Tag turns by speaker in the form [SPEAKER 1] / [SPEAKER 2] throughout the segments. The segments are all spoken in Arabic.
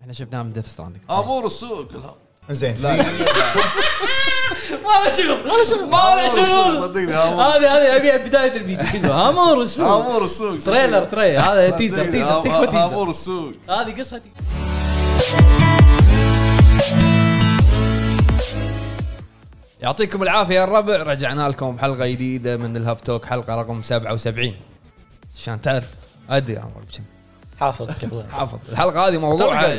[SPEAKER 1] احنا شفناه من ديث ستراندنج
[SPEAKER 2] امور السوق كلها
[SPEAKER 3] زين
[SPEAKER 2] لا
[SPEAKER 3] في-
[SPEAKER 4] ما له شغل ما له شغل ما له
[SPEAKER 2] السوق،
[SPEAKER 4] شغل
[SPEAKER 2] صدقني امور
[SPEAKER 4] هذه هذه ابيها بدايه الفيديو كذا امور وشو
[SPEAKER 2] امور السوق صدقني.
[SPEAKER 4] تريلر تريلر هذا
[SPEAKER 2] صدقني،
[SPEAKER 4] تيزر تيزر
[SPEAKER 2] آم-
[SPEAKER 4] تكفى تيزر
[SPEAKER 2] امور السوق
[SPEAKER 4] هذه قصه تي-
[SPEAKER 1] يعطيكم العافيه يا الربع رجعنا لكم بحلقه جديده من الهاب توك حلقه رقم 77 عشان تعرف ادري انا رقم كم.
[SPEAKER 4] حافظ قبل
[SPEAKER 1] حافظ الحلقه هذه موضوعها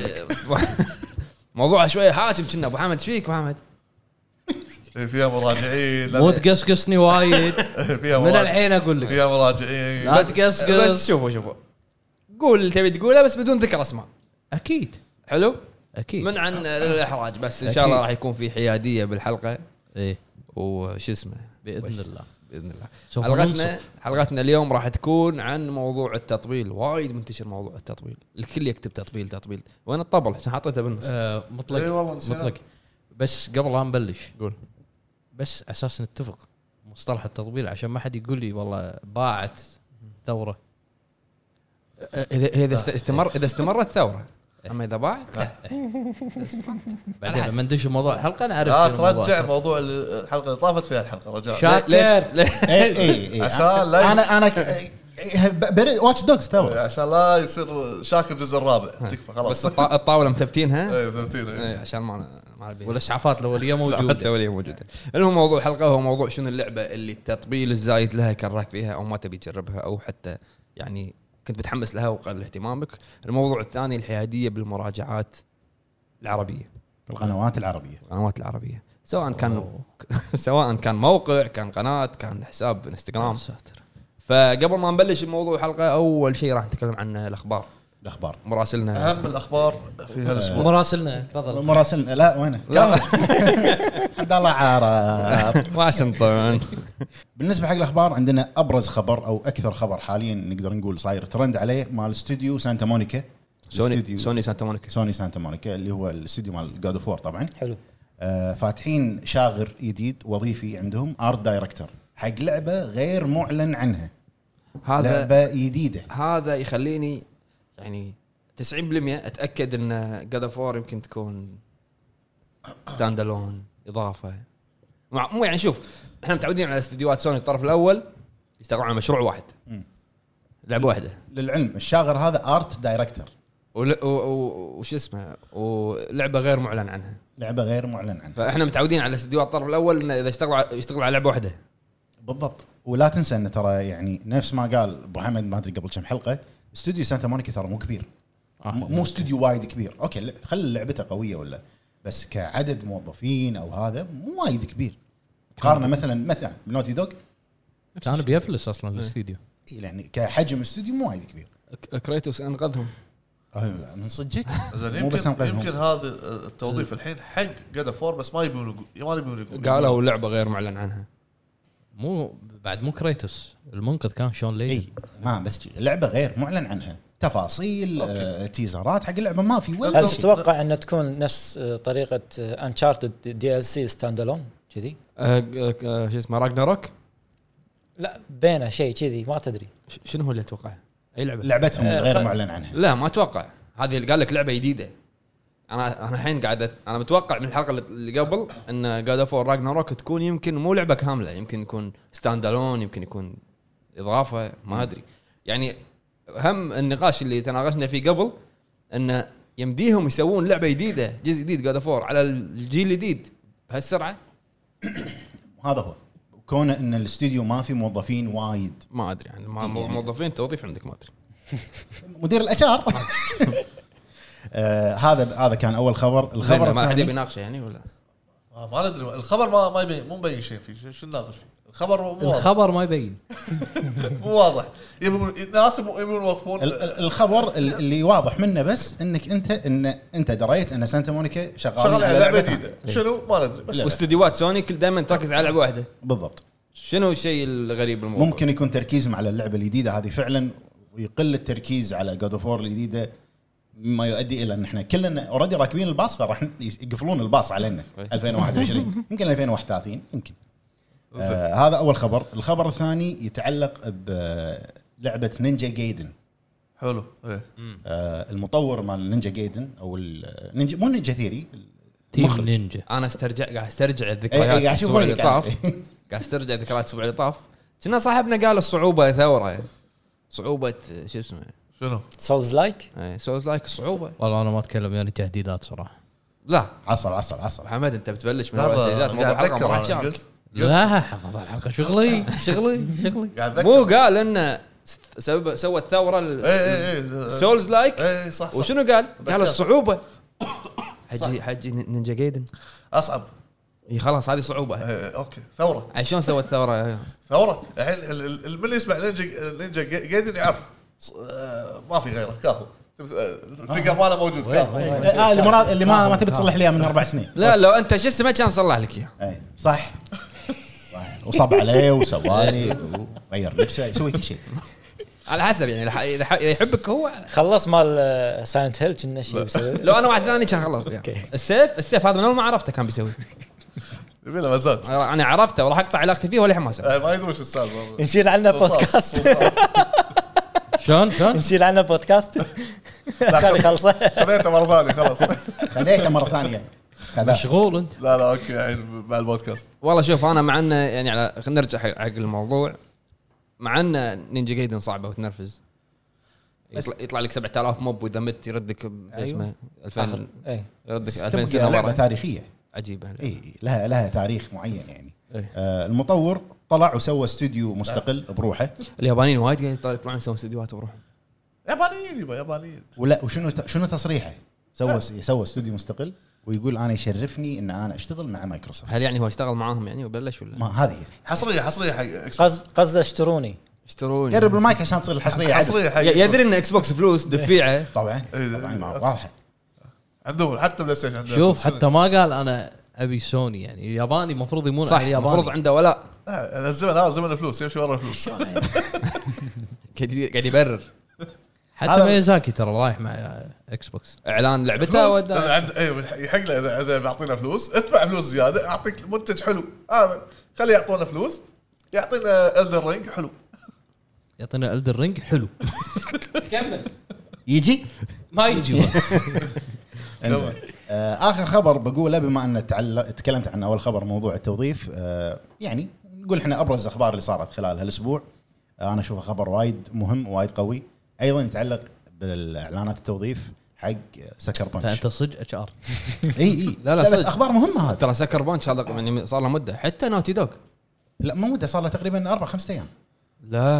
[SPEAKER 1] موضوعها شويه حاكم كنا ابو حمد ايش فيك ابو حمد؟
[SPEAKER 2] إيه، فيها مراجعين لا-
[SPEAKER 4] مو تقصقصني وايد
[SPEAKER 2] فيها
[SPEAKER 4] من
[SPEAKER 2] مراجعين
[SPEAKER 4] الحين اقول لك
[SPEAKER 2] فيها مراجعين
[SPEAKER 4] لا تقصقص
[SPEAKER 1] بس شوفوا شوفوا قول اللي تبي تقوله بس بدون ذكر اسماء
[SPEAKER 4] اكيد
[SPEAKER 1] حلو؟
[SPEAKER 4] اكيد
[SPEAKER 1] من عن الاحراج بس ان شاء الله راح يكون في حياديه بالحلقه
[SPEAKER 4] ايه
[SPEAKER 1] وش اسمه
[SPEAKER 4] بإذن
[SPEAKER 1] بس.
[SPEAKER 4] الله.
[SPEAKER 1] باذن الله
[SPEAKER 4] سوف
[SPEAKER 1] حلقتنا
[SPEAKER 4] ننصف.
[SPEAKER 1] حلقتنا اليوم راح تكون عن موضوع التطبيل وايد منتشر موضوع التطبيل الكل يكتب تطبيل تطبيل وين الطبل عشان حطيته بالنص
[SPEAKER 4] آه، مطلق
[SPEAKER 2] إيه والله نسينا.
[SPEAKER 4] مطلق بس قبل لا نبلش
[SPEAKER 1] قول
[SPEAKER 4] بس اساس نتفق مصطلح التطبيل عشان ما حد يقول لي والله باعت ثوره
[SPEAKER 1] اذا اذا
[SPEAKER 4] طيب.
[SPEAKER 1] است- استمر اذا استمرت ثوره اما اذا باعت لا.
[SPEAKER 4] طيب. بعدين
[SPEAKER 1] حسب.
[SPEAKER 4] لما ندش موضوع الحلقه نعرف
[SPEAKER 2] لا
[SPEAKER 4] شنو الموضوع.
[SPEAKER 2] ترجع موضوع الحلقه اللي طافت فيها الحلقه رجاء
[SPEAKER 4] شاكر
[SPEAKER 1] ليش؟
[SPEAKER 3] إي- إي- إي.
[SPEAKER 2] عشان لا يس-
[SPEAKER 3] انا انا إيه، واتش دوجز تو
[SPEAKER 2] عشان لا يصير شاكر الجزء الرابع تكفى خلاص
[SPEAKER 1] بس الط- الطاوله
[SPEAKER 4] آه.
[SPEAKER 1] مثبتينها
[SPEAKER 2] اي فهمتين
[SPEAKER 1] إيه،
[SPEAKER 2] إيه.
[SPEAKER 1] عشان ما ما نبي-
[SPEAKER 4] والاسعافات الاوليه
[SPEAKER 1] ساعات
[SPEAKER 4] موجوده
[SPEAKER 1] الاوليه موجوده المهم موضوع الحلقه هو موضوع شنو اللعبه اللي التطبيل الزايد لها كرهك فيها او ما تبي تجربها او حتى يعني كنت متحمس لها وقل اهتمامك الموضوع الثاني الحياديه بالمراجعات العربيه
[SPEAKER 3] القنوات العربيه
[SPEAKER 1] القنوات العربيه سواء كان سواء كان موقع كان قناه كان حساب انستغرام
[SPEAKER 4] يا ساتر
[SPEAKER 1] فقبل ما نبلش الموضوع الحلقه اول شيء راح نتكلم عن الاخبار
[SPEAKER 3] الاخبار
[SPEAKER 1] مراسلنا
[SPEAKER 2] اهم الاخبار في
[SPEAKER 4] آه.
[SPEAKER 2] هالاسبوع
[SPEAKER 4] مراسلنا تفضل
[SPEAKER 3] مراسلنا لا وينه؟
[SPEAKER 1] لا.
[SPEAKER 3] عبد الله عرب
[SPEAKER 1] واشنطن
[SPEAKER 3] بالنسبه حق الاخبار عندنا ابرز خبر او اكثر خبر حاليا نقدر نقول صاير ترند عليه مال استوديو سانتا مونيكا
[SPEAKER 1] سوني
[SPEAKER 3] الاستوديو-
[SPEAKER 1] سوني سانتا مونيكا
[SPEAKER 3] سوني سانتا مونيكا اللي هو الاستوديو مال جاد اوف وور طبعا
[SPEAKER 4] حلو
[SPEAKER 3] آه، فاتحين شاغر جديد وظيفي عندهم ارت دايركتور حق لعبه غير معلن عنها
[SPEAKER 1] هذا
[SPEAKER 3] لعبه جديده
[SPEAKER 1] هذا يخليني يعني 90% اتاكد ان جاد فور يمكن تكون ستاند الون اضافه مع مو يعني شوف احنا متعودين على استديوهات سوني الطرف الاول يشتغلون على مشروع واحد
[SPEAKER 3] مم.
[SPEAKER 1] لعبه واحده
[SPEAKER 3] للعلم الشاغر هذا ارت دايركتور
[SPEAKER 1] ول- و- و- وش اسمه ولعبه غير معلن عنها
[SPEAKER 3] لعبه غير معلن عنها
[SPEAKER 1] فاحنا متعودين على استديوهات الطرف الاول انه اذا اشتغلوا على- يشتغلوا على لعبه واحده
[SPEAKER 3] بالضبط ولا تنسى انه ترى يعني نفس ما قال ابو حمد ما ادري قبل كم حلقه استوديو سانتا مونيكا ترى مو كبير
[SPEAKER 4] آه.
[SPEAKER 3] م- مو استوديو وايد كبير اوكي ل- خلي لعبته قويه ولا بس كعدد موظفين او هذا مو وايد كبير قارنه
[SPEAKER 2] آه.
[SPEAKER 3] مثلا مثلا نوتي دوغ
[SPEAKER 4] كان بيفلس اصلا الاستديو
[SPEAKER 3] يعني كحجم استوديو مو وايد كبير
[SPEAKER 1] كريتوس انقذهم
[SPEAKER 3] أه، لا، من صدقك
[SPEAKER 2] زين
[SPEAKER 3] مو بس
[SPEAKER 2] يمكن
[SPEAKER 3] أنقذهم.
[SPEAKER 2] يمكن هذا التوظيف
[SPEAKER 4] إيه.
[SPEAKER 2] الحين حق جاد فور بس ما يبون يقول- ما يبون يقول
[SPEAKER 1] قالوا لعبه غير معلن عنها
[SPEAKER 4] مو بعد مو كريتوس المنقذ كان شون ليدن
[SPEAKER 3] اي ما بس جي- لعبه غير معلن عنها تفاصيل آه، تيزرات حق اللعبه ما في ولا
[SPEAKER 5] هل
[SPEAKER 3] شيء.
[SPEAKER 5] تتوقع ان تكون نفس آه، طريقه انشارتد دي ال سي ستاند الون كذي؟
[SPEAKER 1] أه، أه، أه، شو اسمه راجناروك
[SPEAKER 5] لا بينه شيء كذي ما تدري
[SPEAKER 1] ش- شنو هو اللي اتوقعه؟ اي لعبه؟
[SPEAKER 3] لعبتهم
[SPEAKER 5] آه،
[SPEAKER 3] غير
[SPEAKER 5] خل-
[SPEAKER 3] معلن عنها
[SPEAKER 1] لا ما اتوقع هذه اللي قال لك لعبه جديده انا انا الحين قاعد أت- انا متوقع من الحلقه اللي- اللي قبل ان جاد اوف راجناروك تكون يمكن مو لعبه كامله يمكن يكون ستاند الون يمكن يكون اضافه ما ادري يعني هم النقاش اللي تناقشنا فيه قبل ان يمديهم يسوون لعبه جديده جزء جديد جاد اوف على الجيل الجديد بهالسرعه
[SPEAKER 3] هذا هو كونه ان الاستوديو ما في موظفين وايد
[SPEAKER 1] ما ادري يعني ما- مو- موظفين توظيف عندك ما ادري
[SPEAKER 3] مدير الاتش ار هذا هذا كان اول خبر
[SPEAKER 1] زين،
[SPEAKER 3] الخبر
[SPEAKER 1] ما حد يبي
[SPEAKER 3] الثاني
[SPEAKER 1] يناقشه يعني ولا
[SPEAKER 2] آه، ما ندري الخبر ما ما يبين مو مبين شيء فيه شو- شو نناقش فيه الخبر مو واضح
[SPEAKER 4] الخبر ما يبين
[SPEAKER 2] مو واضح يبون ناس يبون يبون يوقفون
[SPEAKER 3] ال- ال- الخبر ال- اللي واضح منه بس انك انت ان انت دريت ان سانتا مونيكا شغال
[SPEAKER 2] شغال على لعبه جديده شنو ما ندري بس
[SPEAKER 1] واستديوهات سوني كل دائما تركز على لعبه واحده
[SPEAKER 3] بالضبط
[SPEAKER 1] شنو الشيء الغريب بالموضوع؟
[SPEAKER 3] ممكن يكون تركيزهم على اللعبه الجديده هذه فعلا ويقل التركيز على جود اوف الجديده ما يؤدي الى ان احنا كلنا اوريدي راكبين الباص فراح يقفلون الباص علينا
[SPEAKER 1] إيه.
[SPEAKER 3] 2021 يمكن 2031 يمكن آه هذا اول خبر الخبر الثاني يتعلق بلعبه نينجا جايدن
[SPEAKER 2] حلو ايه
[SPEAKER 3] آه، المطور مال نينجا جايدن او ال- نينجا مو نينجا ثيري
[SPEAKER 4] تيم
[SPEAKER 3] مخرج.
[SPEAKER 4] نينجا
[SPEAKER 1] انا استرجع قاعد استرجع
[SPEAKER 2] إيه،
[SPEAKER 1] الذكريات
[SPEAKER 3] قاعد اشوف
[SPEAKER 1] الاسبوع اللي
[SPEAKER 3] وينك
[SPEAKER 1] طاف
[SPEAKER 3] أنا.
[SPEAKER 1] قاعد استرجع ذكريات الاسبوع اللي طاف كنا صاحبنا قال الصعوبه ثوره صعوبه آه، شو اسمه
[SPEAKER 2] شنو؟
[SPEAKER 5] سولز لايك
[SPEAKER 1] آه، سولز لايك صعوبه
[SPEAKER 4] والله انا ما اتكلم يعني تهديدات صراحه
[SPEAKER 1] لا
[SPEAKER 3] عصر عصر عصر
[SPEAKER 1] محمد انت بتبلش من
[SPEAKER 2] هذا
[SPEAKER 1] اول تجهيزات موضوع
[SPEAKER 2] قاعد
[SPEAKER 1] الحلقه ما راح
[SPEAKER 2] اتذكر أنا
[SPEAKER 1] تشارك
[SPEAKER 2] قلت-
[SPEAKER 4] لا حفظ الحلقه شغلي شغلي شغلي
[SPEAKER 2] قاعد اتذكر
[SPEAKER 1] مو قال انه س- سبب سوت ثوره
[SPEAKER 2] ايه ايه ايه
[SPEAKER 1] سولز لايك
[SPEAKER 2] ايه إيه، صح صح
[SPEAKER 1] وشنو قال؟ قال
[SPEAKER 2] تذكرت.
[SPEAKER 1] الصعوبه حجي حجي نينجا جايدن
[SPEAKER 2] اصعب
[SPEAKER 1] اي خلاص هذه صعوبه
[SPEAKER 2] ايه إيه، اوكي ثوره
[SPEAKER 1] عاد شلون سوت ثوره؟
[SPEAKER 2] ثوره الحين ال- ال- ال- من اللي يسمع نينجا نينجا جا- جايدن يعرف ص- آه، ما في غيره كافو آه، الفيجر ماله موجود كافو
[SPEAKER 3] آه اللي مراد اللي ما ما تبي تصلح لي إياه من اربع سنين
[SPEAKER 1] لا لو انت شو اسمه كان صلح لك اياه
[SPEAKER 3] اي صح صح. وصب عليه وسوالي وغير لبسه يسوي كل شيء
[SPEAKER 1] على حسب يعني الح- اذا ح- إذا يحبك هو
[SPEAKER 5] خلص مال سايلنت هيل كنا شيء بسوي.
[SPEAKER 1] لو انا واحد ثاني كان خلص
[SPEAKER 5] أوكي.
[SPEAKER 1] يعني. السيف السيف هذا من اول ما عرفته كان بيسوي
[SPEAKER 2] يبي له مزاج
[SPEAKER 1] انا عرفته وراح اقطع علاقتي فيه ولا ما سوى
[SPEAKER 2] آه، ما يدري وش السالفه
[SPEAKER 5] نشيل عنا بودكاست
[SPEAKER 2] صوصات.
[SPEAKER 4] شلون شلون؟
[SPEAKER 5] نشيل عنا بودكاست خلي خلصه
[SPEAKER 2] خذيته مره ثانيه خلاص
[SPEAKER 3] خليته مره ثانيه خذاه
[SPEAKER 4] مشغول انت
[SPEAKER 2] لا لا اوكي الحين مع البودكاست
[SPEAKER 1] والله شوف انا مع انه يعني على خلينا نرجع حق حق الموضوع مع انه نينجا جايدن صعبه وتنرفز
[SPEAKER 3] بس-
[SPEAKER 1] يطلع, يطلع لك 7000 موب واذا مت يردك ب-
[SPEAKER 3] أيوة.
[SPEAKER 1] اسمه 2000
[SPEAKER 5] إيه.
[SPEAKER 1] يردك
[SPEAKER 3] بس
[SPEAKER 1] 2000
[SPEAKER 3] تبقى
[SPEAKER 1] سنه
[SPEAKER 3] لعبه
[SPEAKER 1] ورا
[SPEAKER 3] تاريخيه
[SPEAKER 1] عجيبه
[SPEAKER 3] اي إيه، لها لها تاريخ معين يعني
[SPEAKER 1] إيه.
[SPEAKER 3] آه المطور طلع وسوى استوديو مستقل بروحه
[SPEAKER 1] اليابانيين وايد قاعد يطلع- يطلعون يسوون استديوهات ويروحون
[SPEAKER 2] يابانيين يبا يابانيين
[SPEAKER 3] ولا وشنو ت- شنو تصريحه؟ سوى سوى استوديو مستقل ويقول انا يشرفني ان انا اشتغل مع مايكروسوفت
[SPEAKER 1] هل يعني هو اشتغل معاهم يعني وبلش ولا
[SPEAKER 3] ما هذه هي.
[SPEAKER 2] حصريه حصريه حق اكس بوكس.
[SPEAKER 5] قصد قصد اشتروني
[SPEAKER 1] اشتروني
[SPEAKER 3] قرب المايك عشان تصير الحصريه عدل.
[SPEAKER 2] حصريه حق
[SPEAKER 1] ي- يعني. يدري ان اكس بوكس فلوس دفيعه
[SPEAKER 3] طبعا
[SPEAKER 2] إيه.
[SPEAKER 3] طبعا ما- واضحه
[SPEAKER 2] عندهم حتى بلاي ستيشن عندهم.
[SPEAKER 4] شوف حتى ما قال انا ابي سوني يعني الياباني المفروض يمون
[SPEAKER 1] صح
[SPEAKER 4] على الياباني
[SPEAKER 1] المفروض عنده ولا
[SPEAKER 2] آه، الزمن هذا زمن الفلوس يمشي ورا الفلوس
[SPEAKER 1] قاعد ي- قاعد يبرر
[SPEAKER 4] حتى
[SPEAKER 3] هذا-
[SPEAKER 4] ميازاكي ترى رايح مع اكس بوكس
[SPEAKER 1] اعلان لعبته
[SPEAKER 2] فلوس.
[SPEAKER 1] ودا-
[SPEAKER 2] إذا عند- أيوة، يحق له اذا إذا بيعطينا فلوس ادفع فلوس زياده اعطيك منتج حلو هذا خليه يعطونا فلوس يعطينا الدر رينج حلو
[SPEAKER 4] يعطينا الدر رينج حلو
[SPEAKER 5] كمل
[SPEAKER 3] يجي
[SPEAKER 4] ما يجي
[SPEAKER 3] انزين آه، اخر خبر بقوله بما ان تعل- تكلمت عن اول خبر موضوع التوظيف آه، يعني نقول احنا ابرز الاخبار اللي صارت خلال هالاسبوع آه، انا اشوفه خبر وايد مهم وايد قوي ايضا يتعلق بالاعلانات التوظيف حق سكر
[SPEAKER 4] انت
[SPEAKER 3] بانش
[SPEAKER 4] صدق اتش ار
[SPEAKER 3] اي اي
[SPEAKER 1] لا، لا،
[SPEAKER 3] لا لا بس
[SPEAKER 1] صدق.
[SPEAKER 3] اخبار مهمه هذا
[SPEAKER 1] ترى سكر بانش هذا يعني صار له مده حتى نوتي دوغ
[SPEAKER 3] لا مو مده صار له تقريبا اربع خمس ايام
[SPEAKER 1] لا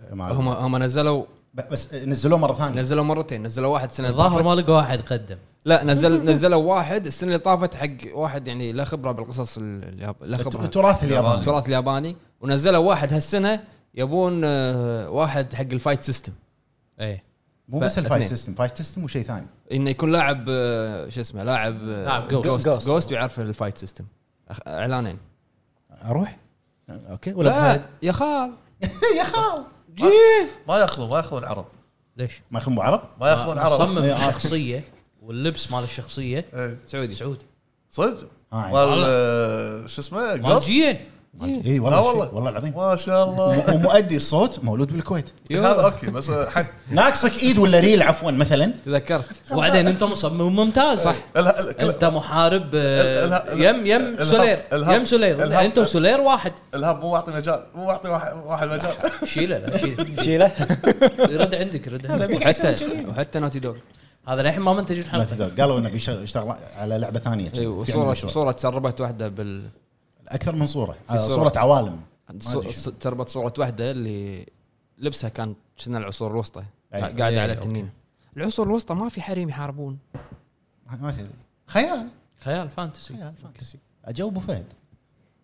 [SPEAKER 3] آه، ما-
[SPEAKER 1] هم هم نزلوا
[SPEAKER 3] ب- بس نزلوه مره ثانيه
[SPEAKER 1] نزلوا مرتين نزلوا واحد سنه
[SPEAKER 4] الظاهر
[SPEAKER 1] طافت.
[SPEAKER 4] ما لقى واحد قدم
[SPEAKER 1] لا نزل نزلوا واحد السنه اللي طافت حق واحد يعني لا خبره بالقصص ال- الياب- لا خبره
[SPEAKER 3] التراث الياباني
[SPEAKER 1] التراث الياباني ونزلوا واحد هالسنه يبون آه، واحد حق الفايت سيستم
[SPEAKER 4] اي
[SPEAKER 3] مو بس
[SPEAKER 1] فاثنين.
[SPEAKER 3] الفايت سيستم فايت سيستم وشيء ثاني
[SPEAKER 1] انه يكون لاعب آه، شو اسمه لاعب
[SPEAKER 4] لاعب جوست.
[SPEAKER 1] جوست,
[SPEAKER 5] جوست.
[SPEAKER 1] جوست ويعرف الفايت سيستم أخ- اعلانين
[SPEAKER 3] اروح اوكي نعم. ولا
[SPEAKER 1] لا
[SPEAKER 3] بخالد؟
[SPEAKER 1] يا خال
[SPEAKER 3] يا خال
[SPEAKER 2] ما ياخذون ما ياخذون عرب
[SPEAKER 4] ليش؟
[SPEAKER 3] ما يخون عرب
[SPEAKER 2] ما ياخذون عرب
[SPEAKER 4] آه، صمم الشخصيه واللبس مال الشخصيه
[SPEAKER 2] إيه.
[SPEAKER 1] سعودي
[SPEAKER 4] سعودي
[SPEAKER 2] صدق
[SPEAKER 3] ها، عيب.
[SPEAKER 2] مال آه، شو اسمه جوست؟
[SPEAKER 4] مالجيين
[SPEAKER 2] لا
[SPEAKER 3] اي والله
[SPEAKER 2] والله.
[SPEAKER 3] والله والله العظيم
[SPEAKER 2] ما شاء الله
[SPEAKER 3] وم- ومؤدي الصوت مولود بالكويت
[SPEAKER 1] يو.
[SPEAKER 2] هذا اوكي بس آه، حق
[SPEAKER 3] ناقصك ايد ولا ريل عفوا مثلا
[SPEAKER 1] تذكرت
[SPEAKER 4] وبعدين انت مصمم ممتاز صح
[SPEAKER 2] الها- الها- كل-
[SPEAKER 4] انت محارب آه،
[SPEAKER 2] الها- الها-
[SPEAKER 4] يم يم
[SPEAKER 2] الهب-
[SPEAKER 4] سولير
[SPEAKER 2] الهب-
[SPEAKER 4] يم سولير
[SPEAKER 2] الهب-
[SPEAKER 4] انت وسولير واحد
[SPEAKER 2] الهاب مو معطي مجال مو معطي واحد واحد مجال
[SPEAKER 4] شيله لا شيله
[SPEAKER 5] شيله
[SPEAKER 4] رد عندك رد عندك
[SPEAKER 1] وحتى يعني، وحتى نوتي دوغ
[SPEAKER 4] هذا للحين ما منتج
[SPEAKER 3] ما
[SPEAKER 4] الحلقه
[SPEAKER 3] تدري. قالوا انه بيشتغل يشتغل على لعبه ثانيه
[SPEAKER 1] اي
[SPEAKER 3] في عمل
[SPEAKER 1] وصوره
[SPEAKER 3] مشروع.
[SPEAKER 1] صوره تسربت واحده بال
[SPEAKER 3] اكثر من صوره آه،
[SPEAKER 1] صورة.
[SPEAKER 3] صوره عوالم
[SPEAKER 1] صو- صو- تربط صورة واحدة اللي لبسها كان شنو العصور الوسطى
[SPEAKER 3] أي.
[SPEAKER 1] قاعدة
[SPEAKER 4] أي،
[SPEAKER 1] على
[SPEAKER 4] أوكي.
[SPEAKER 1] تنين العصور الوسطى ما في حريم يحاربون
[SPEAKER 3] ما- ما تدري. خيال
[SPEAKER 4] خيال فانتسي
[SPEAKER 3] خيال فانتسي اجاوب ابو فهد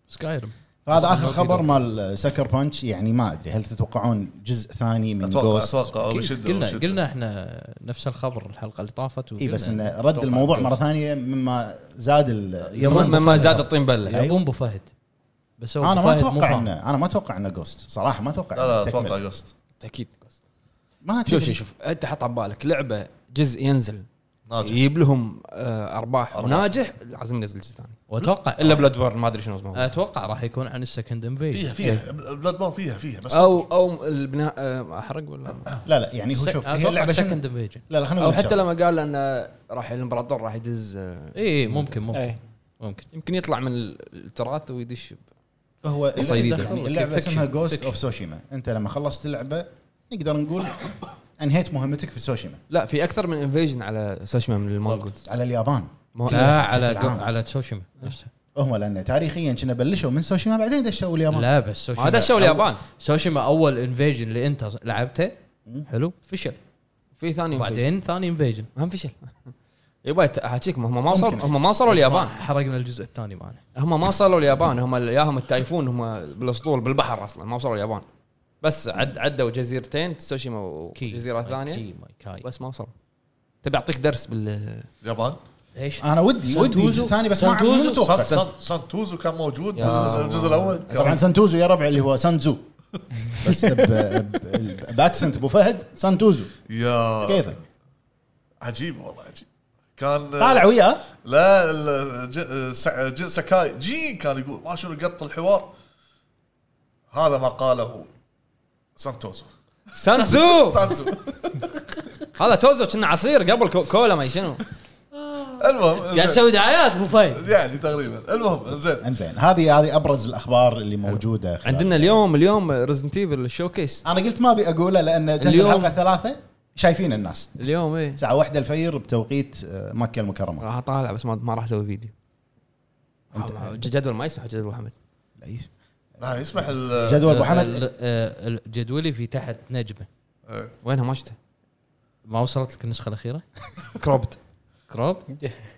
[SPEAKER 4] سكايرم
[SPEAKER 3] هذا اخر
[SPEAKER 4] نوتي
[SPEAKER 3] خبر
[SPEAKER 4] دوغ.
[SPEAKER 3] مال سكر بانش يعني ما ادري هل تتوقعون جزء ثاني من
[SPEAKER 2] اتوقع
[SPEAKER 3] جوست
[SPEAKER 2] اتوقع بيشدوا-
[SPEAKER 4] قلنا
[SPEAKER 2] بيشدوا.
[SPEAKER 4] قلنا احنا نفس الخبر الحلقه اللي طافت
[SPEAKER 3] اي
[SPEAKER 4] وقلنا
[SPEAKER 3] إيه، بس انه
[SPEAKER 4] نتوقع
[SPEAKER 3] رد الموضوع
[SPEAKER 4] فلوس.
[SPEAKER 3] مره ثانيه مما زاد ال
[SPEAKER 4] يوم
[SPEAKER 3] الترند.
[SPEAKER 1] مما زاد الطين بلة
[SPEAKER 4] يبون ابو فهد بس هو
[SPEAKER 3] انا
[SPEAKER 4] أبو
[SPEAKER 3] ما
[SPEAKER 4] فهد مو
[SPEAKER 3] اتوقع
[SPEAKER 4] فاهم.
[SPEAKER 3] انه انا ما اتوقع انه جوست صراحه ما اتوقع
[SPEAKER 2] لا لا
[SPEAKER 3] إنه تكمل.
[SPEAKER 2] اتوقع جوست
[SPEAKER 1] اكيد
[SPEAKER 3] ما
[SPEAKER 1] شوف
[SPEAKER 3] تدري.
[SPEAKER 1] شوف شوف انت حط على بالك لعبة جزء ينزل
[SPEAKER 4] إيه.
[SPEAKER 2] ناجح
[SPEAKER 1] يجيب لهم آه، ارباح
[SPEAKER 2] أرباح.
[SPEAKER 1] وناجح لازم ينزل جزء ثاني آه،
[SPEAKER 4] واتوقع
[SPEAKER 1] الا بلاد بورن ما ادري شنو اسمه
[SPEAKER 4] اتوقع راح يكون عن السكند انفيجن
[SPEAKER 2] فيها فيها بلاد بون فيها فيها بس
[SPEAKER 1] او او البناء آه، احرق ولا
[SPEAKER 3] لا لا يعني هو شوف هي
[SPEAKER 4] اتوقع
[SPEAKER 3] اللعبه شنو-
[SPEAKER 4] سكند انفيجن
[SPEAKER 3] لا لا خلينا
[SPEAKER 1] او
[SPEAKER 3] نقول
[SPEAKER 1] حتى
[SPEAKER 3] شغلة.
[SPEAKER 1] لما قال ان راح الامبراطور راح يدز آه،
[SPEAKER 4] اي إيه، ممكن ممكن
[SPEAKER 5] اي
[SPEAKER 4] ممكن
[SPEAKER 1] يمكن يطلع من التراث ويدش ب-
[SPEAKER 3] هو
[SPEAKER 1] قصة جديدة.
[SPEAKER 3] يعني اللعبه
[SPEAKER 4] فيكشن.
[SPEAKER 3] اسمها جوست
[SPEAKER 4] فيكشن.
[SPEAKER 3] اوف سوشيما انت لما خلصت اللعبه نقدر نقول انهيت مهمتك في سوشيما
[SPEAKER 1] لا في اكثر من انفيجن على سوشيما من آه، المونجولز
[SPEAKER 3] على اليابان
[SPEAKER 1] ما-
[SPEAKER 4] لا على
[SPEAKER 3] بشكل عام.
[SPEAKER 4] على تسوشيما نفسه
[SPEAKER 3] هم لان تاريخيا كنا بلشوا من سوشيما بعدين دشوا اليابان
[SPEAKER 4] لا بس سوشيما
[SPEAKER 1] ما دشوا
[SPEAKER 4] أول-
[SPEAKER 1] اليابان
[SPEAKER 4] سوشيما اول انفيجن اللي انت لعبته حلو فشل
[SPEAKER 1] في ثاني بعدين
[SPEAKER 4] وبعدين ثاني انفيجن
[SPEAKER 1] هم فشل يبا احكيك هم ما وصلوا
[SPEAKER 3] ممكن.
[SPEAKER 1] هم ما وصلوا اليابان
[SPEAKER 4] حرقنا الجزء الثاني معنا
[SPEAKER 1] هم ما وصلوا اليابان هم ال- ياهم التايفون هم بالاسطول بالبحر اصلا ما وصلوا اليابان بس عد عدوا جزيرتين سوشيما وجزيره ثانيه
[SPEAKER 4] كي ماي كاي
[SPEAKER 1] بس ما وصلوا تبي اعطيك درس بال
[SPEAKER 2] اليابان
[SPEAKER 4] ليش؟
[SPEAKER 3] انا ودي ودي
[SPEAKER 4] سنتوزو.
[SPEAKER 3] جزء ثاني بس ما
[SPEAKER 4] سنتوزو.
[SPEAKER 3] مو متوقع
[SPEAKER 2] سان- سان- سانتوزو كان موجود
[SPEAKER 1] يا
[SPEAKER 2] بالجزء- الجزء الاول
[SPEAKER 3] طبعا
[SPEAKER 2] كان
[SPEAKER 3] سانتوزو يا ربع اللي هو سانزو بس ب- ب- باكسنت ابو فهد سانتوزو
[SPEAKER 2] يا
[SPEAKER 3] كيفه
[SPEAKER 2] عجيب والله عجيب كان
[SPEAKER 3] طالع وياه
[SPEAKER 2] لا ال- ج- س- جين سكاي جين كان يقول ما شنو قط الحوار هذا ما قاله سانتوزو
[SPEAKER 1] سانزو
[SPEAKER 2] سانتوزو
[SPEAKER 1] هذا توزو كنا عصير قبل كو- كولا ما شنو
[SPEAKER 2] المهم
[SPEAKER 3] آه،
[SPEAKER 4] قاعد تسوي دعايات مو فايد
[SPEAKER 2] يعني تقريبا المهم زين
[SPEAKER 3] انزين هذه هذه ابرز الاخبار اللي موجوده خلال-
[SPEAKER 1] عندنا اليوم اليوم ريزنت ايفل شو كيس
[SPEAKER 3] انا قلت ما ابي اقوله لان تنزل
[SPEAKER 1] اليوم-
[SPEAKER 3] حلقه ثلاثه شايفين الناس
[SPEAKER 1] اليوم ايه
[SPEAKER 3] الساعه واحدة الفجر بتوقيت آه، مكه المكرمه
[SPEAKER 1] راح اطالع بس ما, ما راح اسوي فيديو
[SPEAKER 3] أنت-
[SPEAKER 1] جدول ما يسمح جدول حمد
[SPEAKER 3] أي.
[SPEAKER 2] لا يسمح ال
[SPEAKER 3] جدول ابو حمد
[SPEAKER 4] آه، جدولي في تحت نجمه
[SPEAKER 2] إيه.
[SPEAKER 1] وينها ما شفته
[SPEAKER 4] ما وصلت لك النسخه الاخيره
[SPEAKER 1] كروبت
[SPEAKER 4] كروب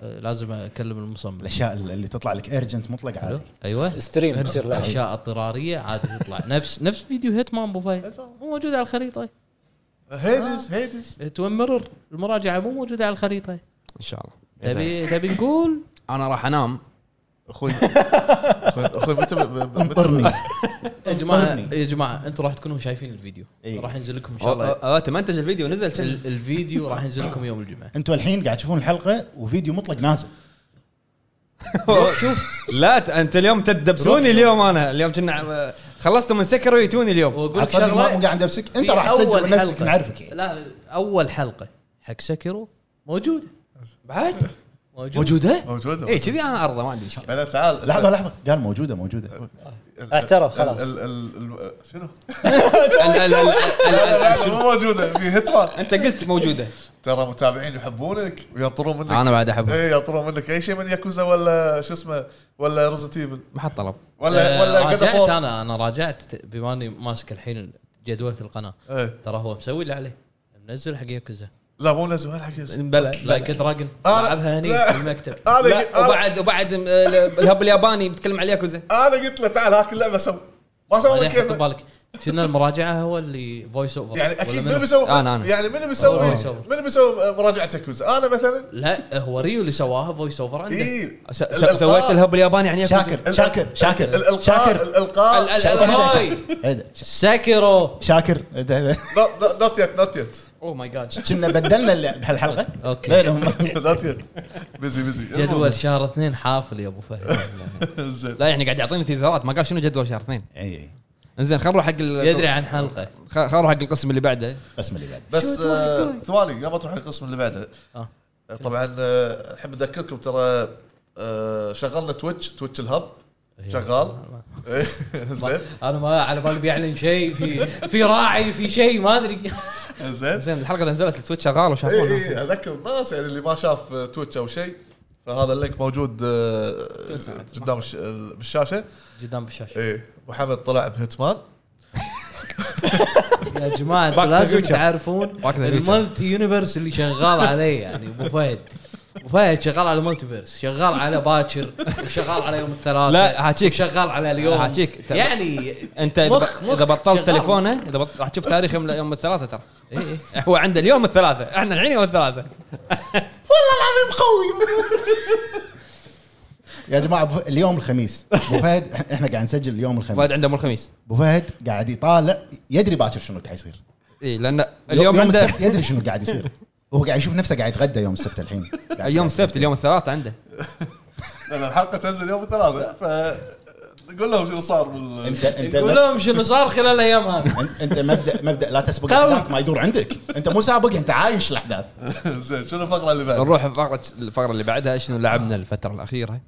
[SPEAKER 4] آه، لازم اكلم المصمم
[SPEAKER 3] الاشياء اللي تطلع لك ايرجنت مطلق
[SPEAKER 4] حلو
[SPEAKER 3] عادي
[SPEAKER 4] ايوه
[SPEAKER 5] ستريم يصير لايف
[SPEAKER 4] اشياء اضطراريه عادي يطلع نفس نفس فيديو هيتمان ابو فهد مو موجود على الخريطه
[SPEAKER 2] هيدس هيدس
[SPEAKER 4] تومرر المراجعه مو موجوده على الخريطه
[SPEAKER 1] ان شاء الله
[SPEAKER 4] تبي تبي نقول
[SPEAKER 1] انا راح انام
[SPEAKER 2] اخوي اخوي اخوي متى ب- ب-
[SPEAKER 3] انطرني
[SPEAKER 4] يا جماعه
[SPEAKER 3] انطرني.
[SPEAKER 4] يا جماعه انتم راح تكونوا شايفين الفيديو
[SPEAKER 3] إيه.
[SPEAKER 4] راح ينزل لكم ان شاء الله
[SPEAKER 1] أو- أو- تمنتج الفيديو نزل كنا.
[SPEAKER 4] ال- الفيديو راح ينزل لكم يوم الجمعه
[SPEAKER 3] انتم الحين قاعد تشوفون الحلقه وفيديو مطلق نازل
[SPEAKER 1] شوف لا ت- انت اليوم تدبسوني اليوم انا اليوم كنا خلصتوا من سكر ويتوني اليوم
[SPEAKER 4] واقول لك
[SPEAKER 3] اتصدق ما مو
[SPEAKER 4] شغله
[SPEAKER 3] قاعد امسك انت
[SPEAKER 4] في
[SPEAKER 3] راح
[SPEAKER 4] أول
[SPEAKER 3] تسجل نفسك
[SPEAKER 4] حلقة.
[SPEAKER 3] نعرفك يعني.
[SPEAKER 4] لا اول حلقه حق سكرو موجوده
[SPEAKER 1] بعد
[SPEAKER 4] موجوده
[SPEAKER 1] موجوده؟
[SPEAKER 2] موجوده
[SPEAKER 1] اي إيه، كذي انا ارضى ما عندي مشكله
[SPEAKER 2] لا تعال
[SPEAKER 3] لحظه لحظه قال موجوده موجوده
[SPEAKER 5] اعترف خلاص.
[SPEAKER 2] ال- ال- ال- شنو؟
[SPEAKER 1] ال- ال- ال-
[SPEAKER 2] لا،
[SPEAKER 1] ال-
[SPEAKER 2] لا، لا، مو موجوده في هيتمان
[SPEAKER 1] انت قلت موجوده
[SPEAKER 2] ترى متابعين يحبونك وينطرون منك
[SPEAKER 1] انا بعد احبه
[SPEAKER 2] ايه يطلبون منك اي شيء من ياكوزا ولا شو اسمه ولا ريزنت ايفل
[SPEAKER 1] ما حد طلب
[SPEAKER 4] آه،
[SPEAKER 2] ولا ولا God of
[SPEAKER 4] راجعت
[SPEAKER 2] War.
[SPEAKER 4] انا انا راجعت بما اني ماسك الحين جدوله القناه
[SPEAKER 2] إيه.
[SPEAKER 4] ترى هو مسوي اللي عليه منزل حق ياكوزا
[SPEAKER 2] لا مو منزل هالحق يس-
[SPEAKER 1] بلا
[SPEAKER 4] لايك دراجون
[SPEAKER 2] أنا-
[SPEAKER 4] لعبها هني
[SPEAKER 2] لا.
[SPEAKER 4] في المكتب
[SPEAKER 1] لا،
[SPEAKER 2] انا لا
[SPEAKER 1] وبعد
[SPEAKER 2] وبعد
[SPEAKER 1] وبعد م- ال- الهب الياباني بيتكلم على ياكوزا
[SPEAKER 2] انا قلت له تعال هاك اللعبه سو ما سوى
[SPEAKER 4] بعدين
[SPEAKER 2] لك
[SPEAKER 4] حط
[SPEAKER 2] كيف
[SPEAKER 4] بالك كنا المراجعه هو اللي فويس اوفر
[SPEAKER 2] يعني اكيد من بيسوي
[SPEAKER 1] أنا- أنا.
[SPEAKER 2] يعني من
[SPEAKER 4] والله
[SPEAKER 2] بيسوي
[SPEAKER 4] يسوي.
[SPEAKER 2] من بيسوي مراجعه ياكوزا انا مثلا
[SPEAKER 4] لا هو ريو اللي سواها فويس اوفر عنده
[SPEAKER 2] اي
[SPEAKER 1] س- س- سويت الهب الياباني يعني ياكوزا
[SPEAKER 3] شاكر شاكر شاكر
[SPEAKER 2] الالقاء
[SPEAKER 3] شاكر
[SPEAKER 1] ال-
[SPEAKER 2] الالقاء
[SPEAKER 1] ال- الهاي.
[SPEAKER 3] هيدا. ش-
[SPEAKER 4] ساكيرو
[SPEAKER 3] شاكر
[SPEAKER 2] نوت يت نوت يت
[SPEAKER 1] اوه ماي جاد
[SPEAKER 3] كنا بدلنا اللي بهالحلقه
[SPEAKER 4] أوكي.
[SPEAKER 3] لا لا، هم-
[SPEAKER 2] نوت يت بيزي بيزي
[SPEAKER 4] جدول شهر اثنين حافل يا ابو فهد
[SPEAKER 2] زين
[SPEAKER 1] لا يعني قاعد يعطيني تيزرات ما قال شنو جدول شهر اثنين
[SPEAKER 3] اي اي
[SPEAKER 1] انزين خلينا نروح حق ال-
[SPEAKER 4] يدري عن حلقه
[SPEAKER 1] خ- خلينا نروح حق القسم اللي بعده
[SPEAKER 3] بس من اللي بعد
[SPEAKER 2] بس آه، ثواني قبل تروح القسم اللي بعده
[SPEAKER 4] آه.
[SPEAKER 2] آه، طبعا آه، احب اذكركم ترى آه، شغلنا تويتش تويتش الهب شغال إيه، زين
[SPEAKER 4] انا ما على بالي بيعلن شيء في في راعي في شيء ما ادري
[SPEAKER 2] زين
[SPEAKER 1] زين الحلقه اللي نزلت التويتش شغال
[SPEAKER 2] اي
[SPEAKER 1] وشافونا
[SPEAKER 2] اي اذكر الناس يعني اللي ما شاف آه، تويتش او شيء فهذا اللينك موجود آه، قدام الش- ال- بالشاشه
[SPEAKER 4] قدام
[SPEAKER 1] إيه.
[SPEAKER 4] بالشاشه
[SPEAKER 2] اي محمد طلع بهيتمان
[SPEAKER 4] يا جماعه انتم
[SPEAKER 1] Back to
[SPEAKER 4] لازم
[SPEAKER 1] future.
[SPEAKER 4] تعرفون
[SPEAKER 1] Back to the future.
[SPEAKER 4] المالتي يونيفرس اللي شغال عليه يعني ابو فهد ابو فهد شغال على مالتيفيرس شغال على باكر وشغال على يوم الثلاثاء
[SPEAKER 1] لا، حاجيك.
[SPEAKER 4] شغال على اليوم
[SPEAKER 1] حاجيك.
[SPEAKER 4] يعني
[SPEAKER 1] انت اذا
[SPEAKER 4] مخ-
[SPEAKER 1] ب-
[SPEAKER 4] مخ
[SPEAKER 1] اذا بطلت
[SPEAKER 4] شغال.
[SPEAKER 1] تليفونه اذا بط- راح تشوف تاريخه من يوم الثلاثاء ترى
[SPEAKER 4] إيه، إيه.
[SPEAKER 1] هو عنده اليوم الثلاثاء احنا الحين يوم الثلاثاء
[SPEAKER 3] يا جماعه أبو ف- اليوم الخميس ابو فهد احنا قاعد نسجل اليوم
[SPEAKER 1] فهد
[SPEAKER 3] الخميس
[SPEAKER 1] عنده مو الخميس
[SPEAKER 3] ابو فهد قاعد يطالع يدري باكر شنو قاعد يصير
[SPEAKER 1] اي لان
[SPEAKER 3] اليوم
[SPEAKER 1] اليوم عنده
[SPEAKER 3] السبت يدري شنو قاعد يصير هو قاعد يشوف نفسه قاعد يتغدى يوم السبت الحين قاعد-
[SPEAKER 1] يوم السبت اليوم الثلاثاء عنده
[SPEAKER 2] لان الحلقه تنزل يوم الثلاثاء ف قول لهم شنو صار بال
[SPEAKER 3] انت انت
[SPEAKER 4] قول
[SPEAKER 3] مب-
[SPEAKER 4] لهم شنو صار خلال الايام هذه
[SPEAKER 3] أنت- انت مبدا مبدا لا تسبق
[SPEAKER 4] قالوا-
[SPEAKER 3] الاحداث ما يدور عندك انت مو سابق انت عايش الاحداث
[SPEAKER 2] زين شنو الفقره اللي بعدها؟
[SPEAKER 1] نروح فقرة الفقرة اللي بعدها شنو لعبنا الفترة الأخيرة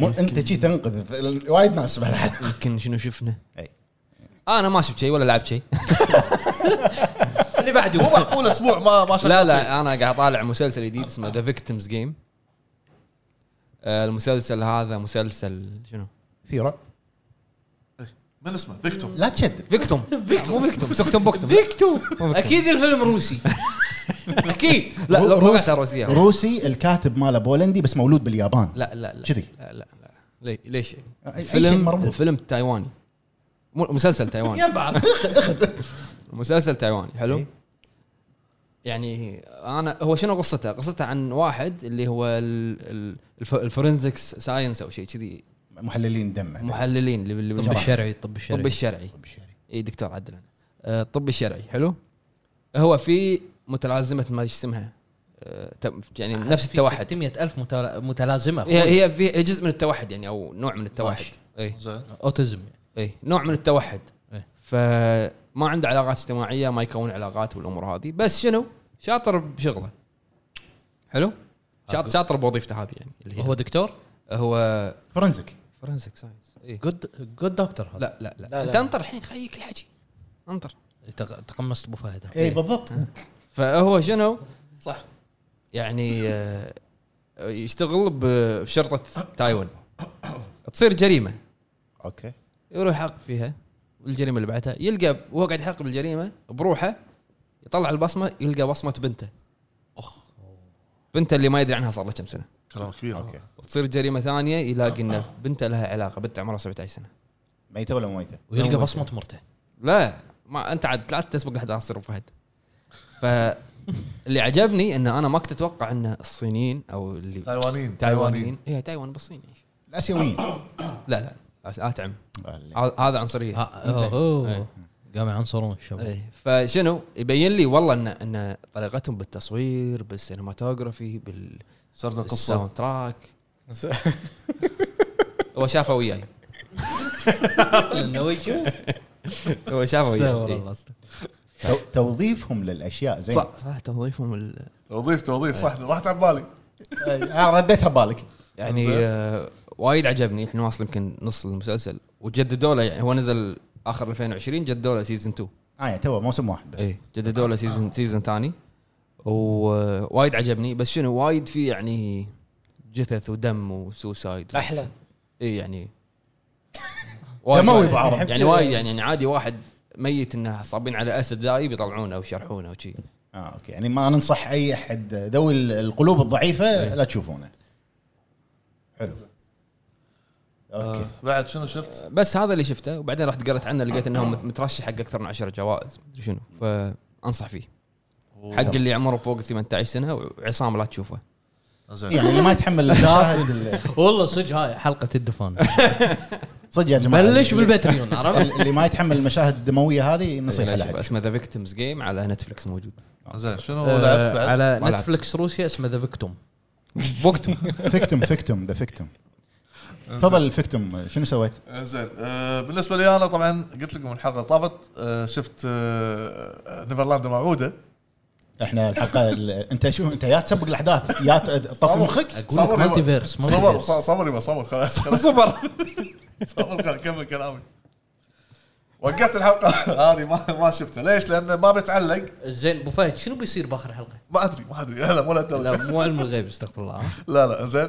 [SPEAKER 3] مو انت شي تنقذ ال- وايد ناس بهالحلقه
[SPEAKER 1] يمكن شنو شفنا
[SPEAKER 3] أي.
[SPEAKER 1] أنا ما شفت شيء ولا لعبت شيء
[SPEAKER 4] اللي بعده
[SPEAKER 2] مو معقول اسبوع ما ما
[SPEAKER 1] لا لا أنا قاعد أطالع مسلسل جديد اسمه ذا فيكتيمز جيم آه، المسلسل هذا مسلسل شنو
[SPEAKER 3] ثيره
[SPEAKER 2] من اسمه فيكتوم
[SPEAKER 3] لا تشذب
[SPEAKER 1] فيكتوم مو فيكتوم سكتم بوكتم
[SPEAKER 4] فيكتو اكيد الفيلم روسي اكيد
[SPEAKER 1] لا
[SPEAKER 3] رو-
[SPEAKER 1] لو
[SPEAKER 3] روس-
[SPEAKER 1] لغتها روسية
[SPEAKER 3] روسي الكاتب ماله بولندي بس مولود باليابان
[SPEAKER 1] لا لا لا
[SPEAKER 3] كذي.
[SPEAKER 1] لا لا لا لي- ليش
[SPEAKER 3] أي شيء
[SPEAKER 1] فيلم
[SPEAKER 3] مربوط.
[SPEAKER 1] فيلم تايواني مو- مسلسل تايواني
[SPEAKER 4] يا بعض
[SPEAKER 1] مسلسل تايواني حلو
[SPEAKER 3] إيه.
[SPEAKER 1] يعني انا هو شنو قصته؟ قصته عن واحد اللي هو ال- ال- الف- الفورنزكس ساينس او شيء كذي
[SPEAKER 3] محللين دمه
[SPEAKER 1] محللين اللي اللي
[SPEAKER 4] الطب
[SPEAKER 1] بالجراحة.
[SPEAKER 4] الشرعي الطب الشرعي
[SPEAKER 1] الطب الشرعي اي دكتور عدل أنا. آه، الطب الشرعي حلو هو في متلازمه ما إيش اسمها آه، تم- يعني نفس التوحد
[SPEAKER 4] 600 ألف متلا- متلازمه
[SPEAKER 1] هي هي في هي جزء من التوحد يعني او نوع من التوحد
[SPEAKER 4] ماشي.
[SPEAKER 1] اي
[SPEAKER 2] زين
[SPEAKER 4] اوتزم
[SPEAKER 1] اي نوع من التوحد
[SPEAKER 4] إيه.
[SPEAKER 1] فما عنده علاقات اجتماعيه ما يكون علاقات والامور هذه بس شنو شاطر بشغله حلو شاطر
[SPEAKER 4] أقول.
[SPEAKER 1] شاطر بوظيفته هذه يعني اللي هي
[SPEAKER 4] هو دكتور
[SPEAKER 1] هو
[SPEAKER 3] فرنزك
[SPEAKER 1] فرنسك ساينس إيه.
[SPEAKER 4] جود جود دكتور هذا
[SPEAKER 1] لا لا لا
[SPEAKER 5] لا،
[SPEAKER 1] انت
[SPEAKER 5] لا.
[SPEAKER 1] انطر الحين خليك الحكي انطر
[SPEAKER 4] تق- تقمصت ابو فهد
[SPEAKER 1] إيه.
[SPEAKER 3] اي بالضبط
[SPEAKER 1] فهو شنو
[SPEAKER 2] صح
[SPEAKER 1] يعني آه، يشتغل ب- بشرطه تايوان تصير جريمه
[SPEAKER 3] اوكي
[SPEAKER 1] يروح يحقق فيها الجريمه اللي بعدها يلقى وهو قاعد يحقق بالجريمه بروحه يطلع البصمه يلقى بصمه بنته اخ بنته اللي ما يدري عنها صار له كم سنه
[SPEAKER 2] كلام كبير اوكي
[SPEAKER 1] وتصير جريمه ثانيه يلاقي ان بنته لها علاقه بنت عمرها 17 سنه
[SPEAKER 3] ميته ولا مو ميته؟
[SPEAKER 4] ويلقى
[SPEAKER 1] نوم
[SPEAKER 4] بصمه مرته
[SPEAKER 1] إيه. لا ما انت عاد لا تسبق لحد اصير أبو فهد فاللي عجبني ان انا ما كنت اتوقع ان الصينيين او
[SPEAKER 2] طيب.
[SPEAKER 1] اللي
[SPEAKER 2] تايوانيين
[SPEAKER 1] تايوانيين اي تايوان بالصين
[SPEAKER 3] الاسيويين
[SPEAKER 1] لا لا اتعم هذا- هذا عنصريه إيه.
[SPEAKER 4] آه، قام يعنصرون الشباب
[SPEAKER 1] ايه فشنو يبين لي والله ان ان طريقتهم بالتصوير بالسينماتوجرافي بال
[SPEAKER 2] سرد القصه
[SPEAKER 1] الساوند تراك هو شافه وياي
[SPEAKER 4] لانه يشوف
[SPEAKER 1] هو شافه وياي إيه.
[SPEAKER 4] والله
[SPEAKER 3] تو- توظيفهم للاشياء زين
[SPEAKER 1] صح صح تنظيفهم ال-
[SPEAKER 2] توظيف توظيف صح راحت على بالي
[SPEAKER 3] آه، رديتها ببالك
[SPEAKER 1] يعني
[SPEAKER 2] زين.
[SPEAKER 1] آه، وايد عجبني احنا واصل يمكن نص المسلسل وجددوا له يعني هو نزل اخر 2020 جددوا له سيزون 2
[SPEAKER 3] اه يعني تو موسم واحد بس
[SPEAKER 1] اي جددوا له سيزون سيزون ثاني ووايد عجبني بس شنو وايد في يعني جثث ودم وسوسايد
[SPEAKER 5] احلى
[SPEAKER 1] اي يعني
[SPEAKER 3] دموي
[SPEAKER 1] وايد-
[SPEAKER 3] بعرض.
[SPEAKER 1] يعني وايد يعني يعني عادي واحد ميت انه صابين على اسد ذايب يطلعونه ويشرحونه وشي
[SPEAKER 3] اه اوكي يعني ما ننصح اي احد ذوي ال- القلوب
[SPEAKER 1] إيه.
[SPEAKER 3] الضعيفه لا تشوفونه حلو
[SPEAKER 1] آه.
[SPEAKER 3] اوكي
[SPEAKER 2] بعد شنو شفت؟
[SPEAKER 1] بس هذا اللي شفته وبعدين رحت قرأت عنه لقيت انه مت- مترشح حق اكثر من 10 جوائز مدري شنو فانصح فيه حق اللي عمره فوق 18 سنه وعصام لا تشوفه
[SPEAKER 2] زين
[SPEAKER 3] يعني اللي ما يتحمل الشاهد ال-
[SPEAKER 4] والله صدق هاي حلقه الدفان
[SPEAKER 3] صدق يا جماعه
[SPEAKER 4] بلش
[SPEAKER 3] اللي-
[SPEAKER 4] بالبتريون عرفت؟
[SPEAKER 3] ال- اللي ما يتحمل المشاهد الدمويه هذه نصيحه
[SPEAKER 1] إيه،
[SPEAKER 3] لحد
[SPEAKER 1] اسمه ذا فيكتيمز جيم على نتفلكس موجود
[SPEAKER 2] زين شنو لعبت
[SPEAKER 4] آه،
[SPEAKER 2] بعد؟
[SPEAKER 4] على
[SPEAKER 1] ما لعبت.
[SPEAKER 4] نتفلكس روسيا اسمه ذا فيكتوم
[SPEAKER 1] وقته
[SPEAKER 3] فيكتم فيكتم ذا فيكتم تفضل الفيكتم شنو سويت؟
[SPEAKER 2] زين آه، بالنسبه لي انا طبعا قلت لكم الحلقه اللي طافت آه، شفت آه، نيفرلاند الموعوده
[SPEAKER 3] احنا الحلقه ال- انت شو انت يا تسبق الاحداث يا ت- تطفي
[SPEAKER 2] صور.
[SPEAKER 3] مخك
[SPEAKER 4] اقول لك
[SPEAKER 2] صوري ما-
[SPEAKER 4] مالتيفيرس
[SPEAKER 2] صبر
[SPEAKER 4] مالتيفيرس.
[SPEAKER 2] ص- صبري ما صبر خلاص خلاص،
[SPEAKER 1] صبر
[SPEAKER 2] صبر خلاص كمل كلامي وقفت الحلقه هذه ما ما شفتها ليش؟ لان ما بتعلق
[SPEAKER 4] زين ابو فهد شنو بيصير باخر حلقه؟
[SPEAKER 2] ما ادري ما ادري لا لا مو لهالدرجه
[SPEAKER 4] لا مو علم الغيب استغفر الله
[SPEAKER 2] لا لا زين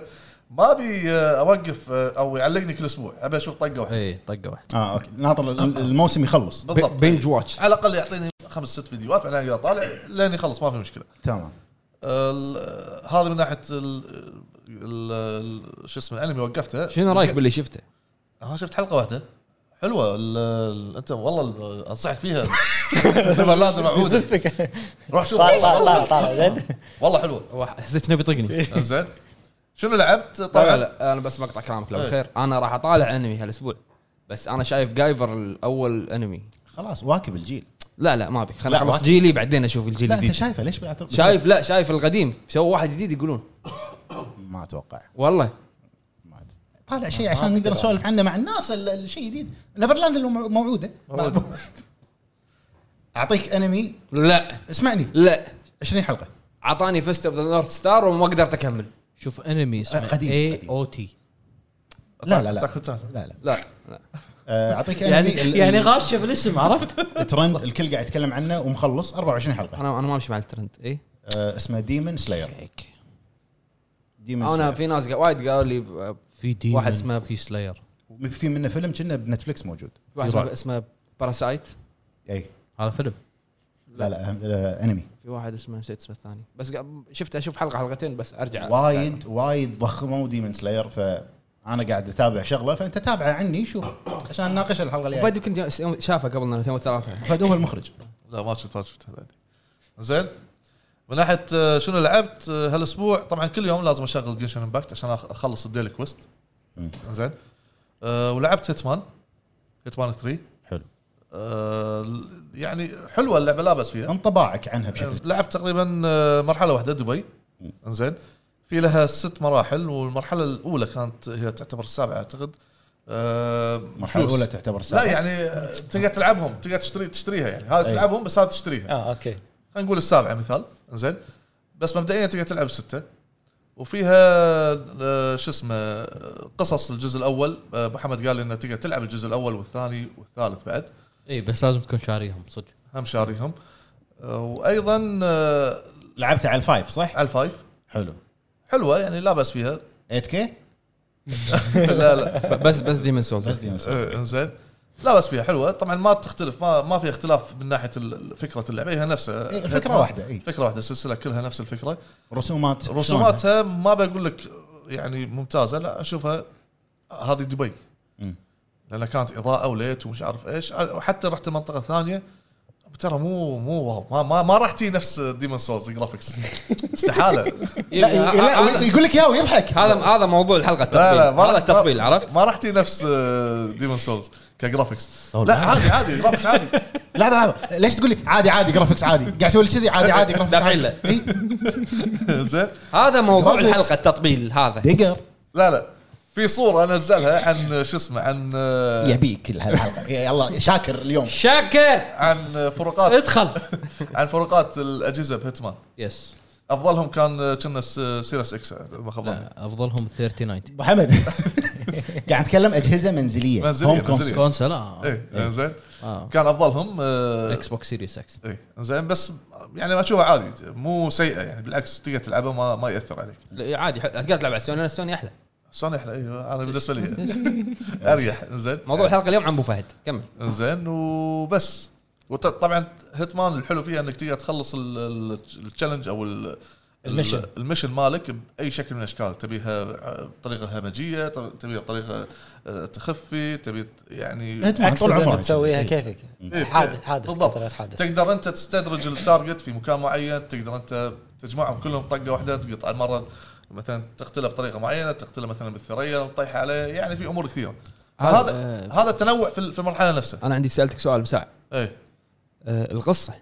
[SPEAKER 2] ما ابي آه، اوقف آه، او يعلقني كل اسبوع ابي اشوف طقه واحده
[SPEAKER 4] اي طقه واحده
[SPEAKER 3] اه اوكي ناطر ال- الموسم يخلص
[SPEAKER 2] بالضبط
[SPEAKER 1] بينج واتش
[SPEAKER 2] على الاقل يعطيني خمس ست فيديوهات بعدين اقدر اطالع لين يخلص ما في مشكله
[SPEAKER 3] تمام
[SPEAKER 2] ال- هذا من ناحيه ال ال- شو اسمه الانمي وقفته
[SPEAKER 1] شنو رايك باللي شفته؟
[SPEAKER 2] ها شفت حلقه واحده حلوه ال ال انت والله ال- انصحك فيها نيفرلاند الموعوده
[SPEAKER 5] يزفك
[SPEAKER 2] روح شوف
[SPEAKER 5] طالع طالع
[SPEAKER 2] والله
[SPEAKER 5] طالع زين
[SPEAKER 2] والله حلوه
[SPEAKER 1] حسيت انه
[SPEAKER 3] إيه.
[SPEAKER 1] بيطقني
[SPEAKER 2] زين شنو لعبت
[SPEAKER 1] إيه. طيب، لا
[SPEAKER 2] طبعا
[SPEAKER 1] لا انا بس مقطع كلامك لو
[SPEAKER 2] إيه.
[SPEAKER 1] بخير انا راح اطالع انمي هالاسبول بس انا شايف جايفر الاول انمي
[SPEAKER 3] خلاص واكب الجيل
[SPEAKER 1] لا لا ما ابي خليني
[SPEAKER 3] لا،
[SPEAKER 1] اخلص
[SPEAKER 3] ما-
[SPEAKER 1] جيلي بعدين اشوف الجيل
[SPEAKER 3] لا انت
[SPEAKER 1] الجديد
[SPEAKER 3] شايفه ليش بعترض؟
[SPEAKER 1] شايف لا شايف القديم سووا واحد جديد يقولون
[SPEAKER 3] ما اتوقع
[SPEAKER 1] والله
[SPEAKER 3] ما أدري. طالع شيء عشان نقدر نسولف عنه مع الناس ال- الشيء جديد نيفرلاند اللي مو- موعوده اعطيك انمي
[SPEAKER 1] لا
[SPEAKER 3] اسمعني
[SPEAKER 1] لا
[SPEAKER 3] 20 حلقه
[SPEAKER 1] اعطاني فيست اوف ذا نورث ستار وما قدرت اكمل
[SPEAKER 4] شوف انمي اسمه
[SPEAKER 3] قديم،
[SPEAKER 4] اي
[SPEAKER 3] قديم.
[SPEAKER 4] او تي
[SPEAKER 3] لا لا
[SPEAKER 2] تاكل
[SPEAKER 3] لا
[SPEAKER 2] تاكل.
[SPEAKER 3] لا لا
[SPEAKER 1] لا لا
[SPEAKER 3] آه، اعطيك انمي
[SPEAKER 4] يعني
[SPEAKER 3] ال-
[SPEAKER 4] يعني غاشه بالاسم عرفت؟
[SPEAKER 3] الترند الكل قاعد يتكلم عنه ومخلص 24 حلقه
[SPEAKER 1] انا انا ما امشي مع الترند إيه؟ اي
[SPEAKER 3] آه، اسمه ديمون سلاير ديمون
[SPEAKER 1] انا
[SPEAKER 3] سلاير
[SPEAKER 1] في ناس قا- وايد قالوا لي ب-
[SPEAKER 4] في دي
[SPEAKER 1] واحد اسمه-
[SPEAKER 4] في سلاير
[SPEAKER 3] في منه فيلم كنا بنتفلكس موجود
[SPEAKER 1] واحد
[SPEAKER 4] في رعب.
[SPEAKER 1] اسمه- اسمه باراسايت
[SPEAKER 3] اي
[SPEAKER 4] هذا فيلم
[SPEAKER 3] لا لا آه، انمي
[SPEAKER 1] في واحد اسمه نسيت اسمه الثاني بس قا- شفت اشوف حلقه حلقتين بس ارجع
[SPEAKER 3] وايد وايد ضخمه وديمون سلاير فانا قاعد اتابع شغله فانت تابعه عني شوف عشان نناقش الحلقه اللي جاية.
[SPEAKER 1] وبعد كنت يوم- شافه قبل سنتين وثلاثه
[SPEAKER 3] فهد هو المخرج
[SPEAKER 2] لا ما شفت ما شفت هذا زين من ناحيه آه، شنو لعبت آه، هالاسبوع طبعا كل يوم لازم اشغل جيشن امباكت عشان أخ- اخلص الديلي كويست
[SPEAKER 3] مم.
[SPEAKER 2] زين آه، ولعبت هيتمان هيتمان 3
[SPEAKER 3] حلو
[SPEAKER 2] آه، يعني حلوه اللعبه لا باس فيها
[SPEAKER 3] انطباعك عنها بشكل
[SPEAKER 2] لعبت تقريبا آه، مرحله واحده دبي انزين في لها ست مراحل والمرحله الاولى كانت هي تعتبر السابعه اعتقد آه،
[SPEAKER 3] المرحله
[SPEAKER 2] فلوس.
[SPEAKER 3] الاولى تعتبر
[SPEAKER 2] لا
[SPEAKER 3] سابعة.
[SPEAKER 2] يعني آه، تقدر تلعبهم تقدر تشتري تشتريها يعني هذا
[SPEAKER 3] أي.
[SPEAKER 2] تلعبهم بس هذا تشتريها
[SPEAKER 5] اه اوكي
[SPEAKER 2] خلينا نقول السابعه مثال زين بس مبدئيا تقدر تلعب سته وفيها آه، شو اسمه آه، قصص الجزء الاول آه، ابو حمد قال انه تقدر تلعب الجزء الاول والثاني والثالث بعد
[SPEAKER 4] اي إيه، بس لازم تكون شاريهم صدق
[SPEAKER 2] هم شاريهم آه، وايضا آه،
[SPEAKER 3] لعبتها على الفايف صح؟
[SPEAKER 2] على الفايف
[SPEAKER 3] حلو
[SPEAKER 2] حلوه يعني لا باس فيها
[SPEAKER 3] 8 كي
[SPEAKER 2] لا لا
[SPEAKER 1] ب- بس بس ديمن سولز
[SPEAKER 3] بس ديمون سلاير
[SPEAKER 2] آه، انزين لا باس فيها حلوه طبعا ما تختلف ما ما في اختلاف من ناحيه ال- فكره اللعبه هي نفسها
[SPEAKER 3] إيه، الفكره واحده اي
[SPEAKER 2] فكره واحده السلسله كلها نفس الفكره
[SPEAKER 3] رسومات شلونها؟
[SPEAKER 2] رسوماتها ما بقول لك يعني ممتازه لا اشوفها هذه دبي
[SPEAKER 3] مم.
[SPEAKER 2] لان كانت اضاءه وليت ومش عارف ايش وحتى رحت المنطقه الثانيه ترى مو مو واو ما ما, ما راح تي نفس ديمون سولز جرافكس استحاله
[SPEAKER 3] لا, ي- لا
[SPEAKER 1] هذا-
[SPEAKER 3] يقول لك يا ويضحك
[SPEAKER 1] آه، هذا هذا موضوع الحلقه
[SPEAKER 2] لا لا
[SPEAKER 1] التطبيل
[SPEAKER 2] ما
[SPEAKER 1] هذا
[SPEAKER 2] راح
[SPEAKER 1] التطبيل
[SPEAKER 2] ما-
[SPEAKER 1] عرفت
[SPEAKER 2] ما راح تي نفس ديمون سولز كجرافكس
[SPEAKER 5] أو
[SPEAKER 2] لا
[SPEAKER 5] لا.
[SPEAKER 2] عادي عادي جرافكس عادي
[SPEAKER 3] لا لا لا ليش تقول لي عادي عادي جرافيكس عادي قاعد اسوي لك كذي عادي عادي جرافيكس
[SPEAKER 1] دافعين
[SPEAKER 3] عادي
[SPEAKER 1] له.
[SPEAKER 3] إي،
[SPEAKER 2] زين
[SPEAKER 1] هذا موضوع
[SPEAKER 3] Graphics.
[SPEAKER 1] الحلقه التطبيل هذا
[SPEAKER 3] إيه، دقر
[SPEAKER 2] لا لا في صوره انزلها عن شو اسمه عن
[SPEAKER 3] يبيك كل هالحلقه يلا شاكر اليوم
[SPEAKER 4] شاكر
[SPEAKER 2] عن فروقات
[SPEAKER 4] ادخل
[SPEAKER 2] عن فروقات الاجهزه بهيتمان
[SPEAKER 4] يس
[SPEAKER 2] افضلهم كان آه، كنا سيريس اكس إذا ما خاب
[SPEAKER 4] آه،
[SPEAKER 2] ظني.
[SPEAKER 4] افضلهم 3090
[SPEAKER 3] ابو حمد قاعد نتكلم اجهزه منزليه
[SPEAKER 2] منزلية،
[SPEAKER 3] هوم كونسول.
[SPEAKER 2] منزلية.
[SPEAKER 4] كونسل اه
[SPEAKER 2] ايه زين
[SPEAKER 4] آه.
[SPEAKER 2] كان افضلهم آه،
[SPEAKER 4] اكس بوكس سيريس اكس
[SPEAKER 2] ايه زين بس يعني ما اشوفها عادي مو سيئه يعني بالعكس تقدر تلعبها ما ما ياثر عليك
[SPEAKER 1] لا، عادي ح- تقدر تلعب على سوني لأن سوني احلى
[SPEAKER 2] سوني احلى ايه انا بالنسبه لي اريح زين
[SPEAKER 1] موضوع الحلقه اليوم عن ابو فهد كمل
[SPEAKER 2] زين وبس وطبعا هيتمان الحلو فيها انك تقدر تخلص ال- ال- التشالنج او ال-
[SPEAKER 5] المشن.
[SPEAKER 2] ال- المشن مالك باي شكل من الاشكال تبيها بطريقه همجيه ط- تبيها بطريقه آه، تخفي تبي يعني
[SPEAKER 3] هيتمان طول
[SPEAKER 5] اكسيدنت
[SPEAKER 3] عمره
[SPEAKER 5] تسويها
[SPEAKER 3] إي.
[SPEAKER 5] كيفك
[SPEAKER 2] إيه،
[SPEAKER 5] حادث حادث
[SPEAKER 2] بالضبط.
[SPEAKER 5] قطرات حادث
[SPEAKER 2] تقدر انت تستدرج التارجت في مكان معين تقدر انت تجمعهم كلهم طقه واحده تقطع مره مثلا تقتله بطريقه معينه تقتله مثلا بالثريا تطيح عليه يعني في امور كثيره
[SPEAKER 1] هذا-
[SPEAKER 2] هذا هذا التنوع في ال- في المرحله نفسها
[SPEAKER 1] انا عندي سالتك سؤال آه، مساع
[SPEAKER 2] ايه
[SPEAKER 1] أه القصه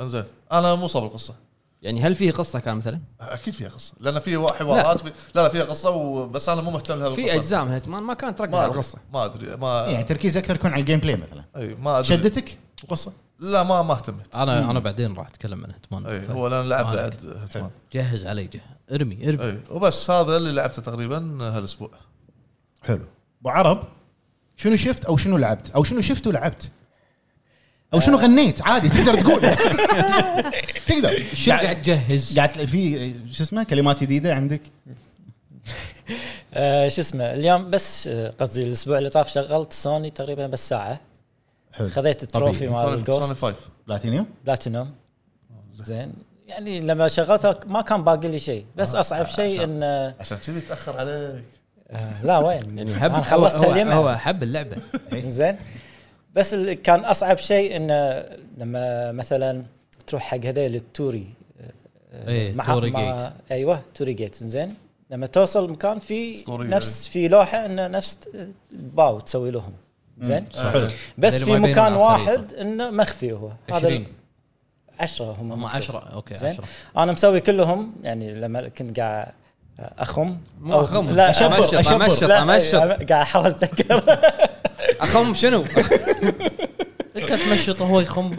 [SPEAKER 2] انزين انا مو صاب القصه
[SPEAKER 1] يعني هل فيه قصه كان مثلا؟
[SPEAKER 2] اكيد فيها قصه لان فيها حوارات في لا لا فيها قصه وبس انا مو مهتم لها
[SPEAKER 1] في اجزاء من هيتمان ما كانت تركز
[SPEAKER 2] ما
[SPEAKER 1] على
[SPEAKER 2] ادري
[SPEAKER 1] القصه
[SPEAKER 2] ما ادري ما
[SPEAKER 3] يعني تركيز اكثر يكون على الجيم بلاي مثلا
[SPEAKER 2] اي ما ادري
[SPEAKER 3] شدتك القصه؟
[SPEAKER 2] لا ما ما اهتمت
[SPEAKER 4] انا انا بعدين راح اتكلم عن هيتمان
[SPEAKER 2] اي
[SPEAKER 4] ف-
[SPEAKER 2] هو لان لعب
[SPEAKER 4] ما
[SPEAKER 2] بعد
[SPEAKER 4] لك.
[SPEAKER 2] هيتمان
[SPEAKER 4] جهز علي جهز ارمي ارمي
[SPEAKER 2] اي وبس هذا اللي لعبته تقريبا هالاسبوع
[SPEAKER 3] حلو ابو عرب شنو شفت او شنو لعبت او شنو شفت ولعبت او شنو غنيت عادي تقدر تقول تقدر
[SPEAKER 4] شنو قاعد تجهز؟
[SPEAKER 3] قاعد في شو اسمه كلمات جديده عندك
[SPEAKER 5] آه، شو اسمه اليوم بس آه، قصدي الاسبوع اللي طاف شغلت سوني تقريبا بس ساعه
[SPEAKER 3] حلو
[SPEAKER 5] خذيت التروفي
[SPEAKER 3] طبيعي.
[SPEAKER 5] مال الجوست
[SPEAKER 2] سوني 5
[SPEAKER 3] بلاتينيوم
[SPEAKER 5] بلاتينوم زين يعني لما شغلتها ما كان باقي لي شيء بس اصعب شيء ان آه،
[SPEAKER 2] عشان كذي تاخر عليك
[SPEAKER 5] لا وين
[SPEAKER 1] يعني
[SPEAKER 5] انا
[SPEAKER 1] هب
[SPEAKER 5] خلصت
[SPEAKER 1] هو- هو,
[SPEAKER 5] اليمن
[SPEAKER 1] هو حب اللعبه
[SPEAKER 5] زين بس اللي كان اصعب شيء انه لما مثلا تروح حق هذيل التوري آه،
[SPEAKER 4] إيه، توري جيت.
[SPEAKER 5] ايوه توري جيت زين لما توصل مكان في
[SPEAKER 2] أسطورية.
[SPEAKER 5] نفس في لوحه انه نفس باو تسوي لهم زين
[SPEAKER 2] آه، حلو.
[SPEAKER 5] بس
[SPEAKER 4] اللي
[SPEAKER 5] في
[SPEAKER 4] ما يبين
[SPEAKER 5] مكان
[SPEAKER 4] على
[SPEAKER 5] واحد انه مخفي هو هذا
[SPEAKER 4] 20
[SPEAKER 5] 10 هم
[SPEAKER 4] هم
[SPEAKER 5] مكتوب.
[SPEAKER 4] 10 اوكي
[SPEAKER 5] زين
[SPEAKER 4] 10
[SPEAKER 5] انا مسوي كلهم يعني لما كنت قاعد اخم
[SPEAKER 1] مو
[SPEAKER 5] أو-
[SPEAKER 1] أخم.
[SPEAKER 5] لا
[SPEAKER 1] أشبر،
[SPEAKER 5] أمشط،
[SPEAKER 1] أشبر.
[SPEAKER 5] أمشط،
[SPEAKER 1] لا،
[SPEAKER 5] أمشط. يعني قاعد احاول اتذكر
[SPEAKER 1] اخم شنو؟
[SPEAKER 4] انت تمشط وهو يخم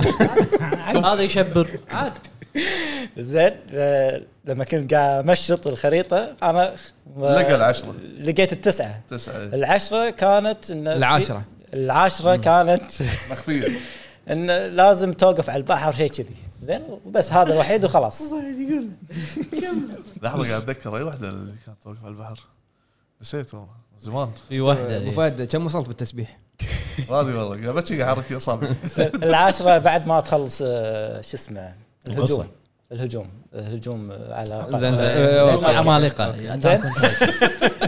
[SPEAKER 4] هذا يشبر عادي
[SPEAKER 5] زين آه، لما كنت قاعد امشط الخريطه انا خ-
[SPEAKER 2] لقى العشرة.
[SPEAKER 5] لقيت التسعه
[SPEAKER 2] تسعه
[SPEAKER 5] العشره كانت إن في-
[SPEAKER 1] العاشره
[SPEAKER 5] العاشره كانت
[SPEAKER 2] مخفيه
[SPEAKER 5] ان لازم توقف على البحر شيء كذي زين وبس هذا الوحيد وخلاص
[SPEAKER 2] لحظه قاعد اتذكر اي واحده اللي كانت توقف على البحر نسيت والله من زمان
[SPEAKER 4] في
[SPEAKER 1] ابو
[SPEAKER 4] واحده
[SPEAKER 1] فهد كم وصلت بالتسبيح؟
[SPEAKER 2] غالي والله قاعد بشي قاعد احرك اصابعي
[SPEAKER 5] العاشره بعد ما تخلص آه، شو اسمه الهجوم
[SPEAKER 3] القصة.
[SPEAKER 5] الهجوم الهجوم على آه،
[SPEAKER 1] زين
[SPEAKER 4] طيب.
[SPEAKER 1] زين
[SPEAKER 5] زين.
[SPEAKER 1] أوكي.
[SPEAKER 4] عمالقه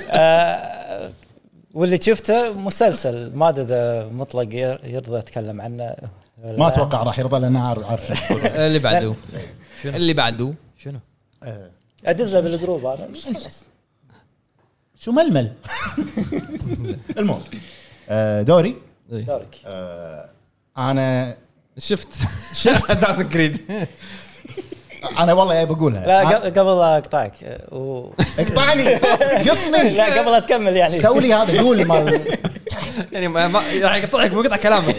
[SPEAKER 5] آه، واللي شفته مسلسل ما ادري اذا مطلق ير- يرضى اتكلم عنه ولا-
[SPEAKER 3] ما اتوقع راح يرضى لان أنا عارف عارف شو أقول.
[SPEAKER 1] اللي بعده
[SPEAKER 4] طيب. شنو؟
[SPEAKER 1] اللي بعده
[SPEAKER 4] شنو؟
[SPEAKER 3] آه،
[SPEAKER 5] ادزله بالجروب انا
[SPEAKER 3] شو ململ المهم آه، دوري
[SPEAKER 1] إيه.
[SPEAKER 5] دورك
[SPEAKER 3] آه، انا
[SPEAKER 1] شفت شفت اساسن كريد
[SPEAKER 3] انا والله أبي بقولها
[SPEAKER 5] لا
[SPEAKER 3] أنا-
[SPEAKER 5] قبل- قبل لا اقطعك آه، و...
[SPEAKER 3] اقطعني قصني
[SPEAKER 5] لا قبل لا تكمل يعني
[SPEAKER 3] سوي لي هذا قول مال
[SPEAKER 1] يعني ما ما- راح يقطعك مو يقطع كلامك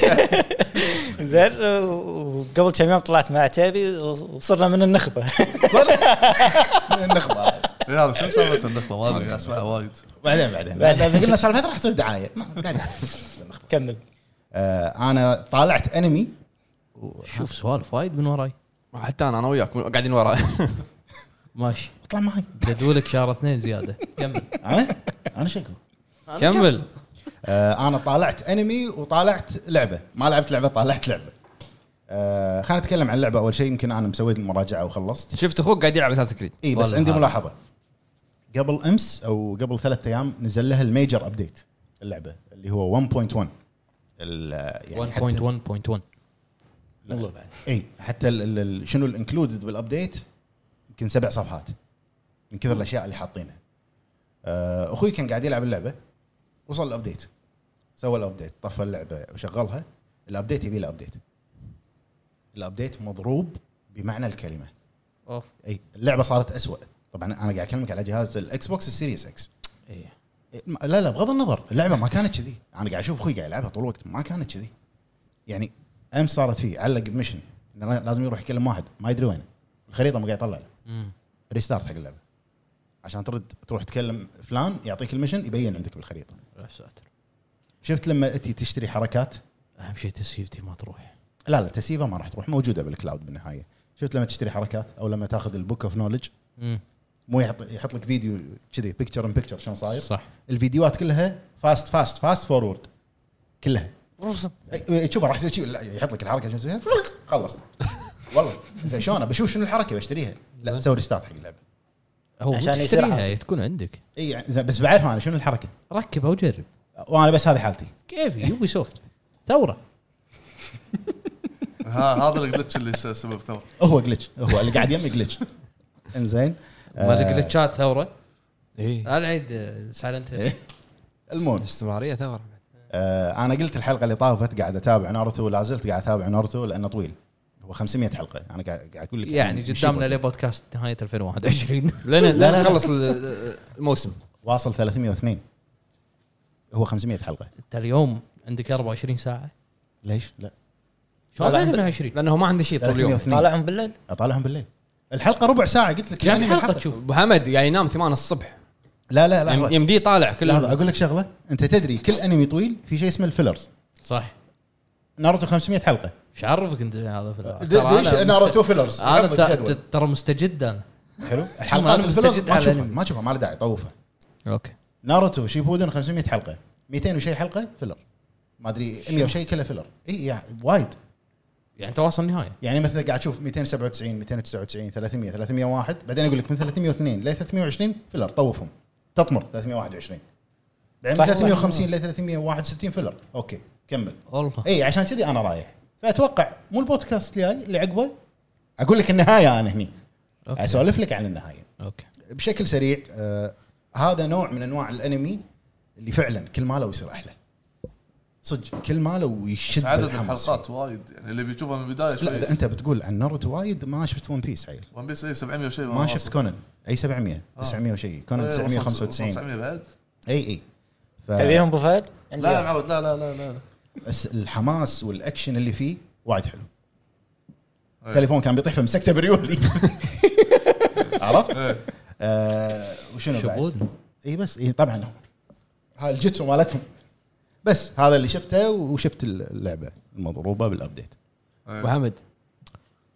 [SPEAKER 5] زين آه، وقبل كم يوم طلعت مع عتيبي وصرنا من النخبه
[SPEAKER 3] النخبه هذه.
[SPEAKER 2] إيه هذا شنو سالفه النخبه ما ادري قاعد اسمعها وايد
[SPEAKER 3] بعدين بعدين اذا قلنا سالفتها راح تصير دعايه ما- بعدين.
[SPEAKER 5] كمل
[SPEAKER 3] آه، انا طالعت انمي
[SPEAKER 4] شوف سوالف وايد من وراي
[SPEAKER 1] حتى انا انا وياك قاعدين ورا
[SPEAKER 4] ماشي
[SPEAKER 3] اطلع معي
[SPEAKER 4] جدولك شهر اثنين زياده كمل
[SPEAKER 3] انا انا شكو
[SPEAKER 1] كمل
[SPEAKER 3] آه، انا طالعت انمي وطالعت لعبه ما لعبت لعبه طالعت لعبه آه، خلينا نتكلم عن اللعبه اول شيء يمكن انا مسويت المراجعه وخلصت
[SPEAKER 1] شفت اخوك قاعد يلعب اساسن كريد
[SPEAKER 3] اي إيه، بس
[SPEAKER 4] والله
[SPEAKER 3] عندي
[SPEAKER 4] هذا.
[SPEAKER 3] ملاحظه قبل امس او قبل ثلاثة ايام نزل لها الميجر ابديت اللعبه اللي هو 1.1 ال- يعني حتى-
[SPEAKER 4] 1.1.1
[SPEAKER 3] والله بعد اي إيه، حتى ال- ال- ال- شنو الانكلودد بالابديت يمكن سبع صفحات من كثر الاشياء اللي حاطينها آه، اخوي كان قاعد يلعب اللعبه وصل الابديت سوى الابديت طفى اللعبه وشغلها الابديت يبي له ابديت الابديت مضروب بمعنى الكلمه
[SPEAKER 4] اوف
[SPEAKER 3] اي اللعبه صارت أسوأ طبعا انا قاعد اكلمك على جهاز الاكس بوكس السيريس اكس
[SPEAKER 4] اي
[SPEAKER 1] إيه.
[SPEAKER 3] لا لا بغض النظر اللعبه ما كانت كذي انا قاعد اشوف اخوي قاعد يلعبها طول الوقت ما كانت كذي يعني امس صارت فيه علق بمشن إنه لا- لازم يروح يكلم واحد ما يدري وينه الخريطه ما قاعد يطلع له
[SPEAKER 4] مم.
[SPEAKER 3] ريستارت حق اللعبه عشان ترد تروح تكلم فلان يعطيك المشن يبين عندك بالخريطه
[SPEAKER 4] يا ساتر
[SPEAKER 3] شفت لما انت تشتري حركات
[SPEAKER 4] اهم شيء تسيفتي ما تروح
[SPEAKER 3] لا لا تسيبها ما راح تروح موجوده بالكلاود بالنهايه شفت لما تشتري حركات او لما تاخذ البوك اوف نولج
[SPEAKER 4] مم.
[SPEAKER 3] مو يحط يحط لك فيديو كذي بيكتشر ان بيكتشر شلون صاير
[SPEAKER 4] صح
[SPEAKER 3] الفيديوهات كلها فاست فاست فاست فورورد كلها أي- تشوفها راح يسوي شي- لا، يحط لك الحركه شو يسويها فرق، خلص والله زين شلون بشوف شنو الحركه بشتريها لا تسوي ريستارت حق اللعبه
[SPEAKER 4] هو
[SPEAKER 5] عشان
[SPEAKER 4] عشان
[SPEAKER 5] يصير
[SPEAKER 4] تشتريها
[SPEAKER 5] عادي.
[SPEAKER 4] تكون عندك
[SPEAKER 3] اي يعني زين، بس بعرف انا شنو الحركه
[SPEAKER 4] ركبها وجرب
[SPEAKER 3] وانا بس هذه حالتي
[SPEAKER 4] كيف يوبي سوفت ثوره
[SPEAKER 2] ها هذا الجلتش اللي س- سبب تو
[SPEAKER 3] هو جلتش هو اللي قاعد يمي جلتش انزين آه،
[SPEAKER 4] مال الجلتشات ثوره
[SPEAKER 1] اي
[SPEAKER 3] إيه.
[SPEAKER 4] انا عيد آه، سايلنت
[SPEAKER 3] المهم
[SPEAKER 1] استمراريه ثوره
[SPEAKER 3] آه، انا قلت الحلقه اللي طافت قاعد اتابع ناروتو ولا زلت قاعد اتابع ناروتو لانه طويل هو 500 حلقه انا قاعد قاعد اقول لك
[SPEAKER 4] يعني
[SPEAKER 3] مش
[SPEAKER 4] قدامنا
[SPEAKER 3] يبغى.
[SPEAKER 4] ليه بودكاست نهايه 2021
[SPEAKER 1] لين
[SPEAKER 3] لا،
[SPEAKER 1] لين
[SPEAKER 3] لا.
[SPEAKER 1] خلص ال- الموسم
[SPEAKER 3] واصل 302 هو 500 حلقه
[SPEAKER 4] انت اليوم عندك 24 ساعه
[SPEAKER 3] ليش؟ لا
[SPEAKER 4] شلون
[SPEAKER 5] لا،
[SPEAKER 4] تدري انها 20
[SPEAKER 1] لانه ما عنده شيء طول اليوم
[SPEAKER 3] 302
[SPEAKER 5] طالعهم بالليل
[SPEAKER 3] اطالعهم بالليل الحلقه ربع ساعه قلت لك
[SPEAKER 4] كم
[SPEAKER 3] يعني
[SPEAKER 4] حلقه تشوف
[SPEAKER 1] ابو حمد قاعد ينام 8 الصبح
[SPEAKER 3] لا لا
[SPEAKER 4] يعني
[SPEAKER 1] يم-
[SPEAKER 3] لحظه
[SPEAKER 1] يمديه طالع
[SPEAKER 3] لحظه
[SPEAKER 1] كل
[SPEAKER 3] اقول لك شغله انت تدري كل انمي طويل في شيء اسمه الفيلرز
[SPEAKER 4] صح
[SPEAKER 3] ناروتو 500 حلقه
[SPEAKER 4] ايش عرفك انت هذا في الوقت؟ ترى
[SPEAKER 3] ليش
[SPEAKER 4] أنا مست-
[SPEAKER 3] ناروتو فيلرز
[SPEAKER 4] انا
[SPEAKER 3] محمد
[SPEAKER 4] ت-
[SPEAKER 3] جدول.
[SPEAKER 4] ت- ترى مستجد انا
[SPEAKER 3] حلو
[SPEAKER 4] أنا
[SPEAKER 3] الحلقات الفيلرز
[SPEAKER 4] مستجد
[SPEAKER 3] ما
[SPEAKER 4] على
[SPEAKER 3] تشوفها
[SPEAKER 4] الأنمي.
[SPEAKER 3] ما تشوفها ما له داعي طوفها
[SPEAKER 4] اوكي
[SPEAKER 3] ناروتو شيبودن 500 حلقه 200 وشي حلقه فيلر ما ادري 100 وشي كلها فيلر اي يعني وايد
[SPEAKER 4] يعني انت واصل النهايه
[SPEAKER 3] يعني مثلا قاعد تشوف 297 299 300 301 بعدين اقول لك من 302 ل 320 فيلر طوفهم تطمر 321 بعدين من
[SPEAKER 5] صح.
[SPEAKER 3] 350 ل 361 فيلر اوكي كمل
[SPEAKER 4] والله
[SPEAKER 3] اي عشان كذي انا رايح فاتوقع مو البودكاست الجاي اللي عقبه اقول لك النهايه انا هني
[SPEAKER 4] اوكي
[SPEAKER 3] اسولف لك عن النهايه
[SPEAKER 4] اوكي
[SPEAKER 3] بشكل سريع آه هذا نوع من انواع الانمي اللي فعلا كل ما له يصير احلى صدق كل ماله ويشد
[SPEAKER 2] بس عدد
[SPEAKER 3] بالحماس.
[SPEAKER 2] الحلقات وايد يعني اللي بيشوفها من البدايه
[SPEAKER 3] لا اذا
[SPEAKER 2] شوي
[SPEAKER 3] انت بتقول عن ناروتو وايد ما شفت ون بيس عيل
[SPEAKER 2] ون بيس إيه 700 وشيء
[SPEAKER 3] ما شفت كونان اي 700 900 وشيء كونان 995
[SPEAKER 2] 900 إيه، بعد
[SPEAKER 3] اي اي إيه، ف...
[SPEAKER 5] تبيهم ابو فهد؟ عندي
[SPEAKER 2] لا يا معود لا لا لا لا
[SPEAKER 3] بس الحماس والاكشن اللي فيه وايد حلو
[SPEAKER 2] أي.
[SPEAKER 3] التليفون كان بيطيح فمسكته بريولي عرفت؟
[SPEAKER 2] إيه.
[SPEAKER 3] آه وشنو بعد؟
[SPEAKER 4] شبود
[SPEAKER 3] اي بس اي طبعا هاي الجيتسو مالتهم بس هذا اللي شفته وشفت اللعبه المضروبه بالابديت
[SPEAKER 2] إيه.
[SPEAKER 4] ابو حمد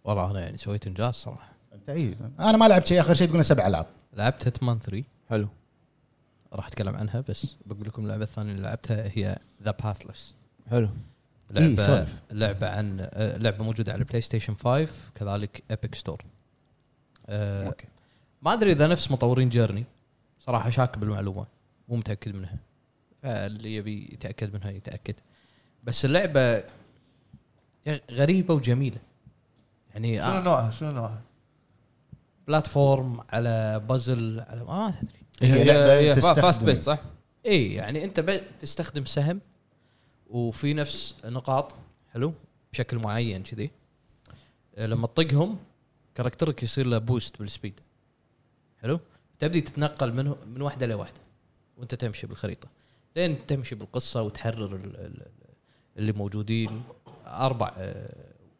[SPEAKER 4] والله انا يعني سويت انجاز صراحه
[SPEAKER 3] انت اي انا ما لعبت شيء اخر شيء تقولنا سبع العاب
[SPEAKER 4] لعبت هيتمان 3
[SPEAKER 1] حلو
[SPEAKER 4] راح اتكلم عنها بس بقول لكم اللعبه الثانيه اللي لعبتها هي ذا باثلس
[SPEAKER 1] حلو
[SPEAKER 3] إيه،
[SPEAKER 4] لعبه
[SPEAKER 3] سولف.
[SPEAKER 4] لعبه عن آه، لعبه موجوده على بلاي ستيشن 5 كذلك ايبك ستور آه،
[SPEAKER 3] اوكي
[SPEAKER 4] ما ادري اذا نفس مطورين جيرني صراحه شاك بالمعلومه مو متاكد منها فاللي يبي يتاكد منها يتاكد بس اللعبه يا- غريبه وجميله يعني
[SPEAKER 2] شنو
[SPEAKER 4] آه،
[SPEAKER 2] نوعها شنو نوعها؟
[SPEAKER 4] بلاتفورم على بازل على آه، ما ادري
[SPEAKER 3] هي لعبه تستخدم-
[SPEAKER 1] فاست بيس صح؟
[SPEAKER 4] اي يعني انت ب- تستخدم سهم وفي نفس نقاط حلو بشكل معين كذي آه، لما تطقهم كاركترك يصير له بوست بالسبيد حلو تبدي تتنقل من من واحده لواحده وانت تمشي بالخريطه لين تمشي بالقصه وتحرر ال- ال- اللي موجودين اربع آه،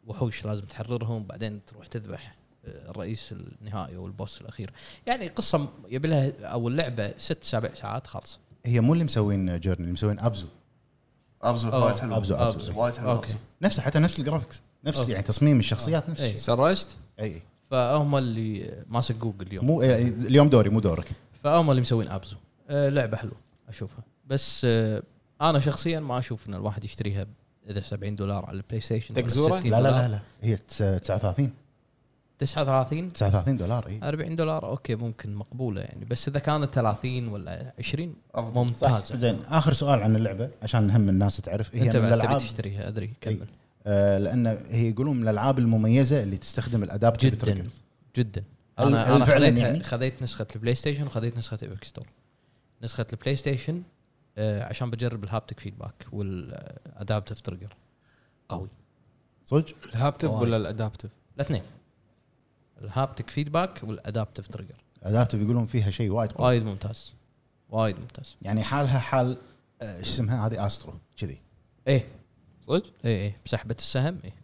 [SPEAKER 4] وحوش لازم تحررهم بعدين تروح تذبح آه، الرئيس النهائي والبوس الاخير يعني قصه يبي لها او اللعبه ست سبع ساعات خالصه
[SPEAKER 3] هي مو اللي مسوين جورني اللي مسوين ابزو
[SPEAKER 2] ابزو
[SPEAKER 4] أوه،
[SPEAKER 2] وايد حلو
[SPEAKER 3] أبزو، أبزو.
[SPEAKER 2] وايد حلو
[SPEAKER 4] اوكي
[SPEAKER 2] أبزو.
[SPEAKER 3] نفسه حتى نفس الجرافكس نفس
[SPEAKER 4] أوكي.
[SPEAKER 3] يعني تصميم الشخصيات نفس
[SPEAKER 4] أي.
[SPEAKER 3] الشيء
[SPEAKER 1] سرجت؟
[SPEAKER 3] اي اي
[SPEAKER 4] فهم اللي ماسك جوجل اليوم
[SPEAKER 3] مو إي- اليوم دوري مو دورك
[SPEAKER 4] فهم اللي مسوين ابزو أه لعبه حلوه اشوفها بس أه انا شخصيا ما اشوف ان الواحد يشتريها اذا 70 دولار على البلاي ستيشن ولا
[SPEAKER 1] تكزورة؟
[SPEAKER 4] 60
[SPEAKER 3] لا لا لا
[SPEAKER 4] إيه، دولار.
[SPEAKER 3] لا هي تس- 39
[SPEAKER 4] 39
[SPEAKER 3] 39 دولار إيه. اي
[SPEAKER 4] 40 دولار اوكي ممكن مقبوله يعني بس اذا كانت 30 ولا 20
[SPEAKER 2] أفضل.
[SPEAKER 4] ممتازه
[SPEAKER 3] زين اخر سؤال عن اللعبه عشان هم الناس تعرف هي
[SPEAKER 4] انت
[SPEAKER 3] من
[SPEAKER 4] بعد تبي
[SPEAKER 3] الالعاب
[SPEAKER 4] تشتريها ادري كمل
[SPEAKER 3] آه لان هي يقولون من الالعاب المميزه اللي تستخدم الادابتيف
[SPEAKER 4] جدا جدا
[SPEAKER 3] هل-
[SPEAKER 4] انا
[SPEAKER 3] هل
[SPEAKER 4] انا
[SPEAKER 3] فعلاً
[SPEAKER 4] خذيت
[SPEAKER 3] يعني؟
[SPEAKER 4] يعني؟ خذيت نسخه البلاي ستيشن وخذيت نسخه ايبك ستور نسخه البلاي ستيشن آه عشان بجرب الهابتك فيدباك والادابتف تريجر قوي
[SPEAKER 3] صدق
[SPEAKER 1] الهابتف
[SPEAKER 4] وايد.
[SPEAKER 1] ولا الادابتف؟
[SPEAKER 4] الاثنين الهابتك فيدباك والادابتف تريجر
[SPEAKER 3] الادابتيف يقولون فيها شيء وايد قوي
[SPEAKER 4] وايد ممتاز وايد ممتاز
[SPEAKER 3] يعني حالها حال آه، شو اسمها هذه استرو كذي
[SPEAKER 4] ايه
[SPEAKER 1] صدق؟
[SPEAKER 4] ايه ايه بسحبه السهم ايه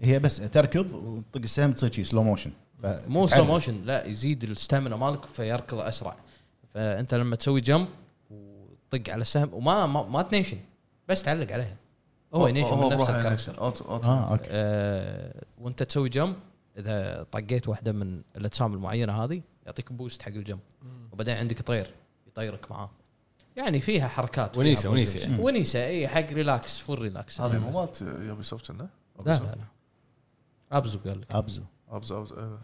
[SPEAKER 3] هي بس تركض وتطق السهم تصير شي سلو موشن ف-
[SPEAKER 4] مو سلو
[SPEAKER 3] تتعلم.
[SPEAKER 4] موشن لا يزيد الستامنا مالك فيركض اسرع فانت لما تسوي جمب وتطق على السهم وما ما, ما تنيشن بس تعلق عليها هو ينيشن من نفس
[SPEAKER 2] بروحه
[SPEAKER 4] الكاركتر
[SPEAKER 2] ينيشن. أوتو- أوتو.
[SPEAKER 3] اه اوكي
[SPEAKER 4] آه وانت تسوي جمب اذا طقيت واحده من الاجسام المعينه هذه يعطيك بوست حق الجمب وبعدين عندك طير يطيرك معاه يعني فيها حركات فيها
[SPEAKER 1] ونيسة-
[SPEAKER 4] بوزيشن.
[SPEAKER 1] ونيسة يعني.
[SPEAKER 4] ونيسه اي حق ريلاكس فور ريلاكس
[SPEAKER 2] هذه
[SPEAKER 4] لا
[SPEAKER 2] مو مالت يوبي سوفت كنا؟
[SPEAKER 4] لا لا ابزو قال لك
[SPEAKER 3] ابزو
[SPEAKER 2] ابزو ابزو إيه.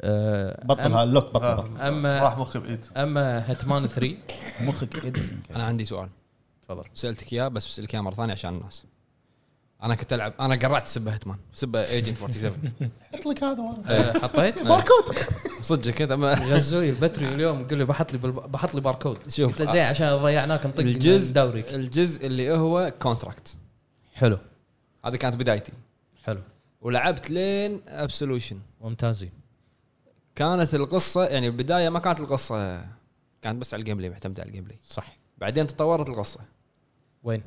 [SPEAKER 4] آه
[SPEAKER 3] بطل
[SPEAKER 4] أما-
[SPEAKER 3] هاللوك بطل
[SPEAKER 2] لا،
[SPEAKER 3] بطل
[SPEAKER 4] أما-
[SPEAKER 2] راح مخي بايد
[SPEAKER 4] اما هتمان 3
[SPEAKER 3] مخك يد
[SPEAKER 1] انا عندي سؤال
[SPEAKER 4] تفضل
[SPEAKER 1] سالتك اياه بس بسالك اياه مره ثانيه عشان الناس انا كنت العب انا قرعت سبه هيتمان سبه ايجنت 47
[SPEAKER 3] حط لك هذا ورا.
[SPEAKER 4] آه، حطيت
[SPEAKER 3] باركود
[SPEAKER 1] صدق كنت أما-
[SPEAKER 4] غزوي البتري اليوم يقول لي بحط لي بالب- بحط لي باركود
[SPEAKER 1] شوف،
[SPEAKER 4] قلت له زين عشان ضيعناك نطق
[SPEAKER 1] الجزء
[SPEAKER 4] دوري
[SPEAKER 1] الجزء اللي هو كونتراكت
[SPEAKER 4] حلو
[SPEAKER 1] هذه كانت بدايتي
[SPEAKER 4] حلو
[SPEAKER 1] ولعبت لين ابسولوشن
[SPEAKER 4] ممتازين
[SPEAKER 1] كانت القصه يعني البدايه ما كانت القصه كانت بس على الجيم بلاي معتمده على الجيم بلاي
[SPEAKER 4] صح
[SPEAKER 1] بعدين تطورت آه، القصه
[SPEAKER 4] وين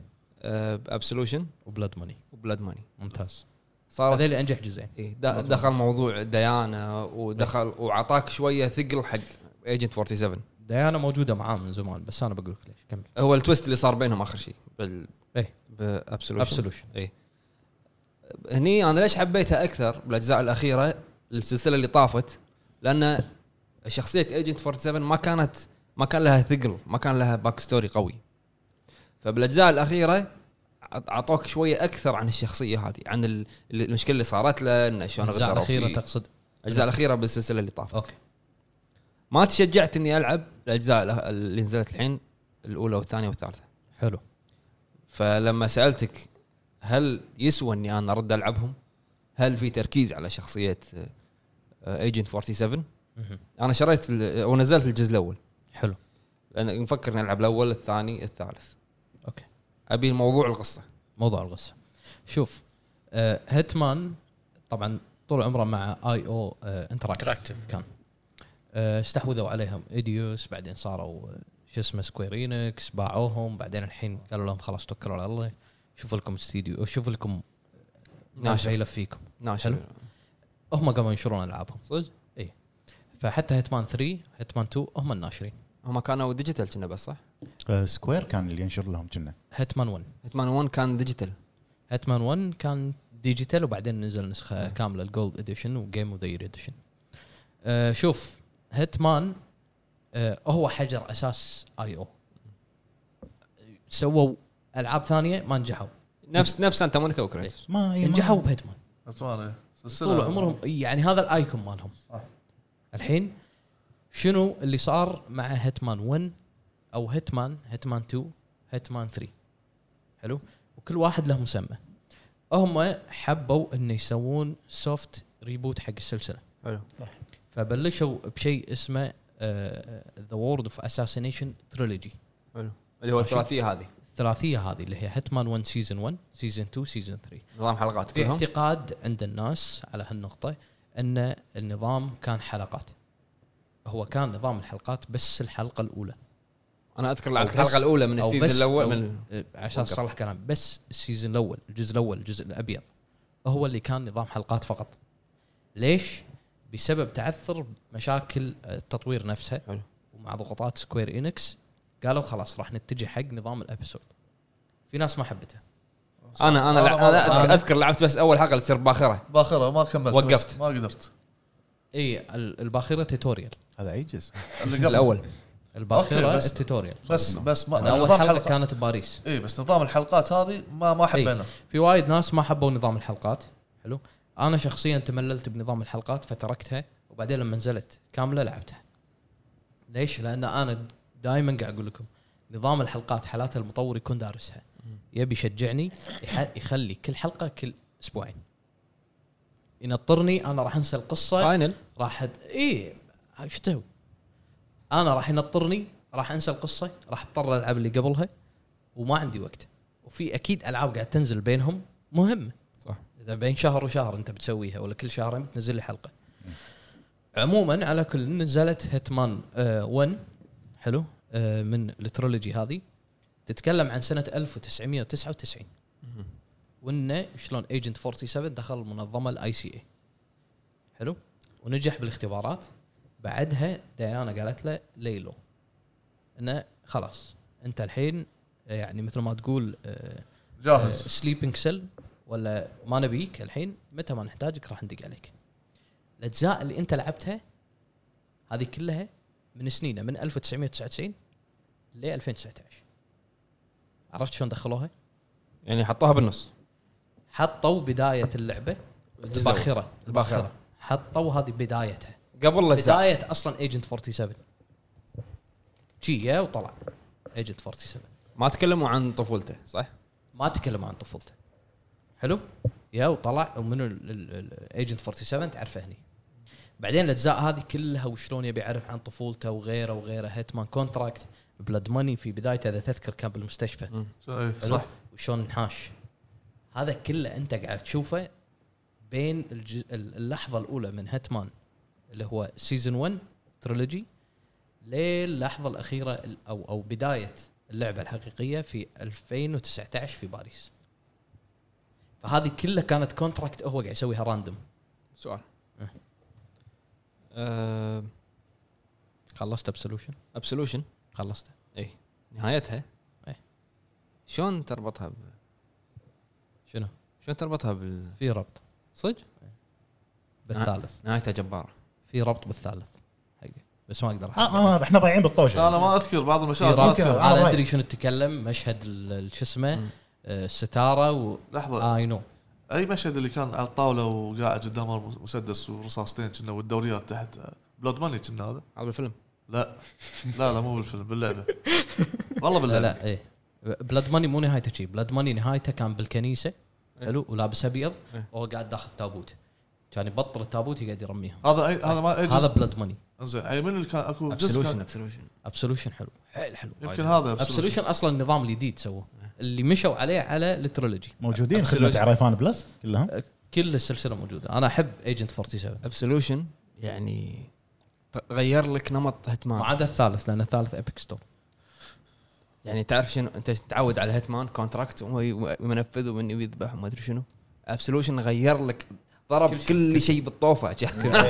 [SPEAKER 1] ابسولوشن
[SPEAKER 4] وبلاد ماني
[SPEAKER 1] وبلاد ماني
[SPEAKER 4] ممتاز
[SPEAKER 1] صارت
[SPEAKER 4] هذول انجح جزئين
[SPEAKER 1] إيه، د- دخل موضوع ديانا ودخل وعطاك شويه ثقل حق ايجنت 47
[SPEAKER 4] ديانا موجوده معاه من زمان بس انا بقول لك ليش كمل
[SPEAKER 1] هو التويست اللي صار بينهم اخر شيء بال
[SPEAKER 4] إيه.
[SPEAKER 1] بابسولوشن
[SPEAKER 4] ابسولوشن
[SPEAKER 1] اي إيه. هني انا ليش حبيتها اكثر بالاجزاء الاخيره السلسله اللي طافت لان شخصيه ايجنت 47 ما كانت ما كان لها ثقل ما كان لها باك ستوري قوي فبالاجزاء الاخيره عط- عطوك شويه اكثر عن الشخصيه هذه عن ال- المشكله اللي صارت له انه شلون
[SPEAKER 4] الاجزاء
[SPEAKER 1] غدروا
[SPEAKER 4] الاخيره
[SPEAKER 1] فيه.
[SPEAKER 4] تقصد
[SPEAKER 1] الاجزاء الاخيره بالسلسله اللي طافت
[SPEAKER 4] اوكي
[SPEAKER 1] ما تشجعت اني العب الاجزاء الأ- اللي نزلت الحين الاولى والثانيه والثالثه
[SPEAKER 4] حلو
[SPEAKER 1] فلما سالتك هل يسوى اني انا ارد العبهم؟ هل في تركيز على آه، شخصيه ايجنت 47؟
[SPEAKER 4] مهم.
[SPEAKER 1] انا شريت ال- او نزلت الجزء الاول
[SPEAKER 4] حلو
[SPEAKER 1] انا مفكر اني العب الاول الثاني الثالث
[SPEAKER 4] اوكي
[SPEAKER 1] ابي الموضوع القصه
[SPEAKER 4] موضوع القصه شوف آه هيتمان طبعا طول عمره مع اي او انتراكتيف
[SPEAKER 5] Interactive.
[SPEAKER 4] كان آه استحوذوا عليهم ايديوس بعدين صاروا آه، شو اسمه سكويرينكس باعوهم بعدين الحين قالوا لهم خلاص توكلوا على الله شوف لكم استديو شوف لكم ناس
[SPEAKER 1] ناشر.
[SPEAKER 4] يلف فيكم
[SPEAKER 1] ناشر
[SPEAKER 4] حلو. هم قاموا ينشرون العابهم
[SPEAKER 1] صدق؟
[SPEAKER 4] فحتى هيتمان 3 هيتمان 2 هم الناشرين
[SPEAKER 1] هم كانوا ديجيتال كنا بس صح؟
[SPEAKER 6] آه، سكوير كان اللي ينشر لهم كنا
[SPEAKER 4] هيتمان 1
[SPEAKER 1] هيتمان 1 كان ديجيتال
[SPEAKER 4] هيتمان 1 كان ديجيتال وبعدين نزل نسخه كامله الجولد اديشن وجيم اوف ذا يير اديشن آه، شوف هيتمان آه هو حجر اساس اي او سووا العاب ثانيه ما نجحوا
[SPEAKER 1] نفس نفس سانتا مونيكا وكريتوس
[SPEAKER 6] ما إي، ما-
[SPEAKER 4] نجحوا بهيتمان
[SPEAKER 2] اتمنى سلسله
[SPEAKER 4] طول عمرهم يعني هذا الايكون مالهم
[SPEAKER 2] آه.
[SPEAKER 4] الحين شنو اللي صار مع هيتمان 1 او هيتمان هيتمان 2 هيتمان 3 حلو وكل واحد له مسمى هم حبوا انه يسوون سوفت ريبوت حق السلسله
[SPEAKER 2] أيوه.
[SPEAKER 1] حلو
[SPEAKER 4] فبلشوا بشيء اسمه آه، ذا وورد اوف اساسينيشن تريلوجي
[SPEAKER 1] حلو اللي هو الثلاثيه هذه
[SPEAKER 4] الثلاثيه هذه اللي هي هيتمان 1 سيزون 1 سيزون 2 سيزون 3
[SPEAKER 1] نظام حلقات
[SPEAKER 4] في
[SPEAKER 1] كلهم
[SPEAKER 4] اعتقاد عند الناس على هالنقطة أن النظام كان حلقات هو كان نظام الحلقات بس الحلقة الأولى
[SPEAKER 1] انا اذكر لعبت
[SPEAKER 4] أو
[SPEAKER 1] الحلقه
[SPEAKER 4] بس-
[SPEAKER 1] الاولى من
[SPEAKER 4] أو
[SPEAKER 1] السيزون
[SPEAKER 4] بس-
[SPEAKER 1] الاول
[SPEAKER 4] أو-
[SPEAKER 1] من
[SPEAKER 4] أه، عشان
[SPEAKER 1] وقفت.
[SPEAKER 4] أصلح كلام بس السيزون الأول الجزء الأول الجزء الأبيض هو اللي كان نظام حلقات فقط ليش؟ بسبب تعثر مشاكل آه، التطوير نفسها
[SPEAKER 1] حلو.
[SPEAKER 4] ومع ضغوطات سكوير إنكس قالوا خلاص راح نتجه حق نظام الأبسود في ناس ما حبته
[SPEAKER 1] انا انا
[SPEAKER 2] أنا-
[SPEAKER 1] لع- انا
[SPEAKER 2] أنا-
[SPEAKER 1] أذكر- اذكر لعبت بس اول حلقه اللي تصير باخره
[SPEAKER 2] باخره ما كملت بس
[SPEAKER 1] وقفت.
[SPEAKER 2] ما قدرت
[SPEAKER 4] اي ال- الباخرة توتوريال
[SPEAKER 6] هذا عجز
[SPEAKER 2] اللي قبل
[SPEAKER 4] طيب.
[SPEAKER 1] الاول
[SPEAKER 4] الباخرة
[SPEAKER 2] أوكي، بس-
[SPEAKER 4] التوتوريال
[SPEAKER 2] بس بس ما
[SPEAKER 4] أنا اول
[SPEAKER 2] نظام
[SPEAKER 4] حلقه
[SPEAKER 2] حلقة
[SPEAKER 4] كانت بباريس
[SPEAKER 2] اي بس نظام الحلقات هذه ما ما
[SPEAKER 4] إيه.
[SPEAKER 2] حبينا
[SPEAKER 4] في وايد ناس ما حبوا نظام الحلقات حلو انا شخصيا تمللت بنظام الحلقات فتركتها وبعدين لما نزلت كامله لعبتها ليش لان انا دائما قاعد اقول لكم نظام الحلقات حالات المطور يكون دارسها يبي يشجعني يح- يخلي كل حلقه كل اسبوعين ينطرني انا راح انسى القصه
[SPEAKER 1] فاينل
[SPEAKER 4] راح أد... اي شو تسوي؟ انا راح ينطرني راح انسى القصه راح اضطر العب اللي قبلها وما عندي وقت وفي اكيد العاب قاعد تنزل بينهم مهمه
[SPEAKER 1] صح.
[SPEAKER 4] اذا بين شهر وشهر انت بتسويها ولا كل شهرين بتنزل لي حلقه عموما على كل نزلت هيتمان 1 حلو آه، من الترولوجي هذه تتكلم عن سنه 1999 وانه شلون ايجنت 47 دخل المنظمه الاي سي اي حلو ونجح بالاختبارات بعدها ديانا قالت له ليلو انه خلاص انت الحين آه، يعني مثل ما تقول
[SPEAKER 2] جاهز
[SPEAKER 4] سليبنج سيل ولا ما نبيك الحين متى ما نحتاجك راح ندق عليك الاجزاء اللي انت لعبتها هذه كلها من سنينه من 1999 ل 2019 عرفت شلون دخلوها؟
[SPEAKER 1] يعني حطوها بالنص
[SPEAKER 4] حطوا بدايه اللعبه
[SPEAKER 1] الجزء
[SPEAKER 4] الباخره
[SPEAKER 1] الباخرة.
[SPEAKER 4] الباخره حطوا هذه بدايتها
[SPEAKER 1] قبل لا تزعل.
[SPEAKER 4] بدايه اصلا ايجنت 47 جيه وطلع ايجنت 47
[SPEAKER 1] ما تكلموا عن طفولته صح؟
[SPEAKER 4] ما تكلم عن طفولته حلو يا وطلع ومن الايجنت 47 تعرفه هني بعدين الاجزاء هذه كلها وشلون يبي يعرف عن طفولته وغيره وغيره هيتمان كونتراكت بلاد ماني في بدايته اذا تذكر كان بالمستشفى
[SPEAKER 2] إيه،
[SPEAKER 4] حلو؟
[SPEAKER 2] صح
[SPEAKER 4] وشلون انحاش هذا كله انت قاعد تشوفه بين الج... اللحظه الاولى من هيتمان اللي هو سيزون 1 تريلوجي للحظه الاخيره ال- او او بدايه اللعبه الحقيقيه في 2019 في باريس فهذه كلها كانت كونتراكت هو قاعد يسويها راندوم
[SPEAKER 1] سؤال
[SPEAKER 4] أه.
[SPEAKER 1] أه
[SPEAKER 4] خلصت بسولوشن
[SPEAKER 1] ابسولوشن
[SPEAKER 4] خلصته
[SPEAKER 1] اي إيه. نهايتها
[SPEAKER 4] إيه.
[SPEAKER 1] شلون تربطها ب...
[SPEAKER 4] شنو
[SPEAKER 1] شلون تربطها بال
[SPEAKER 4] في ربط
[SPEAKER 1] صدق
[SPEAKER 4] بالثالث
[SPEAKER 1] نهايتها جباره
[SPEAKER 4] في ربط بالثالث حقه بس ما اقدر
[SPEAKER 6] آه، آه، آه، احنا ضايعين
[SPEAKER 2] لا
[SPEAKER 6] بالطوشه
[SPEAKER 2] انا ما اذكر بعض
[SPEAKER 4] في
[SPEAKER 2] المشاهد ما
[SPEAKER 4] رابط
[SPEAKER 6] أوكي،
[SPEAKER 2] اذكر
[SPEAKER 6] أنا
[SPEAKER 4] انا
[SPEAKER 6] رايح.
[SPEAKER 4] ادري شنو تكلم مشهد ال- ال- شو اسمه
[SPEAKER 1] مم.
[SPEAKER 4] آه، الستاره و آه،
[SPEAKER 2] لحظه
[SPEAKER 4] اي نو
[SPEAKER 2] اي مشهد اللي كان على الطاوله وقاعد قدامه مسدس ورصاصتين كنا والدوريات تحت بلود ماني كنا هذا
[SPEAKER 1] هذا بالفيلم
[SPEAKER 2] لا لا لا مو بالفيلم باللعبه والله
[SPEAKER 4] لا
[SPEAKER 2] باللعبه
[SPEAKER 4] لا ايه بلاد ماني مو نهايته شي بلاد ماني نهايته كان بالكنيسه حلو ولابس ابيض
[SPEAKER 1] إيه.
[SPEAKER 4] وهو قاعد داخل تابوت كان يبطل التابوت يقعد يرميهم
[SPEAKER 2] هذا أي- هذا ما
[SPEAKER 4] هذا
[SPEAKER 2] اجز
[SPEAKER 4] بلاد ماني
[SPEAKER 2] زين اي من اللي كان اكو جزء
[SPEAKER 1] ابسولوشن
[SPEAKER 2] كان
[SPEAKER 1] ابسولوشن
[SPEAKER 4] ابسولوشن حلو حيل حلو
[SPEAKER 2] يمكن هذا إيه.
[SPEAKER 4] ابسولوشن اصلا النظام الجديد سووه اللي مشوا عليه على الترولوجي
[SPEAKER 6] موجودين خدمه عريفان بلس كلهم
[SPEAKER 4] كل السلسله موجوده انا احب ايجنت 47
[SPEAKER 2] آه.
[SPEAKER 1] ابسولوشن يعني ط- غير لك نمط
[SPEAKER 4] ما
[SPEAKER 1] هيتمان
[SPEAKER 4] عدا الثالث لان الثالث ابيك ستور
[SPEAKER 1] يعني تعرف شنو انت تعود على هيتمان كونتراكت وهو ي- وينفذ ومن يذبح وما ادري شنو ابسولوشن غير لك ضرب كل شيء بالطوفه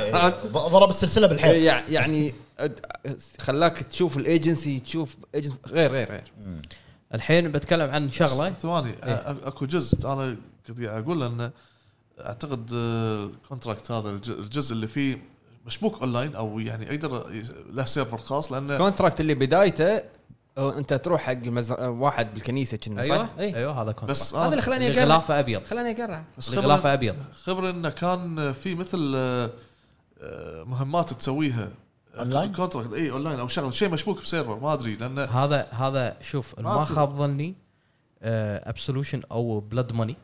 [SPEAKER 6] ضرب السلسله بالحيط
[SPEAKER 1] يع- يعني أد- خلاك تشوف الايجنسي تشوف agency غير غير غير
[SPEAKER 4] الحين بتكلم عن شغله
[SPEAKER 2] ثواني
[SPEAKER 4] إيه.
[SPEAKER 2] أ- اكو جزء انا كنت قاعد اقول انه اعتقد آه، الكونتراكت هذا الج- الجزء اللي فيه مشبوك اونلاين او يعني يقدر ي- له سيرفر خاص لانه
[SPEAKER 1] كونتراكت اللي بدايته أه، انت تروح حق مز... أه، واحد بالكنيسه كنا
[SPEAKER 4] ايوه ايوه هذا كونتراكت
[SPEAKER 2] بس
[SPEAKER 4] بس
[SPEAKER 1] هذا اللي
[SPEAKER 2] انا
[SPEAKER 1] خلاني اقرا
[SPEAKER 4] غلافه ابيض
[SPEAKER 1] خلاني اقرا
[SPEAKER 2] بس
[SPEAKER 4] غلافه
[SPEAKER 2] خبر
[SPEAKER 4] ابيض
[SPEAKER 2] خبر انه كان في مثل آه، آه، مهمات تسويها إيه،
[SPEAKER 5] أونلاين؟
[SPEAKER 2] كونتراكت اي اونلاين او شغله شيء مشبوك بسيرفر ما ادري لانه
[SPEAKER 4] هذا هذا شوف
[SPEAKER 2] ما
[SPEAKER 4] ما
[SPEAKER 2] أذكر.
[SPEAKER 4] خاب ظني آه، ابسولوشن او بلاد ماني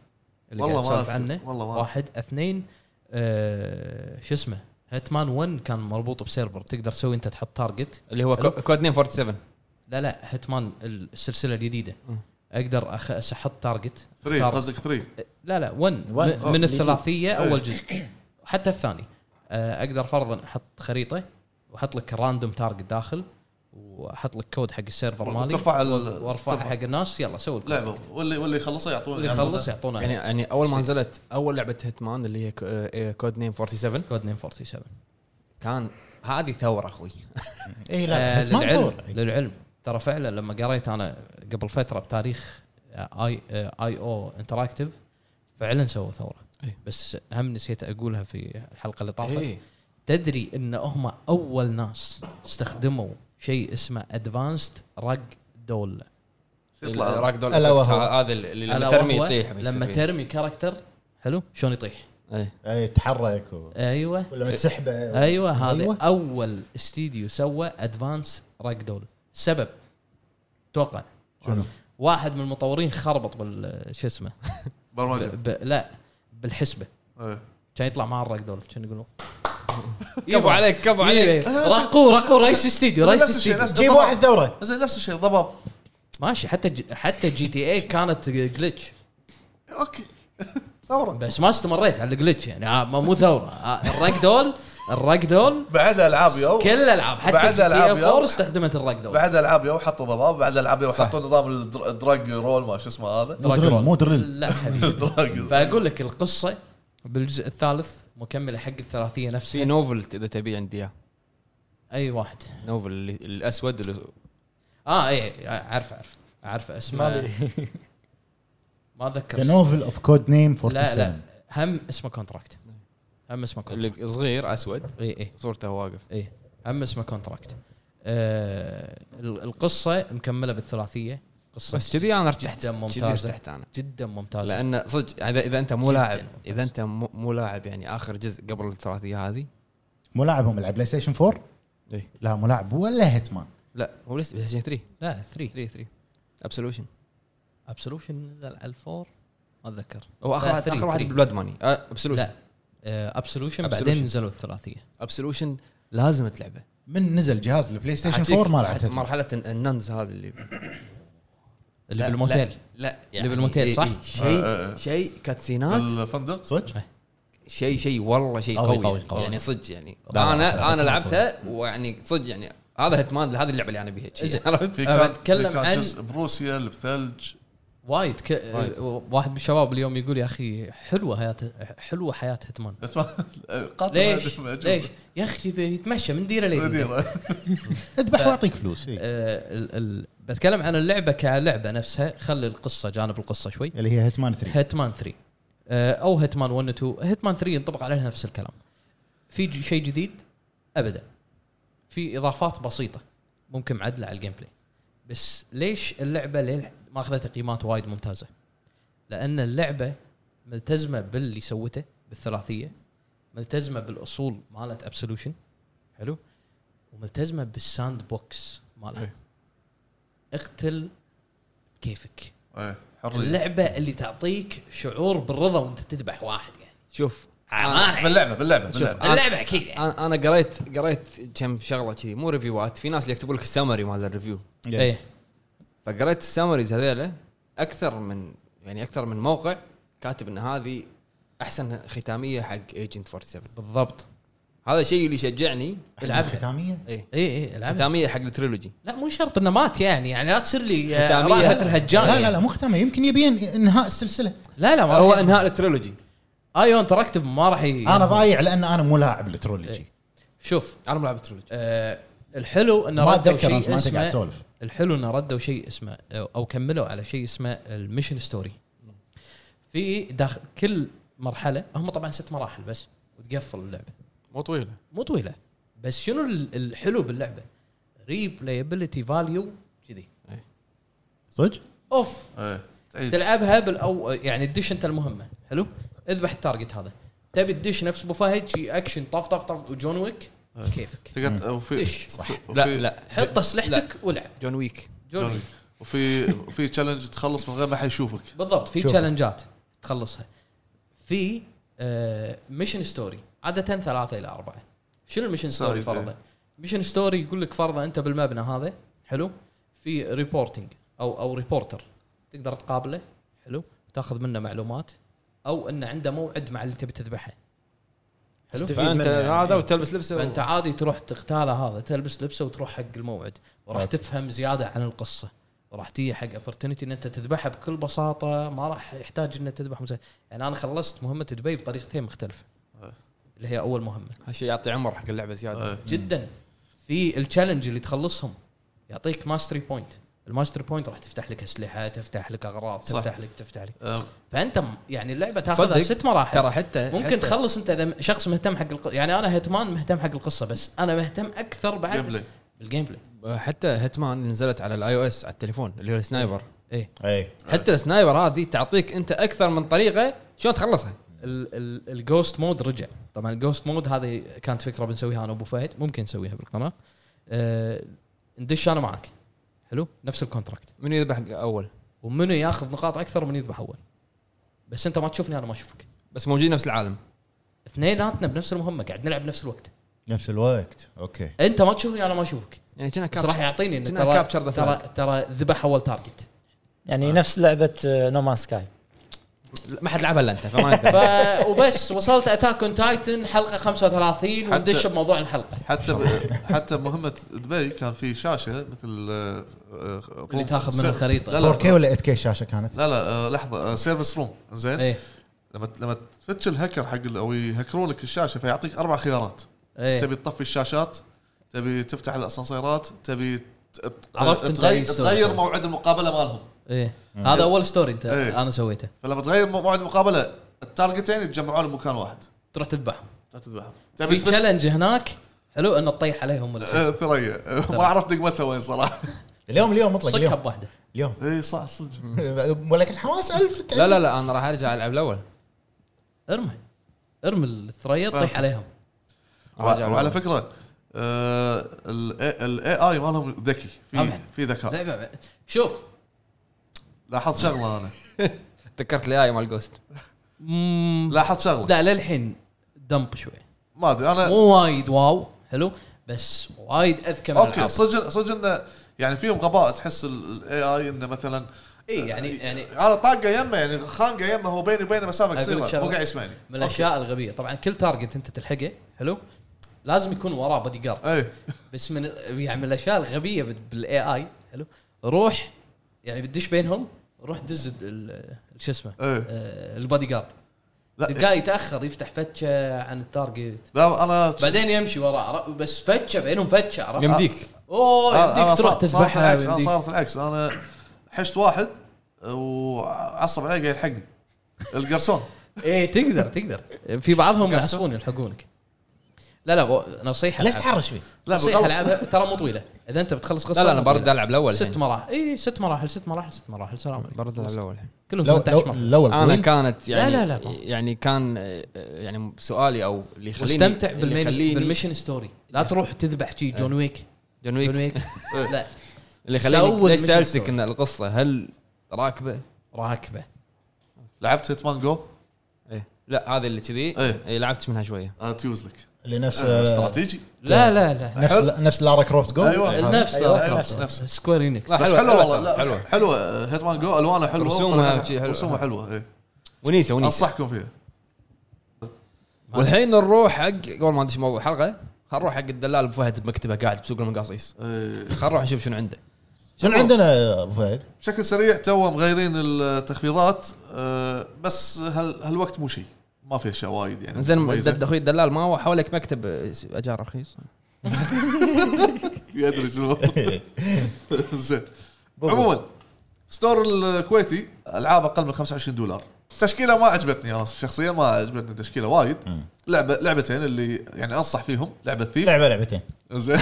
[SPEAKER 4] اللي
[SPEAKER 2] والله
[SPEAKER 4] قاعد
[SPEAKER 2] ما
[SPEAKER 4] تسولف
[SPEAKER 2] أذكر.
[SPEAKER 4] عنه
[SPEAKER 2] والله ما
[SPEAKER 4] واحد اثنين آه، شو اسمه هيتمان 1 كان مربوط بسيرفر تقدر تسوي انت تحط تارجت
[SPEAKER 1] اللي هو كو- كود نيم 47
[SPEAKER 4] لا لا هيتمان السلسله الجديده
[SPEAKER 1] مم.
[SPEAKER 4] اقدر أخ- أس- احط تارجت
[SPEAKER 2] 3 قصدك 3
[SPEAKER 4] لا لا 1
[SPEAKER 6] One.
[SPEAKER 4] من,
[SPEAKER 2] آه،
[SPEAKER 4] من
[SPEAKER 2] اللي
[SPEAKER 4] الثلاثيه
[SPEAKER 2] تي-
[SPEAKER 4] اول جزء حتى الثاني آه، اقدر فرضا احط خريطه واحط لك راندوم تارجت داخل واحط لك كود حق السيرفر مالي
[SPEAKER 2] وترفع ال-
[SPEAKER 4] وارفعها
[SPEAKER 2] ترفع.
[SPEAKER 4] حق الناس يلا سوي الكود
[SPEAKER 2] لعبه واللي واللي يخلصها يعطونه
[SPEAKER 4] اللي يخلص يعطونه
[SPEAKER 1] يعني
[SPEAKER 4] يعني
[SPEAKER 1] يعني اول ما نزلت اول لعبه هيتمان اللي هي ك- أه، كود نيم 47
[SPEAKER 4] كود نيم 47
[SPEAKER 1] كان هذه ثوره اخوي
[SPEAKER 6] اي
[SPEAKER 4] آه،
[SPEAKER 6] إيه، لا
[SPEAKER 4] للعلم
[SPEAKER 6] هيتمان ثور.
[SPEAKER 4] للعلم ترى فعلا لما قريت انا قبل فتره بتاريخ آه، اي اي او انتراكتيف فعلا سووا ثوره
[SPEAKER 1] إيه.
[SPEAKER 4] بس هم نسيت اقولها في الحلقه اللي طافت
[SPEAKER 1] إيه.
[SPEAKER 4] تدري ان هم اول ناس استخدموا شيء اسمه ادفانسد راج دول يعني.
[SPEAKER 2] يطلع
[SPEAKER 1] راك دول
[SPEAKER 6] ألا وهو.
[SPEAKER 1] هذا اللي
[SPEAKER 4] ألا
[SPEAKER 1] لما ترمي
[SPEAKER 4] وهو
[SPEAKER 1] يطيح إيه.
[SPEAKER 4] لما ترمي كاركتر حلو شلون يطيح
[SPEAKER 1] ترمي
[SPEAKER 6] إي، إيه، يتحرك و-
[SPEAKER 4] ايوه
[SPEAKER 6] ولما تسحبه
[SPEAKER 4] ايوه هذا
[SPEAKER 6] أيوة.
[SPEAKER 4] أيوة. اول استديو سوى ادفانس راج دول سبب توقع
[SPEAKER 6] شنو؟
[SPEAKER 4] واحد من المطورين خربط بال شو اسمه
[SPEAKER 2] برمجه
[SPEAKER 4] ب... ب... لا بالحسبه
[SPEAKER 2] إيه.
[SPEAKER 4] كان يطلع مع الراج دول كان يقولون إيه.
[SPEAKER 1] كفو عليك كفو عليك
[SPEAKER 4] رقوا رقوا رئيس استديو رئيس
[SPEAKER 2] نفس الشيء،
[SPEAKER 4] استديو
[SPEAKER 6] جيب
[SPEAKER 2] نفس
[SPEAKER 6] واحد ثوره
[SPEAKER 2] زين نفس الشيء ضباب
[SPEAKER 4] ماشي حتى ج... حتى جي تي اي كانت جلتش
[SPEAKER 2] اوكي ثوره
[SPEAKER 4] بس ما استمريت على الجلتش يعني آه ما مو ثوره آه الراج دول الراج دول
[SPEAKER 2] بعدها العاب يو
[SPEAKER 4] كل الالعاب حتى
[SPEAKER 2] بعد
[SPEAKER 4] جي تي
[SPEAKER 2] ألعاب
[SPEAKER 4] اي
[SPEAKER 2] يلا.
[SPEAKER 4] 4 استخدمت الراج دول
[SPEAKER 2] بعد العاب يو حطوا ضباب بعد العاب يو حطوا نظام الدر- الدراج رول ما شو اسمه هذا
[SPEAKER 4] دراج
[SPEAKER 6] درل،
[SPEAKER 4] رول.
[SPEAKER 6] مو درل.
[SPEAKER 4] لا حبيبي
[SPEAKER 2] دراج
[SPEAKER 4] فاقول لك القصه بالجزء الثالث مكمله حق الثلاثيه
[SPEAKER 1] في
[SPEAKER 4] نفسها
[SPEAKER 1] نوفل اذا تبي عندي اياه
[SPEAKER 4] اي واحد
[SPEAKER 1] نوفل اللي- الاسود اللي
[SPEAKER 4] اه اي اعرف اعرف اعرف اسمه ما
[SPEAKER 6] ذا
[SPEAKER 4] اذكر
[SPEAKER 6] نوفل اوف كود نيم
[SPEAKER 4] لا لا
[SPEAKER 6] 47
[SPEAKER 4] هم اسمه كونتراكت هم اسمه إيه، كونتراكت
[SPEAKER 1] اللي صغير اسود
[SPEAKER 4] اي اي
[SPEAKER 1] صورته واقف
[SPEAKER 4] اي إيه. هم اسمه كونتراكت آه ال- القصه مكمله بالثلاثيه قصه
[SPEAKER 1] بس كذي انا ارتحت
[SPEAKER 4] جدا
[SPEAKER 1] كذي
[SPEAKER 4] ممتازه
[SPEAKER 1] ارتحت انا
[SPEAKER 4] جدا ممتازه
[SPEAKER 1] لان صدق اذا اذا انت مو
[SPEAKER 4] جداً
[SPEAKER 1] لاعب
[SPEAKER 4] ممتاز.
[SPEAKER 1] اذا انت مو مو لاعب يعني اخر جزء قبل الثلاثيه هذه
[SPEAKER 6] مو لاعبهم العب بلاي ستيشن 4
[SPEAKER 1] اي
[SPEAKER 4] إيه.
[SPEAKER 6] لا مو لاعب ولا هيتمان
[SPEAKER 1] لا هو لسه بلاي ستيشن 3
[SPEAKER 4] لا 3
[SPEAKER 1] 3 3 ابسولوشن
[SPEAKER 4] ابسولوشن نزل على الفور ما اتذكر
[SPEAKER 1] هو اخر
[SPEAKER 4] لا،
[SPEAKER 1] واحد
[SPEAKER 4] three-
[SPEAKER 1] اخر واحد آه،
[SPEAKER 4] three.
[SPEAKER 1] بلاد ماني ابسولوشن
[SPEAKER 4] لا ابسولوشن
[SPEAKER 1] Absolution.
[SPEAKER 4] بعدين نزلوا الثلاثيه
[SPEAKER 1] ابسولوشن لازم تلعبه
[SPEAKER 6] من نزل جهاز البلاي ستيشن
[SPEAKER 1] حاجيك
[SPEAKER 6] 4 ما
[SPEAKER 1] حاجة
[SPEAKER 6] لعبت هيتمان.
[SPEAKER 1] مرحله الن- الننز هذه اللي
[SPEAKER 4] اللي
[SPEAKER 1] لا،
[SPEAKER 4] بالموتيل
[SPEAKER 1] لا يعني
[SPEAKER 4] اللي بالموتيل،
[SPEAKER 1] إي-
[SPEAKER 4] صح؟
[SPEAKER 1] إي،
[SPEAKER 2] آه، آه.
[SPEAKER 1] شيء شيء كاتسينات
[SPEAKER 2] الفندق
[SPEAKER 6] صدق؟
[SPEAKER 1] شيء شيء والله شيء
[SPEAKER 4] قوي،
[SPEAKER 1] قوي,
[SPEAKER 4] قوي،
[SPEAKER 1] يعني.
[SPEAKER 4] قوي.
[SPEAKER 1] يعني صدق يعني
[SPEAKER 4] لا، لا،
[SPEAKER 1] انا انا
[SPEAKER 4] لا، إيه.
[SPEAKER 1] لعبتها ويعني صدق يعني هذا هيتمان هذه اللعبه اللي انا بيها شي.
[SPEAKER 4] زين.
[SPEAKER 1] عرفت؟
[SPEAKER 2] في
[SPEAKER 4] أنا
[SPEAKER 2] كان
[SPEAKER 4] بتكلم
[SPEAKER 2] في كان
[SPEAKER 4] عن-
[SPEAKER 2] جزء بروسيا اللي بثلج
[SPEAKER 4] وايد ك...
[SPEAKER 1] وايد.
[SPEAKER 4] واحد من الشباب اليوم يقول يا اخي حلوه حياه حلوه حياه هتمان
[SPEAKER 2] قاتل
[SPEAKER 4] ليش؟
[SPEAKER 2] مأجور.
[SPEAKER 4] ليش؟ يا اخي بيتمشى من ديره لديره
[SPEAKER 2] مديرة.
[SPEAKER 6] اذبح واعطيك فلوس إيه. إي.
[SPEAKER 4] آه ال... ال... بتكلم عن اللعبه كلعبه نفسها خلي القصه جانب القصه شوي
[SPEAKER 6] اللي هي هيتمان 3
[SPEAKER 4] هيتمان 3 آه او هيتمان 1 و 2 هيتمان 3 ينطبق عليها نفس الكلام في ج- شيء جديد ابدا في اضافات بسيطه ممكن معدله على الجيم بلاي بس ليش اللعبه ليه ماخذه تقييمات وايد ممتازه لان اللعبه ملتزمه باللي سوته بالثلاثيه ملتزمه بالاصول مالت ابسولوشن حلو وملتزمه بالساند بوكس مالها
[SPEAKER 1] إيه.
[SPEAKER 4] اقتل كيفك
[SPEAKER 2] إيه، حريه
[SPEAKER 4] اللعبه اللي تعطيك شعور بالرضا وانت تذبح واحد يعني
[SPEAKER 1] شوف
[SPEAKER 6] آه،
[SPEAKER 4] عمانة يعني.
[SPEAKER 2] باللعبه باللعبه
[SPEAKER 1] شوف،
[SPEAKER 2] باللعبه
[SPEAKER 4] اللعبه اكيد يعني
[SPEAKER 1] انا انا قريت قريت كم شغله كذي مو
[SPEAKER 4] إيه.
[SPEAKER 6] إيه.
[SPEAKER 1] ريفيوات في ناس اللي يكتبوا لك السمري مال الريفيو
[SPEAKER 4] ايه
[SPEAKER 1] فقريت السمريز هذيلا اكثر من يعني اكثر من موقع كاتب ان هذه احسن ختاميه حق ايجنت 47
[SPEAKER 4] بالضبط
[SPEAKER 1] هذا الشيء اللي شجعني العبها
[SPEAKER 6] ختاميه
[SPEAKER 1] اي
[SPEAKER 4] اي اي إيه، العب
[SPEAKER 1] ختاميه حق التريلوجي
[SPEAKER 4] لا مو شرط انه مات يعني يعني لا تصير لي آه،
[SPEAKER 1] ختامية.
[SPEAKER 4] رأفت الهجان
[SPEAKER 6] لا لا لا مو ختاميه يمكن يبين انهاء السلسله
[SPEAKER 4] لا لا ما
[SPEAKER 1] هو
[SPEAKER 4] هو
[SPEAKER 1] انهاء التريلوجي
[SPEAKER 4] ايون تراكتيف ما راح ي-
[SPEAKER 6] انا ضايع لان انا مو لاعب الترولوجي
[SPEAKER 4] إيه. شوف
[SPEAKER 1] انا ملعب التريلوجي
[SPEAKER 4] آه، الحلو انه
[SPEAKER 6] ما
[SPEAKER 4] ردوا
[SPEAKER 6] اتذكر أنت
[SPEAKER 4] شيء
[SPEAKER 6] ما انت قاعد
[SPEAKER 4] اسمه
[SPEAKER 6] تسولف
[SPEAKER 4] الحلو انه ردوا شيء اسمه او أو كملوا على شيء اسمه الميشن ستوري في داخل كل مرحله هم طبعا ست مراحل بس وتقفل اللعبه
[SPEAKER 1] مو طويله
[SPEAKER 4] مو طويله بس شنو ال- الحلو باللعبه ريبلايبلتي فاليو كذي
[SPEAKER 6] صدق؟
[SPEAKER 4] اوف
[SPEAKER 2] إيه. تعيد
[SPEAKER 4] تلعبها بالاو يعني تدش انت المهمه حلو اذبح التارجت هذا تبي تدش نفس ابو فهد شي اكشن طف طف طف وجون ويك كيفك
[SPEAKER 2] تقعد وفي
[SPEAKER 4] دش
[SPEAKER 1] لا
[SPEAKER 2] وفي-
[SPEAKER 1] لا
[SPEAKER 4] حط اسلحتك والعب
[SPEAKER 1] جون ويك
[SPEAKER 4] جون ويك
[SPEAKER 2] وفي وفي تشالنج تخلص من غير ما حد يشوفك
[SPEAKER 4] بالضبط في
[SPEAKER 6] شوف.
[SPEAKER 4] تشالنجات تخلصها في آه ميشن ستوري عاده ثلاثه الى اربعه شنو الميشن ستوري
[SPEAKER 2] سوري،
[SPEAKER 4] فرضا؟ ميشن ستوري يقول لك فرضا انت بالمبنى هذا حلو في ريبورتنج او او ريبورتر تقدر تقابله حلو تاخذ منه معلومات او انه عنده موعد مع اللي تبي تذبحه حلو
[SPEAKER 5] تستفيد
[SPEAKER 1] فانت
[SPEAKER 5] منه يعني.
[SPEAKER 1] هذا وتلبس لبسه
[SPEAKER 4] فانت
[SPEAKER 1] فانت
[SPEAKER 4] عادي تروح تغتاله هذا تلبس لبسه وتروح حق الموعد وراح
[SPEAKER 6] أوكي.
[SPEAKER 4] تفهم زياده عن القصه وراح تيجي حق اوبورتونيتي ان انت تذبحها بكل بساطه ما راح يحتاج ان تذبح مسا... يعني انا خلصت مهمه دبي بطريقتين مختلفه
[SPEAKER 2] أه.
[SPEAKER 4] اللي هي اول مهمه
[SPEAKER 1] هالشيء يعطي عمر حق اللعبه زياده
[SPEAKER 2] إيه.
[SPEAKER 4] جدا في التشالنج اللي تخلصهم يعطيك ماستري بوينت الماستري بوينت راح تفتح لك اسلحه تفتح لك اغراض
[SPEAKER 2] صح.
[SPEAKER 4] تفتح لك تفتح لك
[SPEAKER 2] آه،
[SPEAKER 4] فانت م- يعني اللعبه تاخذها
[SPEAKER 1] صدق.
[SPEAKER 4] ست مراحل
[SPEAKER 1] ترى حتى
[SPEAKER 4] ممكن
[SPEAKER 1] حتى-
[SPEAKER 4] تخلص انت اذا م- شخص مهتم حق الق... يعني انا هتمان مهتم حق القصه بس انا مهتم اكثر
[SPEAKER 2] جيم
[SPEAKER 4] بعد
[SPEAKER 2] بلاي
[SPEAKER 4] بالجيم بلاي
[SPEAKER 1] حتى هيتمان نزلت على الاي او اس على التليفون اللي هو السنايبر
[SPEAKER 4] ايه
[SPEAKER 2] إيه.
[SPEAKER 6] اي
[SPEAKER 1] حتى السنايبر هذه تعطيك انت اكثر من طريقه شلون تخلصها
[SPEAKER 4] الجوست مود رجع طبعا الجوست مود هذه كانت فكره بنسويها انا وابو فهد ممكن نسويها بالقناه أه... ندش انا معك حلو نفس الكونتراكت
[SPEAKER 1] من يذبح اول
[SPEAKER 4] ومنو ياخذ نقاط اكثر من يذبح اول بس انت ما تشوفني انا ما اشوفك
[SPEAKER 1] بس موجودين نفس العالم
[SPEAKER 4] اثنيناتنا بنفس المهمه قاعد نلعب بنفس الوقت
[SPEAKER 6] نفس الوقت اوكي
[SPEAKER 4] انت ما تشوفني انا ما اشوفك
[SPEAKER 1] يعني كنا
[SPEAKER 4] بس راح
[SPEAKER 1] كابتشر
[SPEAKER 4] يعطيني انه
[SPEAKER 1] كنا
[SPEAKER 4] ترى
[SPEAKER 1] capture the
[SPEAKER 4] ترى
[SPEAKER 1] flag.
[SPEAKER 4] ترى ذبح اول تارجت
[SPEAKER 5] يعني نفس لعبه نومان سكاي
[SPEAKER 1] ما حد لعبها الا انت فما ندري.
[SPEAKER 4] ف... وبس وصلت اتاك اون تايتن حلقه 35
[SPEAKER 2] حتى-
[SPEAKER 4] وندش بموضوع الحلقه
[SPEAKER 2] حتى ب... حتى مهمه دبي كان في شاشه مثل آه، آه،
[SPEAKER 4] اللي تاخذ منها
[SPEAKER 2] سير-
[SPEAKER 4] الخريطة.
[SPEAKER 2] لا
[SPEAKER 6] 4K
[SPEAKER 2] لا
[SPEAKER 6] ولا 8K الشاشه كانت؟
[SPEAKER 2] لا, لا آه، لحظه سيرفس روم زين
[SPEAKER 4] ايه
[SPEAKER 2] لما لما تفتش الهكر حق ال- او يهكرون لك الشاشه فيعطيك اربع خيارات
[SPEAKER 4] ايه
[SPEAKER 2] تبي تطفي الشاشات تبي تفتح الاسانسيرات تبي ت- ت-
[SPEAKER 4] عرفت أنت أي
[SPEAKER 2] تغير,
[SPEAKER 4] سوري.
[SPEAKER 2] تغير موعد المقابله مالهم
[SPEAKER 4] ايه هذا اول ستوري انت
[SPEAKER 2] إيه.
[SPEAKER 4] انا سويته
[SPEAKER 2] فلما تغير مو- موعد المقابله التارجتين يتجمعون بمكان واحد
[SPEAKER 4] تروح تذبحهم
[SPEAKER 2] لا تذبحهم
[SPEAKER 4] في
[SPEAKER 2] تبي تفت-
[SPEAKER 4] تشالنج هناك حلو انه تطيح عليهم ال-
[SPEAKER 2] آه، ثريا آه، ما عرفت نقمتها وين صراحه
[SPEAKER 6] اليوم اليوم مطلق
[SPEAKER 4] صكها
[SPEAKER 6] اليوم
[SPEAKER 4] بواحده
[SPEAKER 6] اليوم
[SPEAKER 2] اي صح صدق
[SPEAKER 6] ولكن حواس ألف
[SPEAKER 1] لا لا لا انا راح ارجع العب الاول
[SPEAKER 4] ارمي ارمي الثريا طيح
[SPEAKER 2] فهمت.
[SPEAKER 4] عليهم
[SPEAKER 1] راح أرجع
[SPEAKER 2] وع- وعلى آه،
[SPEAKER 1] الأول.
[SPEAKER 2] فكره الاي اي مالهم ذكي في
[SPEAKER 4] طبعاً.
[SPEAKER 2] في ذكاء
[SPEAKER 4] لعبه ب- شوف
[SPEAKER 2] لاحظت شغله انا
[SPEAKER 1] تذكرت الاي مال جوست
[SPEAKER 4] مم،
[SPEAKER 2] لاحظت شغله
[SPEAKER 4] لا للحين دمب شوي
[SPEAKER 2] ما ادري
[SPEAKER 4] مو
[SPEAKER 2] انا
[SPEAKER 4] وايد واو حلو بس وايد اذكى من
[SPEAKER 2] اوكي
[SPEAKER 4] العاب
[SPEAKER 2] صدق صدق انه يعني فيهم غباء تحس الاي اي انه مثلا
[SPEAKER 4] اي يعني يعني
[SPEAKER 2] انا طاقه آه، يمه يعني خانقه يمه هو بيني وبينه مسافه
[SPEAKER 4] أقول لك
[SPEAKER 2] قصيره
[SPEAKER 4] شغلة.
[SPEAKER 2] مو قاعد يسمعني
[SPEAKER 4] من الاشياء الغبيه طبعا كل تارجت انت تلحقه حلو لازم يكون وراه بودي جارد
[SPEAKER 2] اي
[SPEAKER 4] بس من يعني من الاشياء الغبيه بال- بالاي اي حلو روح يعني بتدش بينهم روح دز ال- ال- شو اسمه
[SPEAKER 2] اي
[SPEAKER 4] آه، البودي جارد
[SPEAKER 2] لا
[SPEAKER 4] تلقاه يتاخر يفتح فتشه عن التارجت
[SPEAKER 2] لا انا
[SPEAKER 4] بعدين يمشي وراه عرف- بس فتشه بينهم فتشه عرفت؟
[SPEAKER 1] يمديك
[SPEAKER 4] اوه
[SPEAKER 2] انا آه، أنا
[SPEAKER 4] يمديك تروح
[SPEAKER 2] صار- صارت
[SPEAKER 4] تذبحها
[SPEAKER 2] العكس انا
[SPEAKER 4] يمديك.
[SPEAKER 2] صارت العكس انا حشت واحد وعصب علي قاعد يلحقني القرصون
[SPEAKER 4] ايه تقدر تقدر في بعضهم يحسبون يلحقونك لا لا و- نصيحه
[SPEAKER 6] ليش
[SPEAKER 4] العب.
[SPEAKER 6] تحرش فيه؟
[SPEAKER 2] لا
[SPEAKER 4] نصيحه
[SPEAKER 2] بقول-
[SPEAKER 4] العبها ترى مو طويله اذا انت بتخلص قصه
[SPEAKER 1] لا لا انا
[SPEAKER 4] مو طويلة.
[SPEAKER 1] برد العب الاول
[SPEAKER 4] ست
[SPEAKER 1] الحين.
[SPEAKER 4] مراحل اي ست مراحل ست مراحل ست مراحل سلام عليكم
[SPEAKER 1] برد العب الاول الحين.
[SPEAKER 4] كلهم
[SPEAKER 6] لو
[SPEAKER 4] 13
[SPEAKER 6] لو
[SPEAKER 4] مراحل
[SPEAKER 6] الاول
[SPEAKER 1] انا
[SPEAKER 6] طويل.
[SPEAKER 1] كانت يعني
[SPEAKER 4] لا، لا، لا.
[SPEAKER 1] يعني كان آه، يعني سؤالي او اللي يخليني
[SPEAKER 4] واستمتع
[SPEAKER 1] اللي
[SPEAKER 4] بالمين
[SPEAKER 1] يخليني-
[SPEAKER 4] بالميشن ستوري لا تروح تذبح شي جون ويك
[SPEAKER 1] جون
[SPEAKER 4] جون
[SPEAKER 1] ويك
[SPEAKER 4] ويك لا
[SPEAKER 1] اللي
[SPEAKER 4] سووا
[SPEAKER 1] خلاني ليش
[SPEAKER 4] الميشن
[SPEAKER 1] سالتك
[SPEAKER 4] ستوري.
[SPEAKER 1] ان القصه هل راكبه؟
[SPEAKER 4] راكبه إيه.
[SPEAKER 2] لعبت هيتمان جو
[SPEAKER 1] لا هذه اللي كذي
[SPEAKER 2] إيه.
[SPEAKER 1] إيه، لعبت منها شويه
[SPEAKER 2] انا تيوز لك
[SPEAKER 3] اللي نفس
[SPEAKER 1] آه،
[SPEAKER 2] استراتيجي
[SPEAKER 4] لا لا لا
[SPEAKER 3] نفس نفس لارا كروفت جو
[SPEAKER 2] أيوة.
[SPEAKER 4] نفس
[SPEAKER 5] أيوة،
[SPEAKER 4] لا،
[SPEAKER 2] نفس-
[SPEAKER 4] لا.
[SPEAKER 2] نفس.
[SPEAKER 4] سكوير انكس
[SPEAKER 1] لا،
[SPEAKER 2] بس
[SPEAKER 1] حلوة،
[SPEAKER 2] حلوه
[SPEAKER 1] حلوة
[SPEAKER 2] والله
[SPEAKER 1] حلوة.
[SPEAKER 2] حلوه حلوه هيتمان جو الوانه حلوه
[SPEAKER 1] رسومها
[SPEAKER 2] وطريقة-
[SPEAKER 1] شي حلوة.
[SPEAKER 2] رسومها حلوه اي
[SPEAKER 1] ونيسه ونيسه
[SPEAKER 2] انصحكم فيها
[SPEAKER 1] والحين نروح حق قبل ما ندش موضوع الحلقه خل نروح حق الدلال ابو فهد بمكتبه قاعد بسوق المقاصيص
[SPEAKER 2] إيه.
[SPEAKER 1] خل نروح نشوف شنو عنده
[SPEAKER 3] شنو عندنا يا ابو فهد؟
[SPEAKER 2] بشكل سريع تو مغيرين التخفيضات آه، بس هال هالوقت مو شيء ما في اشياء وايد يعني
[SPEAKER 1] زين
[SPEAKER 2] مميزة.
[SPEAKER 1] دد- اخوي الدلال ما هو حولك مكتب آه، اجار رخيص
[SPEAKER 2] يدري شنو زين
[SPEAKER 5] بوبو.
[SPEAKER 2] عموما ستور الكويتي العاب اقل من 25 دولار تشكيله ما عجبتني انا شخصيا ما عجبتني التشكيله وايد لعبه لعبتين اللي يعني انصح فيهم لعبه ثيف
[SPEAKER 3] لعبه لعبتين
[SPEAKER 2] زين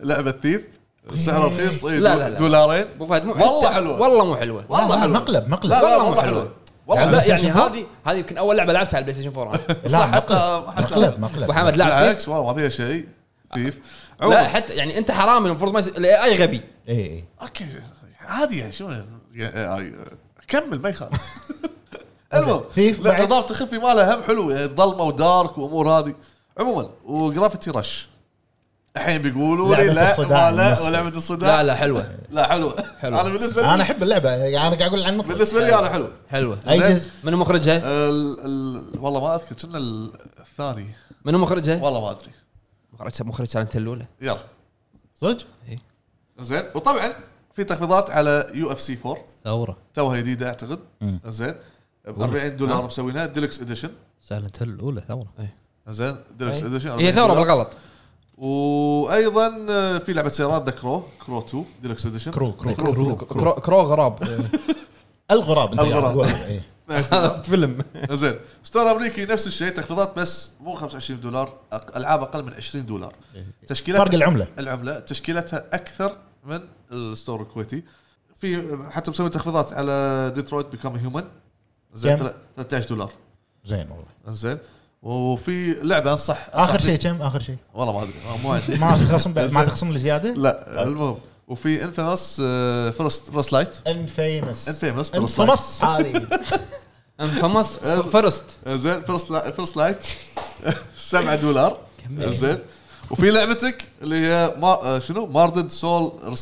[SPEAKER 2] لعبه ثيف سعرها رخيص إي،
[SPEAKER 1] لا، لا، لا.
[SPEAKER 2] دولارين
[SPEAKER 1] ابو فهد مو
[SPEAKER 2] والله حلوه.
[SPEAKER 1] والله مو حلوه
[SPEAKER 2] والله حلوه
[SPEAKER 3] مقلب مقلب
[SPEAKER 2] لا لا
[SPEAKER 1] والله
[SPEAKER 2] والله
[SPEAKER 1] حلوة.
[SPEAKER 2] حلوه والله
[SPEAKER 1] لا
[SPEAKER 3] على
[SPEAKER 1] يعني
[SPEAKER 3] PlayStation 4
[SPEAKER 1] هذه هذه يمكن اول لعبه لعبتها على البلاي ستيشن 4 أنا.
[SPEAKER 3] لا
[SPEAKER 2] حتى-
[SPEAKER 3] مقلب
[SPEAKER 2] حتى-
[SPEAKER 3] مقلب مقلب
[SPEAKER 1] ابو حمد لاعب فيف؟
[SPEAKER 2] بالعكس والله ما فيها شيء ثيف
[SPEAKER 1] لا
[SPEAKER 2] عموماً.
[SPEAKER 1] حتى يعني انت حرامي المفروض ما يس- اي غبي
[SPEAKER 3] اي اي
[SPEAKER 2] اوكي عادي يعني شو كمل ما يخالف المهم
[SPEAKER 3] ثيف
[SPEAKER 2] لا،
[SPEAKER 3] بعد؟
[SPEAKER 2] نظام تخفي ماله هم حلو يعني ظلمه ودارك وامور هذه عموما وجرافيتي رش الحين بيقولوا لي
[SPEAKER 3] لعبة
[SPEAKER 2] لا
[SPEAKER 3] الصداع
[SPEAKER 2] ما لا
[SPEAKER 3] المصري.
[SPEAKER 2] ولعبه الصداع
[SPEAKER 1] لا
[SPEAKER 2] لا
[SPEAKER 1] لا حلوه
[SPEAKER 2] لا حلوه
[SPEAKER 1] حلوة.
[SPEAKER 2] انا بالنسبه
[SPEAKER 3] انا
[SPEAKER 2] لي
[SPEAKER 3] احب اللعبه يعني انا قاعد اقول عن المطلق
[SPEAKER 2] بالنسبه لي انا حلو
[SPEAKER 1] حلوه
[SPEAKER 3] اي
[SPEAKER 2] زين.
[SPEAKER 3] جزء
[SPEAKER 1] منو مخرجها؟
[SPEAKER 2] ال- ال- والله ما اذكر كنا ال- الثاني
[SPEAKER 1] منو مخرجها؟
[SPEAKER 2] والله ما ادري
[SPEAKER 1] مخرج مخرج سالنت الاولى
[SPEAKER 2] يلا
[SPEAKER 3] صدق؟
[SPEAKER 2] زين وطبعا في تخفيضات على يو اف سي 4
[SPEAKER 4] ثوره
[SPEAKER 2] توها جديده اعتقد
[SPEAKER 3] مم.
[SPEAKER 2] زين ب 40 دولار مسوينها ديلكس اديشن
[SPEAKER 4] سايلنت هيل الاولى ثوره
[SPEAKER 2] زين ديلكس
[SPEAKER 1] أي.
[SPEAKER 2] اديشن
[SPEAKER 1] هي ثوره بالغلط
[SPEAKER 2] وايضا آه، في لعبه سيارات ذا كرو كرو 2 ديلكس اديشن
[SPEAKER 3] كرو كرو
[SPEAKER 1] كرو كرو- كرو غراب
[SPEAKER 3] الغراب انت
[SPEAKER 2] الغراب.
[SPEAKER 3] قاعد تقول إيه. إي.
[SPEAKER 1] هذا فيلم
[SPEAKER 2] زين ستار امريكي نفس الشيء تخفيضات بس مو 25 دولار أق- العاب اقل من 20 دولار
[SPEAKER 3] إيه. فرق
[SPEAKER 2] تشكيلتها
[SPEAKER 3] العمله
[SPEAKER 2] العمله تشكيلتها اكثر من الستور الكويتي في حتى مسوي تخفيضات على ديترويت بيكام هيومن زين
[SPEAKER 3] كم؟
[SPEAKER 2] تل- 13 دولار
[SPEAKER 3] زين والله
[SPEAKER 2] زين وفي لعبه انصح
[SPEAKER 3] اخر
[SPEAKER 2] أنصح
[SPEAKER 3] شيء كم اخر شيء؟
[SPEAKER 2] والله ما ادري ما- مو عندي
[SPEAKER 3] ما تخصم ما
[SPEAKER 2] زين.
[SPEAKER 3] تخصم لي زياده؟
[SPEAKER 2] لا المهم وفي آه، انفيمس فيرست فيرست لايت
[SPEAKER 3] انفيمس
[SPEAKER 2] انفيمس فيرست لايت
[SPEAKER 3] انفيمس هذه
[SPEAKER 1] انفمس فرست
[SPEAKER 2] آه، زين فيرست لايت فيرست لايت 7 دولار آه، زين وفي لعبتك اللي هي ما آه، شنو ماردد سول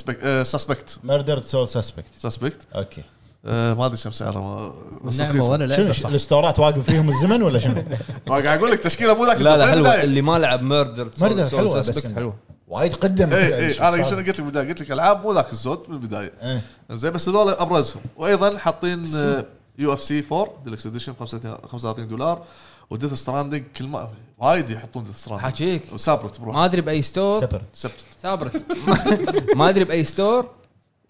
[SPEAKER 2] سسبكت
[SPEAKER 3] ميردرد سول سسبكت
[SPEAKER 2] سسبكت
[SPEAKER 3] اوكي
[SPEAKER 2] آه، ما ادري كم سعرها ما بس
[SPEAKER 1] نعم،
[SPEAKER 4] نعمه
[SPEAKER 2] رخيصة.
[SPEAKER 4] ولا لعبه
[SPEAKER 3] شنو
[SPEAKER 4] صح
[SPEAKER 3] الاستورات واقف فيهم الزمن ولا شنو؟
[SPEAKER 2] ما قاعد اقول لك تشكيله مو ذاك
[SPEAKER 1] لا لا
[SPEAKER 2] من
[SPEAKER 1] حلوه
[SPEAKER 2] البداية.
[SPEAKER 1] اللي ما لعب ميردر
[SPEAKER 3] ميردر حلوه بس
[SPEAKER 1] حلوه
[SPEAKER 3] وايد قدم
[SPEAKER 2] اي اي انا إيه، شنو
[SPEAKER 3] صار.
[SPEAKER 2] قلت لك بالبدايه قلت لك العاب مو ذاك الزود من البدايه
[SPEAKER 3] إيه.
[SPEAKER 2] زين بس هذول ابرزهم وايضا حاطين آه، يو اف سي 4 ديلكس اديشن 35 دولار وديث ستراندنج كل ما وايد يحطون ديث ستراندنج
[SPEAKER 1] حاجيك.
[SPEAKER 2] وسابرت بروح
[SPEAKER 1] ما ادري باي ستور
[SPEAKER 3] سبر
[SPEAKER 2] سبت
[SPEAKER 1] سابرت ما ادري باي ستور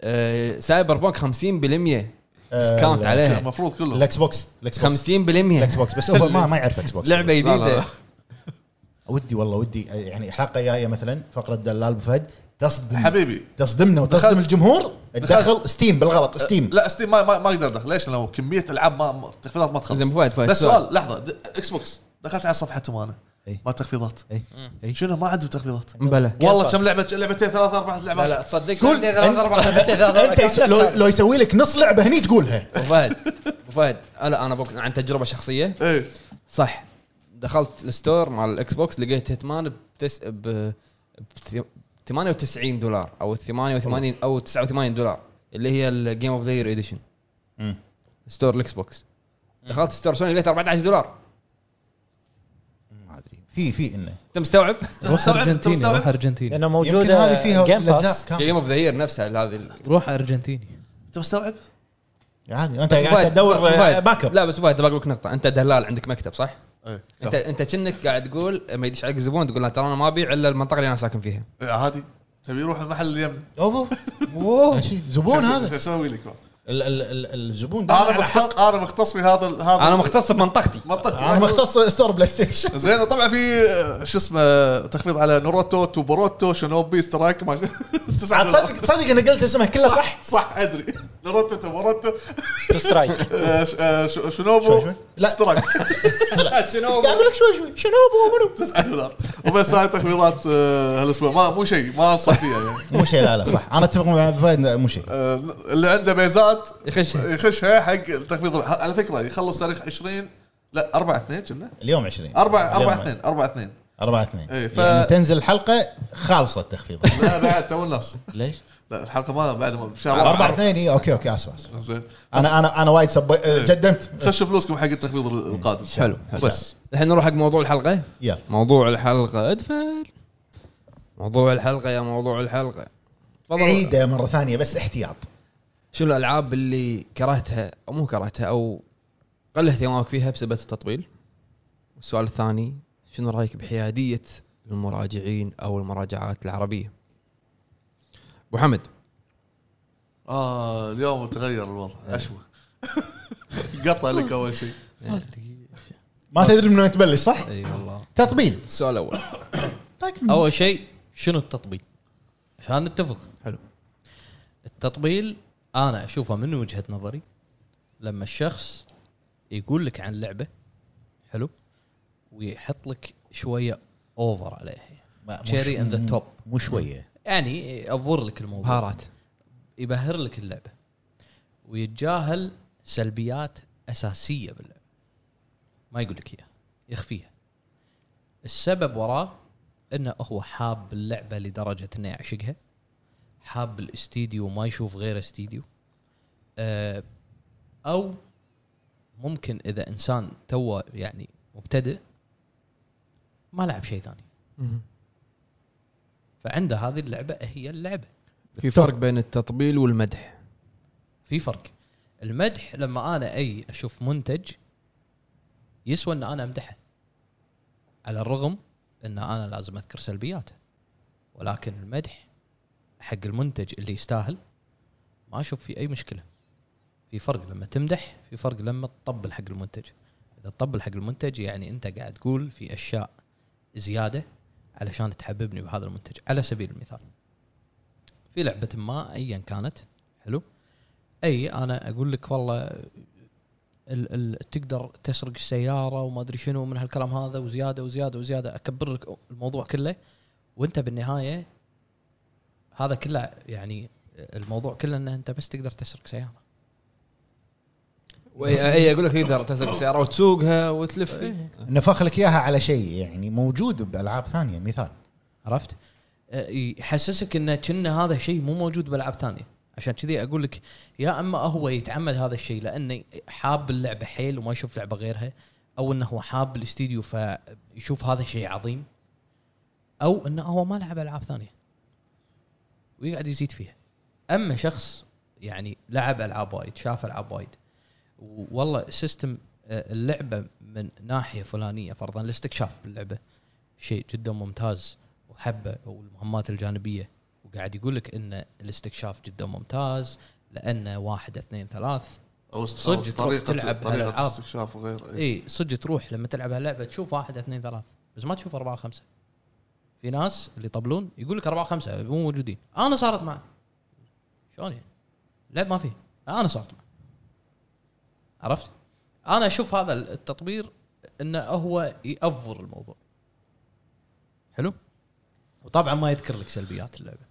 [SPEAKER 1] آه، سايبر بانك 50% ديسكاونت
[SPEAKER 3] آه،
[SPEAKER 1] عليها
[SPEAKER 2] المفروض كلهم
[SPEAKER 3] الاكس بوكس الاكس بوكس
[SPEAKER 1] 50%
[SPEAKER 3] الاكس بوكس بس هو ما ما يعرف اكس بوكس
[SPEAKER 1] لعبه
[SPEAKER 2] لا، لا،
[SPEAKER 1] جديده
[SPEAKER 2] لا.
[SPEAKER 3] ودي والله ودي آه، يعني حلقه جايه مثلا فقره دلال أبو فهد تصدم
[SPEAKER 2] حبيبي
[SPEAKER 3] تصدمنا وتصدم
[SPEAKER 2] دخل-
[SPEAKER 3] الجمهور تدخل ستيم بالغلط ستيم
[SPEAKER 2] لا ستيم ما ما, ما اقدر ادخل ليش؟ لانه كميه العاب ما- ما تخفيضات ما تخلص
[SPEAKER 1] زين، فوايد، فوايد،
[SPEAKER 2] بس
[SPEAKER 1] سؤال.
[SPEAKER 2] سؤال لحظه د- اكس بوكس دخلت على صفحتهم انا
[SPEAKER 3] إي.
[SPEAKER 2] ما تخفيضات
[SPEAKER 3] إي. إي.
[SPEAKER 2] شنو ما عندهم تخفيضات
[SPEAKER 1] مبلى
[SPEAKER 2] والله كم لعبه لعبتين ثلاث اربع لعبات
[SPEAKER 1] لا تصدق
[SPEAKER 3] قول.
[SPEAKER 1] عندي ثلاث اربع عندي ثلاث
[SPEAKER 3] انت يس- لو, لو يسوي لك نص لعبه هني تقولها
[SPEAKER 1] ابو فهد ابو فهد انا انا بقول عن تجربه شخصيه
[SPEAKER 2] ايه
[SPEAKER 1] صح دخلت الستور مع الاكس بوكس لقيت هيتمان بتس ب ب 98 دولار او 88 او 89 دولار اللي هي الجيم اوف ذا يير اديشن
[SPEAKER 3] مم.
[SPEAKER 1] ستور الاكس بوكس دخلت ستور سوني لقيت 14 دولار
[SPEAKER 3] ما ادري في في انه
[SPEAKER 1] انت مستوعب؟
[SPEAKER 4] روح ارجنتيني روح ارجنتيني
[SPEAKER 5] لانه
[SPEAKER 3] يمكن
[SPEAKER 5] موجوده
[SPEAKER 3] هذه فيها
[SPEAKER 5] جيم باس
[SPEAKER 3] الأجزاء كاملة.
[SPEAKER 1] جيم اوف ذا يير نفسها هذه
[SPEAKER 4] روح ارجنتيني
[SPEAKER 2] انت مستوعب؟
[SPEAKER 3] يعني انت قاعد تدور آه، باك اب
[SPEAKER 1] لا بس فهد بقول لك نقطه انت دلال عندك مكتب صح؟
[SPEAKER 2] ايه
[SPEAKER 1] انت انت كأنك قاعد تقول ما يدش عليك الزبون تقول له ترى انا ما ابيع الا المنطقه اللي انا ساكن فيها
[SPEAKER 2] إيه، عادي تبي يروح المحل اليمني
[SPEAKER 3] اوه
[SPEAKER 1] اوه
[SPEAKER 3] ماشي. زبون
[SPEAKER 2] شو
[SPEAKER 3] هذا
[SPEAKER 2] اسوي لك؟
[SPEAKER 3] ال- ال- ال- الزبون دايماً
[SPEAKER 2] انا
[SPEAKER 3] على حق.
[SPEAKER 2] مختص انا مختص في هذا ال- هذا
[SPEAKER 1] انا مختص بمنطقتي
[SPEAKER 2] منطقتي
[SPEAKER 3] انا مختص ستور بلاي ستيشن
[SPEAKER 2] زين طبعا في آه، شو اسمه تخفيض على نوروتو توبوروتو شنوبي سترايك ما شو- تسعة
[SPEAKER 3] عاد
[SPEAKER 2] دولار.
[SPEAKER 3] صدق صدق انا قلت اسمها كلها صح
[SPEAKER 2] صح ادري نوروتو توبوروتو
[SPEAKER 5] سترايك
[SPEAKER 2] آه، ش- آه، ش-
[SPEAKER 3] شوي
[SPEAKER 2] شنوبو
[SPEAKER 3] شوي. لا.
[SPEAKER 2] سترايك
[SPEAKER 1] شنو
[SPEAKER 3] قاعد اقول لك شوي شوي شنو ابو منو
[SPEAKER 2] 9 دولار وبس هاي تخفيضات آه، هالاسبوع ما مو شيء ما انصح فيها يعني
[SPEAKER 3] مو شيء لا لا صح انا اتفق مع أبو فهد مو شيء
[SPEAKER 2] آه، اللي عنده ميزات
[SPEAKER 1] يخشها
[SPEAKER 2] يخشها حق التخفيض على فكره يخلص تاريخ 20 لا 4 2 كنا
[SPEAKER 6] اليوم 20
[SPEAKER 2] 4
[SPEAKER 6] اليوم
[SPEAKER 2] 4 2 4 2
[SPEAKER 6] 4 2
[SPEAKER 2] إيه، ف-
[SPEAKER 6] يعني تنزل الحلقه خالصه التخفيض
[SPEAKER 2] لا بعد تو النص
[SPEAKER 6] ليش؟
[SPEAKER 2] لا الحلقه ما بعد ما بشهر
[SPEAKER 6] 4 2
[SPEAKER 3] إيه،
[SPEAKER 6] اي اوكي اوكي اسف اسف
[SPEAKER 2] زين
[SPEAKER 6] انا انا انا وايد سبي
[SPEAKER 2] إيه.
[SPEAKER 6] آه، قدمت
[SPEAKER 2] خشوا فلوسكم حق التخفيض القادم
[SPEAKER 1] حلو حلو
[SPEAKER 2] بس
[SPEAKER 1] الحين نروح حق موضوع الحلقه
[SPEAKER 6] يلا
[SPEAKER 1] موضوع الحلقه ادفن موضوع الحلقه يا موضوع الحلقه تفضل
[SPEAKER 6] عيده مره ثانيه بس احتياط
[SPEAKER 1] شنو الالعاب اللي كرهتها او مو كرهتها او قل اهتمامك فيها بسبب التطويل والسؤال الثاني شنو رايك بحياديه المراجعين او المراجعات العربيه ابو حمد
[SPEAKER 2] اه اليوم تغير الوضع
[SPEAKER 3] إيه.
[SPEAKER 2] اشوى قطع لك اول شيء
[SPEAKER 6] ما تدري من وين تبلش صح؟
[SPEAKER 4] اي والله
[SPEAKER 6] تطبيل
[SPEAKER 1] السؤال الاول
[SPEAKER 4] اول شيء شنو التطبيل؟ عشان نتفق
[SPEAKER 1] حلو.
[SPEAKER 4] التطبيل انا اشوفه من وجهه نظري لما الشخص يقول لك عن لعبه حلو ويحط لك شويه اوفر عليها
[SPEAKER 6] ما- مو
[SPEAKER 4] شيري
[SPEAKER 6] ش-
[SPEAKER 4] ان ذا توب
[SPEAKER 6] مو شويه
[SPEAKER 4] يعني افور لك الموضوع
[SPEAKER 1] بهارات
[SPEAKER 4] يبهر لك اللعبه ويتجاهل سلبيات اساسيه باللعبه ما يقول لك اياها يخفيها السبب وراه انه هو حاب اللعبه لدرجه انه يعشقها حاب الاستديو وما يشوف غير استديو آه، او ممكن اذا انسان تو يعني مبتدئ ما لعب شيء ثاني فعنده هذه اللعبه هي اللعبه
[SPEAKER 1] في فرق بين التطبيل والمدح
[SPEAKER 4] في فرق المدح لما انا اي اشوف منتج يسوى ان انا امدحه على الرغم ان انا لازم اذكر سلبياته ولكن المدح حق المنتج اللي يستاهل ما اشوف في اي مشكله في فرق لما تمدح في فرق لما تطبل حق المنتج اذا تطبل حق المنتج يعني انت قاعد تقول في اشياء زياده علشان تحببني بهذا المنتج على سبيل المثال في لعبه ما ايا كانت حلو اي انا اقول لك والله ال ال تقدر تسرق السياره وما ادري شنو من هالكلام هذا وزياده وزياده وزياده اكبر لك الموضوع كله وانت بالنهايه هذا كله يعني الموضوع كله ان انت بس تقدر تسرق سياره
[SPEAKER 1] اي اقول لك تقدر تسرق سياره وتسوقها وتلف
[SPEAKER 6] نفخ لك اياها على شيء يعني موجود بالعاب ثانيه مثال
[SPEAKER 4] عرفت؟ أه، يحسسك انه كنا هذا شيء مو موجود بالعاب ثانيه عشان كذي اقول لك يا اما هو يتعمد هذا الشيء لانه حاب اللعبه حيل وما يشوف لعبه غيرها او انه هو حاب الاستديو فيشوف هذا الشيء عظيم او انه هو ما لعب العاب ثانيه ويقعد يزيد فيها اما شخص يعني لعب العاب وايد شاف العاب وايد و- والله سيستم أه، اللعبه من ناحيه فلانيه فرضا الاستكشاف باللعبه شيء جدا ممتاز وحبه والمهمات الجانبيه وقاعد يقول لك ان الاستكشاف جدا ممتاز لانه واحد اثنين ثلاث
[SPEAKER 2] او
[SPEAKER 4] صدق
[SPEAKER 2] أو
[SPEAKER 4] تروح
[SPEAKER 2] طريقه
[SPEAKER 4] تلعب
[SPEAKER 2] طريقه
[SPEAKER 4] هالألعاب.
[SPEAKER 2] استكشاف وغيره إيه.
[SPEAKER 4] اي صدق تروح لما تلعب هاللعبه تشوف واحد اثنين ثلاث بس ما تشوف اربعه خمسه في ناس اللي يطبلون يقول لك اربعه خمسه مو موجودين انا صارت معي شلون يعني؟ لا ما في انا صارت معي عرفت؟ انا اشوف هذا التطبير انه هو يأفور الموضوع حلو؟ وطبعا ما يذكر لك سلبيات اللعبه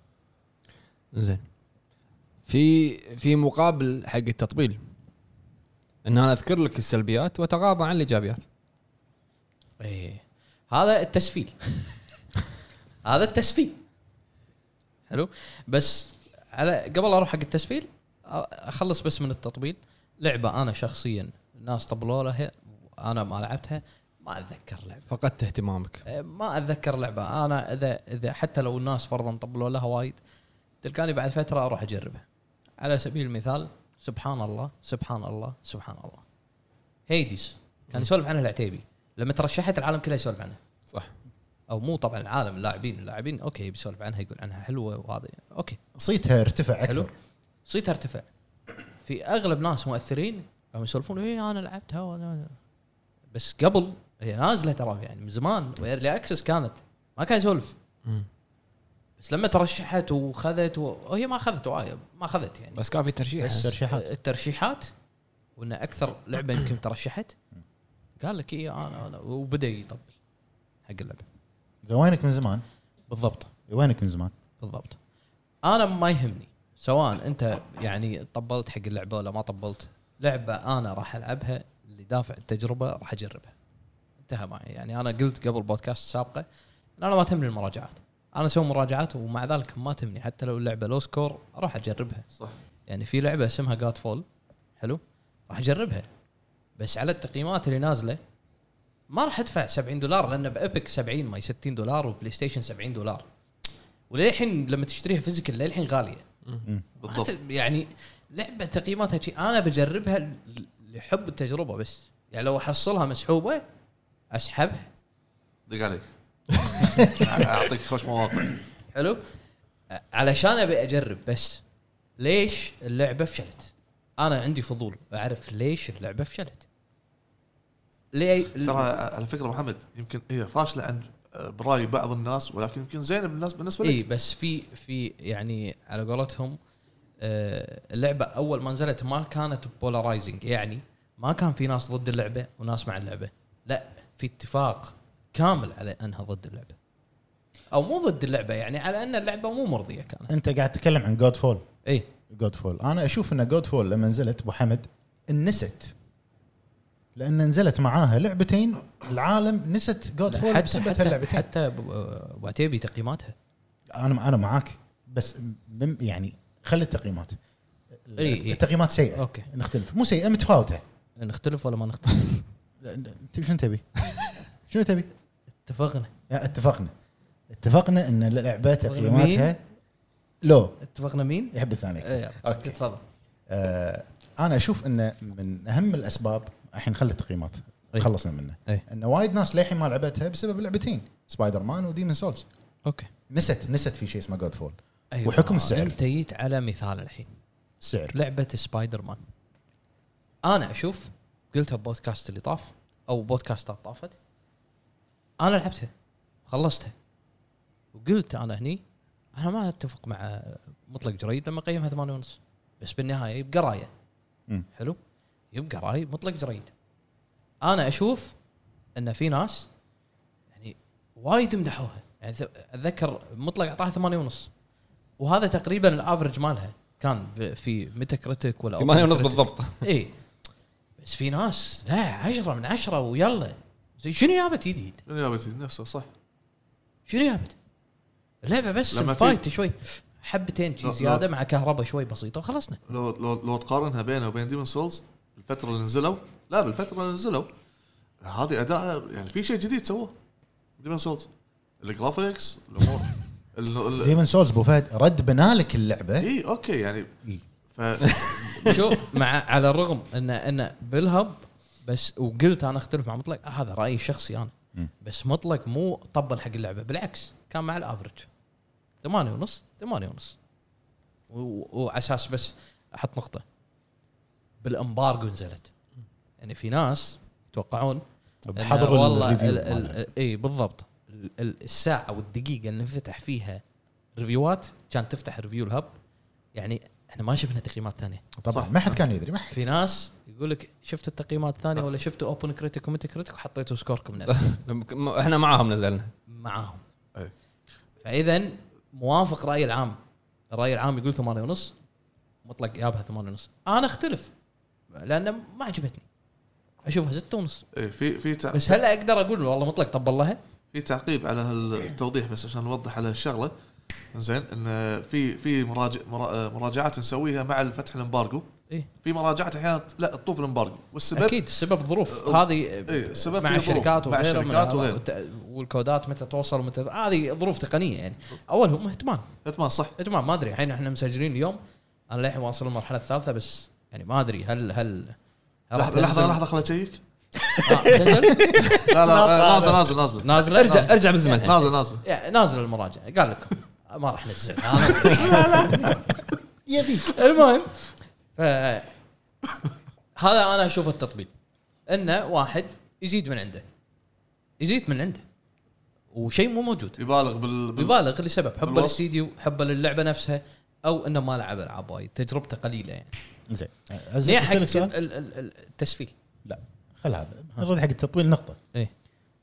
[SPEAKER 1] زين في في مقابل حق التطبيل ان انا اذكر لك السلبيات واتغاضى عن الايجابيات
[SPEAKER 4] ايه هذا التسفيل هذا التسفيل حلو بس على قبل اروح حق التسفيل أ- اخلص بس من التطبيل لعبه انا شخصيا ناس طبلوا لها انا ما لعبتها ما اتذكر لعبه
[SPEAKER 1] فقدت اهتمامك
[SPEAKER 4] أه، ما اتذكر لعبه انا اذا اذا حتى لو الناس فرضا طبلوا لها وايد تلقاني بعد فتره اروح اجربها على سبيل المثال سبحان الله سبحان الله سبحان الله هيديس كان يسولف عنها العتيبي لما ترشحت العالم كله يسولف عنها
[SPEAKER 1] صح
[SPEAKER 4] او مو طبعا العالم اللاعبين اللاعبين اوكي بيسولف عنها يقول عنها حلوه وهذا اوكي
[SPEAKER 6] صيتها ارتفع
[SPEAKER 4] حلو
[SPEAKER 6] اكثر
[SPEAKER 4] صيتها ارتفع في اغلب ناس مؤثرين قاموا يسولفون "إيه، اي انا لعبتها وأنا- بس قبل هي نازله ترى يعني من زمان ويرلي اكسس كانت ما كان يسولف
[SPEAKER 1] مم.
[SPEAKER 4] بس لما ترشحت وخذت و... هي ما اخذت وعي ما اخذت يعني
[SPEAKER 1] بس كان في ترشيح
[SPEAKER 4] بس
[SPEAKER 6] الترشيحات.
[SPEAKER 4] الترشيحات وان اكثر لعبه يمكن ترشحت قال لك اي انا, أنا وبدا يطبل حق اللعبه
[SPEAKER 6] زين وينك من زمان؟
[SPEAKER 4] بالضبط
[SPEAKER 3] إيه،
[SPEAKER 6] وينك من زمان؟
[SPEAKER 4] بالضبط انا ما يهمني سواء انت يعني طبلت حق اللعبه ولا ما طبلت لعبه انا راح العبها دافع التجربه راح اجربها انتهى معي يعني انا قلت قبل بودكاست سابقه ان انا ما تهمني المراجعات انا اسوي مراجعات ومع ذلك ما تهمني حتى لو اللعبه لو سكور راح اجربها
[SPEAKER 2] صح.
[SPEAKER 4] يعني في لعبه اسمها جاد فول حلو راح اجربها بس على التقييمات اللي نازله ما راح ادفع 70 دولار لان بابك 70 ماي 60 دولار وبلاي ستيشن 70 دولار وللحين لما تشتريها فيزيكال للحين غاليه
[SPEAKER 2] بالضبط
[SPEAKER 4] حتى يعني لعبه تقييماتها شي انا بجربها ل- لحب التجربه بس يعني لو احصلها مسحوبه اسحبها
[SPEAKER 2] دق عليك اعطيك خوش مواقع
[SPEAKER 4] حلو أ- علشان ابي اجرب بس ليش اللعبه فشلت انا عندي فضول اعرف ليش اللعبه فشلت ليه
[SPEAKER 2] ترى على فكره محمد يمكن هي فاشله عند براي بعض الناس ولكن يمكن زينه بالناس بالنسبه لي
[SPEAKER 4] اي إيه، بس في في يعني على قولتهم آه، اللعبه اول ما نزلت ما كانت بولارايزنج يعني ما كان في ناس ضد اللعبه وناس مع اللعبه لا في اتفاق كامل على انها ضد اللعبه او مو ضد اللعبه يعني على ان اللعبه مو مرضيه كانت إيه،
[SPEAKER 3] انت قاعد تتكلم عن جود فول
[SPEAKER 4] اي
[SPEAKER 3] جود فول انا اشوف ان جود فول لما نزلت ابو حمد نست لان نزلت معاها لعبتين العالم نست جود فول
[SPEAKER 4] حتى
[SPEAKER 3] بسبب
[SPEAKER 4] حتى,
[SPEAKER 3] هاللعبتين
[SPEAKER 4] حتى أبو- أبو عتيبي تقييماتها
[SPEAKER 3] انا انا معاك بس بم- يعني خلي التقييمات
[SPEAKER 4] إي، إي.
[SPEAKER 3] التقييمات سيئه
[SPEAKER 4] أوكي.
[SPEAKER 3] نختلف مو سيئه متفاوته
[SPEAKER 4] نختلف ولا ما نختلف
[SPEAKER 3] لا، انت شنو تبي؟ شنو تبي؟
[SPEAKER 4] اتفقنا
[SPEAKER 3] لا، اتفقنا اتفقنا ان اللعبه
[SPEAKER 4] مين؟
[SPEAKER 3] تقييماتها لو
[SPEAKER 4] اتفقنا مين؟
[SPEAKER 3] يحب الثاني
[SPEAKER 4] إيه،
[SPEAKER 3] أوكي.
[SPEAKER 4] تفضل
[SPEAKER 3] آه، انا اشوف انه من اهم الاسباب الحين خلي التقييمات
[SPEAKER 4] أي.
[SPEAKER 3] خلصنا منه
[SPEAKER 4] أي.
[SPEAKER 3] ان وايد ناس للحين ما لعبتها بسبب لعبتين سبايدر مان وديمن سولز
[SPEAKER 4] اوكي
[SPEAKER 3] نست نست في شيء اسمه جود فول وحكم السعر.
[SPEAKER 4] انت أيوة. آه، جيت على مثال الحين
[SPEAKER 3] سعر
[SPEAKER 4] لعبه سبايدر مان انا اشوف قلتها ببودكاست اللي طاف او بودكاستات طافت انا لعبتها خلصتها وقلت انا هني انا ما اتفق مع مطلق جريد لما قيمها ثمانية ونص بس بالنهايه يبقى رايه
[SPEAKER 3] مم.
[SPEAKER 4] حلو يبقى راي مطلق جريد انا اشوف ان في ناس يعني وايد مدحوها يعني ث- اتذكر مطلق اعطاها ثمانية ونص وهذا تقريبا الافرج مالها كان ب- في ميتا كريتيك ولا
[SPEAKER 1] 8 ونص
[SPEAKER 4] Open Critic.
[SPEAKER 1] بالضبط
[SPEAKER 4] اي بس في ناس لا عشرة من عشرة ويلا زي شنو جابت جديد؟
[SPEAKER 2] شنو يعني يا بتي نفسه صح
[SPEAKER 4] شنو جابت؟ اللعبه بس
[SPEAKER 2] لما
[SPEAKER 4] فايت شوي حبتين شي
[SPEAKER 2] لا-
[SPEAKER 4] زياده
[SPEAKER 2] لا-
[SPEAKER 4] مع كهرباء شوي بسيطه وخلصنا
[SPEAKER 2] لو لو لو تقارنها بينه وبين ديمون سولز الفتره اللي نزلوا لا بالفتره اللي نزلوا هذه اداء يعني في شيء جديد سووه ديمون سولز الجرافيكس الامور ال- ال-
[SPEAKER 3] ديمن سولز ابو فهد رد بنالك
[SPEAKER 4] إيه.
[SPEAKER 3] اللعبه
[SPEAKER 2] اي اوكي يعني
[SPEAKER 3] إي.
[SPEAKER 2] ف
[SPEAKER 4] شوف مع على الرغم ان ان بالهب بس وقلت انا اختلف مع مطلق آه هذا رايي الشخصي انا
[SPEAKER 3] مم.
[SPEAKER 4] بس مطلق مو طبل حق اللعبه بالعكس كان مع الافرج ثمانية ونص ثمانية ونص و- و- وعساس بس احط نقطه بالامبارجو نزلت يعني في ناس يتوقعون إن
[SPEAKER 3] حضروا
[SPEAKER 4] والله
[SPEAKER 3] الريفيو
[SPEAKER 4] ال- ال-
[SPEAKER 3] مالها.
[SPEAKER 4] اي بالضبط ال- ال- الساعه والدقيقه اللي فتح فيها ريفيوات كان تفتح ريفيو الهب يعني احنا ما شفنا تقييمات ثانيه
[SPEAKER 3] طبعا
[SPEAKER 2] صح.
[SPEAKER 3] ما حد كان يدري ما حد
[SPEAKER 4] في ناس يقول لك شفت التقييمات الثانيه ولا شفتوا اوبن كريتيك وميتا كريتيك وحطيتوا سكوركم نفسه
[SPEAKER 1] لما- احنا معاهم نزلنا
[SPEAKER 4] معاهم
[SPEAKER 2] أي.
[SPEAKER 4] فاذا موافق راي العام الراي العام يقول ثمانية ونص مطلق يابها ثمانية ونص انا اختلف لان ما عجبتني اشوفها ستة ونص
[SPEAKER 2] إي، إيه، في في تع-
[SPEAKER 4] بس هل اقدر اقول والله مطلق طبل لها
[SPEAKER 2] في تعقيب على هالتوضيح بس عشان نوضح على الشغله زين ان في في مراجع مرا- مراجعات نسويها مع الفتح الامبارجو
[SPEAKER 4] ايه
[SPEAKER 2] في مراجعات احيانا لا تطوف الامبارجو والسبب
[SPEAKER 4] اكيد سبب ظروف
[SPEAKER 2] أه،
[SPEAKER 4] هذه
[SPEAKER 2] السبب
[SPEAKER 4] مع
[SPEAKER 2] في ظروف.
[SPEAKER 4] الشركات
[SPEAKER 2] مع
[SPEAKER 4] وغيرها
[SPEAKER 2] الشركات
[SPEAKER 4] من-
[SPEAKER 2] وغيره.
[SPEAKER 4] والت- والكودات متى توصل ومتى هذه ظروف تقنيه يعني اولهم اهتمام
[SPEAKER 2] اتمان صح
[SPEAKER 4] يا جماعه ما ادري الحين احنا مسجلين اليوم انا للحين واصل المرحله الثالثه بس يعني ما ادري هل هل هل راح
[SPEAKER 2] لحظه لحظه
[SPEAKER 4] تنزل؟
[SPEAKER 2] لحظه خليني اشيك
[SPEAKER 4] آه، تنزل؟
[SPEAKER 2] لا لا آه، نازل نازل نازل
[SPEAKER 4] نازله
[SPEAKER 1] ارجع ارجع بالزمن الحين
[SPEAKER 2] نازل نازل
[SPEAKER 4] يا- نازل المراجعه قال لكم ما راح ننزل أنا-
[SPEAKER 3] يبي
[SPEAKER 4] المهم ف هذا انا اشوف التطبيل انه واحد يزيد من عنده يزيد من عنده وشيء مو موجود
[SPEAKER 2] يبالغ بال بال-
[SPEAKER 4] يبالغ لسبب حبه
[SPEAKER 2] بالوصف.
[SPEAKER 4] للاستديو حبه للعبه نفسها او انه ما لعب العاب وايد تجربته قليله يعني
[SPEAKER 3] زين
[SPEAKER 4] نية
[SPEAKER 3] أه، أز-
[SPEAKER 4] حق
[SPEAKER 3] اسالك سؤال
[SPEAKER 4] ال- ال- ال- التسفيل
[SPEAKER 3] لا خل هذا نرد حق التطويل نقطه
[SPEAKER 4] ايه
[SPEAKER 1] إيه.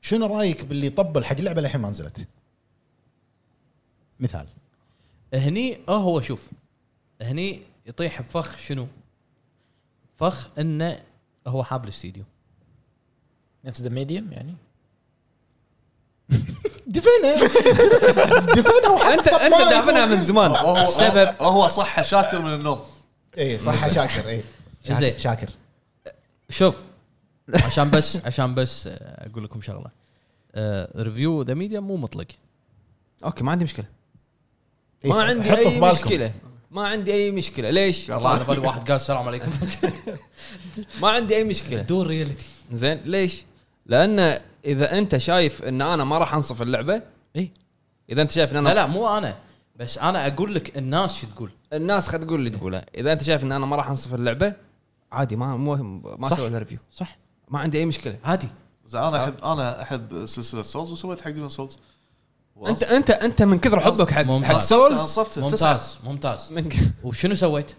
[SPEAKER 3] شنو رايك باللي طبل حق لعبه للحين ما نزلت؟ مثال
[SPEAKER 4] هني اه هو شوف هني يطيح بفخ شنو؟ فخ انه هو حاب الاستديو
[SPEAKER 5] نفس ذا ميديوم يعني
[SPEAKER 6] دفينا دفينا وحط
[SPEAKER 1] انت انت
[SPEAKER 6] صبايا
[SPEAKER 1] دافنها من زمان
[SPEAKER 2] وهو
[SPEAKER 4] السبب-
[SPEAKER 2] وهو صح شاكر من النوم
[SPEAKER 6] اي صح شاكر اي
[SPEAKER 4] زين.
[SPEAKER 6] شاكر, شاكر.
[SPEAKER 4] شوف عشان بس عشان بس آه، اقول لكم شغله آه، ريفيو ذا ميديا مو مطلق
[SPEAKER 1] اوكي ما عندي مشكله
[SPEAKER 6] إيه،
[SPEAKER 1] ما عندي
[SPEAKER 6] حطوا في
[SPEAKER 1] اي
[SPEAKER 6] بالكم.
[SPEAKER 1] مشكله ما عندي اي مشكله ليش؟
[SPEAKER 2] يلا.
[SPEAKER 4] والله انا بالي واحد قال السلام عليكم
[SPEAKER 1] ما عندي اي مشكله
[SPEAKER 4] دور رياليتي
[SPEAKER 1] زين ليش؟ لان اذا انت شايف ان انا ما راح انصف اللعبه
[SPEAKER 4] اي
[SPEAKER 1] اذا انت شايف ان انا
[SPEAKER 4] إيه. لا لا مو انا بس انا اقول لك الناس شو تقول
[SPEAKER 1] الناس خد تقول اللي تقوله اذا انت شايف ان انا ما راح انصف اللعبه عادي ما مو ما
[SPEAKER 4] صح.
[SPEAKER 1] اسوي لها ريفيو
[SPEAKER 4] صح
[SPEAKER 1] ما عندي اي مشكله
[SPEAKER 4] عادي
[SPEAKER 2] زين
[SPEAKER 4] آه.
[SPEAKER 2] انا احب انا احب سلسله سولز وسويت حق ديمون سولز
[SPEAKER 1] انت انت انت من كثر حبك حق
[SPEAKER 4] ممتاز.
[SPEAKER 1] حق سولز
[SPEAKER 2] انصفته تسعه
[SPEAKER 4] ممتاز ممتاز
[SPEAKER 1] من ك-
[SPEAKER 4] وشنو سويت؟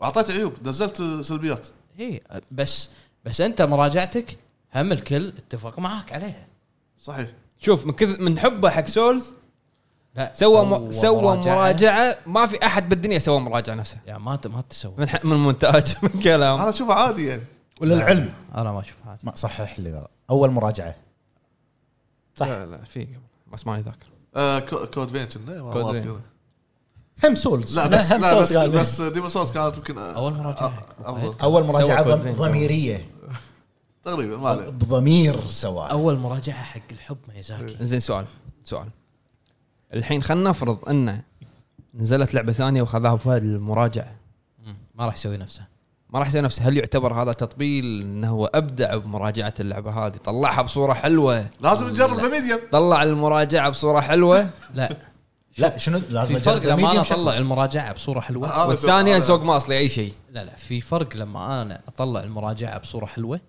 [SPEAKER 2] واعطيته عيوب نزلت سلبيات
[SPEAKER 4] اي إيه، بس بس انت مراجعتك هم الكل اتفق معاك عليها
[SPEAKER 2] صحيح
[SPEAKER 1] شوف من كثر من حبه حق سولز
[SPEAKER 4] لا
[SPEAKER 1] سوى م- سوى مراجعه ما في احد بالدنيا سوى مراجعه نفسها
[SPEAKER 4] يا ما ت- ما تسوي
[SPEAKER 1] من ح- من مونتاج من كلام
[SPEAKER 2] انا اشوفه عادي يعني
[SPEAKER 6] وللعلم
[SPEAKER 4] انا ما اشوف هذا
[SPEAKER 6] ما صحح لي ذا اول مراجعه
[SPEAKER 5] صح.
[SPEAKER 1] لا لا في قبل، بس ماني ذاكر
[SPEAKER 2] آه، كو- كود فين كنا ما
[SPEAKER 1] كود
[SPEAKER 2] أعرف
[SPEAKER 1] فين.
[SPEAKER 2] كنا.
[SPEAKER 6] هم سولز
[SPEAKER 2] لا بس
[SPEAKER 5] هم
[SPEAKER 2] لا
[SPEAKER 5] صوت
[SPEAKER 2] بس
[SPEAKER 5] قال.
[SPEAKER 2] بس ديمون سولز كانت يمكن آه،
[SPEAKER 4] أول مراجعة.
[SPEAKER 2] آه، افضل
[SPEAKER 3] طيب.
[SPEAKER 6] اول مراجعه
[SPEAKER 1] سوى
[SPEAKER 6] ضم-
[SPEAKER 1] كودرين.
[SPEAKER 6] ضميريه
[SPEAKER 2] تقريبا ما عليه
[SPEAKER 6] بضمير سواء
[SPEAKER 4] اول مراجعه حق الحب ميزاكي
[SPEAKER 1] زين سؤال سؤال الحين خلنا نفرض انه نزلت لعبه ثانيه وخذاها فهد المراجعه
[SPEAKER 4] مم. ما راح يسوي نفسه
[SPEAKER 1] ما راح يصير نفسه هل يعتبر هذا تطبيل انه هو ابدع بمراجعه اللعبه هذه طلعها بصوره حلوه
[SPEAKER 2] لازم نجرب الميديا
[SPEAKER 1] طلع المراجعه بصوره حلوه
[SPEAKER 4] لا
[SPEAKER 6] لا شنو لازم
[SPEAKER 4] في
[SPEAKER 6] أجرب
[SPEAKER 4] فرق لما
[SPEAKER 6] الميديوم
[SPEAKER 4] انا
[SPEAKER 6] شكل.
[SPEAKER 4] اطلع المراجعه بصوره حلوه
[SPEAKER 1] آه. والثانيه زوق ما اصلي اي شيء
[SPEAKER 4] لا لا في فرق لما انا اطلع المراجعه بصوره حلوه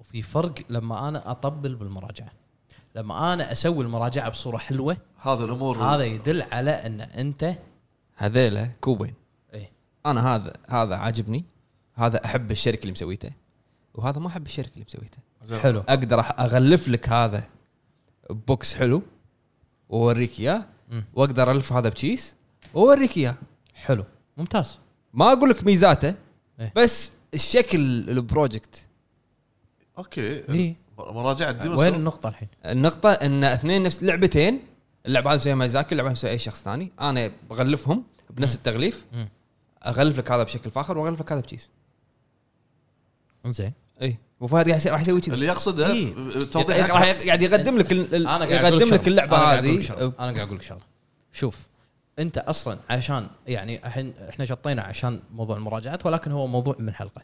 [SPEAKER 4] وفي فرق لما انا اطبل بالمراجعه لما انا اسوي المراجعه بصوره حلوه
[SPEAKER 2] هذا الامور
[SPEAKER 4] هذا يدل على ان انت
[SPEAKER 1] هذيله كوبين
[SPEAKER 4] ايه
[SPEAKER 1] انا هذا هذا عاجبني هذا احب الشركه اللي مسويته وهذا ما احب الشركه اللي مسويته
[SPEAKER 2] زين.
[SPEAKER 4] حلو
[SPEAKER 1] اقدر أح- اغلف لك هذا بوكس حلو واوريك اياه
[SPEAKER 4] مم.
[SPEAKER 1] واقدر الف هذا بكيس واوريك اياه
[SPEAKER 4] حلو ممتاز
[SPEAKER 1] ما اقول لك ميزاته
[SPEAKER 4] إيه.
[SPEAKER 1] بس الشكل البروجكت
[SPEAKER 2] اوكي
[SPEAKER 4] إيه.
[SPEAKER 2] مراجعه ديمون
[SPEAKER 4] وين
[SPEAKER 2] سولز
[SPEAKER 4] النقطه الحين؟
[SPEAKER 1] النقطة ان اثنين نفس لعبتين اللعبة هذه مسويها ميزاكي اللعبة هذه مسويها اي شخص ثاني انا بغلفهم بنفس التغليف
[SPEAKER 4] مم.
[SPEAKER 1] اغلف لك هذا بشكل فاخر واغلف لك هذا بكيس
[SPEAKER 4] زين
[SPEAKER 1] اي ابو فهد قاعد يصير- راح يسوي كذي
[SPEAKER 2] اللي يقصده
[SPEAKER 4] إيه.
[SPEAKER 2] توضيح
[SPEAKER 1] راح
[SPEAKER 2] أكثر.
[SPEAKER 1] ي- قاعد يقدم لك ال- ال-
[SPEAKER 4] انا قاعد أقول لك
[SPEAKER 1] يقدم لك
[SPEAKER 4] شغلة. آه،
[SPEAKER 1] اللعبة
[SPEAKER 4] أنا قاعد أقول لك
[SPEAKER 1] هذه
[SPEAKER 4] شغلة. انا قاعد اقول لك شغله شوف انت اصلا عشان يعني الحين احنا شطينا عشان موضوع المراجعات ولكن هو موضوع من حلقه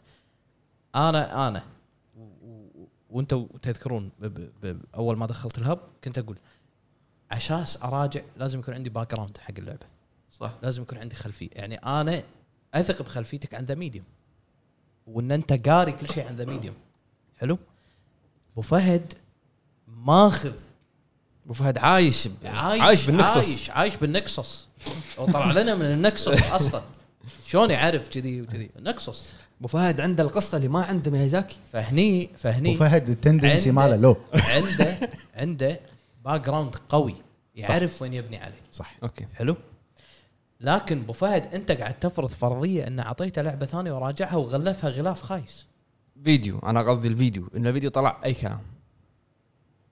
[SPEAKER 4] انا انا و- و- وانتم تذكرون ب- ب- ب- اول ما دخلت الهب كنت اقول عشان اراجع لازم يكون عندي باك جراوند حق اللعبه
[SPEAKER 2] صح
[SPEAKER 4] لازم يكون عندي خلفيه يعني انا اثق بخلفيتك عن ذا ميديوم وان انت قاري كل شيء عن ذا ميديوم حلو ابو فهد ماخذ
[SPEAKER 1] ابو فهد عايش ب-
[SPEAKER 4] عايش
[SPEAKER 1] عايش بالنكسس
[SPEAKER 4] عايش عايش بالنكسس وطلع لنا من النكسس اصلا شلون يعرف كذي وكذي نكسس
[SPEAKER 1] ابو فهد عنده القصة اللي ما عنده ميزاكي
[SPEAKER 4] فهني
[SPEAKER 1] يعني
[SPEAKER 4] فهني
[SPEAKER 6] وفهد التندنسي
[SPEAKER 4] عنده-
[SPEAKER 6] ماله لو
[SPEAKER 4] عنده عنده باك جراوند قوي يعرف وين يبني عليه
[SPEAKER 6] صح
[SPEAKER 1] اوكي
[SPEAKER 4] حلو لكن ابو فهد انت قاعد تفرض فرضيه ان اعطيته لعبه ثانيه وراجعها وغلفها غلاف خايس
[SPEAKER 1] فيديو انا قصدي الفيديو ان الفيديو طلع اي كلام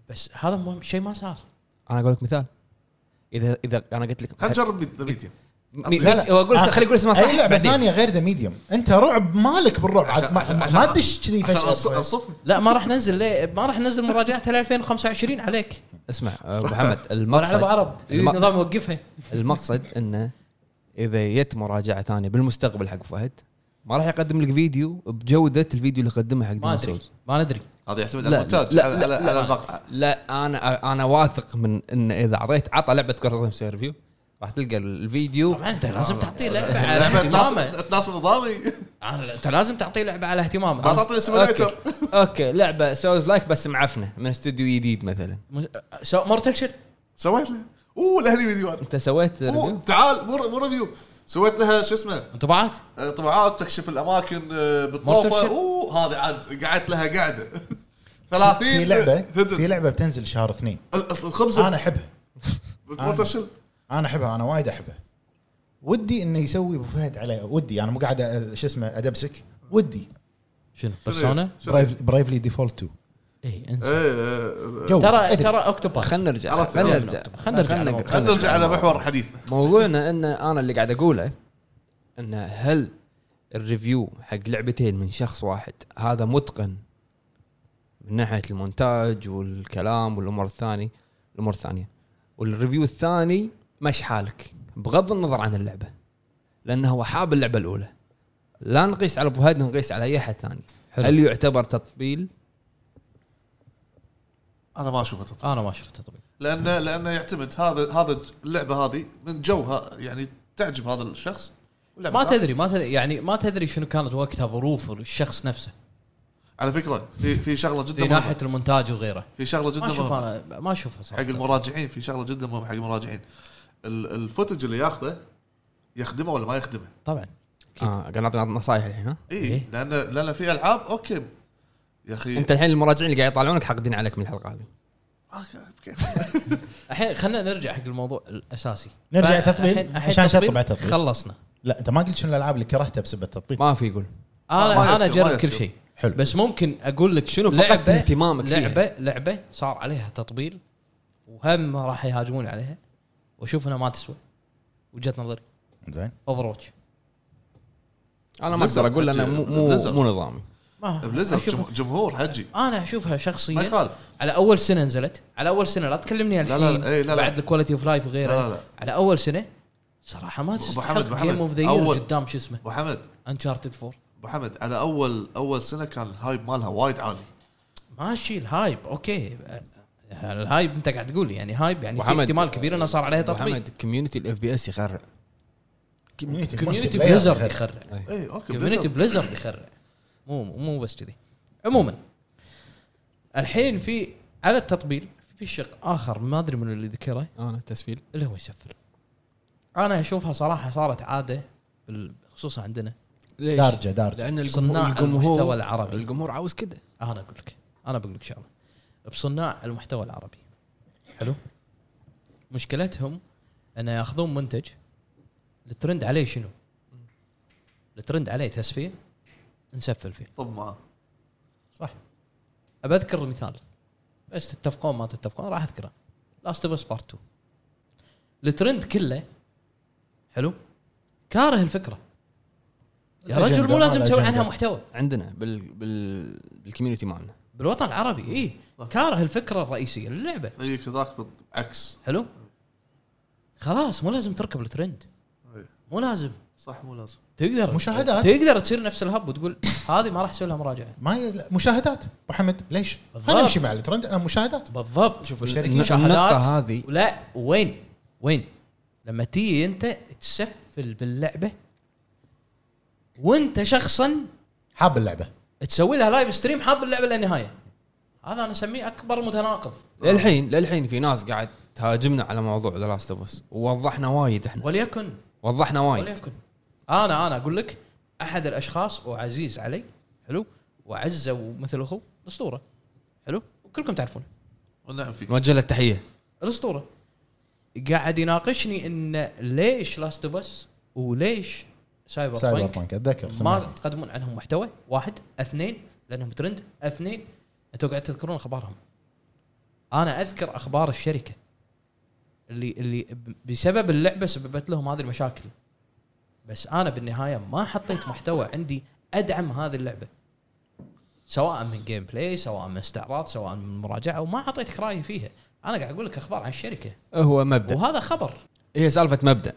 [SPEAKER 4] بس هذا مو- شيء ما صار
[SPEAKER 1] انا اقول لك مثال اذا اذا انا قلت لك
[SPEAKER 2] خلينا نجرب ذا ميديا
[SPEAKER 1] مي- مي- واقول
[SPEAKER 6] آه،
[SPEAKER 1] خلي اقول اسمه صح
[SPEAKER 6] اي لعبه
[SPEAKER 1] بعدين.
[SPEAKER 6] ثانيه غير ذا ميديوم انت رعب مالك بالرعب
[SPEAKER 2] عشان-
[SPEAKER 6] عاد ما- ما-
[SPEAKER 2] عشان-
[SPEAKER 6] ما تدش كذي
[SPEAKER 2] عشان
[SPEAKER 6] فجاه
[SPEAKER 2] أنص- انصفني
[SPEAKER 4] لا ما راح ننزل ليه ما راح ننزل مراجعتها ل 2025 عليك
[SPEAKER 1] اسمع ابو محمد
[SPEAKER 4] ولا على ابو
[SPEAKER 1] المقصد
[SPEAKER 4] عرب يريد
[SPEAKER 1] الم-
[SPEAKER 4] نظام يوقفها
[SPEAKER 1] المقصد انه اذا جت مراجعه ثانيه بالمستقبل حق فهد ما راح يقدم لك فيديو بجوده الفيديو اللي قدمه حق
[SPEAKER 4] ما
[SPEAKER 1] ديمون
[SPEAKER 4] ادري
[SPEAKER 1] سولز.
[SPEAKER 4] ما ندري
[SPEAKER 2] هذا يعتمد على
[SPEAKER 1] لا،
[SPEAKER 2] المونتاج
[SPEAKER 1] لا،
[SPEAKER 2] على
[SPEAKER 1] لا،
[SPEAKER 2] على-
[SPEAKER 1] لا.
[SPEAKER 2] على المقطع
[SPEAKER 1] لا انا انا واثق من ان اذا اعطيت عطى لعبه كره قدم يسوي ريفيو راح تلقى الفيديو
[SPEAKER 4] طبعا انت لازم تعطيه لعبه على
[SPEAKER 2] آه. لعبة تناسب
[SPEAKER 4] اهتمامه
[SPEAKER 2] تناسب نظامي
[SPEAKER 4] أنا- انت لازم تعطيه لعبه على
[SPEAKER 2] ما
[SPEAKER 4] اهتمامه
[SPEAKER 2] تعطيني سيميليتر
[SPEAKER 1] اوكي لعبه سولز لايك بس معفنه من استوديو E جديد مثلا
[SPEAKER 4] مورتل شيل
[SPEAKER 2] سويت له اوه لهني فيديوهات
[SPEAKER 1] انت سويت
[SPEAKER 2] أوه،
[SPEAKER 1] ريفيو
[SPEAKER 2] تعال مو مو ريفيو سويت لها شو اسمه
[SPEAKER 4] انطباعات
[SPEAKER 2] آه، طبعات تكشف الاماكن آه،
[SPEAKER 4] مرتب
[SPEAKER 2] بالطوفه
[SPEAKER 4] شيء.
[SPEAKER 2] اوه هذه عاد قعدت لها قعده 30
[SPEAKER 6] في لعبه
[SPEAKER 2] هدن.
[SPEAKER 6] في لعبه بتنزل شهر اثنين
[SPEAKER 2] ال- ال- الخبز
[SPEAKER 6] انا احبها
[SPEAKER 2] مرتب شيء.
[SPEAKER 6] انا احبها انا وايد احبها ودي انه يسوي ابو فهد على ودي انا مو قاعد أ- شو اسمه ادبسك ودي
[SPEAKER 4] شنو بيرسونا
[SPEAKER 2] شنو؟
[SPEAKER 6] برايف برايفلي ديفولت 2
[SPEAKER 4] اي انسى
[SPEAKER 2] إيه، إيه، إيه.
[SPEAKER 6] جو
[SPEAKER 4] ترى
[SPEAKER 6] أدري.
[SPEAKER 4] ترى اوكتوباث
[SPEAKER 1] خلينا نرجع
[SPEAKER 2] عرفت.
[SPEAKER 1] خلينا نرجع
[SPEAKER 4] خلينا نرجع
[SPEAKER 1] خلنا
[SPEAKER 4] لموضوع.
[SPEAKER 1] نقطع.
[SPEAKER 2] خلينا نرجع على محور حديثنا
[SPEAKER 1] موضوعنا ان انا اللي قاعد اقوله ان هل الريفيو حق لعبتين من شخص واحد هذا متقن من ناحيه المونتاج والكلام والامور الثانيه الامور الثانيه والريفيو الثاني مش حالك بغض النظر عن اللعبه لانه هو حاب اللعبه الاولى لا نقيس على ابو هاد نقيس على اي احد ثاني
[SPEAKER 4] حلو.
[SPEAKER 1] هل يعتبر تطبيل
[SPEAKER 2] انا ما اشوفه تطبيق
[SPEAKER 4] انا ما شفته طبعا
[SPEAKER 2] لانه لانه يعتمد هذا هذا اللعبه هذه من جوها يعني تعجب هذا الشخص واللعبة
[SPEAKER 4] ما
[SPEAKER 2] ثانية.
[SPEAKER 4] تدري ما تدري يعني ما تدري شنو كانت وقتها ظروف الشخص نفسه
[SPEAKER 2] على فكره في في شغله جدا
[SPEAKER 4] في ناحيه
[SPEAKER 2] مهمه
[SPEAKER 4] المونتاج وغيره
[SPEAKER 2] في شغله
[SPEAKER 4] ما
[SPEAKER 2] جدا
[SPEAKER 4] اشوف
[SPEAKER 2] مهمه
[SPEAKER 4] انا ما اشوفها صراحه
[SPEAKER 2] حق المراجعين في شغله جدا مهمه حق المراجعين ال- الفوتج اللي ياخذه يخدمه ولا ما يخدمه
[SPEAKER 4] طبعا أكيد.
[SPEAKER 1] اه قاعد نعطي نصائح الحين ها
[SPEAKER 2] اي
[SPEAKER 4] إيه.
[SPEAKER 2] لان لان في العاب اوكي يا اخي
[SPEAKER 1] انت الحين المراجعين اللي قاعد يطالعونك حاقدين عليك من الحلقه هذه
[SPEAKER 2] آه، كيف
[SPEAKER 4] الحين خلينا نرجع حق الموضوع الاساسي
[SPEAKER 6] نرجع
[SPEAKER 4] فالحين-
[SPEAKER 6] تطبيل،
[SPEAKER 4] الحين
[SPEAKER 6] عشان تطبع تطبيل.
[SPEAKER 4] خلصنا
[SPEAKER 6] لا انت ما قلت شنو الالعاب اللي كرهتها بسبب التطبيق
[SPEAKER 1] ما في يقول
[SPEAKER 2] ما- ما
[SPEAKER 4] انا انا
[SPEAKER 2] يكفي- ما
[SPEAKER 4] اجرب كل
[SPEAKER 2] يكفي.
[SPEAKER 4] شيء
[SPEAKER 6] حلو
[SPEAKER 4] بس ممكن اقول لك
[SPEAKER 1] شنو فقدت اهتمامك فيها؟
[SPEAKER 4] لعبه لعبه صار عليها تطبيل وهم راح يهاجمون عليها واشوف انها ما تسوى وجهه نظري
[SPEAKER 6] زين
[SPEAKER 4] اوفر واتش
[SPEAKER 1] انا ما اقدر اقول لانه مو مو,
[SPEAKER 2] بليزرد.
[SPEAKER 1] مو نظامي
[SPEAKER 4] ما
[SPEAKER 2] بليزرد
[SPEAKER 4] أشوفها-
[SPEAKER 2] جم- جمهور حجي
[SPEAKER 4] انا اشوفها
[SPEAKER 2] ما
[SPEAKER 4] شخصيا
[SPEAKER 2] يخالف
[SPEAKER 4] على اول سنه نزلت على اول سنه لا تكلمني عن
[SPEAKER 2] لا لا،
[SPEAKER 4] الحين
[SPEAKER 2] إيه، لا لا.
[SPEAKER 4] بعد الكواليتي اوف لايف وغيره
[SPEAKER 2] لا لا لا.
[SPEAKER 4] على اول سنه صراحه ما
[SPEAKER 2] حمد،
[SPEAKER 4] تستحق
[SPEAKER 2] أبو
[SPEAKER 4] جيم
[SPEAKER 2] حمد،
[SPEAKER 4] اوف ذا
[SPEAKER 2] أول.
[SPEAKER 4] قدام شو اسمه
[SPEAKER 2] ابو حمد
[SPEAKER 4] انشارتد 4
[SPEAKER 2] ابو حمد على اول اول سنه كان الهايب مالها وايد عالي
[SPEAKER 4] ماشي الهايب اوكي الهايب انت قاعد تقول يعني هايب يعني
[SPEAKER 1] أبو
[SPEAKER 4] في
[SPEAKER 1] حمد.
[SPEAKER 4] احتمال كبير انه صار عليها
[SPEAKER 1] ابو
[SPEAKER 4] تطبيل
[SPEAKER 1] حمد كوميونتي الاف بي اس يخرع
[SPEAKER 6] كوميونتي
[SPEAKER 4] كوميونتي بليزرد يخرع
[SPEAKER 2] اي اوكي
[SPEAKER 4] كوميونتي بليزرد يخرع مو مو بس كذي عموما الحين في على التطبيل في شق اخر ما ادري من اللي ذكره
[SPEAKER 1] انا تسفيل
[SPEAKER 4] اللي هو يسفل انا اشوفها صراحه صارت عاده بال- خصوصا عندنا
[SPEAKER 1] ليش؟
[SPEAKER 6] دارجه دارجه
[SPEAKER 1] لان
[SPEAKER 4] صناع
[SPEAKER 1] الجمهور
[SPEAKER 4] المحتوى
[SPEAKER 1] الجمهور
[SPEAKER 4] العربي.
[SPEAKER 1] الجمهور عاوز كذا
[SPEAKER 4] انا اقول لك انا بقول لك شغله بصناع المحتوى العربي حلو مشكلتهم ان ياخذون منتج الترند عليه شنو؟ الترند عليه تسفيل نسفل فيه
[SPEAKER 2] طب ما
[SPEAKER 6] صح
[SPEAKER 4] ابى اذكر مثال بس تتفقون ما تتفقون راح اذكره لاست اوف اس بارت 2 الترند كله حلو كاره الفكره يا
[SPEAKER 6] الأجندة،
[SPEAKER 4] رجل مو
[SPEAKER 6] ما
[SPEAKER 4] لازم تسوي
[SPEAKER 6] الأجندة.
[SPEAKER 4] عنها محتوى
[SPEAKER 1] عندنا بال بال بالكوميونتي مالنا
[SPEAKER 4] بالوطن العربي اي كاره الفكره الرئيسيه للعبه
[SPEAKER 2] اي كذاك بالعكس
[SPEAKER 4] حلو خلاص مو لازم تركب الترند
[SPEAKER 2] إيه.
[SPEAKER 4] مو لازم
[SPEAKER 2] صح مو لازم
[SPEAKER 4] تقدر
[SPEAKER 6] مشاهدات.
[SPEAKER 4] تقدر تصير نفس الهب وتقول هذه ما راح اسوي لها مراجعه
[SPEAKER 6] ما ي... لا، مشاهدات ابو حمد ليش؟
[SPEAKER 4] بالضبط.
[SPEAKER 6] خلينا نمشي مع الترند آه، مشاهدات
[SPEAKER 4] بالضبط شوف
[SPEAKER 6] الشركة-
[SPEAKER 1] النقطة هذه-
[SPEAKER 4] لا وين وين لما تيجي انت تسفل باللعبه وانت شخصا
[SPEAKER 6] حاب اللعبه
[SPEAKER 4] تسوي لها لايف ستريم حاب اللعبه للنهايه هذا انا اسميه اكبر متناقض
[SPEAKER 1] للحين للحين في ناس قاعد تهاجمنا على موضوع ذا لاست اوف اس ووضحنا وايد احنا
[SPEAKER 4] وليكن
[SPEAKER 1] وضحنا وايد
[SPEAKER 4] وليكن انا انا اقول لك احد الاشخاص وعزيز علي حلو وعزه ومثل اخو الاسطوره حلو وكلكم تعرفون
[SPEAKER 2] والنعم فيك
[SPEAKER 1] نوجه له التحية
[SPEAKER 4] الاسطوره قاعد يناقشني ان ليش لاست اوف اس وليش سايبر,
[SPEAKER 6] سايبر
[SPEAKER 4] بانك
[SPEAKER 6] بانك اتذكر
[SPEAKER 4] ما
[SPEAKER 6] سمعت.
[SPEAKER 4] تقدمون عنهم محتوى واحد اثنين لانهم ترند اثنين انتم قاعد تذكرون اخبارهم انا اذكر اخبار الشركه اللي اللي ب- بسبب اللعبه سببت لهم هذه المشاكل بس انا بالنهايه ما حطيت محتوى عندي ادعم هذه اللعبه سواء من جيم بلاي سواء من استعراض سواء من مراجعه وما اعطيتك رايي فيها انا قاعد اقول لك اخبار عن الشركه
[SPEAKER 1] هو مبدأ
[SPEAKER 4] وهذا خبر
[SPEAKER 1] هي سالفة مبدأ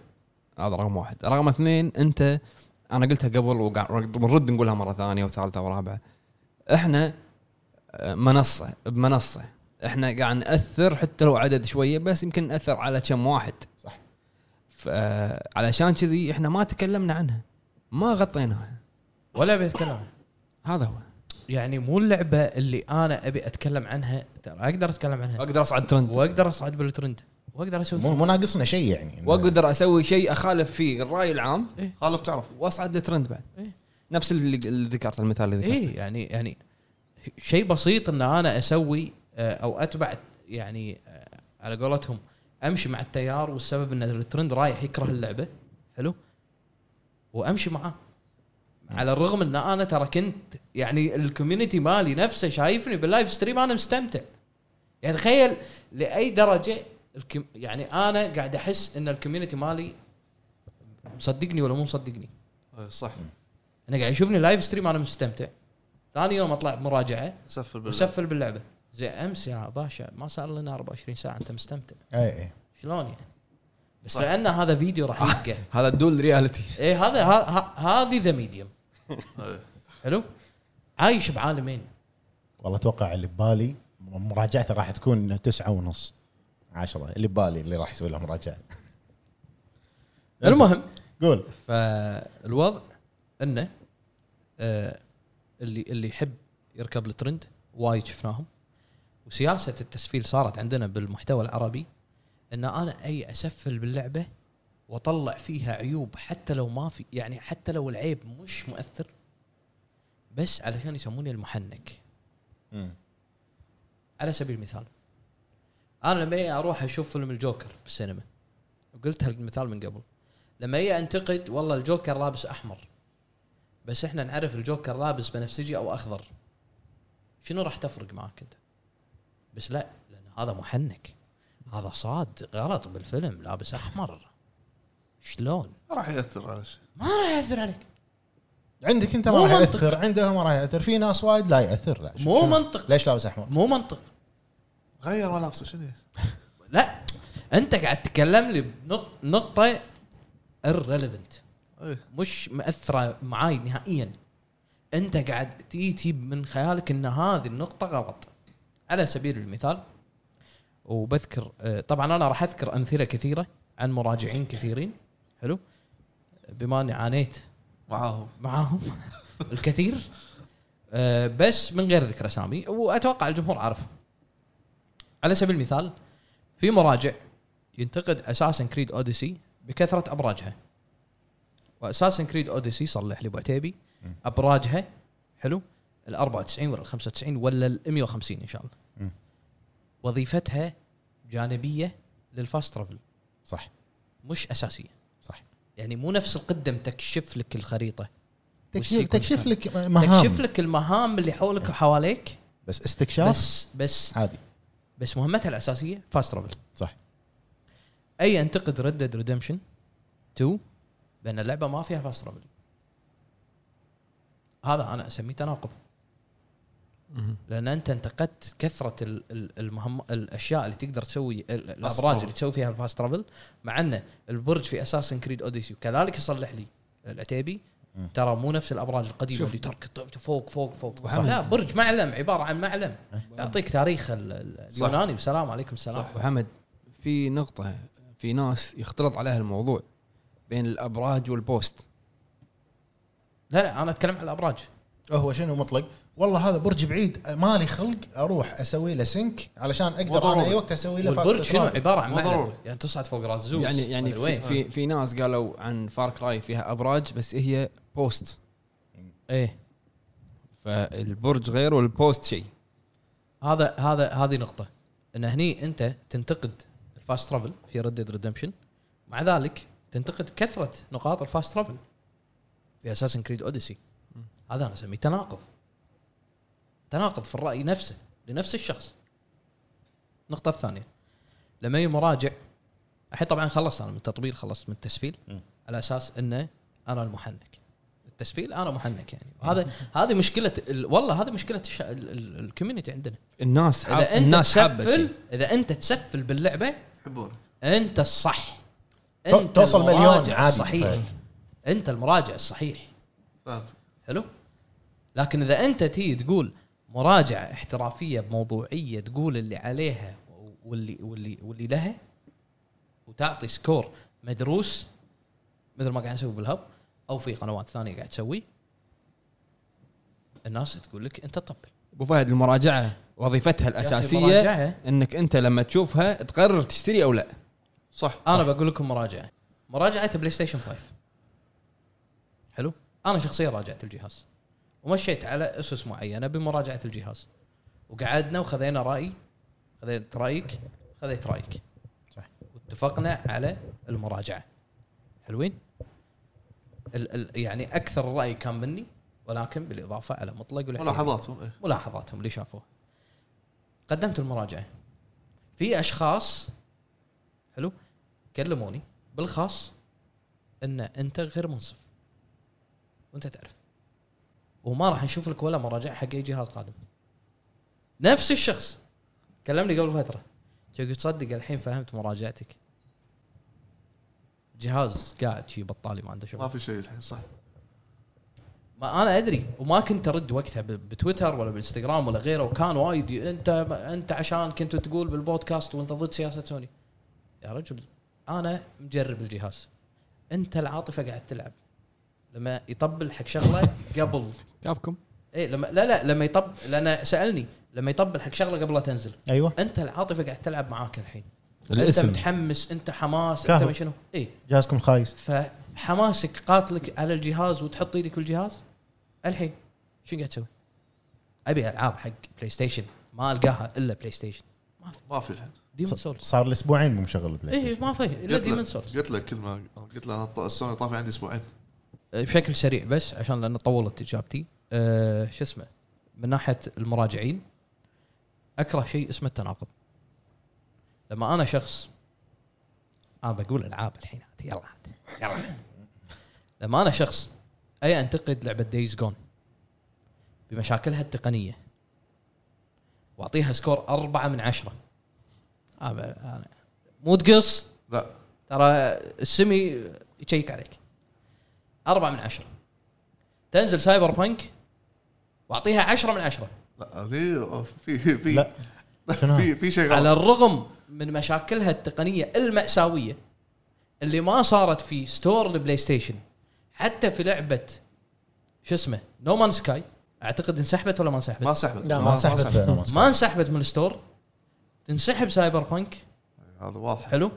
[SPEAKER 1] هذا رقم واحد رقم اثنين انت انا قلتها قبل وقاعد بنرد نقولها مرة ثانية وثالثة ورابعة احنا آه، منصة بمنصة احنا قاعد نأثر حتى لو عدد شوية بس يمكن نأثر على كم واحد
[SPEAKER 6] صح
[SPEAKER 1] فعلشان كذي احنا ما تكلمنا عنها ما غطيناها
[SPEAKER 4] ولا بيتكلم
[SPEAKER 1] هذا هو
[SPEAKER 4] يعني مو اللعبه اللي انا ابي اتكلم عنها ترى اقدر اتكلم عنها
[SPEAKER 1] اقدر اصعد ترند
[SPEAKER 4] واقدر اصعد بالترند واقدر اسوي
[SPEAKER 6] مو, مو ناقصنا شيء يعني إنه-
[SPEAKER 1] واقدر اسوي شيء اخالف فيه الراي العام
[SPEAKER 2] خالف تعرف
[SPEAKER 1] واصعد لترند بعد
[SPEAKER 4] إيه.
[SPEAKER 1] نفس اللي اللي ذكرت المثال اللي ذكرته
[SPEAKER 4] ايه يعني يعني شيء بسيط ان انا اسوي آه، او اتبع يعني آه، على قولتهم امشي مع التيار والسبب ان الترند رايح يكره اللعبه حلو وامشي معاه على الرغم ان انا ترى كنت يعني الكوميونتي مالي نفسه شايفني باللايف ستريم انا مستمتع يعني تخيل لاي درجه الكم يعني انا قاعد احس ان الكوميونتي مالي مصدقني ولا مو مصدقني
[SPEAKER 2] إيه، صح
[SPEAKER 4] انا قاعد يشوفني لايف ستريم انا مستمتع ثاني يوم اطلع بمراجعه
[SPEAKER 2] سفل بالله
[SPEAKER 4] وسفل باللعبه زي امس يا باشا ما صار لنا 24 ساعه انت مستمتع
[SPEAKER 6] اي اي
[SPEAKER 4] شلون يعني بس
[SPEAKER 2] صح.
[SPEAKER 4] لان هذا فيديو راح يبقى
[SPEAKER 1] هذا الدول رياليتي
[SPEAKER 4] اي هذا ه- ه- هذه ذا ميديوم
[SPEAKER 2] إيه.
[SPEAKER 4] حلو عايش بعالمين
[SPEAKER 6] والله اتوقع اللي ببالي مراجعته راح تكون تسعة ونص عشرة اللي ببالي اللي راح يسوي له مراجعه
[SPEAKER 4] المهم
[SPEAKER 6] قول
[SPEAKER 4] فالوضع انه آه اللي اللي يحب يركب الترند وايد شفناهم وسياسه التسفيل صارت عندنا بالمحتوى العربي ان انا اي اسفل باللعبه واطلع فيها عيوب حتى لو ما في يعني حتى لو العيب مش مؤثر بس علشان يسموني المحنك على سبيل المثال انا لما أجي اروح اشوف فيلم الجوكر بالسينما وقلت هالمثال من قبل لما اجي انتقد والله الجوكر لابس احمر بس احنا نعرف الجوكر لابس بنفسجي او اخضر شنو راح تفرق معاك انت؟ بس لا لان هذا محنك هذا صاد غلط بالفيلم لابس احمر شلون؟
[SPEAKER 2] ما راح ياثر على شيء
[SPEAKER 4] ما راح ياثر عليك
[SPEAKER 6] عندك انت ما
[SPEAKER 4] مو
[SPEAKER 6] راح
[SPEAKER 4] منطق.
[SPEAKER 6] ياثر عنده ما راح ياثر في ناس وايد لا ياثر لا شوف
[SPEAKER 4] مو
[SPEAKER 6] شنو-
[SPEAKER 4] منطق.
[SPEAKER 6] ليش لابس احمر؟
[SPEAKER 4] مو منطق
[SPEAKER 2] غير ملابسه شنو
[SPEAKER 4] لا انت قاعد تتكلم لي بنقطه irrelevant
[SPEAKER 2] إيه.
[SPEAKER 4] مش مأثرة معاي نهائيا انت قاعد تي تي من خيالك ان هذه النقطة غلط على سبيل المثال وبذكر آه، طبعا انا راح اذكر امثلة كثيرة عن مراجعين كثيرين حلو بما اني عانيت
[SPEAKER 2] معاهم
[SPEAKER 4] معاهم الكثير آه، بس من غير ذكر اسامي واتوقع الجمهور عارف على سبيل المثال في مراجع ينتقد اساسن كريد اوديسي بكثره ابراجها واساسن كريد اوديسي صلح لي ابو عتيبي ابراجها حلو ال 94 ولا ال 95 ولا ال 150 ان شاء الله
[SPEAKER 6] مم.
[SPEAKER 4] وظيفتها جانبيه للفاست ترافل
[SPEAKER 6] صح
[SPEAKER 4] مش اساسيه
[SPEAKER 6] صح
[SPEAKER 4] يعني مو نفس القدم تكشف لك الخريطه
[SPEAKER 6] تكشف
[SPEAKER 4] والسيكونس
[SPEAKER 6] تكشف
[SPEAKER 4] كان.
[SPEAKER 6] لك
[SPEAKER 4] تكشف
[SPEAKER 6] مهام
[SPEAKER 4] لك المهام اللي حولك وحواليك
[SPEAKER 6] بس استكشاف
[SPEAKER 4] بس بس
[SPEAKER 6] عادي
[SPEAKER 4] بس مهمتها الاساسيه فاست ترافل
[SPEAKER 6] صح
[SPEAKER 4] اي انتقد ريد ديد ريدمشن 2 بان اللعبه ما فيها فاست ترافل هذا انا اسميه تناقض لان انت انتقدت كثره ال- ال- المهم الاشياء اللي تقدر تسوي ال- الابراج
[SPEAKER 2] travel.
[SPEAKER 4] اللي تسوي فيها الفاست ترافل مع ان البرج في اساس كريد اوديسي وكذلك يصلح لي العتيبي
[SPEAKER 6] مم.
[SPEAKER 4] ترى مو نفس الابراج القديمه
[SPEAKER 1] شوف.
[SPEAKER 4] اللي تركض فوق فوق فوق
[SPEAKER 1] وحمد.
[SPEAKER 4] لا برج معلم عباره عن معلم يعطيك تاريخ ال- ال-
[SPEAKER 2] صح.
[SPEAKER 4] اليوناني والسلام عليكم السلام
[SPEAKER 1] ابو حمد في نقطه في ناس يختلط عليها الموضوع بين الابراج والبوست
[SPEAKER 4] لا لا انا اتكلم على الابراج
[SPEAKER 6] هو شنو مطلق؟ والله هذا برج بعيد مالي خلق اروح اسوي له سينك علشان
[SPEAKER 2] مو
[SPEAKER 6] اقدر انا
[SPEAKER 2] ضروري.
[SPEAKER 6] اي وقت اسوي له
[SPEAKER 4] والبرج
[SPEAKER 6] fast
[SPEAKER 4] شنو
[SPEAKER 6] travel.
[SPEAKER 4] عباره عن
[SPEAKER 2] مو
[SPEAKER 4] معلم
[SPEAKER 2] ضروري.
[SPEAKER 4] يعني تصعد فوق راس زوس
[SPEAKER 1] يعني يعني
[SPEAKER 4] ولا وين
[SPEAKER 1] في, في في ناس قالوا عن فار كراي فيها ابراج بس هي بوست
[SPEAKER 4] ايه
[SPEAKER 1] فالبرج غير والبوست شيء
[SPEAKER 4] هذا هذا هذه نقطه ان هني انت تنتقد الفاست ترافل في ريد ديد ريدمشن مع ذلك تنتقد كثره نقاط الفاست ترافل في اساسن كريد اوديسي هذا انا اسميه تناقض تناقض في الراي نفسه لنفس الشخص النقطه الثانيه لما يجي مراجع الحين طبعا خلصت انا من التطبيل خلصت من التسفيل
[SPEAKER 6] مم.
[SPEAKER 4] على اساس انه انا المحنك التسفيل انا محنك يعني هذا هذه مشكله ال- والله هذه مشكله الش- ال- ال- الكوميونتي عندنا
[SPEAKER 1] الناس حاب
[SPEAKER 4] اذا انت
[SPEAKER 1] الناس حابه
[SPEAKER 4] تسفل
[SPEAKER 1] شيء.
[SPEAKER 4] اذا انت تسفل باللعبه
[SPEAKER 2] يحبونك
[SPEAKER 4] انت الصح
[SPEAKER 6] تو- توصل مليون
[SPEAKER 4] المراجع
[SPEAKER 6] عادي. طيب.
[SPEAKER 4] الصحيح انت المراجع الصحيح
[SPEAKER 2] فهمت
[SPEAKER 4] حلو لكن اذا انت تي تقول مراجعه احترافيه بموضوعيه تقول اللي عليها واللي واللي واللي لها وتعطي سكور مدروس مثل ما قاعد نسوي بالهب او في قنوات ثانيه قاعد تسوي الناس تقول لك انت طبل
[SPEAKER 1] ابو فهد المراجعه وظيفتها الاساسيه
[SPEAKER 4] مراجعة
[SPEAKER 1] انك انت لما تشوفها تقرر تشتري او لا
[SPEAKER 2] صح
[SPEAKER 4] انا بقول لكم مراجعه مراجعه بلاي ستيشن 5 حلو انا شخصيا راجعت الجهاز ومشيت على اسس معينه بمراجعه الجهاز وقعدنا وخذينا راي خذيت رايك خذيت رايك
[SPEAKER 6] صح.
[SPEAKER 4] واتفقنا على المراجعه حلوين ال ال يعني اكثر الراي كان مني ولكن بالاضافه على مطلق والاعتياد.
[SPEAKER 2] ملاحظاتهم إيه.
[SPEAKER 4] ملاحظاتهم اللي شافوها قدمت المراجعه في اشخاص حلو كلموني بالخاص ان انت غير منصف وانت تعرف وما راح نشوف لك ولا مراجعه حق اي جهاز قادم نفس الشخص كلمني قبل فتره شو قلت تصدق الحين فهمت مراجعتك جهاز قاعد شي بطالي ما عنده شغل
[SPEAKER 2] ما في شيء الحين صح
[SPEAKER 4] ما انا ادري وما كنت ارد وقتها ب- بتويتر ولا بالانستغرام ولا غيره وكان وايد ي- انت انت عشان كنت تقول بالبودكاست وانت ضد سياسه سوني يا رجل انا مجرب الجهاز انت العاطفه قاعد تلعب لما يطبل حق شغله قبل
[SPEAKER 1] كابكم
[SPEAKER 4] اي لما لا لا لما يطب لان سالني لما يطبل حق شغله قبل لا تنزل
[SPEAKER 3] ايوه
[SPEAKER 4] انت العاطفه قاعد تلعب معاك الحين انت
[SPEAKER 1] الاسم
[SPEAKER 4] متحمس انت حماس انت
[SPEAKER 3] كهرب.
[SPEAKER 4] ما شنو إيه. اي
[SPEAKER 3] جهازكم خايس
[SPEAKER 4] فحماسك قاتلك على الجهاز وتحط ايدك بالجهاز الحين شو قاعد تسوي؟ ابي العاب حق بلاي ستيشن ما القاها الا بلاي ستيشن
[SPEAKER 2] ما في الحين
[SPEAKER 4] ديمون
[SPEAKER 3] ص-
[SPEAKER 4] سولز
[SPEAKER 3] صار الاسبوعين مو مشغل البلاي
[SPEAKER 4] اي
[SPEAKER 3] ستيشن
[SPEAKER 4] إيه، ما في الا
[SPEAKER 2] قلت
[SPEAKER 4] ديمون
[SPEAKER 2] لك-
[SPEAKER 4] سولز
[SPEAKER 2] قلت لك كلمه قلت له انا ط- السوني طافي عندي اسبوعين
[SPEAKER 4] بشكل سريع بس عشان لان طولت اجابتي أه شو اسمه من ناحيه المراجعين اكره شيء اسمه التناقض لما انا شخص انا بقول العاب الحين عاد، يلا عاد، يلا عاد. لما انا شخص اي انتقد لعبه دايز جون بمشاكلها التقنيه واعطيها سكور أربعة من عشرة آه ب- أنا مو تقص
[SPEAKER 2] لا
[SPEAKER 4] ترى السمي يشيك عليك أربعة من عشرة تنزل سايبر بانك وأعطيها عشرة من عشرة
[SPEAKER 2] لا هذه أوف، في في في
[SPEAKER 3] لا شنو
[SPEAKER 2] في, في شيء
[SPEAKER 4] على
[SPEAKER 2] غلط
[SPEAKER 4] الرغم من مشاكلها التقنية المأساوية اللي ما صارت في ستور البلاي ستيشن حتى في لعبة شو اسمه نو مان سكاي أعتقد انسحبت ولا ما انسحبت؟
[SPEAKER 2] ما سحبت
[SPEAKER 5] لا، ما
[SPEAKER 3] ما سحبت أنا ما سحبت.
[SPEAKER 4] ما انسحبت من الستور تنسحب سايبر بانك
[SPEAKER 2] هذا واضح
[SPEAKER 4] حلو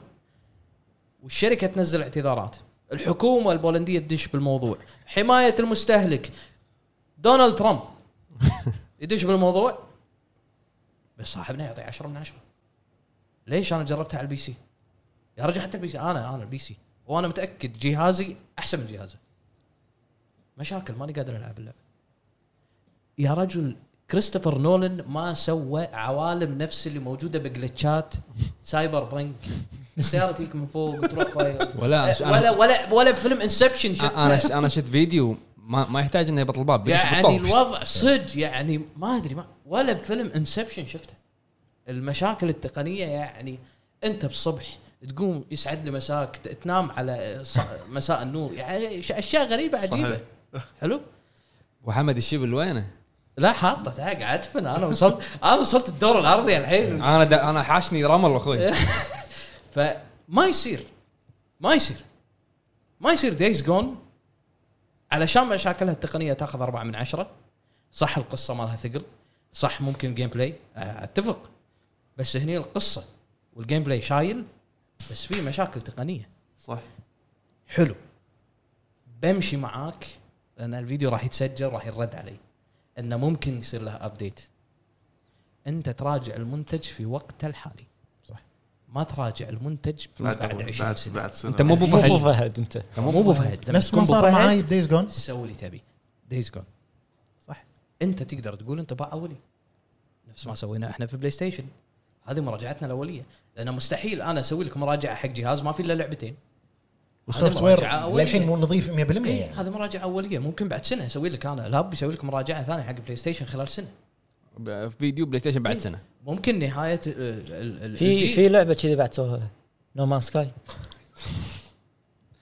[SPEAKER 4] والشركه تنزل اعتذارات الحكومه البولنديه تدش بالموضوع حمايه المستهلك دونالد ترامب يدش بالموضوع بس صاحبنا يعطي 10 من 10 ليش انا جربتها على البي سي يا رجل حتى البي سي انا انا البي سي وانا متاكد جهازي احسن من جهازه مشاكل ماني قادر العب اللعبه يا رجل كريستوفر نولن ما سوى عوالم نفس اللي موجوده بجلتشات سايبر بانك السياره تجيك من فوق وتروح طايرة.
[SPEAKER 1] ولا أنا-
[SPEAKER 4] ولا ولا ولا بفيلم انسبشن شفت
[SPEAKER 1] انا ش- انا شفت فيديو ما, ما يحتاج انه يبطل باب يدش
[SPEAKER 4] يعني
[SPEAKER 1] بالطوب.
[SPEAKER 4] الوضع صدق يعني ما ادري ما ولا بفيلم انسبشن شفته المشاكل التقنيه يعني انت بالصبح تقوم يسعد لي مساك ت- تنام على ص- مساء النور يعني ش- اشياء غريبه عجيبه
[SPEAKER 2] صحيح.
[SPEAKER 4] حلو
[SPEAKER 1] وحمد الشبل وينه؟
[SPEAKER 4] لا حاطه تعال قاعد ادفن انا وصلت انا وصلت الدور الارضي الحين
[SPEAKER 1] انا دا انا حاشني رمل
[SPEAKER 4] إيه.
[SPEAKER 1] اخوي
[SPEAKER 4] فما يصير ما يصير ما يصير دايز جون علشان مشاكلها التقنيه تاخذ أربعة من عشرة صح القصه مالها ثقل صح ممكن جيم بلاي آه، اتفق بس هني القصه والجيم بلاي شايل بس في مشاكل تقنيه
[SPEAKER 2] صح
[SPEAKER 4] حلو بمشي معاك لان الفيديو راح يتسجل راح يرد علي انه ممكن يصير له ابديت انت تراجع المنتج في وقته الحالي
[SPEAKER 3] صح.
[SPEAKER 4] ما تراجع المنتج بعد 20
[SPEAKER 2] بعد-
[SPEAKER 4] سنه
[SPEAKER 2] بعد سنه
[SPEAKER 1] انت مو ابو
[SPEAKER 7] مو أبو
[SPEAKER 1] فهد
[SPEAKER 7] فهد انت
[SPEAKER 4] مو ابو فهد لما
[SPEAKER 3] نفس ما
[SPEAKER 4] تكون
[SPEAKER 3] صار
[SPEAKER 4] أبو فهد،
[SPEAKER 3] معاي دايز جون
[SPEAKER 4] سوي اللي تبي دايز جون صح انت تقدر تقول انطباع اولي نفس ما سوينا احنا في بلاي ستيشن هذه مراجعتنا الاوليه لان مستحيل انا اسوي لك مراجعه حق جهاز ما في الا لعبتين
[SPEAKER 3] والسوفت وير
[SPEAKER 4] مراجعة أولية.
[SPEAKER 3] للحين مو نظيف 100%
[SPEAKER 4] اي
[SPEAKER 3] يعني
[SPEAKER 4] إيه، هذه مراجعه اوليه ممكن بعد سنه اسوي لك انا الهب يسوي لك مراجعه ثانيه حق بلاي ستيشن خلال سنه
[SPEAKER 1] ب- فيديو بلاي ستيشن
[SPEAKER 4] إيه.
[SPEAKER 1] بعد سنه
[SPEAKER 4] ممكن نهايه ال- ال- ال-
[SPEAKER 5] في
[SPEAKER 4] الجيل.
[SPEAKER 5] في لعبه كذي بعد سووها نو مان سكاي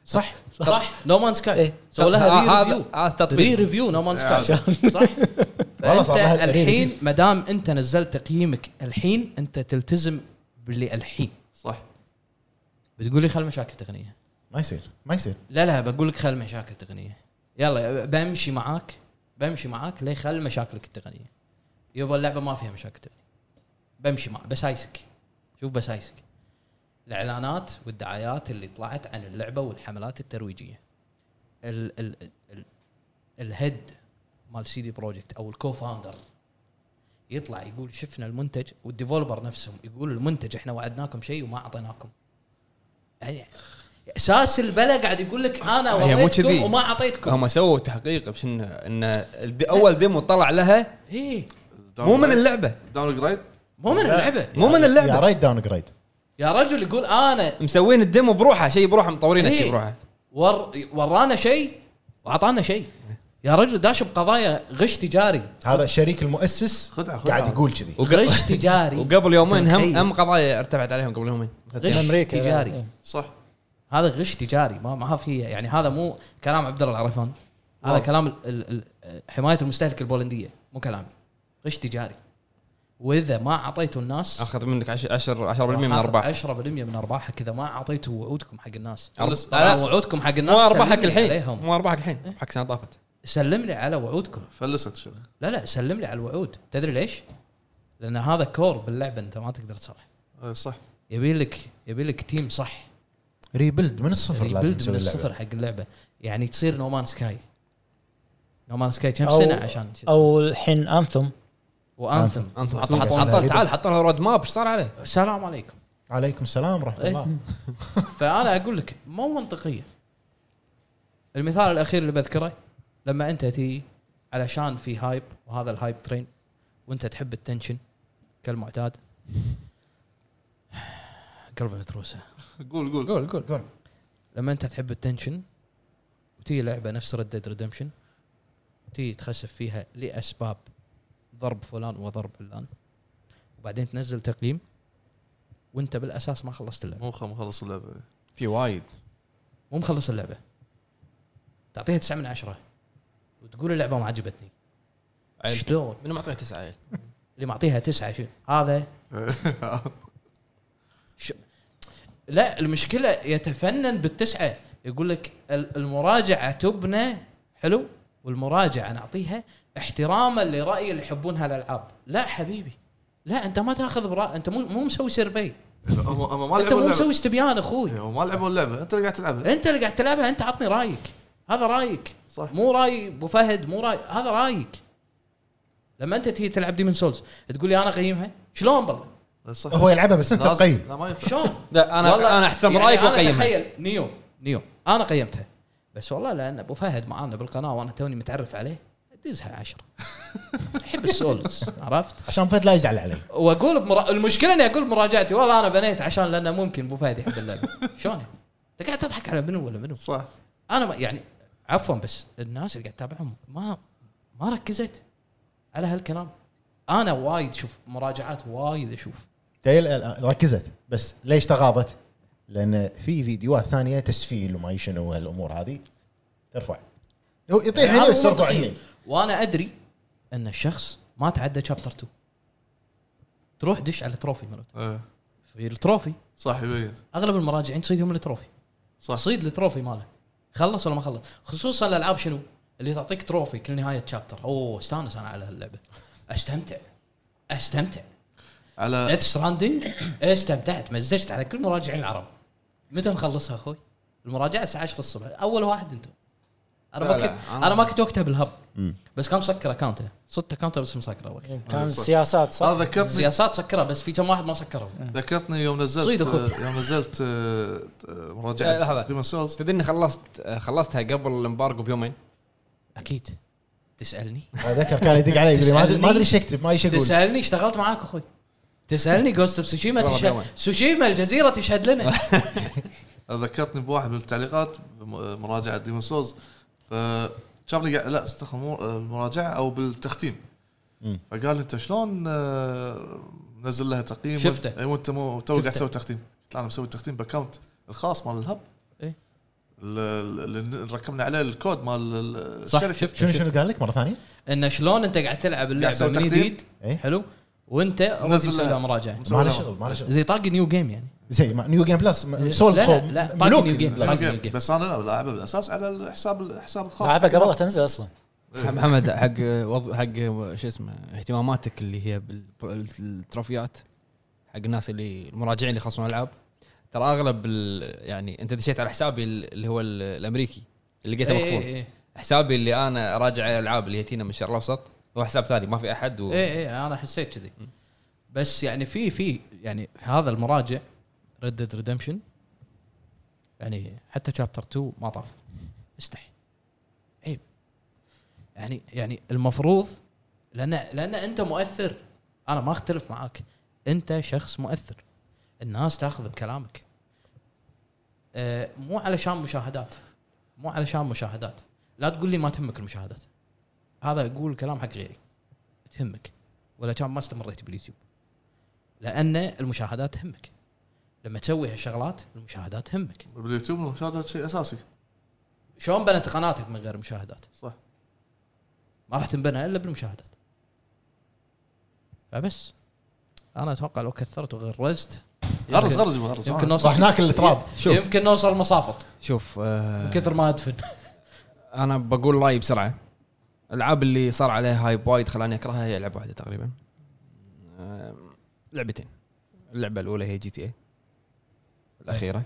[SPEAKER 4] صح صح نو مان سكاي
[SPEAKER 5] إيه.
[SPEAKER 4] سووا لها
[SPEAKER 1] ه-
[SPEAKER 4] ريفيو
[SPEAKER 1] هذا- هذا
[SPEAKER 4] ري
[SPEAKER 1] تطبيق
[SPEAKER 4] ريفيو نو مان
[SPEAKER 2] آه.
[SPEAKER 4] سكاي صح
[SPEAKER 3] والله صار لها
[SPEAKER 4] فانت
[SPEAKER 3] ري
[SPEAKER 4] الحين ما دام انت نزلت تقييمك الحين انت تلتزم باللي الحين
[SPEAKER 2] صح
[SPEAKER 4] بتقول لي خل مشاكل تقنيه
[SPEAKER 3] ما يصير ما يصير
[SPEAKER 4] لا لا بقول لك خل مشاكل تقنيه يلا بمشي معاك بمشي معاك ليه خل مشاكلك التقنيه يبا اللعبه ما فيها مشاكل تقنيه بمشي معك بسايسك شوف بسايسك الاعلانات والدعايات اللي طلعت عن اللعبه والحملات الترويجيه ال ال ال الهيد مال سي دي بروجكت او الكو فاوندر يطلع يقول شفنا المنتج والديفولبر نفسهم يقول المنتج احنا وعدناكم شيء وما اعطيناكم يعني ساس البلا قاعد يقول لك انا
[SPEAKER 1] هي مو كذي.
[SPEAKER 4] وريتكم وما اعطيتكم
[SPEAKER 1] هم سووا تحقيق بشن ان الد- اول ديمو طلع لها
[SPEAKER 4] اي
[SPEAKER 1] مو من اللعبه
[SPEAKER 2] داون جريد
[SPEAKER 4] مو من اللعبه
[SPEAKER 1] مو من
[SPEAKER 3] يا
[SPEAKER 1] اللعبه
[SPEAKER 3] ريت داون جريد
[SPEAKER 4] يا رجل يقول انا
[SPEAKER 1] مسوين الديمو بروحه شيء بروحه مطورينه
[SPEAKER 4] إيه.
[SPEAKER 1] شيء بروحه
[SPEAKER 4] ور ورانا شيء واعطانا شيء يا رجل داش بقضايا غش تجاري
[SPEAKER 3] هذا الشريك المؤسس
[SPEAKER 2] خدعة- خدعة.
[SPEAKER 3] قاعد يقول كذي
[SPEAKER 4] غش تجاري
[SPEAKER 1] وقبل يومين هم
[SPEAKER 4] تخيل.
[SPEAKER 1] هم قضايا ارتفعت عليهم قبل يومين
[SPEAKER 4] غش
[SPEAKER 5] أمريكا.
[SPEAKER 4] تجاري
[SPEAKER 2] صح
[SPEAKER 4] هذا غش تجاري ما ما في يعني هذا مو كلام عبد الله العرفان هذا كلام ال- ال- ال- حمايه المستهلك البولنديه مو كلامي غش تجاري واذا ما اعطيتوا الناس
[SPEAKER 1] اخذ منك 10 10% من ارباح
[SPEAKER 4] 10% من ارباحك اذا ما اعطيتوا وعودكم حق الناس
[SPEAKER 1] أرب-
[SPEAKER 4] طبعاً
[SPEAKER 1] لا،
[SPEAKER 4] وعودكم حق الناس
[SPEAKER 1] مو ارباحك
[SPEAKER 4] سلم لي
[SPEAKER 1] الحين
[SPEAKER 4] عليهم إيه.
[SPEAKER 1] مو ارباحك الحين حق سنه طافت
[SPEAKER 4] سلم لي على وعودكم
[SPEAKER 2] فلست شنو
[SPEAKER 4] لا لا سلم لي على الوعود تدري ليش؟ لان هذا كور باللعبه انت ما تقدر تصلح
[SPEAKER 2] آه، صح
[SPEAKER 4] يبي لك يبي لك تيم صح
[SPEAKER 3] ريبلد من الصفر لازم
[SPEAKER 4] ريبلد
[SPEAKER 3] تسوي
[SPEAKER 4] من
[SPEAKER 3] اللعبه
[SPEAKER 4] الصفر حق اللعبه يعني تصير نومان سكاي نومان سكاي كم
[SPEAKER 5] أو-
[SPEAKER 4] سنه عشان شو اسمه؟
[SPEAKER 5] او الحين انثم
[SPEAKER 4] وانثم
[SPEAKER 1] انت
[SPEAKER 4] حط- حط-
[SPEAKER 1] حط له- تعال حط له رود ماب ايش صار عليه؟
[SPEAKER 4] السلام عليكم
[SPEAKER 3] عليكم السلام ورحمه
[SPEAKER 4] إيه.
[SPEAKER 3] الله
[SPEAKER 4] فانا اقول لك مو منطقيه المثال الاخير اللي بذكره لما انت تي علشان في هايب وهذا الهايب ترين وانت تحب التنشن كالمعتاد قلبي متروسه
[SPEAKER 2] قول قول
[SPEAKER 4] قول قول
[SPEAKER 3] قول.
[SPEAKER 4] لما انت تحب التنشن وتي لعبه نفس ريد ديد ريدمشن تي تخسف فيها لاسباب ضرب فلان وضرب علان وبعدين تنزل تقييم وانت بالاساس ما خلصت اللعبه
[SPEAKER 2] مو خ- مخلص اللعبه
[SPEAKER 1] في وايد
[SPEAKER 4] مو مخلص اللعبه تعطيها 9 من 10 وتقول اللعبه ما عجبتني شلون
[SPEAKER 1] من معطيه تسعه
[SPEAKER 4] اللي معطيها 9 شو هذا ش... لا المشكله يتفنن بالتسعه يقول لك ال- المراجعه تبنى حلو والمراجعه نعطيها احتراما لراي اللي يحبونها الالعاب لا حبيبي لا انت ما تاخذ برا انت مو مو مسوي سيرفي
[SPEAKER 2] هم هم ما لعبوا
[SPEAKER 4] انت مو
[SPEAKER 2] اللعبه
[SPEAKER 4] مسوي إيه. استبيان اخوي
[SPEAKER 2] إيه، هم ما لعبوا اللعبه انت اللي قاعد تلعبها
[SPEAKER 4] انت اللي قاعد تلعبها انت عطني رايك هذا رايك
[SPEAKER 2] صح.
[SPEAKER 4] مو راي ابو فهد مو راي هذا رايك لما انت تيجي تلعب ديمن سولز تقول لي انا اقيمها شلون بالله
[SPEAKER 2] إيه، صح
[SPEAKER 3] هو يلعبها بس انت
[SPEAKER 2] لازم-
[SPEAKER 3] تقيم
[SPEAKER 2] لا ما ينفع
[SPEAKER 4] شلون
[SPEAKER 1] لا انا
[SPEAKER 4] والله
[SPEAKER 1] انا احترم
[SPEAKER 4] يعني
[SPEAKER 1] رايك
[SPEAKER 4] أنا
[SPEAKER 1] واقيمه
[SPEAKER 4] تخيل نيو نيو انا قيمتها بس والله لان ابو فهد معانا بالقناه وانا توني متعرف عليه ادزها عشرة احب السولز عرفت
[SPEAKER 3] عشان فهد لا يزعل علي
[SPEAKER 4] واقول بمرا... المشكله اني اقول بمراجعتي والله انا بنيت عشان لانه ممكن ابو فهد يحب اللعبه شلون انت قاعد تضحك على منو ولا منو
[SPEAKER 2] صح
[SPEAKER 4] انا ما يعني عفوا بس الناس اللي قاعد تتابعهم ما ما ركزت على هالكلام انا وايد شوف مراجعات وايد اشوف
[SPEAKER 3] تيل ركزت بس ليش تغاضت؟ لان في فيديوهات ثانيه تسفيل وما أدري شنو هالامور هذه ترفع هو يطيح
[SPEAKER 4] يعني
[SPEAKER 3] هنا
[SPEAKER 4] هذا
[SPEAKER 3] بس
[SPEAKER 4] مو
[SPEAKER 3] ترفع
[SPEAKER 4] منطقي.
[SPEAKER 3] هنا
[SPEAKER 4] وانا ادري ان الشخص ما تعدى شابتر 2 تروح دش على تروفي مالته
[SPEAKER 2] إيه،
[SPEAKER 4] في التروفي
[SPEAKER 2] صح يبين
[SPEAKER 4] اغلب المراجعين تصيدهم التروفي
[SPEAKER 2] صح
[SPEAKER 4] صيد التروفي ماله خلص ولا ما خلص خصوصا الالعاب شنو اللي تعطيك تروفي كل نهايه شابتر اوه استانس انا على هاللعبه استمتع استمتع
[SPEAKER 2] على
[SPEAKER 4] ديث ستراندنج إيه، استمتعت مزجت على كل مراجعين العرب متى نخلصها اخوي؟ المراجعه الساعه 10 الصبح اول واحد انتم انا
[SPEAKER 1] لا
[SPEAKER 4] ما
[SPEAKER 1] لا،
[SPEAKER 4] كنت
[SPEAKER 1] أنا-
[SPEAKER 4] انا ما كنت وقتها بالهب بس كان مسكر اكونته صدت اكونته بس مسكره وقتها
[SPEAKER 5] كان سياسات صح
[SPEAKER 2] هذا ذكرتني
[SPEAKER 4] سياسات سكرها بس في كم واحد ما سكره
[SPEAKER 2] إيه. ذكرتني يوم نزلت
[SPEAKER 4] صيد أخوك.
[SPEAKER 2] آه، يوم نزلت آه، آه،
[SPEAKER 1] لا، لحظة.
[SPEAKER 2] مراجعه ديمون سولز
[SPEAKER 1] تدري اني خلصت خلصتها قبل الامبارجو بيومين
[SPEAKER 4] اكيد تسالني
[SPEAKER 3] ذكر كان يدق علي يقول لي ما ادري ما ادري ايش اكتب ما ادري ايش اقول
[SPEAKER 4] تسالني اشتغلت معاك اخوي تسالني جوست اوف سوشيما
[SPEAKER 1] والله
[SPEAKER 4] تشهد
[SPEAKER 1] بيومين.
[SPEAKER 4] سوشيما الجزيره تشهد لنا
[SPEAKER 2] ذكرتني بواحد من التعليقات بم- آه، مراجعه ديمون سولز فشافني قاعد لا استخدم المراجعه او بالتختيم
[SPEAKER 3] مم.
[SPEAKER 2] فقال انت شلون آه، نزل لها تقييم
[SPEAKER 4] شفته.
[SPEAKER 2] اي وانت مو تو
[SPEAKER 4] شفته.
[SPEAKER 2] قاعد تسوي تختيم قلت له انا مسوي تختيم باكونت الخاص مال الهب
[SPEAKER 4] إيه.
[SPEAKER 2] ال- ال- اللي ركبنا عليه الكود مال ال-
[SPEAKER 4] صح
[SPEAKER 2] الشركه
[SPEAKER 4] شفت
[SPEAKER 3] شنو
[SPEAKER 4] شنو
[SPEAKER 3] شنو قال لك مره ثانيه؟
[SPEAKER 4] ان شلون انت قاعد تلعب اللعبه
[SPEAKER 2] تسوي
[SPEAKER 4] من
[SPEAKER 2] تختيم؟
[SPEAKER 4] جديد
[SPEAKER 3] إيه.
[SPEAKER 4] حلو وانت
[SPEAKER 2] نزل
[SPEAKER 4] نزل
[SPEAKER 2] لها.
[SPEAKER 4] لها مراجعه
[SPEAKER 3] ما له شغل ما له شغل
[SPEAKER 4] زي طاقي نيو جيم يعني
[SPEAKER 3] زي ما نيو جيم بلس م- سولز
[SPEAKER 4] لا،
[SPEAKER 3] فور-
[SPEAKER 4] لا، لا،
[SPEAKER 3] ملوك
[SPEAKER 4] باقي نيو جيم
[SPEAKER 3] بلس.
[SPEAKER 4] بلس.
[SPEAKER 2] ما قبل. بس انا لا بلعبها بالاساس على الحساب الحساب الخاص
[SPEAKER 5] لعبها قبل لا تنزل اصلا
[SPEAKER 4] إيه.
[SPEAKER 1] محمد حق وض- حق شو اسمه اهتماماتك اللي هي بالتروفيات حق الناس اللي المراجعين اللي يخلصون العاب ترى اغلب ال- يعني انت دشيت على حسابي ال- اللي هو ال- الامريكي اللي لقيته
[SPEAKER 4] إيه، إيه،
[SPEAKER 1] مقفول
[SPEAKER 4] إيه.
[SPEAKER 1] حسابي اللي انا راجع الالعاب اللي يتينا من الشرق الاوسط هو حساب ثاني ما في احد و...
[SPEAKER 4] اي اي انا إيه، حسيت كذي بس يعني في في يعني هذا المراجع ردد ريدمشن يعني حتى شابتر 2 ما طاف استحي عيب يعني يعني المفروض لان لان انت مؤثر انا ما اختلف معاك انت شخص مؤثر الناس تاخذ بكلامك آه، مو علشان مشاهدات مو علشان مشاهدات لا تقول لي ما تهمك المشاهدات هذا اقول كلام حق غيري تهمك ولا كان ما استمريت باليوتيوب لان المشاهدات تهمك لما تسوي هالشغلات المشاهدات تهمك
[SPEAKER 2] باليوتيوب المشاهدات شيء اساسي
[SPEAKER 4] شلون بنت قناتك من غير مشاهدات
[SPEAKER 2] صح
[SPEAKER 4] ما راح تنبنى الا بالمشاهدات فبس انا اتوقع لو كثرت وغرزت
[SPEAKER 2] غرز
[SPEAKER 4] يمكن-
[SPEAKER 2] غرز يبا، غرز
[SPEAKER 4] يمكن
[SPEAKER 2] آه.
[SPEAKER 4] نوصل
[SPEAKER 3] راح ناكل التراب
[SPEAKER 1] شوف.
[SPEAKER 4] يمكن نوصل مصافط
[SPEAKER 1] شوف آه
[SPEAKER 4] من كثر ما ادفن
[SPEAKER 1] انا بقول رايي بسرعه الالعاب اللي صار عليها هايب وايد خلاني اكرهها هي لعبه واحده تقريبا آه، لعبتين اللعبه الاولى هي جي تي إيه. اي الاخيره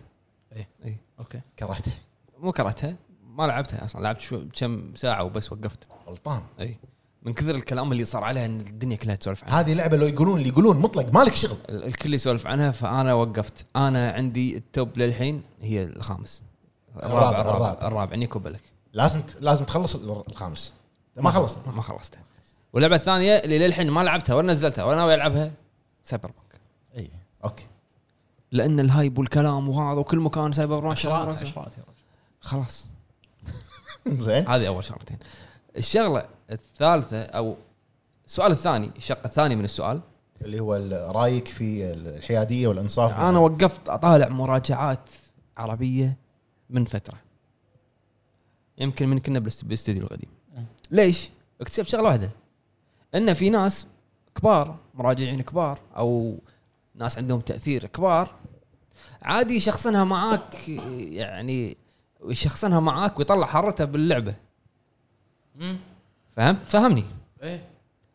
[SPEAKER 4] اوكي
[SPEAKER 3] كرهته
[SPEAKER 1] مو كرهتها ما لعبتها اصلا لعبت شو كم ساعه وبس وقفت
[SPEAKER 3] غلطان
[SPEAKER 1] اي من كثر الكلام اللي صار عليها ان الدنيا كلها تسولف عنها
[SPEAKER 3] هذه لعبه لو يقولون اللي يقولون مطلق مالك شغل
[SPEAKER 1] ال- الكل يسولف عنها فانا وقفت انا عندي التوب للحين هي الخامس الرابع
[SPEAKER 3] الرابع،
[SPEAKER 1] الرابع
[SPEAKER 3] الرابع.
[SPEAKER 1] الرابع نيكو بلك
[SPEAKER 3] لازم لازم تخلص الخامس ما خلصت
[SPEAKER 1] ما خلصتها واللعبه الثانيه اللي للحين ما لعبتها ولا نزلتها ولا ناوي العبها سايبر بانك
[SPEAKER 3] اي اوكي
[SPEAKER 1] لان الهايب والكلام وهذا وكل مكان سايبر بانك سايبر
[SPEAKER 4] عشرات
[SPEAKER 1] بانك.
[SPEAKER 4] عشرات يا رجل
[SPEAKER 1] خلاص
[SPEAKER 3] زين
[SPEAKER 1] هذه اول شغلتين الشغله الثالثه او السؤال الثاني الشق الثاني من السؤال
[SPEAKER 3] اللي هو ال- رايك في ال- الحياديه والانصاف
[SPEAKER 1] انا وقفت اطالع مراجعات عربيه من فتره يمكن من كنا بالاست- بالاستوديو القديم
[SPEAKER 3] أه.
[SPEAKER 1] ليش؟ اكتشفت شغله واحده ان في ناس كبار مراجعين كبار او ناس عندهم تاثير كبار عادي يشخصنها معاك يعني يشخصنها معاك ويطلع حرته باللعبه
[SPEAKER 4] مم.
[SPEAKER 1] فهمت؟ فهمني
[SPEAKER 4] ايه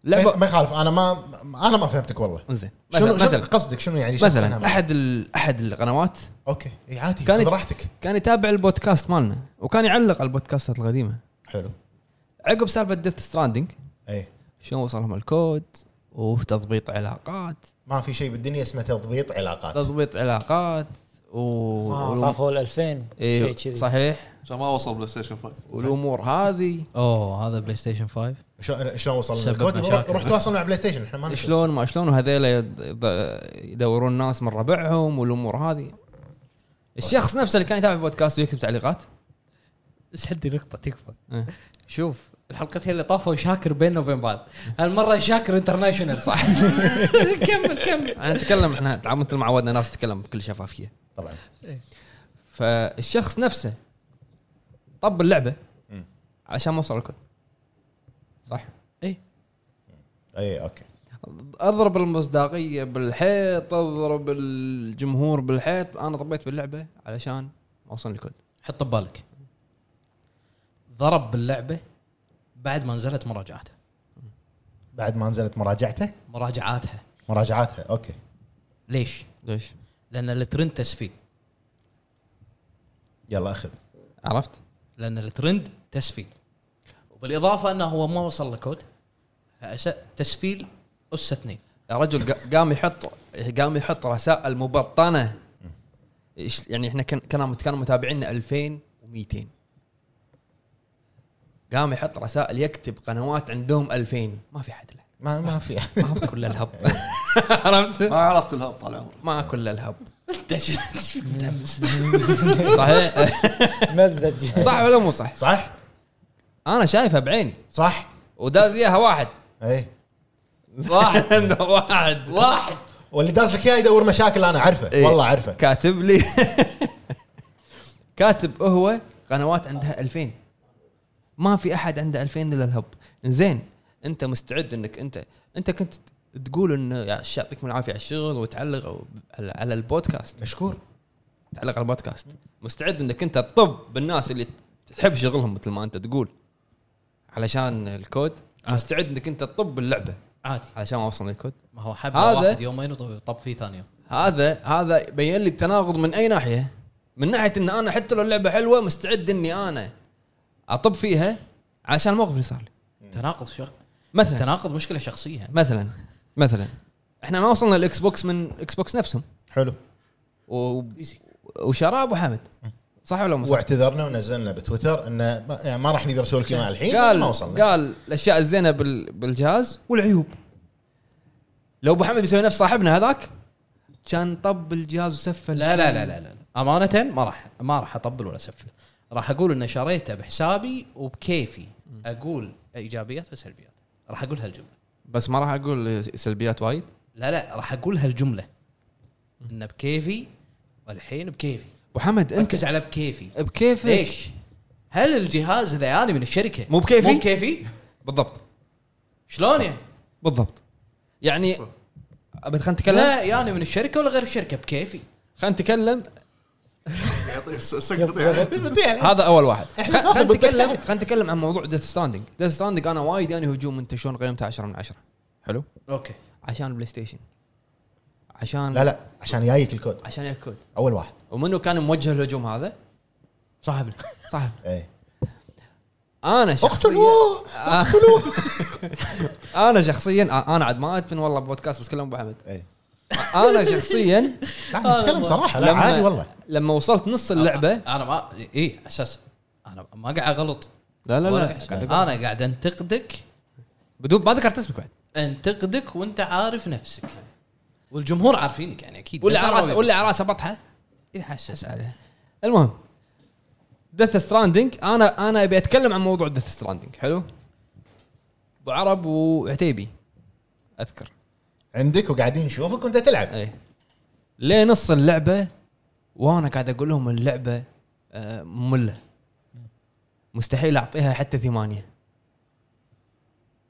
[SPEAKER 1] لعبه
[SPEAKER 3] ما يخالف انا ما انا ما فهمتك والله
[SPEAKER 1] انزين
[SPEAKER 3] شنو
[SPEAKER 1] مثلا
[SPEAKER 3] مثلا
[SPEAKER 1] مثلا,
[SPEAKER 3] قصدك شنو يعني شو
[SPEAKER 1] مثلا
[SPEAKER 3] تسمى؟
[SPEAKER 1] احد ال- احد القنوات
[SPEAKER 3] اوكي اي عادي
[SPEAKER 1] كانت-
[SPEAKER 3] خذ راحتك
[SPEAKER 1] كان يتابع البودكاست مالنا وكان يعلق على البودكاستات القديمه
[SPEAKER 3] حلو
[SPEAKER 1] عقب سالفه ديث ستراندنج
[SPEAKER 3] اي
[SPEAKER 1] شلون وصلهم الكود وتضبيط علاقات
[SPEAKER 3] ما في شيء بالدنيا اسمه تضبيط علاقات
[SPEAKER 1] تضبيط علاقات و
[SPEAKER 5] طافوا ال 2000
[SPEAKER 1] إيه،
[SPEAKER 5] شيء كذي
[SPEAKER 1] صحيح
[SPEAKER 2] عشان ما وصل بلاي ستيشن 5
[SPEAKER 1] والامور هذه
[SPEAKER 4] اوه هذا بلاي ستيشن 5
[SPEAKER 3] شلون شلون وصلنا
[SPEAKER 4] سبب
[SPEAKER 3] الكود
[SPEAKER 4] مشاكل.
[SPEAKER 3] روح تواصل مع بلاي ستيشن احنا ما نشوف.
[SPEAKER 1] شلون ما شلون وهذيلا يد- يد- يدورون ناس من ربعهم والامور هذه الشخص نفسه اللي كان يتابع البودكاست ويكتب تعليقات
[SPEAKER 4] بس عندي نقطه تكفى
[SPEAKER 1] إيه.
[SPEAKER 4] شوف الحلقتين اللي طافوا شاكر بيننا وبين بعض هالمره شاكر انترناشونال صح كمل كمل
[SPEAKER 1] انا نتكلم احنا تع- مثل ما عودنا ناس تتكلم بكل شفافيه
[SPEAKER 3] طبعا
[SPEAKER 1] فالشخص نفسه طب اللعبه
[SPEAKER 3] مم.
[SPEAKER 1] عشان ما وصل الكود صح
[SPEAKER 3] اي اوكي
[SPEAKER 1] اضرب المصداقيه بالحيط اضرب الجمهور بالحيط انا طبيت باللعبه علشان ما اوصل الكود
[SPEAKER 4] حط ببالك ضرب باللعبه بعد ما نزلت مراجعاته
[SPEAKER 3] بعد ما نزلت مراجعته
[SPEAKER 4] مراجعاتها
[SPEAKER 3] مراجعاتها اوكي
[SPEAKER 4] ليش؟
[SPEAKER 1] ليش؟
[SPEAKER 4] لان الترند تسفيل
[SPEAKER 3] يلا اخذ
[SPEAKER 1] عرفت؟
[SPEAKER 4] لان الترند تسفيل وبالاضافه انه هو ما وصل لكود فأس- تسفيل اس اثنين
[SPEAKER 1] يا رجل قا- قام يحط قام يحط رسائل مبطنه إيش- يعني احنا كان كان كانوا متابعينا 2200 قام يحط رسائل يكتب قنوات عندهم 2000 ما في حد له
[SPEAKER 3] ما ما في
[SPEAKER 1] ما اكل الا الهب عرفت؟
[SPEAKER 2] ما عرفت الهب طال عمرك
[SPEAKER 1] ما اكل الا الهب صحيح
[SPEAKER 5] ممزج
[SPEAKER 1] صح ولا مو صح؟
[SPEAKER 3] صح
[SPEAKER 1] انا شايفها بعيني
[SPEAKER 3] صح إيه.
[SPEAKER 1] وداز اياها واحد
[SPEAKER 3] اي
[SPEAKER 1] واحد واحد واحد
[SPEAKER 3] واللي داس لك اياه يدور مشاكل انا اعرفه
[SPEAKER 1] إيه.
[SPEAKER 3] والله اعرفه
[SPEAKER 1] كاتب لي كاتب هو قنوات عندها 2000 ما في احد عنده 2000 الا الهب زين انت مستعد انك انت انت كنت تقول ان يا ش- يعطيكم العافيه على الشغل وتعلق أو- على على البودكاست
[SPEAKER 3] مشكور
[SPEAKER 1] تعلق على البودكاست مستعد انك انت تطب بالناس اللي تحب شغلهم مثل ما انت تقول علشان الكود مستعد انك انت تطب اللعبه
[SPEAKER 4] عادي
[SPEAKER 1] علشان ما اوصل للكود
[SPEAKER 4] ما هو حب
[SPEAKER 1] هذا-
[SPEAKER 4] واحد يومين وطب طب فيه ثاني يوم
[SPEAKER 1] هذا هذا بين لي التناقض من اي ناحيه؟ من ناحيه ان انا حتى لو اللعبه حلوه مستعد اني انا اطب فيها عشان الموقف اللي صار لي.
[SPEAKER 4] تناقض شخ...
[SPEAKER 1] مثلا
[SPEAKER 4] تناقض مشكله شخصيه يعني.
[SPEAKER 1] مثلا مثلا احنا ما وصلنا الاكس بوكس من اكس بوكس نفسهم
[SPEAKER 3] حلو
[SPEAKER 1] و...
[SPEAKER 4] ايزي
[SPEAKER 1] وشراب وحمد صح ولا مو صح؟
[SPEAKER 3] واعتذرنا ونزلنا بتويتر انه ما- يعني ما راح نقدر نسوي لك اياها الحين
[SPEAKER 1] قال
[SPEAKER 3] ما وصلنا
[SPEAKER 1] قال الاشياء الزينه بال- بالجهاز والعيوب لو ابو حمد بيسوي نفس صاحبنا هذاك كان طب الجهاز وسفل
[SPEAKER 4] لا لا لا لا لا امانه ما راح ما راح اطبل ولا اسفل راح اقول ان شريته بحسابي وبكيفي اقول ايجابيات وسلبيات راح اقول هالجمله
[SPEAKER 1] بس ما راح اقول سلبيات وايد
[SPEAKER 4] لا لا راح اقول هالجمله ان بكيفي والحين بكيفي
[SPEAKER 1] ابو حمد انت
[SPEAKER 4] ركز على بكيفي
[SPEAKER 1] بكيفك
[SPEAKER 4] ليش؟ هل الجهاز ذا يعني من الشركه
[SPEAKER 1] مو بكيفي؟
[SPEAKER 4] مو بكيفي؟
[SPEAKER 1] بالضبط
[SPEAKER 4] شلون يعني؟
[SPEAKER 1] بالضبط يعني ابد خلينا نتكلم
[SPEAKER 4] لا يعني من الشركه ولا غير الشركه بكيفي
[SPEAKER 1] خلينا نتكلم
[SPEAKER 2] يعطيه سقط يعني.
[SPEAKER 1] هذا اول واحد
[SPEAKER 3] إحنا
[SPEAKER 1] خلينا
[SPEAKER 3] ناخذ
[SPEAKER 1] نتكلم
[SPEAKER 3] بالتحديد.
[SPEAKER 1] خلينا نتكلم عن موضوع ديث ستراندنج ديث ستراندنج انا وايد يعني هجوم انت شلون قيمته 10 من 10 حلو
[SPEAKER 4] اوكي
[SPEAKER 1] عشان بلاي ستيشن عشان
[SPEAKER 3] لا لا عشان جايك الكود
[SPEAKER 1] عشان الكود
[SPEAKER 3] اول واحد
[SPEAKER 1] ومنو كان موجه الهجوم هذا؟
[SPEAKER 4] صاحبنا
[SPEAKER 1] صاحب
[SPEAKER 3] اي
[SPEAKER 1] انا شخصيا
[SPEAKER 3] اقتلوه
[SPEAKER 1] انا شخصيا انا عاد ما ادفن والله بودكاست بس كلام ابو حمد
[SPEAKER 3] اي
[SPEAKER 1] انا شخصيا
[SPEAKER 3] لا، نتكلم صراحه لا
[SPEAKER 1] لما-
[SPEAKER 3] عادي والله
[SPEAKER 1] لما وصلت نص
[SPEAKER 4] أه،
[SPEAKER 1] اللعبه
[SPEAKER 4] انا أنا ما اي اساس انا ما قاعد اغلط
[SPEAKER 1] لا لا
[SPEAKER 4] ولا
[SPEAKER 1] لا
[SPEAKER 4] قاعد
[SPEAKER 1] قاعد
[SPEAKER 4] أقول.
[SPEAKER 1] أقول.
[SPEAKER 4] انا قاعد انتقدك
[SPEAKER 1] بدون ما ذكرت اسمك بعد
[SPEAKER 4] انتقدك وانت عارف نفسك والجمهور عارفينك يعني اكيد
[SPEAKER 1] واللي
[SPEAKER 4] بس أنا
[SPEAKER 1] على راسه
[SPEAKER 4] ما
[SPEAKER 1] واللي إيه، على راسه بطحه
[SPEAKER 4] أبي يحسس عليه
[SPEAKER 1] المهم ديث ستراندنج انا انا ابي اتكلم عن موضوع ديث ستراندنج حلو ابو عرب وعتيبي اذكر
[SPEAKER 3] عندك وقاعدين نشوفك وانت تلعب
[SPEAKER 1] اي إيه. ليه نص اللعبه وانا قاعد اقول لهم اللعبه آه، ممله مستحيل اعطيها حتى ثمانيه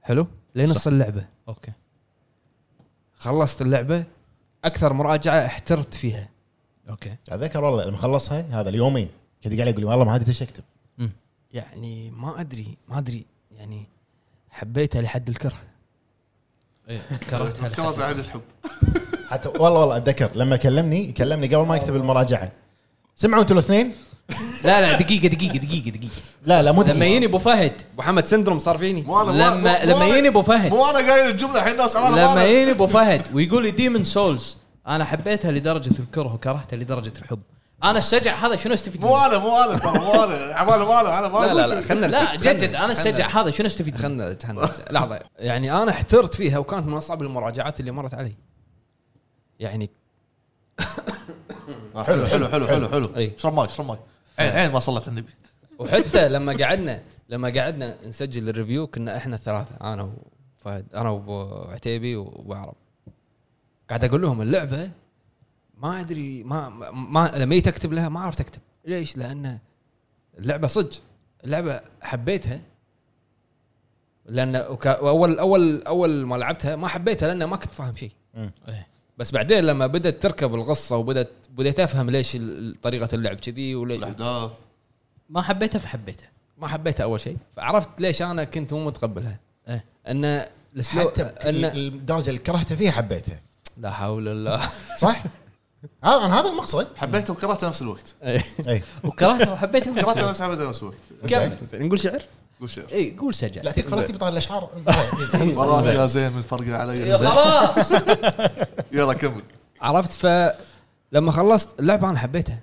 [SPEAKER 1] حلو ليه نص اللعبه
[SPEAKER 4] اوكي
[SPEAKER 1] خلصت اللعبه اكثر مراجعه احترت فيها
[SPEAKER 4] اوكي
[SPEAKER 3] اتذكر والله لما خلصها هذا اليومين كنت قاعد اقول لي والله ما ادري ايش اكتب
[SPEAKER 1] يعني ما ادري ما ادري يعني حبيتها لحد الكره
[SPEAKER 4] إيه، كرهت
[SPEAKER 2] كرهت
[SPEAKER 4] هالحكي.
[SPEAKER 2] عاد الحب
[SPEAKER 3] حتى والله والله اتذكر لما كلمني كلمني قبل ما يكتب المراجعه سمعوا انتوا الاثنين
[SPEAKER 4] لا لا دقيقه دقيقه دقيقه دقيقه
[SPEAKER 3] لا لا مو
[SPEAKER 4] لما
[SPEAKER 3] دقيقة.
[SPEAKER 4] يجيني ابو فهد
[SPEAKER 1] محمد سندروم صار فيني
[SPEAKER 2] مو انا مو-
[SPEAKER 4] لما-
[SPEAKER 2] مو- مو
[SPEAKER 4] لما
[SPEAKER 2] أنا-
[SPEAKER 4] يجيني أبو فهد.
[SPEAKER 2] مو انا قايل الجمله الحين الناس أنا- أنا-
[SPEAKER 4] لما
[SPEAKER 2] أنا-
[SPEAKER 4] يجيني ابو فهد ويقول لي ديمن سولز انا حبيتها لدرجه الكره وكرهتها لدرجه الحب انا السجع هذا شنو استفيد
[SPEAKER 2] مو
[SPEAKER 4] منه؟
[SPEAKER 2] انا مو انا ترى مو انا عبالي مو انا انا ما
[SPEAKER 1] لا لا
[SPEAKER 2] أقول
[SPEAKER 1] لا
[SPEAKER 2] شيء.
[SPEAKER 1] خلنا
[SPEAKER 4] لا
[SPEAKER 1] خلنا-
[SPEAKER 4] جد جد انا السجع هذا شنو استفيد منه؟
[SPEAKER 1] خلنا خلنا لحظه يعني انا احترت فيها وكانت من اصعب المراجعات اللي مرت علي يعني
[SPEAKER 2] حلو حلو حلو حلو حلو
[SPEAKER 1] إي.
[SPEAKER 2] شرب ماي شرب ماي عين عين ما صلت النبي
[SPEAKER 1] وحتى لما قعدنا لما قعدنا نسجل الريفيو كنا احنا الثلاثه انا وفهد انا وابو عتيبي وابو عرب قاعد اقول لهم اللعبه ما ادري ما ما- ما لما جيت اكتب لها ما عرفت اكتب ليش؟ لان اللعبه صدق اللعبه حبيتها لان وك- واول اول اول ما لعبتها ما حبيتها لان ما كنت فاهم شيء
[SPEAKER 4] إيه.
[SPEAKER 1] بس بعدين لما بدات تركب القصه وبدات بديت افهم ليش ال- طريقه اللعب كذي وليش
[SPEAKER 2] الاحداث
[SPEAKER 4] ما حبيتها فحبيتها
[SPEAKER 1] ما حبيتها اول شيء فعرفت ليش انا كنت مو متقبلها
[SPEAKER 4] إيه.
[SPEAKER 1] ان الاسلوب
[SPEAKER 3] حتى
[SPEAKER 1] ان
[SPEAKER 3] بكل الدرجه اللي كرهته فيها حبيتها
[SPEAKER 1] لا حول الله
[SPEAKER 3] صح؟ هذا أنا هذا المقصد
[SPEAKER 2] حبيته وكرهته نفس الوقت
[SPEAKER 3] اي
[SPEAKER 4] وكرهتها وحبيتها من
[SPEAKER 2] كرهته نفس حبيته نفس الوقت
[SPEAKER 4] كمل
[SPEAKER 1] نقول شعر
[SPEAKER 2] قول شيء
[SPEAKER 4] اي قول سجع
[SPEAKER 3] لا تكفى لا تبي طار الاشعار
[SPEAKER 2] والله يا زين من فرقه علي
[SPEAKER 4] يا خلاص
[SPEAKER 2] يلا كمل
[SPEAKER 1] عرفت فلما خلصت اللعبه انا حبيتها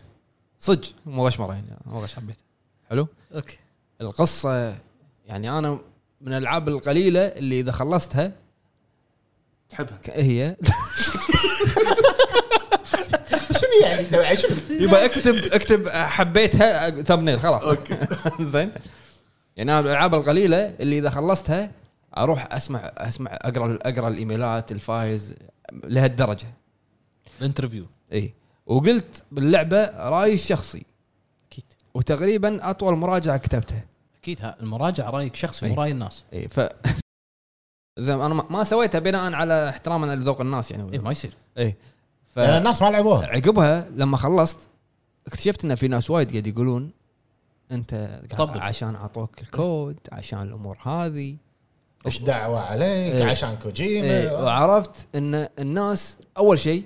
[SPEAKER 1] صدق مو غشمره يعني مو غش حبيتها حلو
[SPEAKER 4] اوكي
[SPEAKER 1] القصه يعني انا من الالعاب القليله اللي اذا خلصتها
[SPEAKER 2] تحبها
[SPEAKER 1] ك- هي
[SPEAKER 3] شنو يعني تبع شنو
[SPEAKER 1] يبقى اكتب اكتب حبيتها ثمنيل خلاص اوكي زين يعني انا الالعاب القليله اللي اذا خلصتها اروح اسمع اسمع اقرا اقرا الايميلات الفايز لهالدرجه
[SPEAKER 4] الانترفيو
[SPEAKER 1] اي وقلت باللعبه رايي الشخصي
[SPEAKER 4] اكيد
[SPEAKER 1] وتقريبا اطول مراجعه كتبتها
[SPEAKER 4] اكيد ها المراجعه رايك شخصي مو
[SPEAKER 1] إيه.
[SPEAKER 4] راي الناس
[SPEAKER 1] اي ف زين انا ما- ما سويتها بناء على احتراما لذوق الناس
[SPEAKER 4] اي
[SPEAKER 1] يعني
[SPEAKER 4] إيه، ما يصير
[SPEAKER 1] اي ف...
[SPEAKER 3] لان الناس ما
[SPEAKER 1] إيه.
[SPEAKER 3] لعبوها
[SPEAKER 1] عقبها لما خلصت اكتشفت ان في ناس وايد قاعد يقولون انت
[SPEAKER 4] طبل.
[SPEAKER 1] عشان اعطوك الكود عشان الامور هذه
[SPEAKER 3] ايش دعوه عليك
[SPEAKER 1] إيه.
[SPEAKER 3] عشان كوجيما
[SPEAKER 1] إيه وعرفت ان الناس اول شيء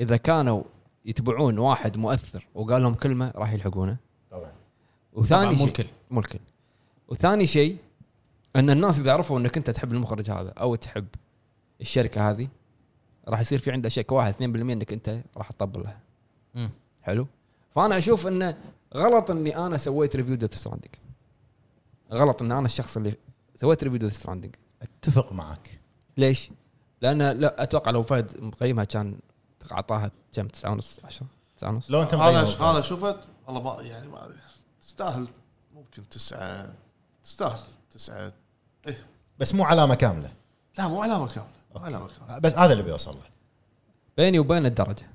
[SPEAKER 1] اذا كانوا يتبعون واحد مؤثر وقال لهم كلمه راح يلحقونه
[SPEAKER 3] طبعا
[SPEAKER 4] طبعاً
[SPEAKER 1] وثاني
[SPEAKER 4] مو
[SPEAKER 1] شيء
[SPEAKER 4] الكل.
[SPEAKER 1] مو الكل وثاني شيء ان الناس اذا عرفوا انك انت تحب المخرج هذا او تحب الشركه هذه راح يصير في عنده شك واحد 2% انك انت راح تطبل لها
[SPEAKER 4] مم.
[SPEAKER 1] حلو فانا اشوف انه غلط اني انا سويت ريفيو ديث ستراندنج غلط ان انا الشخص اللي سويت ريفيو ديث ستراندنج
[SPEAKER 3] اتفق معك
[SPEAKER 1] ليش؟ لان لا اتوقع لو فهد مقيمها كان اعطاها كم 9 ونص 10 9 ونص
[SPEAKER 3] لو انت
[SPEAKER 2] انا
[SPEAKER 3] مغير
[SPEAKER 2] انا شفت والله ما يعني ما أدري. تستاهل ممكن تسعه تستاهل تسعه
[SPEAKER 3] بس مو علامه كامله
[SPEAKER 2] لا مو علامه كامله مو علامه كامله
[SPEAKER 3] بس هذا اللي بيوصل له
[SPEAKER 1] بيني وبين الدرجه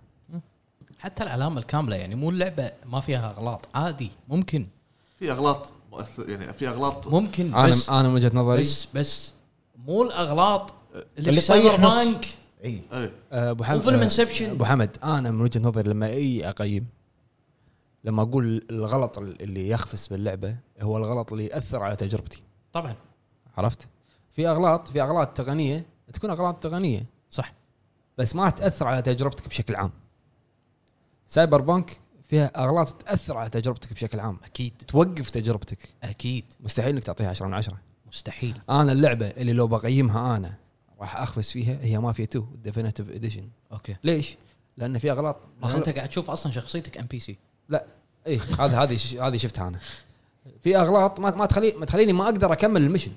[SPEAKER 4] حتى العلامه الكامله يعني مو اللعبه ما فيها اغلاط عادي ممكن
[SPEAKER 2] في اغلاط مؤثر يعني في اغلاط
[SPEAKER 4] ممكن
[SPEAKER 1] انا
[SPEAKER 4] بس
[SPEAKER 1] انا من وجهه نظري
[SPEAKER 4] بس بس مو الاغلاط
[SPEAKER 3] اللي
[SPEAKER 4] اللي في
[SPEAKER 3] تطيح
[SPEAKER 4] سايبر
[SPEAKER 3] نص.
[SPEAKER 4] بانك
[SPEAKER 3] اي
[SPEAKER 2] اي
[SPEAKER 1] آه، ابو حمد
[SPEAKER 4] وفيلم
[SPEAKER 1] آه،
[SPEAKER 4] انسبشن
[SPEAKER 1] ابو حمد انا من وجهه نظري لما اي اقيم لما اقول الغلط اللي يخفس باللعبه هو الغلط اللي ياثر على تجربتي
[SPEAKER 4] طبعا
[SPEAKER 1] عرفت؟ في اغلاط في اغلاط تقنيه تكون اغلاط تقنيه
[SPEAKER 4] صح
[SPEAKER 1] بس ما تاثر على تجربتك بشكل عام. سايبر بانك فيها اغلاط تاثر على تجربتك بشكل عام،
[SPEAKER 4] اكيد
[SPEAKER 1] توقف تجربتك،
[SPEAKER 4] اكيد
[SPEAKER 1] مستحيل انك تعطيها 10 من 10.
[SPEAKER 4] مستحيل
[SPEAKER 1] انا اللعبه اللي لو بقيمها انا راح اخفس فيها هي مافيا 2 ديفينيتيف اديشن،
[SPEAKER 4] اوكي
[SPEAKER 1] ليش؟ لان في اغلاط
[SPEAKER 4] اخ انت قاعد تشوف اصلا شخصيتك ام بي سي
[SPEAKER 1] اي إيه، هذه هذه ش- هذه شفتها انا. في اغلاط ما ما تخلي ما تخليني ما اقدر اكمل المشن.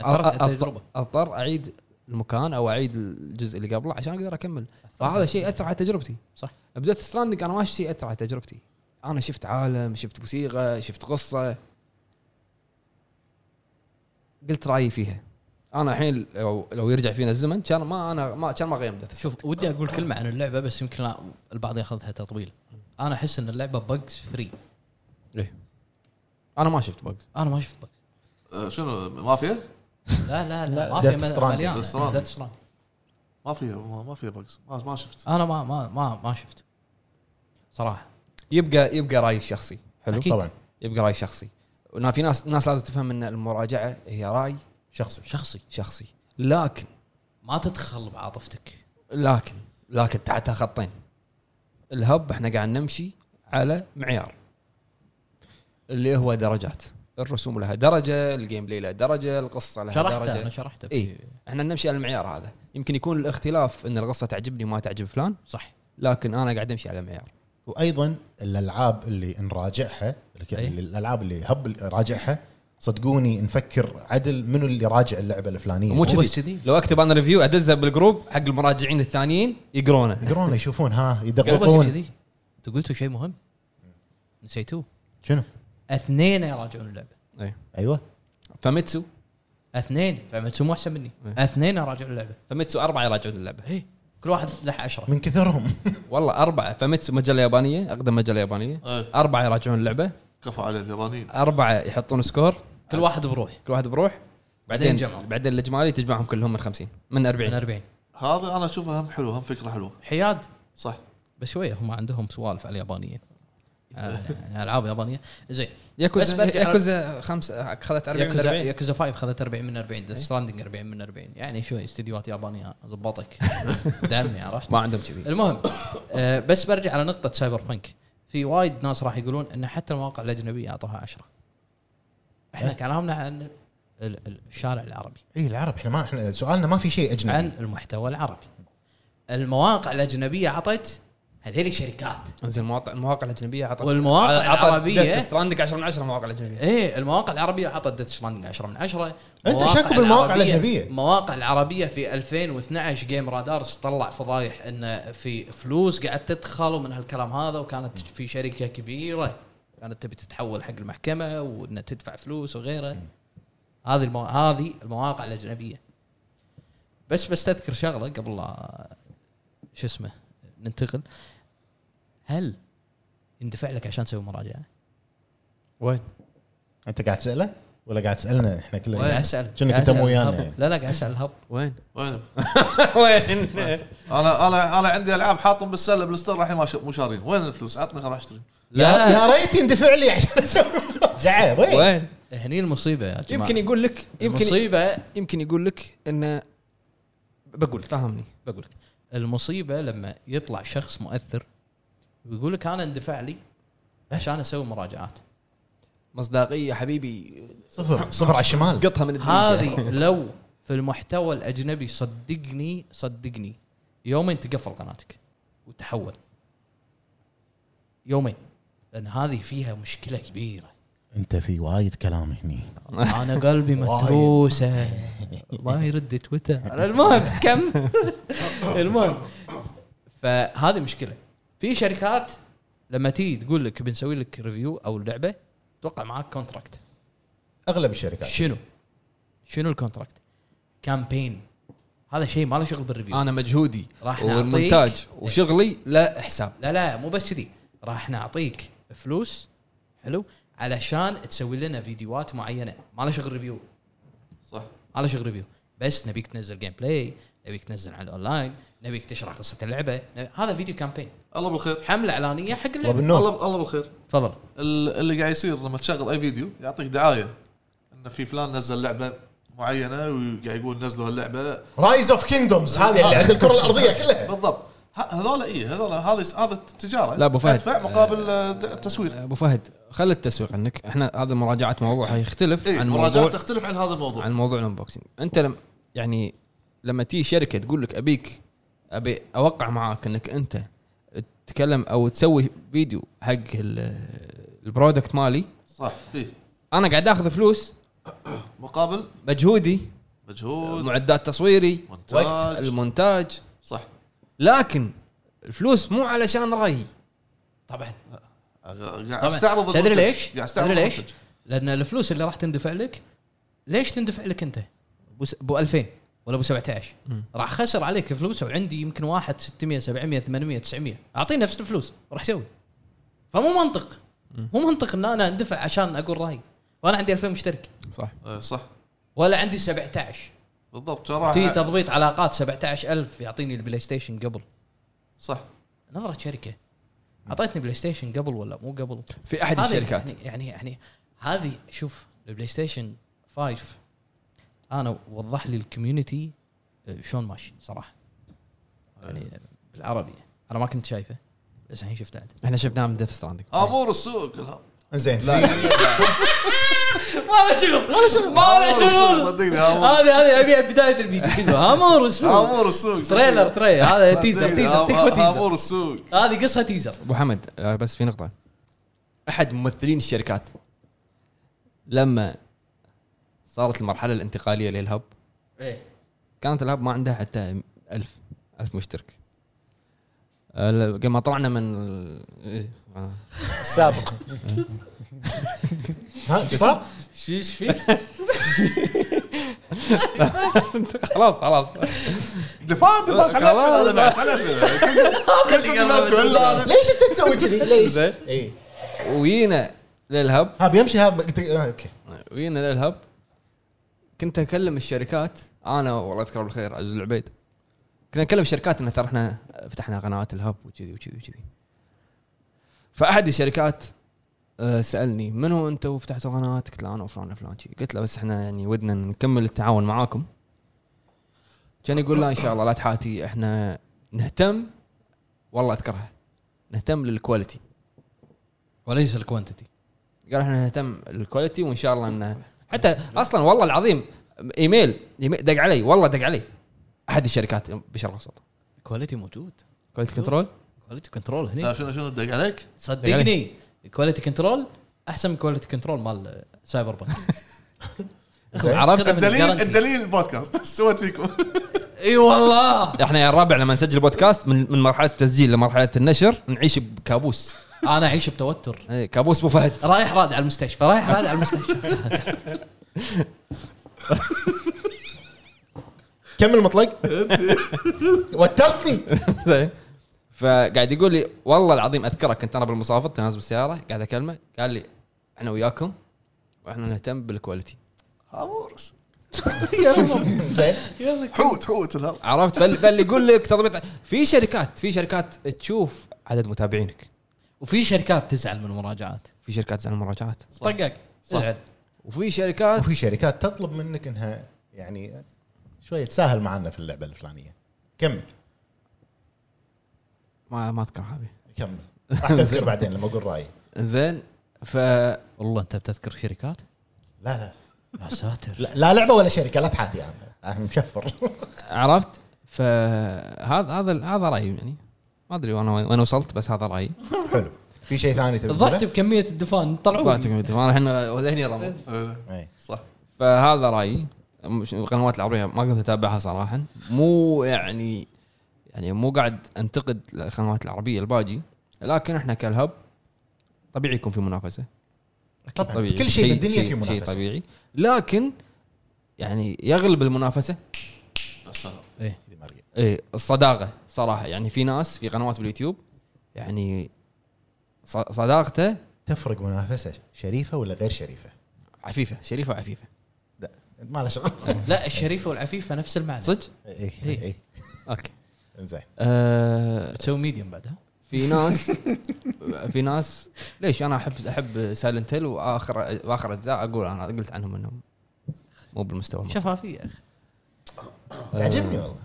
[SPEAKER 4] اثرت
[SPEAKER 1] أ-
[SPEAKER 4] على التجربه
[SPEAKER 1] اضطر اعيد المكان او اعيد الجزء اللي قبله عشان اقدر اكمل فهذا شيء اثر على تجربتي
[SPEAKER 4] صح.
[SPEAKER 1] بديت ستراندنج انا ما شفت شيء اثر على تجربتي انا شفت عالم شفت موسيقى شفت قصه قلت رايي فيها انا الحين لو لو يرجع فينا الزمن كان ما انا ما كان ما غيمت
[SPEAKER 4] شوف ودي اقول كلمه عن اللعبه بس يمكن لا- البعض ياخذها تطويل انا احس ان اللعبه بجز فري
[SPEAKER 1] انا ما شفت بجز
[SPEAKER 4] انا ما شفت بجز
[SPEAKER 2] آه، شنو مافيا؟
[SPEAKER 4] لا لا لا
[SPEAKER 5] لا،
[SPEAKER 4] ما
[SPEAKER 3] Death
[SPEAKER 4] في
[SPEAKER 3] Stranding.
[SPEAKER 4] مليان
[SPEAKER 2] Death Stranding.
[SPEAKER 4] Death Stranding.
[SPEAKER 2] ما فيها ما ما فيها بجز ما, ما شفت
[SPEAKER 4] انا ما ما ما ما شفت صراحه
[SPEAKER 1] يبقى يبقى رايي الشخصي حلو
[SPEAKER 4] أكيد.
[SPEAKER 3] طبعا
[SPEAKER 1] يبقى راي شخصي ونا- في ناس ناس لازم تفهم ان المراجعه هي راي
[SPEAKER 3] شخصي
[SPEAKER 4] شخصي
[SPEAKER 1] شخصي لكن
[SPEAKER 4] ما تدخل بعاطفتك
[SPEAKER 1] لكن لكن تحتها خطين الهب احنا قاعد نمشي على معيار اللي هو درجات الرسوم لها درجه الجيم بلاي لها درجه القصه لها
[SPEAKER 4] شرحته انا
[SPEAKER 1] درجه
[SPEAKER 4] شرحته في-
[SPEAKER 1] اي احنا نمشي على المعيار هذا يمكن يكون الاختلاف ان القصه تعجبني وما تعجب فلان
[SPEAKER 4] صح
[SPEAKER 1] لكن انا قاعد امشي على معيار
[SPEAKER 3] وايضا الالعاب اللي نراجعها الك-
[SPEAKER 4] أي.
[SPEAKER 3] الالعاب اللي هب راجعها صدقوني نفكر عدل منو اللي راجع اللعبه الفلانيه
[SPEAKER 1] مو
[SPEAKER 4] مو بس
[SPEAKER 1] كذي
[SPEAKER 4] كذي.
[SPEAKER 1] لو اكتب انا ريفيو ادزه بالجروب حق المراجعين الثانيين يقرونه
[SPEAKER 3] يقرون يشوفون ها
[SPEAKER 4] مو بس
[SPEAKER 3] يدققون
[SPEAKER 4] كذي انتوا قلتوا شيء مهم نسيتوه
[SPEAKER 3] شنو؟
[SPEAKER 4] اثنين يراجعون اللعبه
[SPEAKER 1] اي
[SPEAKER 3] ايوه
[SPEAKER 1] فميتسو
[SPEAKER 4] اثنين فمتسو مو احسن مني
[SPEAKER 1] إيه.
[SPEAKER 4] اثنين يراجعون اللعبه
[SPEAKER 1] فميتسو اربعه يراجعون اللعبه
[SPEAKER 4] اي كل واحد له عشرة
[SPEAKER 3] من كثرهم
[SPEAKER 1] والله اربعه فميتسو مجله يابانيه اقدم مجله يابانيه
[SPEAKER 2] إيه.
[SPEAKER 1] اربعه يراجعون اللعبه
[SPEAKER 2] كفو على اليابانيين
[SPEAKER 1] اربعه يحطون سكور
[SPEAKER 4] كل واحد بروح
[SPEAKER 1] كل واحد بروح
[SPEAKER 4] بعدين
[SPEAKER 1] بعدين
[SPEAKER 4] جمعوا.
[SPEAKER 1] بعدين الاجمالي تجمعهم كلهم من 50 من
[SPEAKER 4] من
[SPEAKER 1] 40
[SPEAKER 4] 40
[SPEAKER 2] هذا انا اشوفها هم حلوه هم فكره حلوه
[SPEAKER 4] حياد
[SPEAKER 2] صح
[SPEAKER 4] بس شويه هم عندهم سوالف على اليابانيين آه، يعني العاب يابانيه زين بس
[SPEAKER 1] ياكوزا
[SPEAKER 4] برجع على-
[SPEAKER 1] ياكوزا خمسه اخذت 40 من
[SPEAKER 4] ياكوزا
[SPEAKER 1] 40
[SPEAKER 4] ياكوزا 5 خذت 40 من 40 ذا ستراندنج 40 من 40 يعني شوي استديوهات يابانيه ضبطك دعمني عرفت
[SPEAKER 1] ما عندهم كذي
[SPEAKER 4] المهم آه، بس برجع على نقطه سايبر بانك في وايد ناس راح يقولون ان حتى المواقع الاجنبيه اعطوها 10 احنا كلامنا عن ال- ال- الشارع العربي
[SPEAKER 3] اي إيه، العرب احنا ما احنا سؤالنا ما في شيء
[SPEAKER 4] عن
[SPEAKER 3] اجنبي
[SPEAKER 4] المحتوى العربي المواقع الاجنبيه عطت هذيل شركات
[SPEAKER 1] انزين المواقع المواقع الاجنبيه عطت
[SPEAKER 4] والمواقع العربية-
[SPEAKER 1] ستراندك 10 من 10 المواقع الاجنبيه
[SPEAKER 4] ايه المواقع العربيه عطت ديث ستراندنج 10 من 10
[SPEAKER 3] أنت
[SPEAKER 4] مواقع
[SPEAKER 3] شاكو بالمواقع
[SPEAKER 4] العربية-
[SPEAKER 3] الأجنبية.
[SPEAKER 4] المواقع العربيه في 2012 جيم رادارز طلع فضايح ان في فلوس قاعد تدخل ومن هالكلام هذا وكانت في شركه كبيره كانت تبي تتحول حق المحكمه وان تدفع فلوس وغيره هذه المو... هذه المواقع الاجنبيه بس بستذكر شغله قبل لا شو اسمه ننتقل هل يندفع لك عشان تسوي مراجعه؟
[SPEAKER 1] وين؟
[SPEAKER 3] انت قاعد تساله ولا قاعد تسالنا احنا كلنا
[SPEAKER 4] قاعد اسال
[SPEAKER 3] شنو
[SPEAKER 4] قاعد
[SPEAKER 3] كنت مو
[SPEAKER 4] أسأل
[SPEAKER 3] ويانا
[SPEAKER 4] الهب.
[SPEAKER 3] يعني.
[SPEAKER 4] لا لا قاعد اسال الهب
[SPEAKER 1] وين؟
[SPEAKER 2] وين
[SPEAKER 1] وين؟
[SPEAKER 2] انا انا انا عندي العاب حاطهم بالسله بالستور الحين ما ش- مو شارين وين الفلوس عطني خل اشتري
[SPEAKER 3] يا يا ريت يندفع لي عشان اسوي مراجعه وين؟
[SPEAKER 1] وين؟
[SPEAKER 4] هني المصيبه يا جماعه
[SPEAKER 1] يمكن يقول لك يمكن
[SPEAKER 4] المصيبه
[SPEAKER 1] يمكن يقول لك انه بقول لك فهمني
[SPEAKER 4] بقول لك المصيبه لما يطلع شخص مؤثر ويقول لك انا اندفع لي عشان اسوي مراجعات
[SPEAKER 1] مصداقيه حبيبي
[SPEAKER 3] صفر صفر على الشمال
[SPEAKER 1] قطها من
[SPEAKER 4] هذه لو في المحتوى الاجنبي صدقني صدقني يومين تقفل قناتك وتحول يومين لان هذه فيها مشكله كبيره
[SPEAKER 3] انت في وايد كلام هني
[SPEAKER 4] انا قلبي متروسه ما يرد تويتر المهم كم المهم فهذه مشكله في شركات لما تيجي تقول لك بنسوي لك ريفيو او لعبه توقع معاك كونتراكت
[SPEAKER 3] اغلب الشركات
[SPEAKER 4] شنو؟ شنو الكونتراكت؟ كامبين هذا شيء ما له شغل بالريفيو
[SPEAKER 1] انا مجهودي
[SPEAKER 4] راح نعطيك-
[SPEAKER 1] والمونتاج وشغلي لا حساب
[SPEAKER 4] لا لا مو بس كذي راح نعطيك فلوس حلو علشان تسوي لنا فيديوهات معينه ما له شغل ريفيو
[SPEAKER 2] صح
[SPEAKER 4] ما له شغل ريفيو بس نبيك تنزل جيم بلاي نبيك تنزل على الاونلاين نبيك تشرح قصه اللعبه نبي... هذا فيديو كامبين
[SPEAKER 2] الله بالخير
[SPEAKER 4] حمله اعلانيه حق اللعبه
[SPEAKER 3] وبالنوم
[SPEAKER 2] الله الله بالخير
[SPEAKER 4] تفضل
[SPEAKER 2] ال- اللي قاعد يصير لما تشغل اي فيديو يعطيك دعايه ان في فلان نزل لعبه معينه وقاعد يقول نزلوا هاللعبه
[SPEAKER 3] رايز اوف كينجدومز هذه اللي عند الكره الارضيه كلها
[SPEAKER 2] بالضبط ه- هذول اي هذول هذه هذا التجاره
[SPEAKER 1] لا، أبو فهد.
[SPEAKER 2] ادفع مقابل آه، د- تسويق إيه.
[SPEAKER 1] ابو فهد خلي التسويق عنك احنا هذا مراجعه موضوع هيختلف
[SPEAKER 2] اي
[SPEAKER 1] عن
[SPEAKER 2] مراجعه
[SPEAKER 1] موضوع
[SPEAKER 2] تختلف عن هذا الموضوع
[SPEAKER 1] عن موضوع الانبوكسنج انت لم يعني لما تيجي شركه تقول لك ابيك ابي اوقع معاك انك انت تتكلم او تسوي فيديو حق ال- البرودكت مالي
[SPEAKER 2] صح فيه
[SPEAKER 1] انا قاعد اخذ فلوس
[SPEAKER 2] مقابل
[SPEAKER 1] مجهودي
[SPEAKER 2] مجهود
[SPEAKER 1] معدات تصويري
[SPEAKER 2] مونتاج.
[SPEAKER 1] وقت المونتاج
[SPEAKER 2] صح
[SPEAKER 1] لكن الفلوس مو علشان رايي
[SPEAKER 4] طبعا
[SPEAKER 2] قاعد
[SPEAKER 4] طبعاً.
[SPEAKER 2] استعرض
[SPEAKER 4] تدري
[SPEAKER 2] المنتج.
[SPEAKER 4] ليش؟
[SPEAKER 2] قاعد استعرض
[SPEAKER 4] تدري ليش؟
[SPEAKER 2] المنتج.
[SPEAKER 4] لان الفلوس اللي راح تندفع لك ليش تندفع لك انت؟ أبو س- ابو 2000 ولا ابو 17 راح خسر عليك فلوس وعندي يمكن واحد 600 700 800 900 اعطيه نفس الفلوس راح يسوي فمو منطق مو منطق ان انا اندفع عشان اقول رايي وانا عندي 2000 مشترك
[SPEAKER 1] صح
[SPEAKER 2] آه، صح
[SPEAKER 4] ولا عندي 17
[SPEAKER 2] بالضبط كان راح
[SPEAKER 4] تي تضبيط علاقات 17000 يعطيني البلاي ستيشن قبل
[SPEAKER 2] صح
[SPEAKER 4] نظره شركه اعطيتني بلاي ستيشن قبل ولا مو قبل
[SPEAKER 1] في احد
[SPEAKER 4] هذه
[SPEAKER 1] الشركات
[SPEAKER 4] يعني يعني, يعني هذه شوف البلاي ستيشن 5 انا وضح لي الكوميونتي آه، شلون ماشي صراحه يعني آه، بالعربي انا ما كنت شايفه بس الحين شفته عاد
[SPEAKER 1] احنا شفناها من ديث ستراندنج
[SPEAKER 2] امور السوق لا.
[SPEAKER 3] زين في
[SPEAKER 4] ما له شغل ما له شغل ما له
[SPEAKER 2] السوق،
[SPEAKER 4] شغل
[SPEAKER 2] صدقني امور
[SPEAKER 4] هذه هذه ابيها بدايه الفيديو كذا امور السوق
[SPEAKER 2] امور السوق
[SPEAKER 4] تريلر تريلر هذا تيزر تيزر تكفى تيزر
[SPEAKER 2] امور السوق
[SPEAKER 4] هذه قصه تيزر
[SPEAKER 1] ابو حمد آه، بس في نقطه احد ممثلين الشركات لما صارت المرحله الانتقاليه للهب
[SPEAKER 4] إيه.
[SPEAKER 1] كانت الهب ما عندها حتى ألف ألف مشترك آه، ل- لما طلعنا من ال- إيه، آه.
[SPEAKER 5] السابق
[SPEAKER 3] ها إيش صار؟
[SPEAKER 4] شو ايش فيك؟
[SPEAKER 1] خلاص خلاص
[SPEAKER 2] دفاع دفاع
[SPEAKER 1] خلاص.
[SPEAKER 2] خلاص خلاص
[SPEAKER 3] ليش انت تسوي كذي؟ ليش؟
[SPEAKER 1] زين.
[SPEAKER 3] اي
[SPEAKER 1] وينا للهب
[SPEAKER 3] ها بيمشي هذا قلت- آه، اوكي
[SPEAKER 1] وينا للهب كنت اكلم الشركات انا والله اذكر بالخير عزيز العبيد كنا نكلم الشركات ان ترى احنا فتحنا قنوات الهب وكذي وكذي وكذي فاحد الشركات آه، سالني من هو انت وفتحتوا قنوات؟ قلت له انا وفلان فلان قلت له بس احنا يعني ودنا نكمل التعاون معاكم كان يقول لا ان شاء الله لا تحاتي احنا نهتم والله اذكرها نهتم للكواليتي
[SPEAKER 4] وليس الكوانتيتي
[SPEAKER 1] قال احنا نهتم الكواليتي وان شاء الله انه حتى اصلا والله العظيم ايميل, إيميل دق علي والله دق علي احد الشركات بالشرق الاوسط
[SPEAKER 4] الكواليتي موجود
[SPEAKER 1] كواليتي كنترول
[SPEAKER 4] كواليتي كنترول هني
[SPEAKER 2] شنو شنو دق عليك؟
[SPEAKER 4] صدقني كواليتي كنترول احسن من كواليتي كنترول مال سايبر بانك عرفت
[SPEAKER 2] الدليل الدليل البودكاست ايش سويت فيكم؟
[SPEAKER 4] اي والله
[SPEAKER 1] احنا يا الرابع لما نسجل بودكاست من من مرحله التسجيل لمرحله النشر نعيش بكابوس
[SPEAKER 4] انا اعيش بتوتر
[SPEAKER 1] إيه، كابوس ابو فهد
[SPEAKER 4] رايح راد على المستشفى رايح راد على المستشفى
[SPEAKER 3] كمل مطلق وترتني
[SPEAKER 1] زين فقاعد يقول لي والله العظيم اذكره كنت انا بالمصافط نازل بالسياره قاعد اكلمه قال لي احنا وياكم واحنا نهتم بالكواليتي
[SPEAKER 2] امور السوق.
[SPEAKER 3] زين
[SPEAKER 2] حوت حوت الهب
[SPEAKER 1] عرفت فال- فاللي يقول لك تضبيط في شركات في شركات تشوف عدد متابعينك
[SPEAKER 4] وفي شركات تزعل من المراجعات
[SPEAKER 1] في شركات زعل المراجعات
[SPEAKER 4] طقك تزعل
[SPEAKER 1] وفي شركات
[SPEAKER 3] وفي شركات تطلب منك انها يعني شويه تساهل معنا في اللعبه الفلانيه كمل
[SPEAKER 1] ما ما اذكر هذه
[SPEAKER 3] كمل راح تذكر بعدين لما اقول رايي
[SPEAKER 1] زين ف
[SPEAKER 4] والله انت بتذكر شركات
[SPEAKER 3] لا لا
[SPEAKER 4] يا ساتر
[SPEAKER 3] لا, لا لعبه ولا شركه لا تحاتي انا أنا مشفر
[SPEAKER 1] عرفت فهذا هذا هذا رايي يعني ما ادري وانا وين وين وصلت بس هذا رايي
[SPEAKER 3] حلو في شيء ثاني تبي
[SPEAKER 7] ضحت
[SPEAKER 3] تقوله؟
[SPEAKER 7] بكميه الدفان طلعوا
[SPEAKER 1] بعطيكم التليفون. انا الحين ولهني رمض
[SPEAKER 3] إيه.
[SPEAKER 1] فهذا رايي مش- القنوات العربيه ما كنت اتابعها صراحه مو يعني يعني مو قاعد انتقد القنوات العربيه الباجي لكن احنا كالهب طبيعي يكون في منافسه
[SPEAKER 3] طبعاً.
[SPEAKER 1] طبيعي
[SPEAKER 3] كل شيء بالدنيا في
[SPEAKER 1] شيء
[SPEAKER 3] منافسه
[SPEAKER 1] طبيعي لكن يعني يغلب المنافسه ايه الصداقه صراحه يعني في ناس في قنوات باليوتيوب يعني ص- صداقته
[SPEAKER 3] تفرق منافسه شريفه ولا غير شريفه؟
[SPEAKER 1] عفيفه شريفه وعفيفه
[SPEAKER 3] ما له شغل
[SPEAKER 4] لا الشريفه والعفيفه نفس المعنى
[SPEAKER 1] صدق
[SPEAKER 3] اي
[SPEAKER 4] إيه.
[SPEAKER 3] اي
[SPEAKER 1] اوكي
[SPEAKER 3] زين
[SPEAKER 1] آه
[SPEAKER 4] تسوي ميديوم بعدها
[SPEAKER 1] في ناس في ناس ليش انا احب احب سايلنت هيل واخر واخر اجزاء اقول انا قلت عنهم انهم مو بالمستوى المطلوب.
[SPEAKER 4] شفافيه يا اخي
[SPEAKER 1] آه.
[SPEAKER 3] يعجبني والله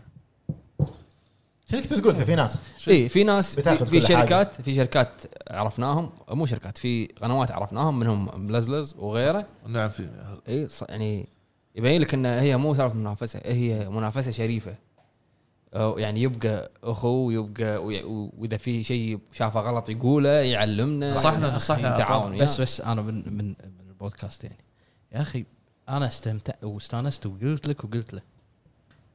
[SPEAKER 3] شنو كنت تقول في ناس
[SPEAKER 1] اي آه، إيه، في ناس في,
[SPEAKER 3] بتاخذ
[SPEAKER 1] في
[SPEAKER 3] كل حاجة.
[SPEAKER 1] شركات في شركات عرفناهم مو شركات في قنوات عرفناهم منهم ملزلز وغيره
[SPEAKER 2] نعم في
[SPEAKER 1] اي ص- يعني يبين لك ان هي مو سالفه منافسه هي منافسه شريفه أو يعني يبقى اخو ويبقى وي- واذا في شيء شافه غلط يقوله يعلمنا
[SPEAKER 2] صحنا صحنا
[SPEAKER 1] تعاون
[SPEAKER 4] بس بس انا من من, من البودكاست يعني يا اخي انا استمتع واستانست وقلت لك وقلت له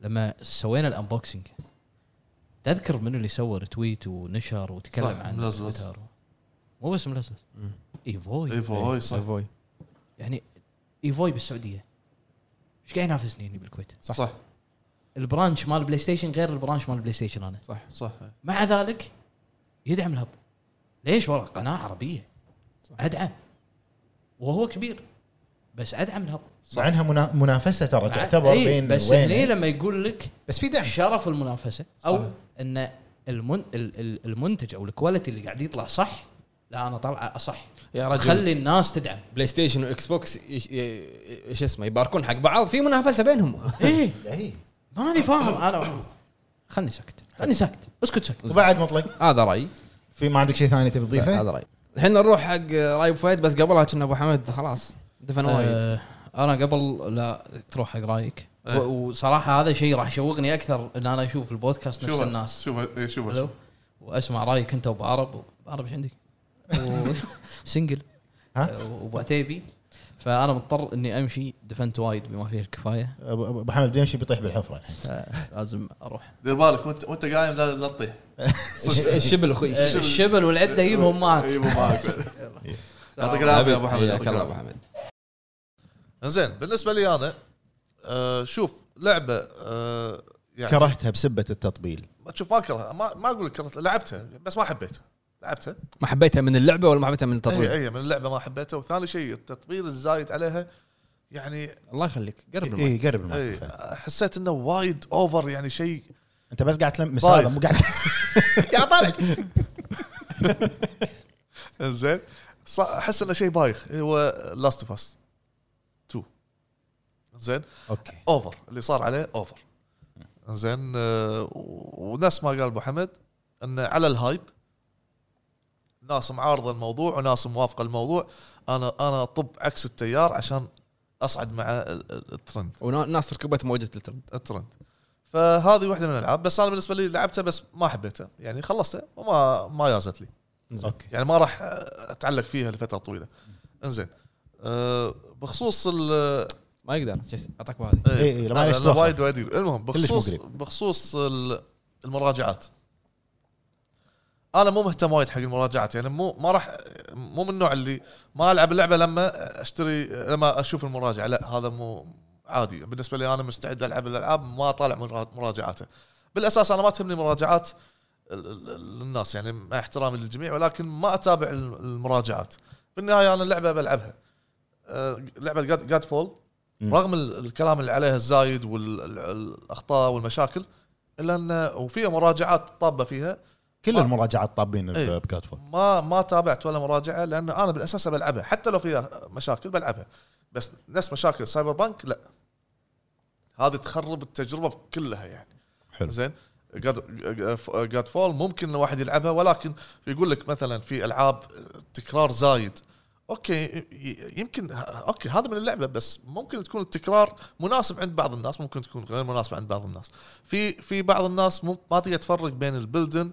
[SPEAKER 4] لما سوينا الانبوكسنج تذكر من اللي سوى ريتويت ونشر
[SPEAKER 2] صح،
[SPEAKER 7] تكلم
[SPEAKER 4] وتكلم عن
[SPEAKER 2] ملزلز.
[SPEAKER 4] تويتر مو بس ملزلز
[SPEAKER 1] مم.
[SPEAKER 4] ايفوي
[SPEAKER 2] ايفو هاي إيه، صح
[SPEAKER 1] أبوي.
[SPEAKER 4] يعني ايفوي بالسعوديه ايش قاعد ينافسني هنا بالكويت؟
[SPEAKER 2] صح صح
[SPEAKER 4] البرانش مال بلاي ستيشن غير البرانش مال بلاي ستيشن انا
[SPEAKER 2] صح
[SPEAKER 4] مع ذلك يدعم الهب ليش والله قناه عربيه ادعم وهو كبير بس ادعم الهب
[SPEAKER 3] مع انها منا- منافسه ترى
[SPEAKER 4] مع-
[SPEAKER 3] تعتبر
[SPEAKER 4] إيه،
[SPEAKER 3] بين
[SPEAKER 4] بس
[SPEAKER 3] وين. يعني؟
[SPEAKER 4] هني لما يقول لك
[SPEAKER 3] بس في دعم
[SPEAKER 4] شرف المنافسه او
[SPEAKER 2] صح.
[SPEAKER 4] ان المن ال- ال- المنتج او الكواليتي اللي قاعد يطلع صح لا انا طالعه اصح
[SPEAKER 1] يا رجل
[SPEAKER 4] خلي الناس تدعم
[SPEAKER 1] بلاي ستيشن واكس بوكس يش- ي- ايش إيه، اسمه يباركون حق بعض في منافسه بينهم
[SPEAKER 4] ايه
[SPEAKER 3] إيه.
[SPEAKER 4] ماني فاهم انا خلني ساكت خلني ساكت اسكت ساكت
[SPEAKER 3] وبعد مطلق
[SPEAKER 1] هذا رايي
[SPEAKER 3] في ما عندك شيء ثاني تبي تضيفه؟
[SPEAKER 1] هذا رايي الحين نروح حق راي أبو فهد بس قبلها كنا ابو حمد خلاص دفن وايد
[SPEAKER 4] آه، انا قبل لا تروح حق رايك
[SPEAKER 2] إيه.
[SPEAKER 4] و- وصراحه هذا شيء راح يشوقني اكثر ان انا اشوف البودكاست نفس
[SPEAKER 2] شوف
[SPEAKER 4] الناس
[SPEAKER 2] شوف إيه، شوف
[SPEAKER 4] حلو
[SPEAKER 2] شوف.
[SPEAKER 4] واسمع رايك انت وابو عرب ابو عرب ايش عندك؟ و- سنجل
[SPEAKER 3] ها؟
[SPEAKER 4] آه، وابو عتيبي فانا مضطر اني امشي دفنت وايد بما فيه الكفايه
[SPEAKER 3] ابو أبو حمد بيمشي بيطيح بالحفره الحين
[SPEAKER 4] لازم اروح
[SPEAKER 2] دير بالك وانت وانت قايم لا لا تطيح صدق.
[SPEAKER 1] الشبل اخوي
[SPEAKER 4] آه، الشبل والعده يجيبهم معك
[SPEAKER 2] يجيبهم معك يعطيك العافيه يا ابو حمد
[SPEAKER 1] حياك
[SPEAKER 2] يعطيك
[SPEAKER 1] الله
[SPEAKER 2] العافية.
[SPEAKER 1] ابو حمد
[SPEAKER 2] زين بالنسبه لي انا آه، شوف لعبه آه، يعني
[SPEAKER 3] كرهتها بسبه التطبيل
[SPEAKER 2] ما- شوف ما اكرهها ما ما اقول لك كرهتها لعبتها بس ما حبيتها لعبتها
[SPEAKER 1] ما حبيتها من اللعبه ولا ما حبيتها من
[SPEAKER 2] اي
[SPEAKER 1] التطوير
[SPEAKER 2] اي من اللعبه ما حبيتها وثاني شيء التطوير الزايد عليها يعني
[SPEAKER 1] الله يخليك قرب المايك
[SPEAKER 3] اي إيه، قرب
[SPEAKER 2] اي
[SPEAKER 3] المايك
[SPEAKER 2] حسيت انه وايد اوفر يعني شيء
[SPEAKER 3] انت بس قاعد تلمس
[SPEAKER 2] بايخ.
[SPEAKER 3] هذا مو قاعد قاعد طالع
[SPEAKER 2] زين ص- احس انه شيء بايخ هو لاست اوف اس 2 زين
[SPEAKER 3] اوكي
[SPEAKER 2] اوفر اللي صار عليه اوفر زين آه، ونفس ما قال ابو حمد انه على الهايب ناس معارضه الموضوع وناس موافقه الموضوع انا انا طب عكس التيار عشان اصعد مع ال- ال- الترند
[SPEAKER 1] وناس ركبت موجه الترند
[SPEAKER 2] الترند فهذه واحده من الالعاب بس انا بالنسبه لي لعبتها بس ما حبيتها يعني خلصتها وما ما يازت لي
[SPEAKER 3] اوكي
[SPEAKER 2] يعني ما راح اتعلق فيها لفتره طويله انزين أه بخصوص ال
[SPEAKER 1] ما يقدر شس- اعطاك هذه
[SPEAKER 2] إيه،
[SPEAKER 3] إيه، لا، معليش
[SPEAKER 2] أنا
[SPEAKER 3] توخر.
[SPEAKER 2] وايد وايد قريب. المهم
[SPEAKER 3] كلش مو
[SPEAKER 2] بخصوص
[SPEAKER 3] قريب.
[SPEAKER 2] بخصوص ال- المراجعات انا مو مهتم وايد حق المراجعات يعني مو ما راح مو من النوع اللي ما العب اللعبه لما اشتري لما اشوف المراجعه لا هذا مو عادي بالنسبه لي انا مستعد العب الالعاب ما طالع مرا- مراجعاته بالاساس انا ما تهمني مراجعات ال- ال- ال- الناس يعني مع احترامي للجميع ولكن ما اتابع الم- المراجعات بالنهايه انا اللعبه بلعبها أه، لعبه جاد فول
[SPEAKER 3] مم.
[SPEAKER 2] رغم ال- الكلام اللي عليها الزايد والاخطاء والمشاكل الا انه وفيها مراجعات طابه فيها
[SPEAKER 3] كل
[SPEAKER 2] ما-
[SPEAKER 3] المراجعات طابين
[SPEAKER 2] إيه.
[SPEAKER 3] بجاد
[SPEAKER 2] ما ما تابعت ولا مراجعه لان انا بالاساس بلعبها حتى لو فيها مشاكل بلعبها بس نفس مشاكل سايبر بانك لا هذه تخرب التجربه كلها يعني
[SPEAKER 3] حلو.
[SPEAKER 2] زين جاد فول ممكن الواحد يلعبها ولكن يقول لك مثلا في العاب تكرار زايد اوكي ي- يمكن اوكي هذا من اللعبه بس ممكن تكون التكرار مناسب عند بعض الناس ممكن تكون غير مناسب عند بعض الناس في في بعض الناس مو ما تقدر تفرق بين البلدن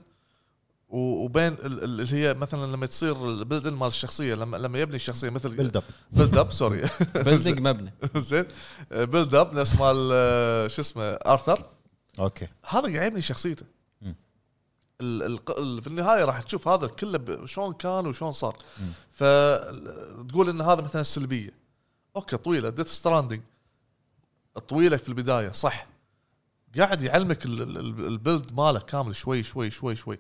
[SPEAKER 2] و- وبين ال- ال- اللي هي مثلا لما تصير البلد مال الشخصيه لما لما يبني الشخصيه مثل
[SPEAKER 3] بيلد اب
[SPEAKER 2] بيلد اب سوري
[SPEAKER 1] بلدنج مبنى
[SPEAKER 2] زين بيلد اب نفس مال آه، شو اسمه ارثر
[SPEAKER 3] اوكي
[SPEAKER 2] هذا قاعد يبني شخصيته
[SPEAKER 3] مم.
[SPEAKER 2] ال- الق- ال- في النهايه راح تشوف هذا كله ب- شلون كان وشلون صار فتقول ان هذا مثلا السلبيه اوكي طويله ديث ستراندنج طويله في البدايه صح قاعد يعلمك ال- ال- ال- البيلد ماله كامل شوي شوي شوي شوي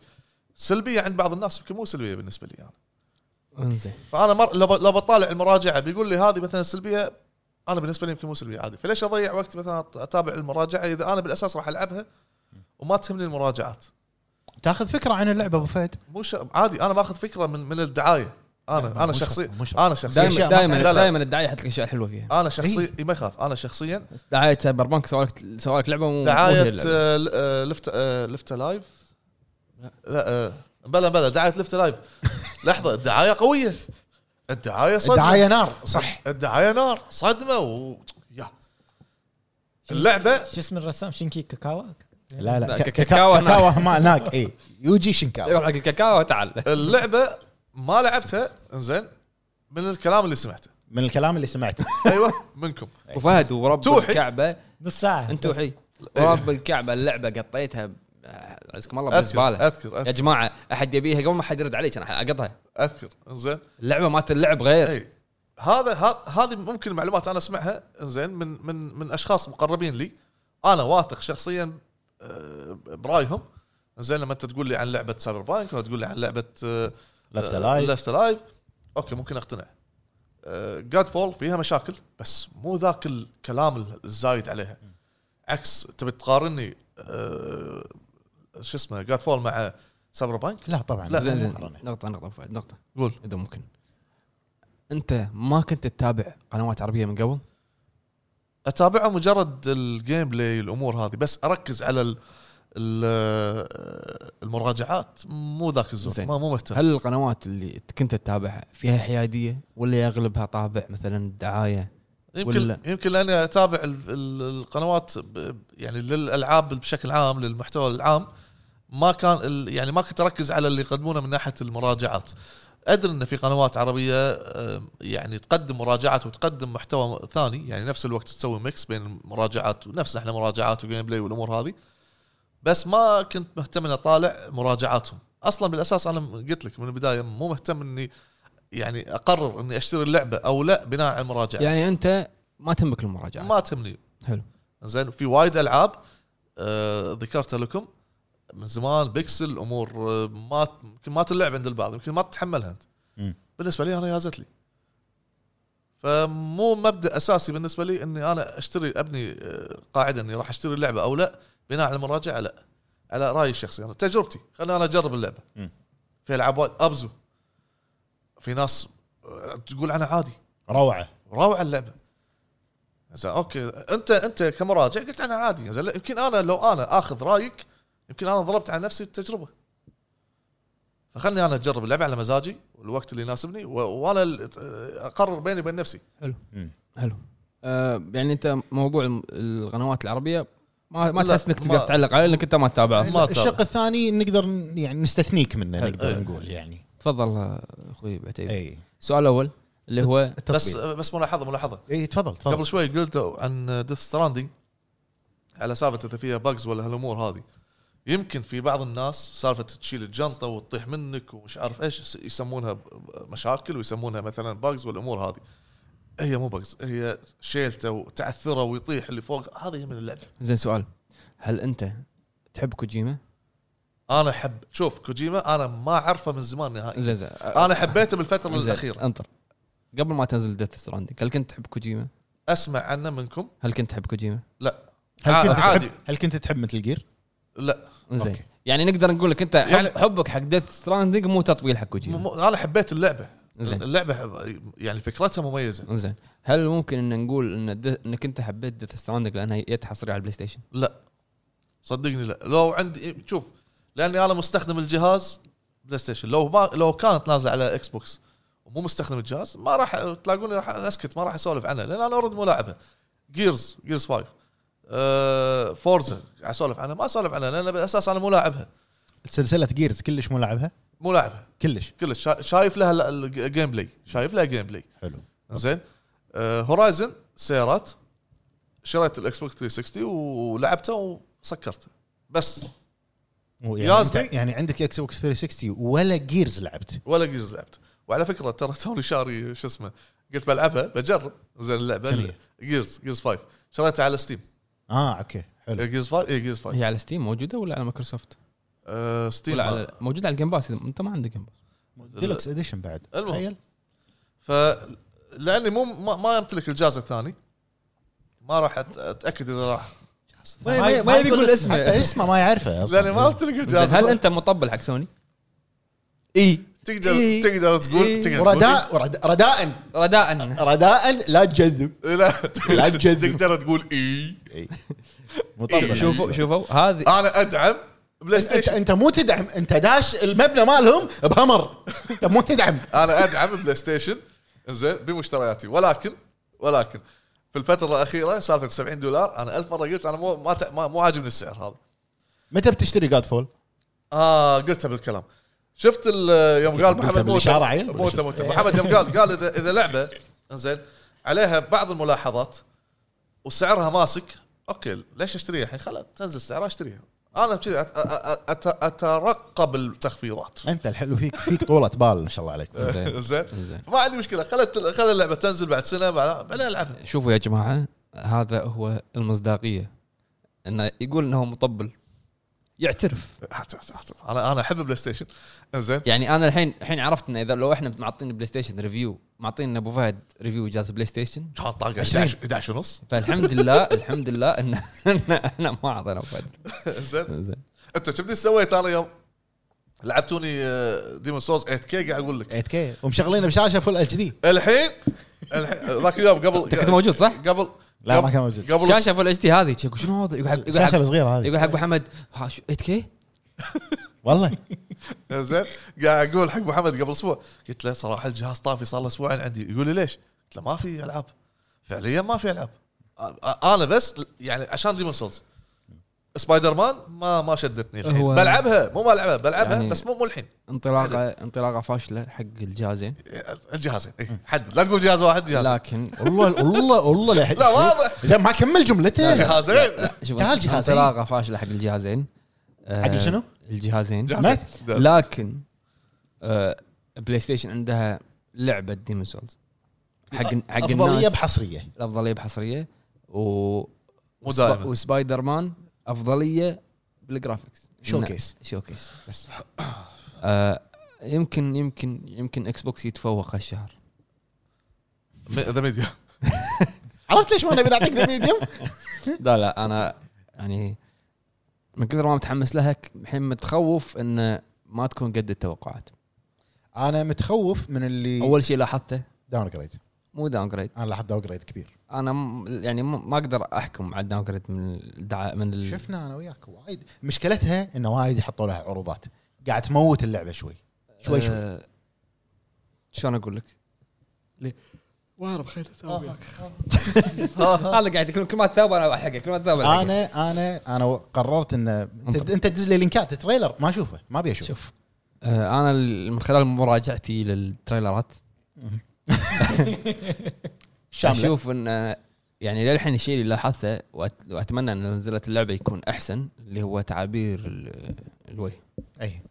[SPEAKER 2] سلبيه عند بعض الناس يمكن مو سلبيه بالنسبه لي انا
[SPEAKER 1] انزين
[SPEAKER 2] فانا مر... لو ب- لو بطالع المراجعه بيقول لي هذه مثلا سلبيه انا بالنسبه لي يمكن مو سلبيه عادي فليش اضيع وقت مثلا أت- اتابع المراجعه اذا انا بالاساس راح العبها وما تهمني المراجعات
[SPEAKER 3] تاخذ فكره عن اللعبه ابو فهد
[SPEAKER 2] مو ش... عادي انا ماخذ فكره من من الدعايه انا انا
[SPEAKER 3] مو شرط،
[SPEAKER 2] شخصيا
[SPEAKER 3] مو شرط.
[SPEAKER 2] انا شخصيا
[SPEAKER 1] دائما
[SPEAKER 3] أشياء ما
[SPEAKER 1] دائما
[SPEAKER 2] تعرف. لا، لا.
[SPEAKER 1] دائما الدعايه يحط لك اشياء حلوه فيها
[SPEAKER 2] انا شخصيا إيه، ما يخاف انا شخصيا
[SPEAKER 1] دعايه سايبر بانك سوالك سوالك لعبه مو مو هي
[SPEAKER 2] دعايه
[SPEAKER 1] اللعبة.
[SPEAKER 2] آه، ل- آه، لفت آه، لفت لايف لا آه، بلا بلا دعايه لفت لايف لحظه الدعايه قويه الدعايه صدمه
[SPEAKER 3] دعايه نار صح
[SPEAKER 2] الدعايه نار صدمه و يا اللعبه
[SPEAKER 7] شو اسم الرسام شينكي كاكاوا
[SPEAKER 3] لا لا
[SPEAKER 1] لا،
[SPEAKER 3] ك-
[SPEAKER 1] ك-
[SPEAKER 3] كاكا-
[SPEAKER 1] كاكاو إيه.
[SPEAKER 3] كاكاو ما هناك اي يوجي شنكاو
[SPEAKER 1] يروح حق الكاكاو تعال
[SPEAKER 2] اللعبه ما لعبتها انزين من الكلام اللي سمعته
[SPEAKER 3] من الكلام اللي سمعته
[SPEAKER 2] ايوه منكم
[SPEAKER 1] وفهد ورب
[SPEAKER 2] توحي. إيه.
[SPEAKER 1] الكعبه
[SPEAKER 7] نص ساعه
[SPEAKER 1] انت
[SPEAKER 7] بس.
[SPEAKER 1] وحي ورب الكعبه اللعبه قطيتها ب- عزكم الله
[SPEAKER 2] اذكر
[SPEAKER 1] بالزباله
[SPEAKER 2] اذكر
[SPEAKER 1] يا
[SPEAKER 2] اذكر,
[SPEAKER 1] جماعه احد يبيها قبل ما حد يرد عليك انا اقطها
[SPEAKER 2] أذكر. انزين
[SPEAKER 1] اللعبه مالت اللعب غير
[SPEAKER 2] اي هذا ه- هذه ممكن معلومات انا اسمعها انزين من من من اشخاص مقربين لي انا واثق شخصيا آه، برايهم زين لما انت تقول لي عن لعبه سايبر بانك ولا تقول لي عن لعبه آه،
[SPEAKER 3] Left Alive.
[SPEAKER 2] لفت لايف اوكي ممكن اقتنع جاد فول فيها مشاكل بس مو ذاك الكلام الزايد عليها عكس تبي تقارني آه، شو اسمه جاد فول مع سايبر بانك
[SPEAKER 3] لا طبعا
[SPEAKER 2] لا،
[SPEAKER 1] زين زين
[SPEAKER 3] مقارنة.
[SPEAKER 1] نقطه نقطه فهد نقطه
[SPEAKER 2] قول
[SPEAKER 1] اذا ممكن انت ما كنت تتابع قنوات عربيه من قبل
[SPEAKER 2] اتابعه مجرد الجيم بلاي الامور هذه بس اركز على ال ال- المراجعات مو ذاك الزود
[SPEAKER 1] زين.
[SPEAKER 2] ما مو مهتم
[SPEAKER 1] هل القنوات اللي كنت تتابعها فيها حياديه ولا يغلبها طابع مثلا دعايه
[SPEAKER 2] يمكن
[SPEAKER 1] ولا-
[SPEAKER 2] يمكن لاني اتابع ال- ال- القنوات ب- يعني للالعاب بشكل عام للمحتوى العام ما كان ال- يعني ما كنت اركز على اللي يقدمونه من ناحيه المراجعات ادري ان في قنوات عربيه آم، يعني تقدم مراجعات وتقدم محتوى ثاني يعني نفس الوقت تسوي ميكس بين المراجعات ونفس احنا مراجعات وجيم بلاي والامور هذه بس ما كنت مهتم اني اطالع مراجعاتهم اصلا بالاساس انا قلت لك من البدايه مو مهتم اني يعني اقرر اني اشتري اللعبه او لا بناء على المراجعه
[SPEAKER 1] يعني انت ما تهمك المراجعه
[SPEAKER 2] ما تهمني
[SPEAKER 1] حلو
[SPEAKER 2] زين في وايد العاب آه ذكرتها لكم من زمان بيكسل امور آه ما يمكن ما تلعب عند البعض يمكن ما تتحملها انت
[SPEAKER 3] مم.
[SPEAKER 2] بالنسبه لي انا يازت لي فمو مبدا اساسي بالنسبه لي اني انا اشتري ابني آه، قاعده اني راح اشتري اللعبه او لا بناء على المراجعه لا على رايي الشخصي انا تجربتي خليني انا اجرب اللعبه
[SPEAKER 3] مم.
[SPEAKER 2] في العاب وايد ابزو في ناس آه، تقول انا عادي
[SPEAKER 3] روعه
[SPEAKER 2] روعه اللعبه زين اوكي انت انت كمراجع قلت انا عادي زين لا، يمكن انا لو انا اخذ رايك يمكن انا ضربت على نفسي التجربه فخلني انا اجرب اللعبه على مزاجي والوقت اللي يناسبني و- وانا ال- اقرر بيني وبين نفسي
[SPEAKER 1] حلو آه يعني انت موضوع الم- القنوات العربيه ما ما
[SPEAKER 2] لا،
[SPEAKER 1] تحس انك
[SPEAKER 2] ما-
[SPEAKER 1] تقدر تعلق عليه لانك انت ما تتابعه
[SPEAKER 2] ما تابع.
[SPEAKER 3] الشق الثاني نقدر ن- يعني نستثنيك منه
[SPEAKER 1] حلو.
[SPEAKER 3] نقدر
[SPEAKER 2] أي.
[SPEAKER 3] نقول يعني إيه.
[SPEAKER 1] تفضل آه، اخوي بعتيب
[SPEAKER 3] اي
[SPEAKER 1] السؤال الاول اللي هو
[SPEAKER 2] بس
[SPEAKER 3] التطبيق.
[SPEAKER 2] بس ملاحظه ملاحظه
[SPEAKER 3] اي إيه، تفضل تفضل
[SPEAKER 2] قبل شوي قلت عن ديث ستراندنج على سالفه اذا فيها باجز ولا هالامور هذه يمكن في بعض الناس سالفه تشيل الجنطه وتطيح منك ومش عارف ايش يسمونها ب- ب- مشاكل ويسمونها مثلا باجز والامور هذه هي مو باجز هي شيلته وتعثره ويطيح اللي فوق هذه من اللعبه
[SPEAKER 1] زين سؤال هل انت تحب كوجيما؟
[SPEAKER 2] انا احب شوف كوجيما انا ما اعرفه من زمان نهائي
[SPEAKER 1] زين زين
[SPEAKER 2] انا حبيته بالفتره
[SPEAKER 1] زين،
[SPEAKER 2] الاخيره
[SPEAKER 1] انطر آه، قبل ما تنزل ديث ستراندنج هل كنت تحب كوجيما؟
[SPEAKER 2] اسمع عنه منكم
[SPEAKER 1] هل كنت تحب كوجيما؟
[SPEAKER 3] هل كنت
[SPEAKER 2] آه، عادي.
[SPEAKER 3] تحب هل كنت تحب مثل جير؟
[SPEAKER 2] لا
[SPEAKER 1] زين
[SPEAKER 3] أوكي.
[SPEAKER 1] يعني نقدر نقول لك انت حب
[SPEAKER 2] يعني-
[SPEAKER 1] حبك حق ديث ستراندنج مو تطويل حق
[SPEAKER 2] م-
[SPEAKER 1] كوجيما
[SPEAKER 2] م- انا حبيت اللعبه
[SPEAKER 1] زين.
[SPEAKER 2] اللعبه حب- يعني فكرتها مميزه
[SPEAKER 1] زين هل ممكن ان نقول ان د- انك انت حبيت ديث ستراندنج لانها جت حصريه على البلاي ستيشن؟
[SPEAKER 2] لا صدقني لا لو عندي شوف لاني انا مستخدم الجهاز بلاي ستيشن لو ما لو كانت نازله على اكس بوكس ومو مستخدم الجهاز ما راح تلاقوني راح اسكت ما راح اسولف عنها لان انا اوريد مو لاعبها جيرز جيرز آه، 5 أه فورزا قاعد اسولف عنها ما اسولف عنها لان بالاساس انا مو لاعبها
[SPEAKER 3] سلسله جيرز كلش مو لعبها
[SPEAKER 2] مو لاعبها
[SPEAKER 3] كلش
[SPEAKER 2] كلش شا- شايف لها ال- ال- الجيم بلاي شايف لها جيم بلاي
[SPEAKER 3] حلو
[SPEAKER 2] زين آه، هورايزن سيارات شريت الاكس بوكس 360 ولعبته وسكرته بس
[SPEAKER 3] يعني,
[SPEAKER 2] يازني.
[SPEAKER 3] أنت يعني عندك اكس بوكس 360 ولا جيرز لعبت
[SPEAKER 2] ولا جزء لعبت وعلى فكره ترى توني شاري شو اسمه قلت بلعبها بجرب زين
[SPEAKER 3] شنو
[SPEAKER 2] اللعبه جيرز جيرز 5 شريتها على آه، ستيم
[SPEAKER 3] اه اوكي حلو
[SPEAKER 2] جيرز 5 اي جيرز 5
[SPEAKER 1] هي على ستيم موجوده ولا على مايكروسوفت؟
[SPEAKER 2] إيه، آه، ستيم
[SPEAKER 1] ولا على موجوده على الجيم باس إذا- انت ما عندك جيم باس
[SPEAKER 3] ديلوكس اديشن بعد
[SPEAKER 2] إيه. المهم.
[SPEAKER 3] تخيل
[SPEAKER 2] ف لاني مو ما, ما امتلك الجهاز الثاني ما راح أت- اتاكد اذا راح
[SPEAKER 1] ما-
[SPEAKER 7] ما-
[SPEAKER 1] ما-
[SPEAKER 7] ما
[SPEAKER 1] ما يبي يقول
[SPEAKER 3] حتى
[SPEAKER 1] اسمه
[SPEAKER 3] اسمه ما يعرفه
[SPEAKER 2] لاني إيه. ما
[SPEAKER 3] اصلا
[SPEAKER 2] امتلك
[SPEAKER 1] إيه. زين،
[SPEAKER 2] الجهاز
[SPEAKER 1] هل
[SPEAKER 2] الثاني.
[SPEAKER 1] انت مطبل حق سوني؟ اي
[SPEAKER 2] تقدر
[SPEAKER 3] إيه.
[SPEAKER 2] تقدر تقول تقدر تقول-
[SPEAKER 3] ورداء ورد- رداء
[SPEAKER 1] رداء
[SPEAKER 3] رداء لا تجذب
[SPEAKER 2] لا
[SPEAKER 3] لا تجذب.
[SPEAKER 2] تقدر تقول إيه. اي إيه.
[SPEAKER 3] مطبل
[SPEAKER 1] شوفوا شوفوا هذه
[SPEAKER 2] انا ادعم بلاي
[SPEAKER 3] انت
[SPEAKER 2] ستيشن
[SPEAKER 3] انت مو تدعم انت داش المبنى مالهم بهمر انت مو تدعم
[SPEAKER 2] انا ادعم بلاي ستيشن زين بمشترياتي ولكن ولكن في الفتره الاخيره سالفه 70 دولار انا ألف مره قلت انا مو ما ت- ما- مو عاجبني السعر هذا
[SPEAKER 3] متى بتشتري جاد فول؟
[SPEAKER 2] اه قلتها بالكلام شفت ال- يوم قال
[SPEAKER 3] قلتها
[SPEAKER 2] محمد موته
[SPEAKER 3] بالإشارة عين ولا
[SPEAKER 2] موته
[SPEAKER 3] شو؟
[SPEAKER 2] موته محمد يوم قال قال اذا اذا لعبه زين عليها بعض الملاحظات وسعرها ماسك اوكي ليش اشتريها الحين خلاص تنزل سعرها اشتريها انا كذي أت- أ- أ- أت- اترقب التخفيضات
[SPEAKER 3] انت الحلو فيك فيك طولة بال ما شاء الله عليك
[SPEAKER 1] زين
[SPEAKER 2] زين
[SPEAKER 1] زين
[SPEAKER 2] ما عندي مشكله خلت خلي اللعبه تنزل بعد سنه بعد بعدين العبها
[SPEAKER 1] شوفوا يا جماعه هذا هو المصداقيه انه يقول انه هو مطبل يعترف
[SPEAKER 2] حتى- حتى- انا انا احب بلاي ستيشن زين
[SPEAKER 1] يعني انا الحين الحين عرفت انه اذا لو احنا معطين بلاي ستيشن ريفيو معطين ابو فهد ريفيو جهاز بلاي ستيشن
[SPEAKER 2] كان طاقه
[SPEAKER 1] عشرين.
[SPEAKER 2] 11 11 ونص
[SPEAKER 1] فالحمد لله الحمد لله ان إن احنا ما اعطينا ابو فهد
[SPEAKER 2] زين
[SPEAKER 1] زين
[SPEAKER 2] انت شفت ايش سويت انا يوم لعبتوني آه، ديمون سولز 8 كي قاعد اقول لك
[SPEAKER 3] 8 كي إيه، ومشغلينه بشاشه فول اتش دي
[SPEAKER 2] الحين الحين- ذاك اليوم قبل
[SPEAKER 1] كنت موجود صح؟
[SPEAKER 2] قبل
[SPEAKER 3] لا ما
[SPEAKER 2] قبل-
[SPEAKER 3] كان موجود
[SPEAKER 2] قبل
[SPEAKER 1] شاشه فول اتش دي هذه شوف شنو هذا يقول حق- يقول
[SPEAKER 3] الشاشه
[SPEAKER 1] حق
[SPEAKER 3] الصغيره هذه
[SPEAKER 1] يقول حق محمد 8 كي
[SPEAKER 3] والله
[SPEAKER 2] زين قاعد اقول حق محمد قبل اسبوع قلت له صراحه الجهاز طافي صار له اسبوعين عندي يقول لي ليش؟ قلت له ما في العاب فعليا ما في العاب أ- انا بس يعني عشان ديمون سولز سبايدر مان ما ما شدتني الحين
[SPEAKER 1] هو-
[SPEAKER 2] بلعبها مو ما العبها بلعبها
[SPEAKER 1] يعني-
[SPEAKER 2] يعني بس مو مو الحين
[SPEAKER 1] انطلاقه انطلاقه فاشله حق الجهازين
[SPEAKER 2] الجهازين إيه، حد لا تقول جهاز واحد جهاز لا,
[SPEAKER 1] لكن
[SPEAKER 3] والله والله والله لح-
[SPEAKER 2] لا واضح إيه.
[SPEAKER 3] زين ما كمل جملته
[SPEAKER 2] جهازين
[SPEAKER 1] شوف
[SPEAKER 3] تعال جهازين.
[SPEAKER 1] انطلاقه فاشله حق الجهازين آه،
[SPEAKER 3] حق شنو؟
[SPEAKER 1] الجهازين
[SPEAKER 2] جهازين لا.
[SPEAKER 1] لكن آه، بلاي ستيشن عندها لعبه ديمون سولز حق حق
[SPEAKER 3] افضليه
[SPEAKER 1] الناس
[SPEAKER 3] بحصريه
[SPEAKER 1] الافضليه بحصريه و
[SPEAKER 2] مو دائماً.
[SPEAKER 1] وسبا- وسبايدر مان افضليه بالجرافكس
[SPEAKER 3] شوكيس.
[SPEAKER 1] شوكيس
[SPEAKER 3] بس
[SPEAKER 1] آه يمكن يمكن يمكن اكس بوكس يتفوق هالشهر
[SPEAKER 2] ذا ميديا
[SPEAKER 1] نعم.
[SPEAKER 3] عرفت ليش ما نبي نعطيك ذا ميديوم؟
[SPEAKER 1] لا لا انا يعني من كثر ما متحمس لها ك- الحين متخوف انه ما تكون قد التوقعات
[SPEAKER 3] انا متخوف من اللي
[SPEAKER 1] اول شيء لاحظته
[SPEAKER 3] داون جريد
[SPEAKER 1] مو داون جريد
[SPEAKER 3] انا لاحظت داون جريد كبير
[SPEAKER 1] انا م- يعني م- ما اقدر احكم على الداون جريد من الدعاء من ال...
[SPEAKER 3] شفنا انا وياك وايد مشكلتها انه وايد يحطوا لها عروضات قاعد تموت اللعبه شوي شوي شوي
[SPEAKER 1] آه، شلون اقول لك؟ هذا قاعد يقول كل ما تثاب انا الحقك كل ما تثاب أنا ألحقك.
[SPEAKER 3] انا انا انا قررت ان انت انت تدز لي لينكات تريلر ما اشوفه ما ابي اشوفه
[SPEAKER 1] شوف آه، انا ال- من خلال مراجعتي للتريلرات
[SPEAKER 3] شامله
[SPEAKER 1] اشوف ان آه، يعني للحين الشيء اللي لاحظته وأت- واتمنى ان نزله اللعبه يكون احسن اللي هو تعابير ال- الوجه
[SPEAKER 3] اي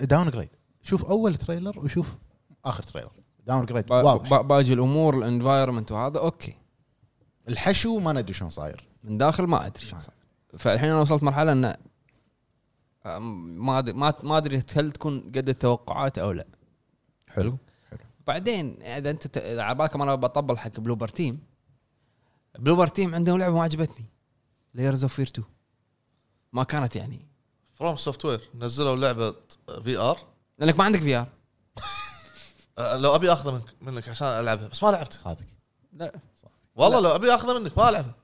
[SPEAKER 3] داون جريد شوف اول تريلر وشوف اخر تريلر داون جريد
[SPEAKER 1] با-
[SPEAKER 3] واضح
[SPEAKER 1] با- باقي الامور الانفايرمنت وهذا اوكي
[SPEAKER 3] الحشو ما ندري شلون صاير
[SPEAKER 1] من داخل ما ادري شو صار. فالحين انا وصلت مرحله ان آه، ما أدري- ما ما ادري هل تكون قد التوقعات او لا
[SPEAKER 3] حلو
[SPEAKER 1] بعدين اذا انت ت- إذا على بالكم انا بطبل حق بلوبر تيم بلوبر تيم عندهم لعبه ما عجبتني لايرز اوف فير 2 ما كانت يعني
[SPEAKER 2] فروم سوفت وير نزلوا لعبه في ار
[SPEAKER 1] لانك ما عندك في ار
[SPEAKER 2] لو ابي اخذها منك منك عشان العبها بس ما لعبتها
[SPEAKER 3] صادق
[SPEAKER 1] لا
[SPEAKER 2] والله لو ابي اخذها منك ما العبها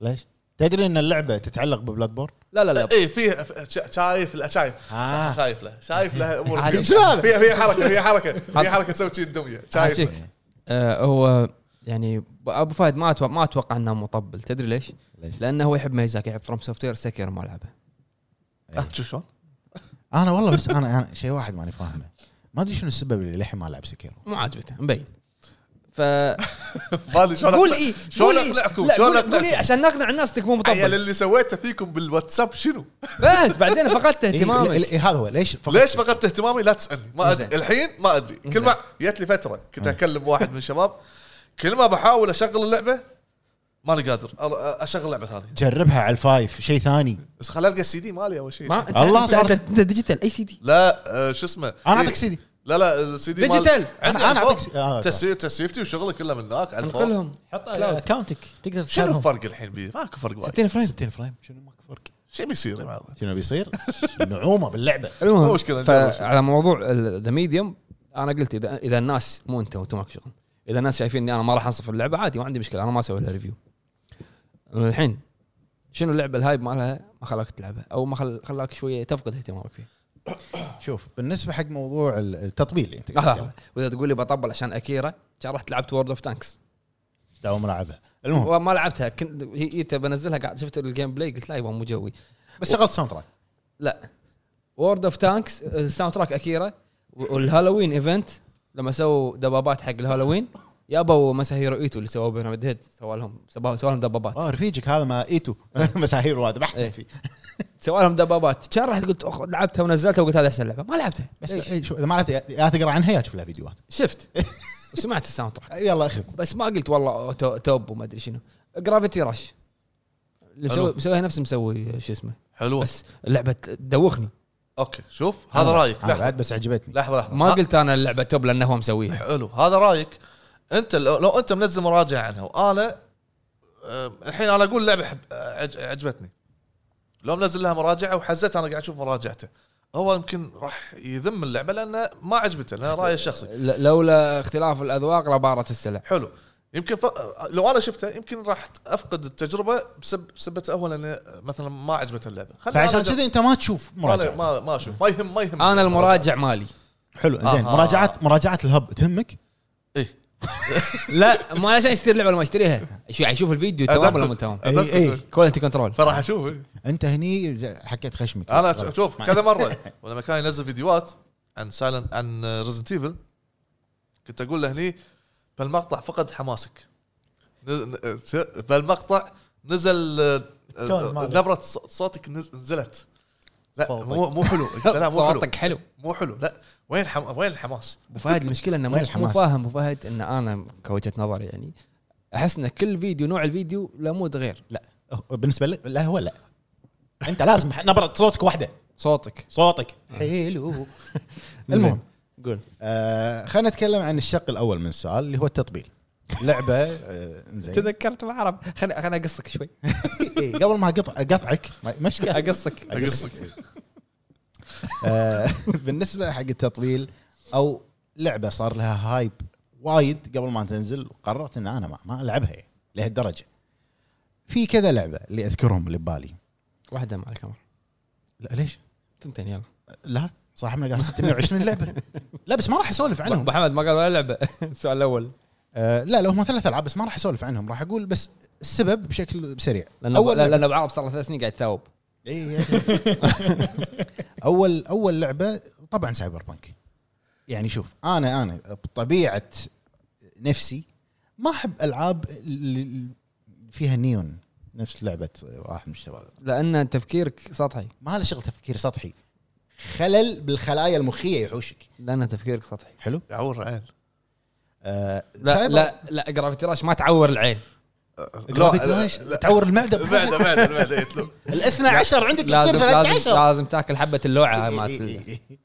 [SPEAKER 3] ليش؟ تدري ان اللعبه تتعلق ببلاد بورن؟
[SPEAKER 1] لا لا, لا.
[SPEAKER 2] اي فيه إيه، ف- شايف لا شايف
[SPEAKER 3] آه.
[SPEAKER 2] شايف له شايف له امور
[SPEAKER 1] عادي.
[SPEAKER 3] شنو هذا؟
[SPEAKER 2] في في حركه في حركه في حركه تسوي شي الدميه شايف له.
[SPEAKER 1] أحكيك. آه هو يعني ب- ابو فهد ما أتوقع ما اتوقع انه مطبل تدري ليش؟
[SPEAKER 3] ليش؟
[SPEAKER 1] لانه هو يحب ميزاك يحب فروم سوفت وير سكر ما لعبه
[SPEAKER 2] آه، شوف شلون
[SPEAKER 3] انا والله بس انا يعني شيء واحد ماني فاهمه ما ادري شنو السبب اللي للحين ما إيه، العب سكيرو
[SPEAKER 1] مو عاجبته مبين ف
[SPEAKER 2] ما ادري شلون
[SPEAKER 1] قول
[SPEAKER 2] أقنع-
[SPEAKER 1] اي
[SPEAKER 2] شلون
[SPEAKER 1] قول إي.
[SPEAKER 2] اقنعكم
[SPEAKER 1] لا،
[SPEAKER 2] شلون
[SPEAKER 1] قول- قول اي
[SPEAKER 2] اقنعكم
[SPEAKER 1] عشان نقنع الناس انك مو
[SPEAKER 2] عيل
[SPEAKER 1] مطبل
[SPEAKER 2] اللي سويته فيكم بالواتساب شنو؟ أيوة.
[SPEAKER 1] بس بعدين فقدت اهتمامك
[SPEAKER 3] إيه، إيه، هذا هو ليش فقط-
[SPEAKER 2] ليش فقدت اهتمامي لا تسالني ما
[SPEAKER 1] زين.
[SPEAKER 2] ادري الحين ما ادري كل ما جت لي فتره كنت اكلم واحد من الشباب كل ما بحاول اشغل اللعبه ماني قادر أ- اشغل لعبه ثانيه
[SPEAKER 3] جربها على الفايف شيء ثاني
[SPEAKER 2] بس خل القى السي دي مالي اول شيء
[SPEAKER 1] ما- أنت-
[SPEAKER 3] الله
[SPEAKER 1] أنت-
[SPEAKER 3] صارت-
[SPEAKER 1] أنت- انت ديجيتال اي سي دي
[SPEAKER 2] لا آه، شو اسمه
[SPEAKER 3] انا اعطيك سي دي
[SPEAKER 2] لا لا السي دي
[SPEAKER 1] ديجيتال.
[SPEAKER 3] أنا- أنا أعطيك سي- آه،
[SPEAKER 2] تسيف تسيفتي وشغله كله من هناك على الفوق.
[SPEAKER 1] انقلهم
[SPEAKER 7] حط
[SPEAKER 1] كلاود.
[SPEAKER 7] اكونتك تقدر
[SPEAKER 2] شنو
[SPEAKER 7] تشتغلهم
[SPEAKER 2] الفرق الحين بي ماكو فرق وايد
[SPEAKER 1] 60 فريم
[SPEAKER 3] 60 فريم شنو ماكو فرق
[SPEAKER 2] شو بيصير يا معود؟
[SPEAKER 3] شنو بيصير؟ نعومه باللعبه
[SPEAKER 1] المهم
[SPEAKER 2] مو مشكلة، نجرب.
[SPEAKER 1] على موضوع ذا ميديوم انا قلت اذا اذا الناس مو انت وانت ماك شغل اذا الناس شايفين اني انا ما راح انصف اللعبه عادي ما عندي مشكله انا ما اسوي لها ريفيو الحين شنو اللعبه الهايب مالها ما خلاك تلعبها او ما خل... خلاك شويه تفقد اهتمامك فيها
[SPEAKER 3] شوف بالنسبه حق موضوع ال- التطبيل اللي انت قاعد
[SPEAKER 1] آه.
[SPEAKER 3] تتكلم.
[SPEAKER 1] واذا تقول لي بطبل عشان اكيرا كان رحت لعبت وورد اوف تانكس
[SPEAKER 3] داوم لعبها المهم
[SPEAKER 1] وما لعبتها كنت هي هي تبى انزلها قاعد شفت الجيم بلاي قلت لا يبا مو جوي
[SPEAKER 3] بس شغلت ساوند تراك
[SPEAKER 1] لا وورد اوف تانكس الساوند تراك اكيرا آه، والهالوين ايفنت لما سووا دبابات حق الهالوين يابوا مساهيرو ايتو اللي سووا بيراميد هيد سووا لهم سووا سووا لهم دبابات
[SPEAKER 3] اه رفيجك هذا ما ايتو مساهير وهذا بحنا
[SPEAKER 1] إيه.
[SPEAKER 3] فيه
[SPEAKER 1] سووا لهم دبابات كان رحت قلت أخ- لعبتها ونزلتها وقلت هذا احسن لعبه ما لعبتها
[SPEAKER 3] بس
[SPEAKER 1] ليش؟
[SPEAKER 3] إيه، شو اذا ما لعبت يا تقرا عنها يا تشوف لها فيديوهات
[SPEAKER 1] شفت وسمعت الساوند تراك
[SPEAKER 3] يلا اخذ
[SPEAKER 1] بس ما قلت والله تو- توب وما ادري شنو جرافيتي راش اللي مسوي
[SPEAKER 2] حلو.
[SPEAKER 1] مسويها نفس مسوي شو اسمه
[SPEAKER 2] حلو
[SPEAKER 1] بس اللعبه تدوخني
[SPEAKER 2] اوكي شوف هذا رايك
[SPEAKER 3] انا
[SPEAKER 2] لحظه
[SPEAKER 3] بعد بس عجبتني
[SPEAKER 2] لحظه لحظه
[SPEAKER 1] ما
[SPEAKER 2] ها-
[SPEAKER 1] قلت انا اللعبه توب لانه هو مسويها
[SPEAKER 2] حلو هذا رايك انت لو, لو انت منزل مراجعه عنها وانا آه، الحين انا اقول لعبه حب آه، عج- عجبتني لو منزل لها مراجعه وحزت انا قاعد اشوف مراجعته هو يمكن راح يذم اللعبه لانه ما عجبته لانه رايه الشخصي
[SPEAKER 1] ل- لولا اختلاف الاذواق لبارت السلع
[SPEAKER 2] حلو يمكن ف... لو انا شفته يمكن راح افقد التجربه بسب سبت اولا انه مثلا ما عجبته اللعبه خليني
[SPEAKER 3] فعشان
[SPEAKER 2] أنا أجرب.
[SPEAKER 3] كذا انت ما تشوف
[SPEAKER 2] ما
[SPEAKER 3] مراجعات
[SPEAKER 2] ما ما اشوف ما يهم ما يهم
[SPEAKER 1] انا المراجع مالي
[SPEAKER 3] حلو زين
[SPEAKER 2] آها.
[SPEAKER 3] مراجعات مراجعات الهب تهمك إيه،
[SPEAKER 2] ايه
[SPEAKER 1] لا ما عشان يشتري لعبه ولا ما يشتريها شو يشوف الفيديو تمام ولا مو تمام
[SPEAKER 3] اي اي
[SPEAKER 1] كواليتي كنترول
[SPEAKER 2] فراح اشوف إيه.
[SPEAKER 3] انت إيه. هني حكيت خشمك
[SPEAKER 2] انا آه، شوف كذا مره ولما كان ينزل فيديوهات عن سايلنت عن ريزنت ايفل كنت اقول له هني بالمقطع فقد حماسك ن- ن- ش- بالمقطع نزل آه،
[SPEAKER 7] التون
[SPEAKER 2] آه،
[SPEAKER 7] ماله.
[SPEAKER 2] نبره ص- صوتك نز- نزلت لا
[SPEAKER 7] صوتك.
[SPEAKER 2] مو مو حلو قلت له لا مو حلو
[SPEAKER 1] صوتك حلو
[SPEAKER 2] مو حلو لا وين حم... وين الحماس؟
[SPEAKER 1] ابو فهد المشكله انه مو-
[SPEAKER 3] وين
[SPEAKER 1] مو
[SPEAKER 3] الحماس؟
[SPEAKER 1] فاهم ابو فهد ان انا كوجهه نظري يعني احس ان كل فيديو نوع الفيديو له مود غير
[SPEAKER 3] بالنسبه لك لا هو لا انت لازم نبره صوتك واحده
[SPEAKER 1] صوتك
[SPEAKER 3] صوتك حلو المهم
[SPEAKER 1] قول
[SPEAKER 3] آه خلينا نتكلم عن الشق الاول من السؤال اللي هو التطبيل لعبه آه زين
[SPEAKER 1] تذكرت بعرب خل خل اقصك شوي
[SPEAKER 3] إيه، قبل ما اقطع اقطعك ما- مش قاعد-
[SPEAKER 1] اقصك
[SPEAKER 3] اقصك آه، بالنسبه حق التطويل او لعبه صار لها هايب وايد قبل ما تنزل قررت ان انا ما, ما العبها يعني لهالدرجه في كذا لعبه اللي اذكرهم اللي ببالي
[SPEAKER 1] واحده مع الكاميرا
[SPEAKER 3] لا ليش؟
[SPEAKER 1] تنتين يلا
[SPEAKER 3] لا صاحبنا قال 620 لعبه لا بس ما راح اسولف عنهم
[SPEAKER 1] ابو حمد ما قال ولا لعبه السؤال الاول
[SPEAKER 3] آه لا لا هم ثلاث العاب بس ما راح اسولف عنهم راح اقول بس السبب بشكل سريع
[SPEAKER 1] لان
[SPEAKER 3] اول
[SPEAKER 1] لا-
[SPEAKER 3] لعبة-
[SPEAKER 1] لان بعرب صار له ثلاث سنين قاعد يتثاوب
[SPEAKER 3] إيه. اول اول لعبه طبعا سايبر بانك يعني شوف انا انا بطبيعه نفسي ما احب العاب اللي فيها نيون نفس لعبه واحد من الشباب
[SPEAKER 1] لان تفكيرك سطحي
[SPEAKER 3] ما له شغل تفكير سطحي خلل بالخلايا المخيه يحوشك
[SPEAKER 1] لان تفكيرك سطحي
[SPEAKER 3] حلو
[SPEAKER 2] يعور العين
[SPEAKER 3] آه
[SPEAKER 1] لا
[SPEAKER 3] سايبر-
[SPEAKER 1] لا لا جرافيتي راش ما تعور العين
[SPEAKER 3] جرافيك لاش، تعور المعده
[SPEAKER 2] بعد بعد بعد يتلو
[SPEAKER 3] الاثنى عشر عندك
[SPEAKER 1] لازم
[SPEAKER 3] تصير
[SPEAKER 1] لازم
[SPEAKER 3] 13
[SPEAKER 1] لازم تاكل حبه اللوعه مالت ال-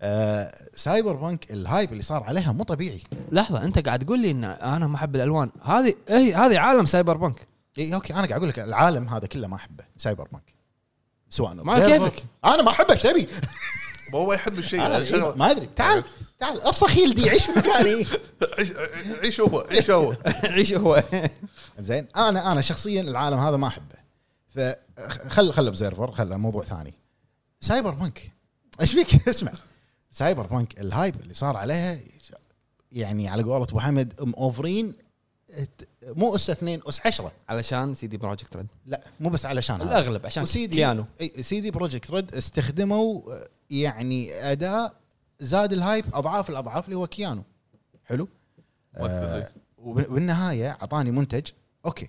[SPEAKER 3] آه، سايبر بانك الهايب اللي صار عليها مو طبيعي
[SPEAKER 1] لحظه انت قاعد تقول لي ان انا ما احب الالوان هذه اي هذه عالم سايبر بنك
[SPEAKER 3] اي اوكي انا إيه، قاعد اقول لك العالم هذا كله ما احبه سايبر بانك سواء
[SPEAKER 1] ما
[SPEAKER 3] Observer.
[SPEAKER 1] كيفك.
[SPEAKER 3] انا ما احبه ايش تبي؟
[SPEAKER 2] ما هو يحب الشيء
[SPEAKER 3] أنا
[SPEAKER 2] يعني
[SPEAKER 3] إيه،
[SPEAKER 2] شغل-
[SPEAKER 3] ما ادري تعال تعال افسخ يلدي عيش مكاني
[SPEAKER 2] عيش عيش هو عيش هو
[SPEAKER 1] عيش هو
[SPEAKER 3] زين انا انا شخصيا العالم هذا ما احبه فخل خل اوبزرفر خل موضوع ثاني سايبر بانك ايش فيك اسمع سايبر بانك الهايب اللي صار عليها يعني على قولة ابو حمد مأوفرين ات- مو اس اثنين اس عشرة
[SPEAKER 1] علشان سي دي بروجكت ريد
[SPEAKER 3] لا مو بس علشان هذا.
[SPEAKER 1] الاغلب عشان
[SPEAKER 3] وسيدي
[SPEAKER 1] كيانو
[SPEAKER 3] اي سي دي بروجكت ريد استخدموا آه، يعني اداء زاد الهايب اضعاف الاضعاف اللي هو كيانو حلو آه وبالنهايه اعطاني منتج اوكي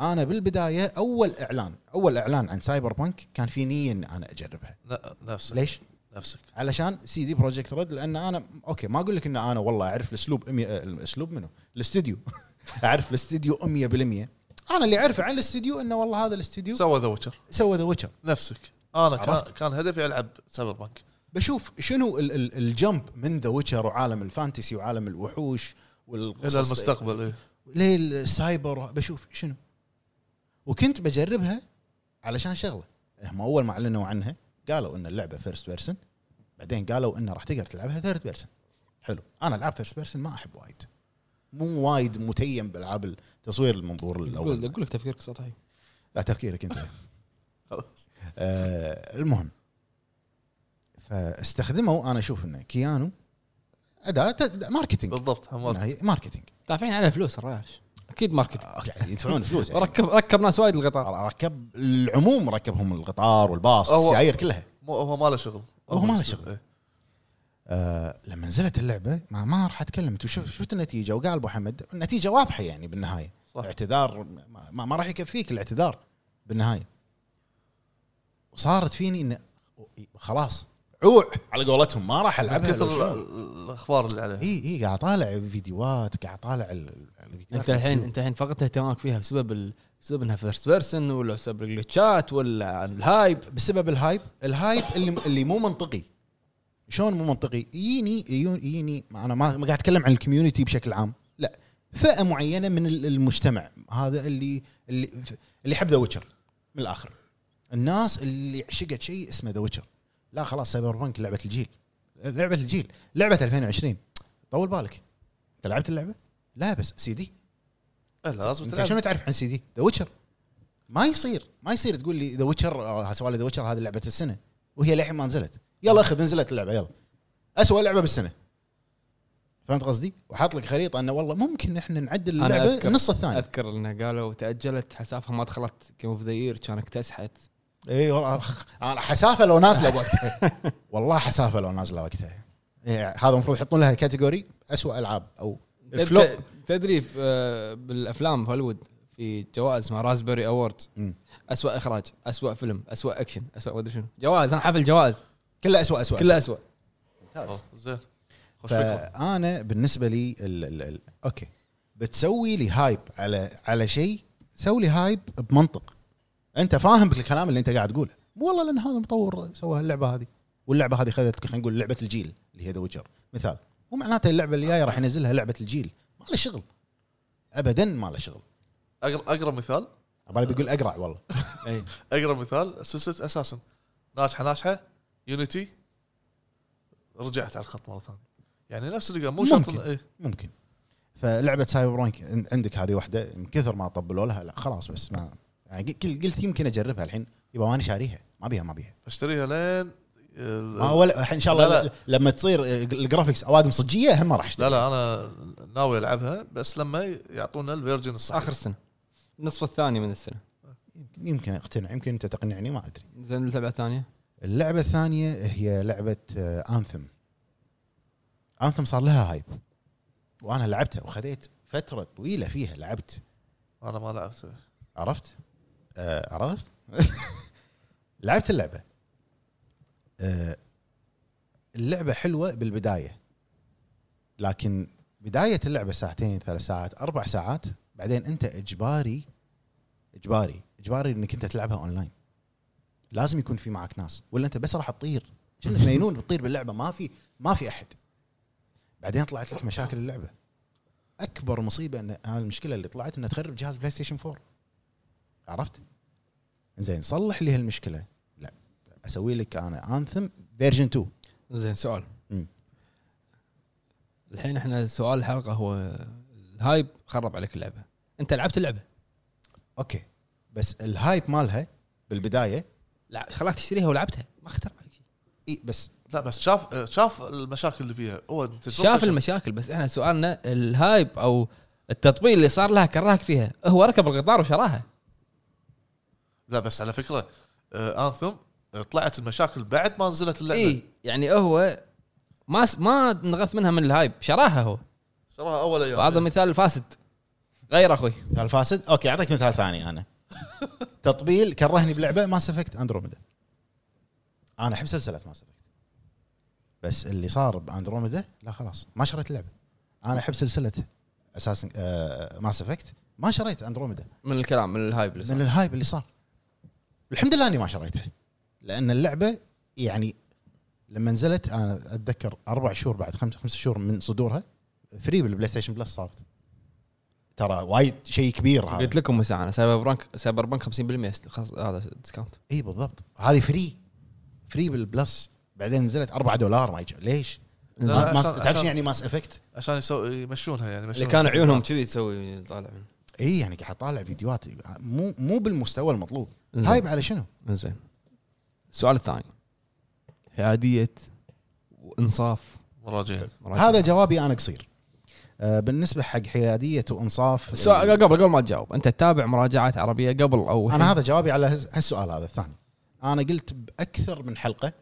[SPEAKER 3] انا بالبدايه اول اعلان اول اعلان عن سايبر بانك كان في نيه ان انا اجربها
[SPEAKER 2] ن- نفسك
[SPEAKER 3] ليش
[SPEAKER 2] نفسك
[SPEAKER 3] علشان سي دي بروجكت ريد لان انا اوكي ما اقول لك ان انا والله اعرف الاسلوب أمي... آه، الاسلوب منه الاستديو اعرف الاستديو 100% انا اللي اعرفه عن الاستديو انه والله هذا الاستديو
[SPEAKER 2] سوى ذا ويتشر
[SPEAKER 3] سوى ذا ويتشر
[SPEAKER 2] نفسك انا كان
[SPEAKER 3] عرفت.
[SPEAKER 2] كان هدفي العب سايبر بانك
[SPEAKER 3] بشوف شنو ال- ال- الجمب من ذا ويتشر وعالم الفانتسي وعالم الوحوش والقصص
[SPEAKER 2] الى المستقبل إيه.
[SPEAKER 3] ليه السايبر بشوف شنو وكنت بجربها علشان شغله هم اول ما اعلنوا عنها قالوا ان اللعبه فيرست بيرسون بعدين قالوا انه راح تقدر تلعبها ثيرد بيرسون حلو انا العاب فيرست بيرسون ما احب وايد مو وايد متيم بالعاب التصوير المنظور الاول
[SPEAKER 1] اقول لك تفكيرك سطحي
[SPEAKER 3] لا تفكيرك انت
[SPEAKER 2] خلاص.
[SPEAKER 3] آه المهم فاستخدموا انا اشوف انه كيانو اداه ت- ماركتينج
[SPEAKER 2] بالضبط حمار
[SPEAKER 3] بالنهاية ماركتينج
[SPEAKER 1] دافعين عليه فلوس الريال اكيد ماركتينج
[SPEAKER 3] آه، يعني يدفعون فلوس يعني.
[SPEAKER 1] ركب ركب ناس وايد القطار
[SPEAKER 3] ركب العموم ركبهم القطار والباص
[SPEAKER 2] هو-
[SPEAKER 3] السيايير كلها
[SPEAKER 2] مو هو ما له شغل
[SPEAKER 3] هو ما له
[SPEAKER 2] مستقبل.
[SPEAKER 3] شغل.
[SPEAKER 2] إيه.
[SPEAKER 3] آه لما نزلت اللعبه ما, ما راح اتكلم انتم شف- شفت النتيجه وقال ابو حمد النتيجه واضحه يعني بالنهايه
[SPEAKER 2] صح.
[SPEAKER 3] صح. اعتذار ما, ما- ما راح يكفيك الاعتذار بالنهايه وصارت فيني انه خلاص عوع على قولتهم ما راح
[SPEAKER 2] من
[SPEAKER 3] العبها
[SPEAKER 2] كثر
[SPEAKER 3] لو إيه. شنو.
[SPEAKER 2] ال- الاخبار اللي عليه
[SPEAKER 3] اي اي قاعد اطالع فيديوهات قاعد اطالع ال- الفيديوهات
[SPEAKER 1] انت الحين انت الحين فقدت اهتمامك فيها بسبب ال... بسبب انها فيرست بيرسون ولا بسبب الجلتشات ولا الهايب
[SPEAKER 3] بسبب الهايب الهايب اللي اللي مو منطقي شلون مو منطقي يجيني يجون- يجيني ما انا ما ما قاعد اتكلم عن الكوميونتي بشكل عام لا فئه معينه من ال- المجتمع هذا اللي اللي اللي يحب ذا ويتشر من الاخر الناس اللي عشقت شيء اسمه ذا ويتشر لا خلاص سايبر بانك لعبه الجيل لعبه الجيل لعبه 2020 طول بالك انت لعبت اللعبه لا بس سي دي
[SPEAKER 2] إيه، لازم
[SPEAKER 3] انت شنو
[SPEAKER 2] تلعب
[SPEAKER 3] تعرف عن سي دي؟ ذا ويتشر ما يصير ما يصير تقول لي آه، ذا ويتشر سوالي ذا ويتشر هذه لعبه السنه وهي للحين ما نزلت يلا اخذ نزلت اللعبه يلا اسوء لعبه بالسنه فهمت قصدي؟ وحاط لك خريطه انه والله ممكن احنا نعدل
[SPEAKER 1] أنا
[SPEAKER 3] اللعبه
[SPEAKER 1] أذكر-
[SPEAKER 3] نص الثاني
[SPEAKER 1] اذكر انه قالوا تاجلت حسافها ما دخلت جيم اوف ذا يير كان اكتسحت
[SPEAKER 3] اي إيه، والله أخ، انا حسافه لو نازله بوقتها والله حسافه لو نازله وقتها إيه، هذا المفروض يحطون لها كاتيجوري اسوء العاب او الفلوب
[SPEAKER 1] تد- تدري في- آه، بالافلام هوليوود في جوائز اسمها رازبري اوورد
[SPEAKER 3] مم.
[SPEAKER 1] اسوء اخراج اسوء فيلم اسوء اكشن اسوء ما ادري شنو جوائز انا حافل جوائز
[SPEAKER 3] كلها اسوء اسوء
[SPEAKER 1] كلها اسوء
[SPEAKER 2] أوه، زين خوش فكره
[SPEAKER 3] فانا بالنسبه لي ال ال ال اوكي بتسوي لي هايب على على شيء سوي لي هايب بمنطق انت فاهم بالكلام اللي انت قاعد تقوله مو والله لان هذا مطور سوى اللعبه هذه واللعبه هذه خذت خلينا نقول لعبه الجيل اللي هي ذا ويتشر مثال مو معناته اللعبه اللي جايه راح ينزلها لعبه الجيل ما له شغل ابدا ما له شغل
[SPEAKER 2] اقرا اقرا مثال
[SPEAKER 3] عبالي بيقول اقرع والله
[SPEAKER 2] اقرا مثال سلسله اساسا ناجحه ناجحه يونيتي رجعت على الخط مره ثانيه يعني نفس اللي قال مو شرط
[SPEAKER 3] ممكن.
[SPEAKER 2] إيه.
[SPEAKER 3] ممكن فلعبه سايبر بانك عن- عندك هذه واحده من كثر ما طبلوا لها لا خلاص بس ما يعني قل- قلت يمكن اجربها الحين يبقى ماني شاريها ما بيها ما بيها
[SPEAKER 2] اشتريها لين ال-
[SPEAKER 3] ما ولا ان شاء الله
[SPEAKER 2] لا،
[SPEAKER 3] لا
[SPEAKER 2] لا.
[SPEAKER 3] لا. لما تصير آه، الجرافيكس اوادم صجيه هم ما راح
[SPEAKER 2] لا
[SPEAKER 3] اشتري
[SPEAKER 2] لا انا ناوي العبها بس لما يعطونا الفيرجن الصحيح
[SPEAKER 1] اخر السنه النصف الثاني من السنه
[SPEAKER 3] يمكن- يمكن اقتنع يمكن انت تقنعني ما ادري
[SPEAKER 1] زين اللعبه الثانيه
[SPEAKER 3] اللعبه الثانيه هي لعبه انثم انثم صار لها هايب وانا لعبتها وخذيت فتره طويله فيها لعبت
[SPEAKER 2] انا ما لعبتها
[SPEAKER 3] عرفت؟ آه عرفت؟ لعبت اللعبه. آه اللعبه حلوه بالبدايه لكن بدايه اللعبه ساعتين ثلاث ساعات اربع ساعات بعدين انت اجباري اجباري اجباري انك انت تلعبها اونلاين. لازم يكون في معك ناس ولا انت بس راح تطير كأنك مجنون بتطير باللعبه ما في ما في احد. بعدين طلعت لك مشاكل اللعبه. اكبر مصيبه ان آه، المشكله اللي طلعت انها تخرب جهاز بلاي ستيشن 4. عرفت؟ زين صلح لي هالمشكله لا اسوي لك انا انثم فيرجن 2
[SPEAKER 1] زين سؤال
[SPEAKER 3] مم.
[SPEAKER 1] الحين احنا سؤال الحلقه هو الهايب خرب عليك اللعبه انت لعبت اللعبه
[SPEAKER 3] اوكي بس الهايب مالها بالبدايه
[SPEAKER 1] لا خلاك تشتريها ولعبتها ما خرب عليك شيء.
[SPEAKER 3] اي بس
[SPEAKER 2] لا بس شاف شاف المشاكل اللي فيها هو تجربته
[SPEAKER 1] شاف المشاكل بس احنا سؤالنا الهايب او
[SPEAKER 4] التطبيل اللي صار لها كرهك فيها هو ركب القطار وشراها
[SPEAKER 2] لا بس على فكره آه انثم آه، طلعت المشاكل بعد ما نزلت اللعبه
[SPEAKER 4] إيه.
[SPEAKER 1] اي يعني هو ما س- ما نغث منها من الهايب شراها هو
[SPEAKER 2] شراها اول ايام
[SPEAKER 1] وهذا مثال فاسد غير اخوي
[SPEAKER 3] مثال فاسد اوكي اعطيك مثال ثاني انا تطبيل كرهني بلعبه ماس افكت اندروميدا انا احب سلسله ماس افكت بس اللي صار باندروميدا لا خلاص ما شريت اللعبه انا احب سلسله اساس ماس افكت آه، ما شريت اندروميدا
[SPEAKER 1] من الكلام من الهايب اللي
[SPEAKER 3] من
[SPEAKER 1] صار
[SPEAKER 3] الهايب اللي صار الحمد لله اني ما شريتها لان اللعبه يعني لما نزلت انا اتذكر اربع شهور بعد خمس خمس شهور من صدورها فري بالبلاي ستيشن بلس صارت ترى وايد شيء كبير هذا
[SPEAKER 1] قلت لكم مساء انا سايبر بانك سايبر بانك 50% است- خلاص هذا ديسكاونت
[SPEAKER 3] اي بالضبط هذه فري فري بالبلس بعدين نزلت 4 دولار ما يجي ليش؟
[SPEAKER 2] لا،
[SPEAKER 3] ما- ما-
[SPEAKER 2] عشان-
[SPEAKER 3] تعرف شنو
[SPEAKER 2] عشان-
[SPEAKER 3] يعني ماس افكت؟
[SPEAKER 2] عشان يسو... يمشونها يعني
[SPEAKER 1] اللي
[SPEAKER 2] يمشون
[SPEAKER 1] كان عيونهم كذي تسوي طالع
[SPEAKER 3] اي يعني قاعد اطالع فيديوهات مو مو بالمستوى المطلوب
[SPEAKER 1] إنزين.
[SPEAKER 3] هايب على شنو؟
[SPEAKER 1] زين السؤال الثاني حياديه وانصاف
[SPEAKER 2] مراجعين
[SPEAKER 3] هذا جوابي انا قصير آه، بالنسبه حق حياديه وانصاف
[SPEAKER 1] السؤال قبل قبل ما تجاوب انت تتابع مراجعات عربيه قبل او
[SPEAKER 3] انا هذا جوابي على هز- هالسؤال هذا الثاني انا قلت باكثر من حلقه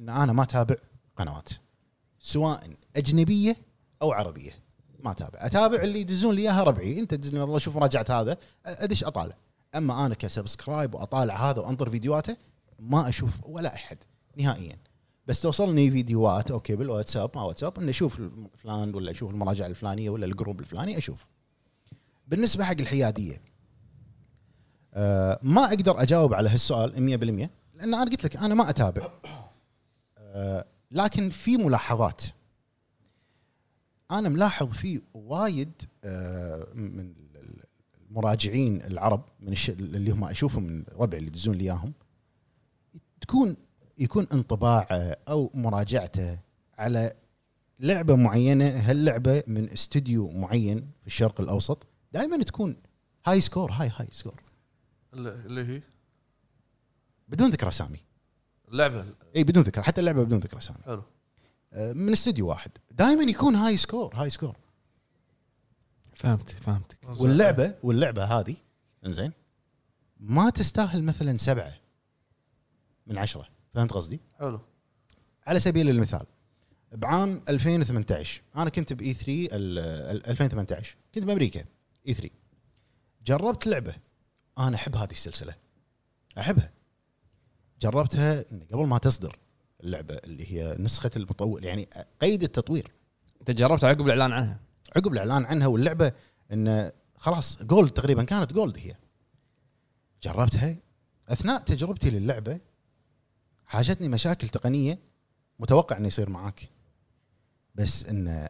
[SPEAKER 3] ان انا ما اتابع قنوات سواء اجنبيه او عربيه ما اتابع اتابع اللي يدزون لي اياها ربعي انت تدزني والله شوف مراجعه هذا أ- ادش اطالع اما انا كسبسكرايب واطالع هذا وانطر فيديوهاته ما اشوف ولا احد نهائيا بس توصلني فيديوهات اوكي بالواتساب ما واتساب اني اشوف فلان ولا اشوف المراجعه الفلانيه ولا الجروب الفلاني اشوف بالنسبه حق الحياديه آه، ما اقدر اجاوب على هالسؤال 100% لان انا قلت لك انا ما اتابع آه، لكن في ملاحظات انا ملاحظ في وايد آه، من المراجعين العرب من الش... اللي هم اشوفهم من ربعي اللي يدزون لي اياهم تكون يكون انطباعه او مراجعته على لعبه معينه هاللعبه من استوديو معين في الشرق الاوسط دائما تكون هاي سكور هاي هاي سكور
[SPEAKER 2] اللي- اللي هي
[SPEAKER 3] بدون ذكر اسامي
[SPEAKER 2] اللعبه
[SPEAKER 3] اي بدون ذكر حتى اللعبه بدون ذكر اسامي
[SPEAKER 2] حلو
[SPEAKER 3] آه، من استوديو واحد دائما يكون هاي سكور هاي سكور
[SPEAKER 1] فهمت فهمتك
[SPEAKER 3] واللعبه واللعبه هذه انزين ما تستاهل مثلا سبعه من عشره فهمت قصدي؟
[SPEAKER 2] حلو
[SPEAKER 3] على سبيل المثال بعام 2018 انا كنت باي 3 ال- ال- 2018 كنت بامريكا اي 3 جربت لعبه انا احب هذه السلسله احبها جربتها قبل ما تصدر اللعبه اللي هي نسخه المطور يعني قيد التطوير
[SPEAKER 1] انت جربت عقب الاعلان عنها
[SPEAKER 3] عقب الاعلان عنها واللعبه انه خلاص جولد تقريبا كانت جولد هي جربتها اثناء تجربتي للعبه حاجتني مشاكل تقنيه متوقع انه يصير معاك بس انه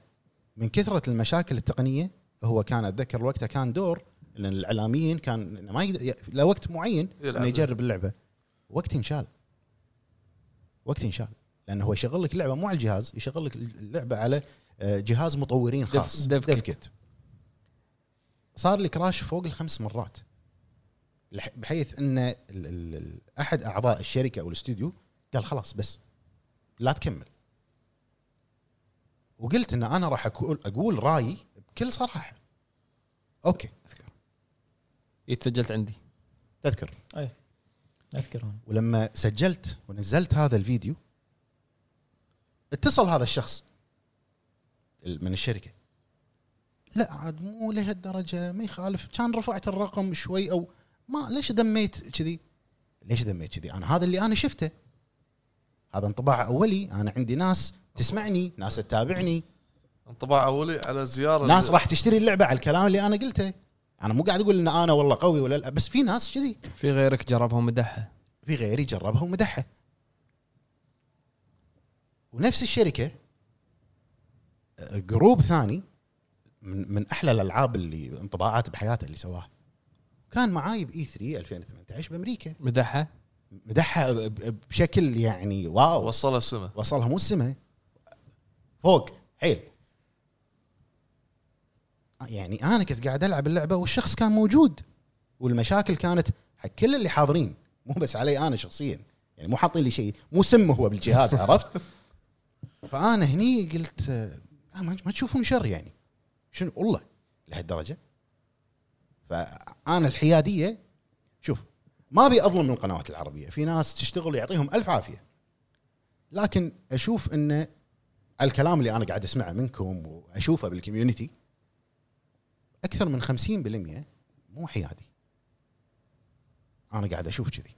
[SPEAKER 3] من كثره المشاكل التقنيه هو كان اتذكر وقتها كان دور ان الاعلاميين كان إنه ما يقدر لوقت معين
[SPEAKER 2] يلعب.
[SPEAKER 3] انه يجرب اللعبه وقت انشال وقت انشال لانه هو يشغل لك اللعبه مو على الجهاز يشغل لك اللعبه على آه، جهاز مطورين خاص
[SPEAKER 1] ديف
[SPEAKER 3] ديف كيت صار لي كراش فوق الخمس مرات لح- بحيث ان ال- ال- ال- احد اعضاء الشركه او الاستوديو قال خلاص بس لا تكمل وقلت ان انا راح اقول اقول رايي بكل صراحه اوكي
[SPEAKER 1] يتسجلت إيه، عندي
[SPEAKER 3] تذكر
[SPEAKER 7] اذكر انا
[SPEAKER 3] ولما سجلت ونزلت هذا الفيديو اتصل هذا الشخص ال- من الشركه لا عاد مو لهالدرجه ما يخالف كان رفعت الرقم شوي او ما ليش دميت كذي ليش دميت كذي انا هذا اللي انا شفته هذا انطباع اولي انا عندي ناس تسمعني ناس تتابعني
[SPEAKER 2] انطباع اولي على زياره
[SPEAKER 3] ناس
[SPEAKER 2] ل-
[SPEAKER 3] راح تشتري اللعبه على الكلام اللي انا قلته انا مو قاعد اقول ان انا والله قوي ولا لا بس في ناس كذي
[SPEAKER 1] في غيرك جربها ومدحها
[SPEAKER 3] في غيري جربها ومدحها ونفس الشركه آه، جروب ثاني من من احلى الالعاب اللي انطباعات بحياته اللي سواها كان معاي باي 3 2018 بامريكا
[SPEAKER 1] مدحها
[SPEAKER 3] مدحها ب- ب- بشكل يعني واو
[SPEAKER 2] وصلها السما
[SPEAKER 3] وصلها مو السما فوق حيل يعني انا كنت قاعد العب اللعبه والشخص كان موجود والمشاكل كانت حق كل اللي حاضرين مو بس علي انا شخصيا يعني مو حاطين لي شيء مو سم هو بالجهاز عرفت فانا هني قلت آه، ما ما تشوفون شر يعني شنو والله لهالدرجه فانا الحياديه شوف ما ابي اظلم من القنوات العربيه في ناس تشتغل يعطيهم الف عافيه لكن اشوف انه على الكلام اللي انا قاعد اسمعه منكم واشوفه بالكوميونتي اكثر من 50% مو حيادي انا قاعد اشوف كذي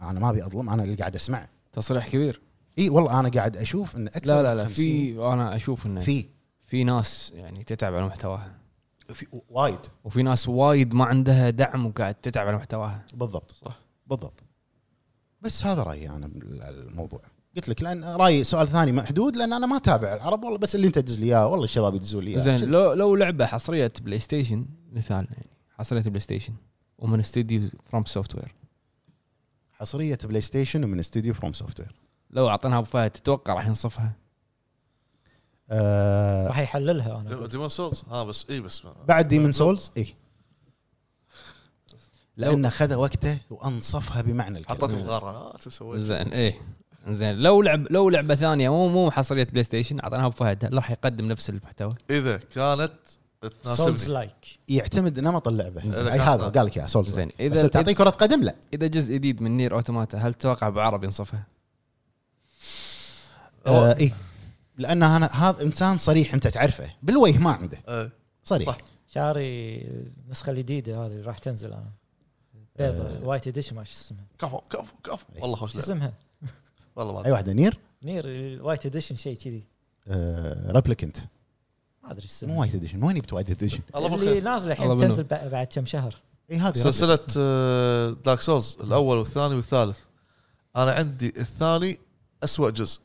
[SPEAKER 3] انا ما ابي اظلم انا اللي قاعد اسمعه
[SPEAKER 1] تصريح كبير
[SPEAKER 3] اي والله انا قاعد اشوف ان اكثر
[SPEAKER 1] لا لا
[SPEAKER 3] من
[SPEAKER 1] لا
[SPEAKER 3] 50
[SPEAKER 1] في انا اشوف انه
[SPEAKER 3] في
[SPEAKER 1] في ناس يعني تتعب على محتواها
[SPEAKER 3] في وايد
[SPEAKER 1] وفي ناس وايد ما عندها دعم وقاعد تتعب على محتواها
[SPEAKER 3] بالضبط صح بالضبط بس هذا رايي انا بالموضوع قلت لك لان رايي سؤال ثاني محدود لان انا ما تابع العرب والله بس اللي انت تدز لي اياه والله الشباب يدزوا لي اياه
[SPEAKER 1] زين
[SPEAKER 3] كذا.
[SPEAKER 1] لو لو لعبه حصريه بلاي ستيشن مثال يعني حصريه بلاي ستيشن ومن استديو فروم سوفت وير
[SPEAKER 3] حصريه بلاي ستيشن ومن استوديو فروم سوفت وير
[SPEAKER 1] لو اعطيناها ابو فهد تتوقع راح ينصفها
[SPEAKER 3] آه
[SPEAKER 7] راح يحللها انا
[SPEAKER 2] ديمون سولز ها بس اي بس
[SPEAKER 3] بعد إيه. ديمن سولز اي لانه خذ وقته وانصفها بمعنى
[SPEAKER 2] حطيت
[SPEAKER 3] الكلمه
[SPEAKER 2] الغاره آه، شو سويت؟
[SPEAKER 1] زين ايه زين لو لعب لو لعبه ثانيه مو مو حصريه بلاي ستيشن اعطيناها ابو فهد راح يقدم نفس المحتوى
[SPEAKER 2] اذا كانت أه،
[SPEAKER 5] سولز
[SPEAKER 2] تناسبني
[SPEAKER 5] لايك
[SPEAKER 3] يعتمد نمط اللعبه
[SPEAKER 2] زين.
[SPEAKER 3] اي هذا قال لك يا سولز
[SPEAKER 1] زين.
[SPEAKER 3] زين
[SPEAKER 1] إذا-
[SPEAKER 3] بس تعطيه كره قدم لا
[SPEAKER 1] اذا جزء جديد من نير اوتوماتا هل تتوقع بعرب ينصفها؟
[SPEAKER 3] آه اي لان انا هذا انسان صريح انت تعرفه بالوجه ما عنده
[SPEAKER 2] إيه.
[SPEAKER 3] صريح
[SPEAKER 2] صح.
[SPEAKER 3] صح.
[SPEAKER 5] شاري النسخه الجديده هذه راح تنزل انا بيضة وايت اديشن ما شو اسمها
[SPEAKER 2] كفو كفو كفو والله خوش
[SPEAKER 5] شو
[SPEAKER 2] لعبه
[SPEAKER 5] اسمها
[SPEAKER 2] والله ما
[SPEAKER 3] اي واحده نير
[SPEAKER 5] نير الوايت اديشن شيء كذي
[SPEAKER 3] ريبليكنت
[SPEAKER 5] ما ادري شو
[SPEAKER 3] مو
[SPEAKER 5] اسمها
[SPEAKER 3] وايت اديشن وين جبت وايت اديشن؟
[SPEAKER 2] الله
[SPEAKER 5] اللي
[SPEAKER 2] بالخير
[SPEAKER 5] نازله الحين
[SPEAKER 1] الله بالنور.
[SPEAKER 5] تنزل بع- بعد كم شهر
[SPEAKER 3] اي إيه، هذه
[SPEAKER 2] سلسله دارك سولز الاول والثاني والثالث انا عندي الثاني أسوأ جزء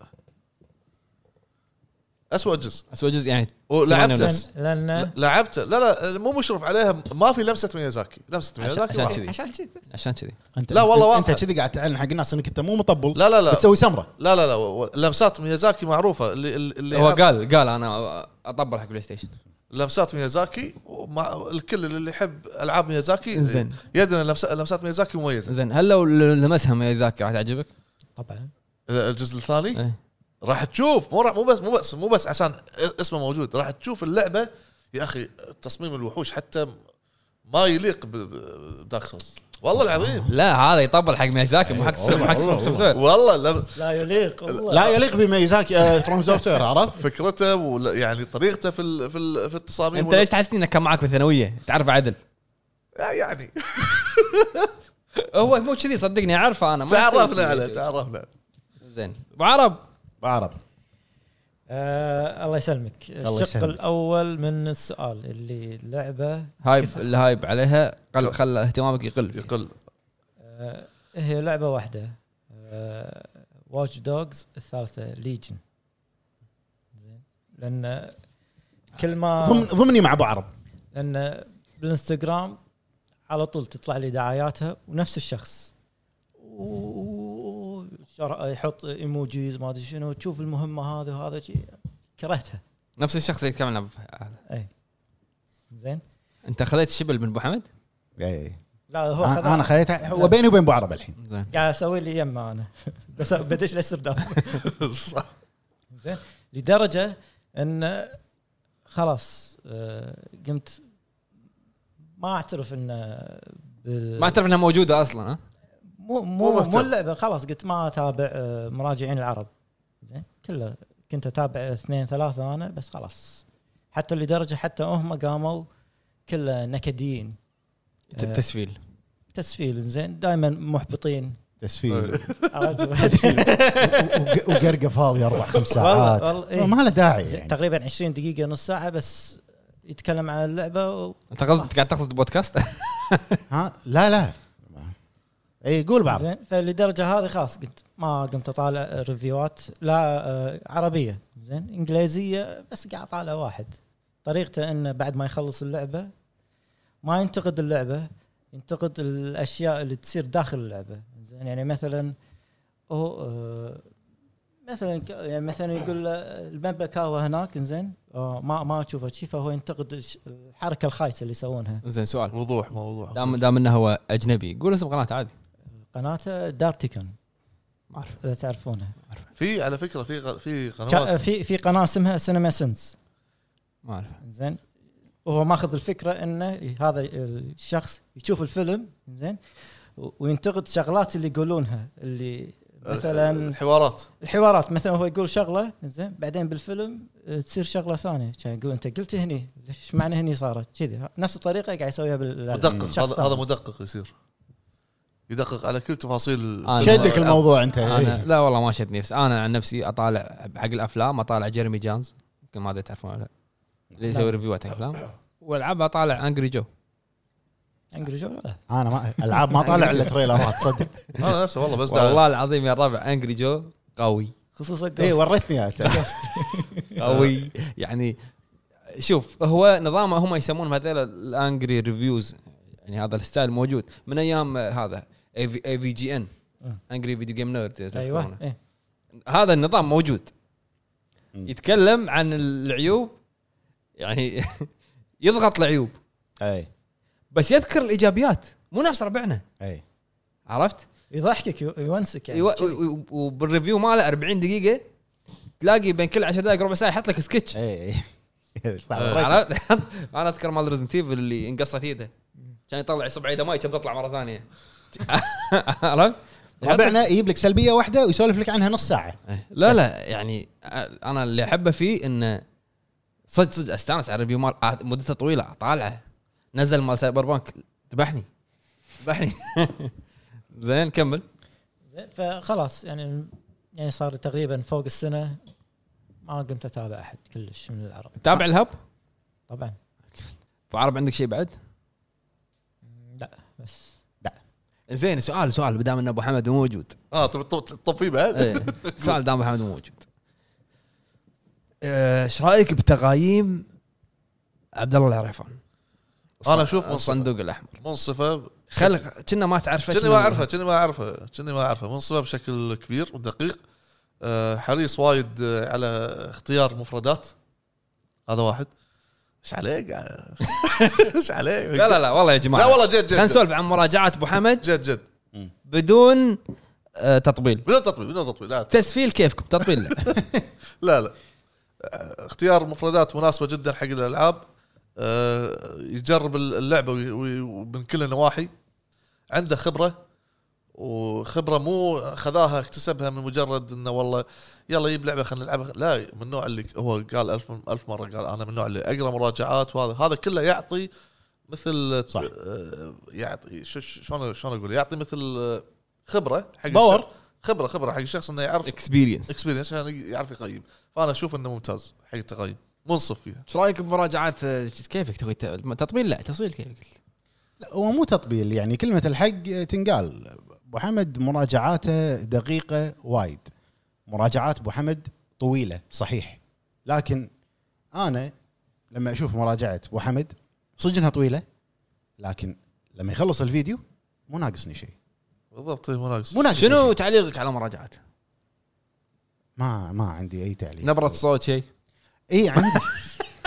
[SPEAKER 2] أسوأ جزء
[SPEAKER 1] اسوء جزء يعني
[SPEAKER 2] ولعبته
[SPEAKER 1] بس.
[SPEAKER 5] لأن- لان
[SPEAKER 2] لعبته لا لا مو مشرف عليها ما في لمسه ميازاكي لمسه
[SPEAKER 1] عشان
[SPEAKER 2] ميازاكي
[SPEAKER 1] عشان
[SPEAKER 2] ما في.
[SPEAKER 1] كذي
[SPEAKER 5] عشان كذي بس
[SPEAKER 1] عشان كذي
[SPEAKER 3] انت
[SPEAKER 2] لا والله واضح.
[SPEAKER 3] انت كذي قاعد تعلن حق الناس انك انت مو مطبل
[SPEAKER 2] لا لا لا
[SPEAKER 3] بتسوي سمره
[SPEAKER 2] لا لا لا و- و- لمسات ميازاكي معروفه اللي اللي
[SPEAKER 1] هو
[SPEAKER 2] يلعب-
[SPEAKER 1] قال قال انا اطبل حق بلاي ستيشن
[SPEAKER 2] لمسات ميازاكي ومع الكل اللي يحب العاب ميازاكي
[SPEAKER 1] إنزين.
[SPEAKER 2] يدري إن لمس- لمسات ميازاكي مميزه
[SPEAKER 1] زين هل لو ل- لمسها ميازاكي راح تعجبك؟
[SPEAKER 5] طبعا
[SPEAKER 2] إذا الجزء الثاني
[SPEAKER 1] إيه.
[SPEAKER 2] راح تشوف مو راح- مو بس مو بس مو بس عشان اسمه موجود راح تشوف اللعبه يا اخي تصميم الوحوش حتى ما يليق بدارك سولز والله العظيم
[SPEAKER 1] لا هذا يطبل حق ميازاكي مو حق مو حق سوفت وير
[SPEAKER 2] والله لم-
[SPEAKER 5] لا يليق والله
[SPEAKER 3] لا يليق بميزاكي فروم سوفت وير آه، عرفت؟
[SPEAKER 2] فكرته ولا- يعني طريقته في ال- في ال- في التصاميم
[SPEAKER 1] انت
[SPEAKER 2] ولا-
[SPEAKER 1] ليش تحسني انه كان معك بالثانويه؟ تعرف عدل
[SPEAKER 2] آه، يعني
[SPEAKER 1] هو مو كذي صدقني اعرفه انا ما
[SPEAKER 2] تعرفنا
[SPEAKER 1] يصير.
[SPEAKER 2] عليه تعرفنا
[SPEAKER 1] زين ابو عرب
[SPEAKER 3] بعرب
[SPEAKER 5] آه الله يسلمك الشق
[SPEAKER 3] يسلمك.
[SPEAKER 5] الاول من السؤال اللي لعبه
[SPEAKER 1] هايب
[SPEAKER 5] كثر.
[SPEAKER 1] الهايب عليها قل خلى اهتمامك يقل فيها.
[SPEAKER 2] يقل
[SPEAKER 5] آه هي آه، لعبه واحده واتش دوجز الثالثه ليجن زين لان كل
[SPEAKER 3] ضمن
[SPEAKER 5] ما
[SPEAKER 3] ضمني مع بعرب
[SPEAKER 5] لان بالانستغرام على طول تطلع لي دعاياتها ونفس الشخص و- شر- يحط ايموجيز ما ادري شنو تشوف المهمه هذه وهذا شي. كرهتها
[SPEAKER 1] نفس الشخص اللي يتكلم عن أبو فهد.
[SPEAKER 5] زين
[SPEAKER 1] انت خذيت شبل من ابو حمد؟
[SPEAKER 3] اي
[SPEAKER 5] لا هو خذ-
[SPEAKER 3] انا إيه. خذيتها هو بيني وبين بعرب الحين
[SPEAKER 1] زين
[SPEAKER 5] قاعد اسوي لي يمه انا بس بدش الاستخدام
[SPEAKER 2] صح
[SPEAKER 5] زين لدرجه ان خلاص آه، قمت ما اعترف ان بال-
[SPEAKER 1] ما تعرف انها موجوده اصلا ها؟
[SPEAKER 5] مو
[SPEAKER 2] مو
[SPEAKER 5] مو
[SPEAKER 2] مهتم.
[SPEAKER 5] مو اللعبه خلاص قلت ما اتابع آه، مراجعين العرب زين كله كنت اتابع اثنين ثلاثه انا بس خلاص حتى لدرجه حتى هم قاموا كله نكديين
[SPEAKER 1] ت- تسفيل
[SPEAKER 5] تسفيل زين دائما محبطين
[SPEAKER 3] تسفيل
[SPEAKER 5] طيب. عرفت؟
[SPEAKER 3] وق- وقرقه فاضيه اربع خمس
[SPEAKER 5] والله-
[SPEAKER 3] ساعات
[SPEAKER 5] والله إيه.
[SPEAKER 3] ما له داعي
[SPEAKER 5] زين،
[SPEAKER 3] يعني
[SPEAKER 5] تقريبا 20 دقيقه نص ساعه بس يتكلم عن اللعبه و...
[SPEAKER 1] انت قصد قاعد تقصد بودكاست؟
[SPEAKER 3] ها لا لا اي قول بعرب
[SPEAKER 5] زين فلدرجه هذه خلاص قلت ما قمت اطالع ريفيوات لا آه، عربيه زين انجليزيه بس قاعد اطالع واحد طريقته انه بعد ما يخلص اللعبه ما ينتقد اللعبه ينتقد الاشياء اللي تصير داخل اللعبه زين يعني مثلا هو آه، مثلا ك- يعني مثلا يقول له المبنى كاوى هناك زين آه، ما ما اشوفه شي فهو ينتقد الش- الحركه الخايسه اللي يسوونها
[SPEAKER 1] زين سؤال
[SPEAKER 2] وضوح موضوع
[SPEAKER 1] دام دام انه هو اجنبي قول اسم قناه عادي
[SPEAKER 5] قناته دارتيكن
[SPEAKER 1] ما اعرف
[SPEAKER 5] اذا تعرفونها
[SPEAKER 2] في على فكره في غ- في
[SPEAKER 5] شا-
[SPEAKER 2] قنوات
[SPEAKER 5] في في قناه اسمها سينما سنس
[SPEAKER 1] ما اعرف
[SPEAKER 5] زين وهو ماخذ الفكره انه هذا الشخص يشوف الفيلم زين وينتقد شغلات اللي يقولونها اللي
[SPEAKER 2] آه،
[SPEAKER 5] مثلا
[SPEAKER 2] الحوارات
[SPEAKER 5] الحوارات مثلا هو يقول شغله زين بعدين بالفيلم آه، تصير شغله ثانيه كان يقول انت قلت هني ايش معنى هني صارت كذي نفس الطريقه قاعد يسويها بال
[SPEAKER 2] مدقق
[SPEAKER 5] شخص
[SPEAKER 2] هذا
[SPEAKER 5] ثاني.
[SPEAKER 2] هذا مدقق يصير يدقق على كل تفاصيل آه،
[SPEAKER 1] أنا-
[SPEAKER 3] شدك الموضوع انت
[SPEAKER 1] انا
[SPEAKER 3] إيه.
[SPEAKER 1] لا والله ما شدني بس انا عن نفسي اطالع حق الافلام اطالع جيرمي جانز يمكن ما ادري تعرفونه ولا لا اللي يسوي ريفيوات حق افلام والعاب اطالع انجري جو
[SPEAKER 5] انجلي جو لا
[SPEAKER 3] انا ما العاب ما طالع الا تريلرات صدق
[SPEAKER 2] انا نفسه والله بس
[SPEAKER 1] والله
[SPEAKER 2] والله
[SPEAKER 1] العظيم يا الربع انجري جو قوي
[SPEAKER 5] خصوصا Ghost.
[SPEAKER 3] اي إيه، وريتني إياها أنت.
[SPEAKER 1] قوي يعني شوف هو نظامه هم يسمونهم هذول الانجري ريفيوز يعني هذا الستايل موجود من ايام آه، هذا اي في جي ان انجري فيديو جيم نيرد
[SPEAKER 5] ايوه إيه.
[SPEAKER 1] هذا النظام موجود
[SPEAKER 3] مم.
[SPEAKER 1] يتكلم عن العيوب يعني يضغط العيوب
[SPEAKER 3] اي
[SPEAKER 1] بس يذكر الايجابيات مو نفس ربعنا
[SPEAKER 3] اي
[SPEAKER 1] عرفت؟
[SPEAKER 5] يضحكك يو- يونسك يعني
[SPEAKER 1] يو- و- و- وبالريفيو ماله 40 دقيقه تلاقي بين كل 10 دقائق ربع ساعه يحط لك سكتش
[SPEAKER 3] اي إي. إيه. صح،
[SPEAKER 5] إيه،
[SPEAKER 3] وريتني.
[SPEAKER 1] عرفت؟ انا اذكر مال ريزنت ايفل اللي انقصت ايده كان يطلع صبع ايده ماي كان تطلع مره ثانيه عرفت؟
[SPEAKER 3] ربعنا يجيب لك سلبيه واحده ويسولف لك عنها نص ساعه
[SPEAKER 1] لا لا يعني انا اللي احبه فيه انه صدق صدق استانس على الريفيو مال آه، مدته طويله طالعه نزل مال سايبر بانك ذبحني ذبحني زين كمل
[SPEAKER 5] زين، فخلاص يعني يعني صار تقريبا فوق السنه ما قمت اتابع احد كلش من العرب
[SPEAKER 1] تابع الهب
[SPEAKER 5] طبعا
[SPEAKER 1] ابو عرب عندك شيء بعد؟
[SPEAKER 5] لا بس
[SPEAKER 1] زين سؤال سؤال بدام ان ابو حمد مو موجود
[SPEAKER 2] اه تبي تط- تطب فيه بعد؟
[SPEAKER 1] إيه، سؤال دام ابو حمد مو موجود آه، ايش رايك بتقايم عبد الله العريفان؟
[SPEAKER 2] انا اشوف منصفه
[SPEAKER 1] الصندوق الاحمر
[SPEAKER 2] منصفه
[SPEAKER 1] خلق كنا ما تعرفه
[SPEAKER 2] كني ما اعرفه كني ما اعرفه كني ما اعرفه منصفه بشكل كبير ودقيق آه، حريص وايد آه، على اختيار مفردات هذا واحد ايش عليك؟ ايش عليك؟
[SPEAKER 1] لا لا لا والله يا جماعه
[SPEAKER 2] لا والله جد
[SPEAKER 1] خلينا
[SPEAKER 2] جد
[SPEAKER 1] نسولف عن مراجعه ابو حمد
[SPEAKER 2] جد جد
[SPEAKER 1] بدون آه، تطبيل
[SPEAKER 2] بدون تطويل بدون تطويل لا
[SPEAKER 1] تسفيل كيفكم تطبيل لا
[SPEAKER 2] لا لا اختيار مفردات مناسبه جدا حق الالعاب أه، يجرب اللعبه وي- وي- ومن كل النواحي عنده خبره وخبره مو خذاها اكتسبها من مجرد انه والله يلا يجيب لعبه خلينا نلعبها لا من النوع اللي هو قال ألف, ألف مره قال انا من النوع اللي اقرا مراجعات وهذا هذا كله يعطي مثل
[SPEAKER 3] صح.
[SPEAKER 2] أه، يعطي شو- شو- شلون شلون اقول يعطي مثل أه، خبره حق
[SPEAKER 3] باور.
[SPEAKER 2] الشخص- خبره خبره حق الشخص انه يعرف
[SPEAKER 1] اكسبيرينس
[SPEAKER 2] اكسبيرينس عشان يعني يعرف يقيم فانا اشوف انه ممتاز حق التقييم منصف فيها
[SPEAKER 1] ايش رايك بمراجعات آه، كيفك تبي ت- تطبيل لا تصوير كيفك
[SPEAKER 3] لا هو مو تطبيل يعني كلمه الحق تنقال ابو حمد مراجعاته دقيقه وايد مراجعات ابو حمد طويله صحيح لكن انا لما اشوف مراجعه ابو حمد صدق انها طويله لكن لما يخلص الفيديو مو ناقصني شيء
[SPEAKER 2] بالضبط إيه، هي مناقص
[SPEAKER 3] مو ناقصني
[SPEAKER 1] شنو
[SPEAKER 3] شيء.
[SPEAKER 1] تعليقك على مراجعات
[SPEAKER 3] ما ما عندي اي تعليق
[SPEAKER 1] نبره صوت شيء
[SPEAKER 3] اي عندي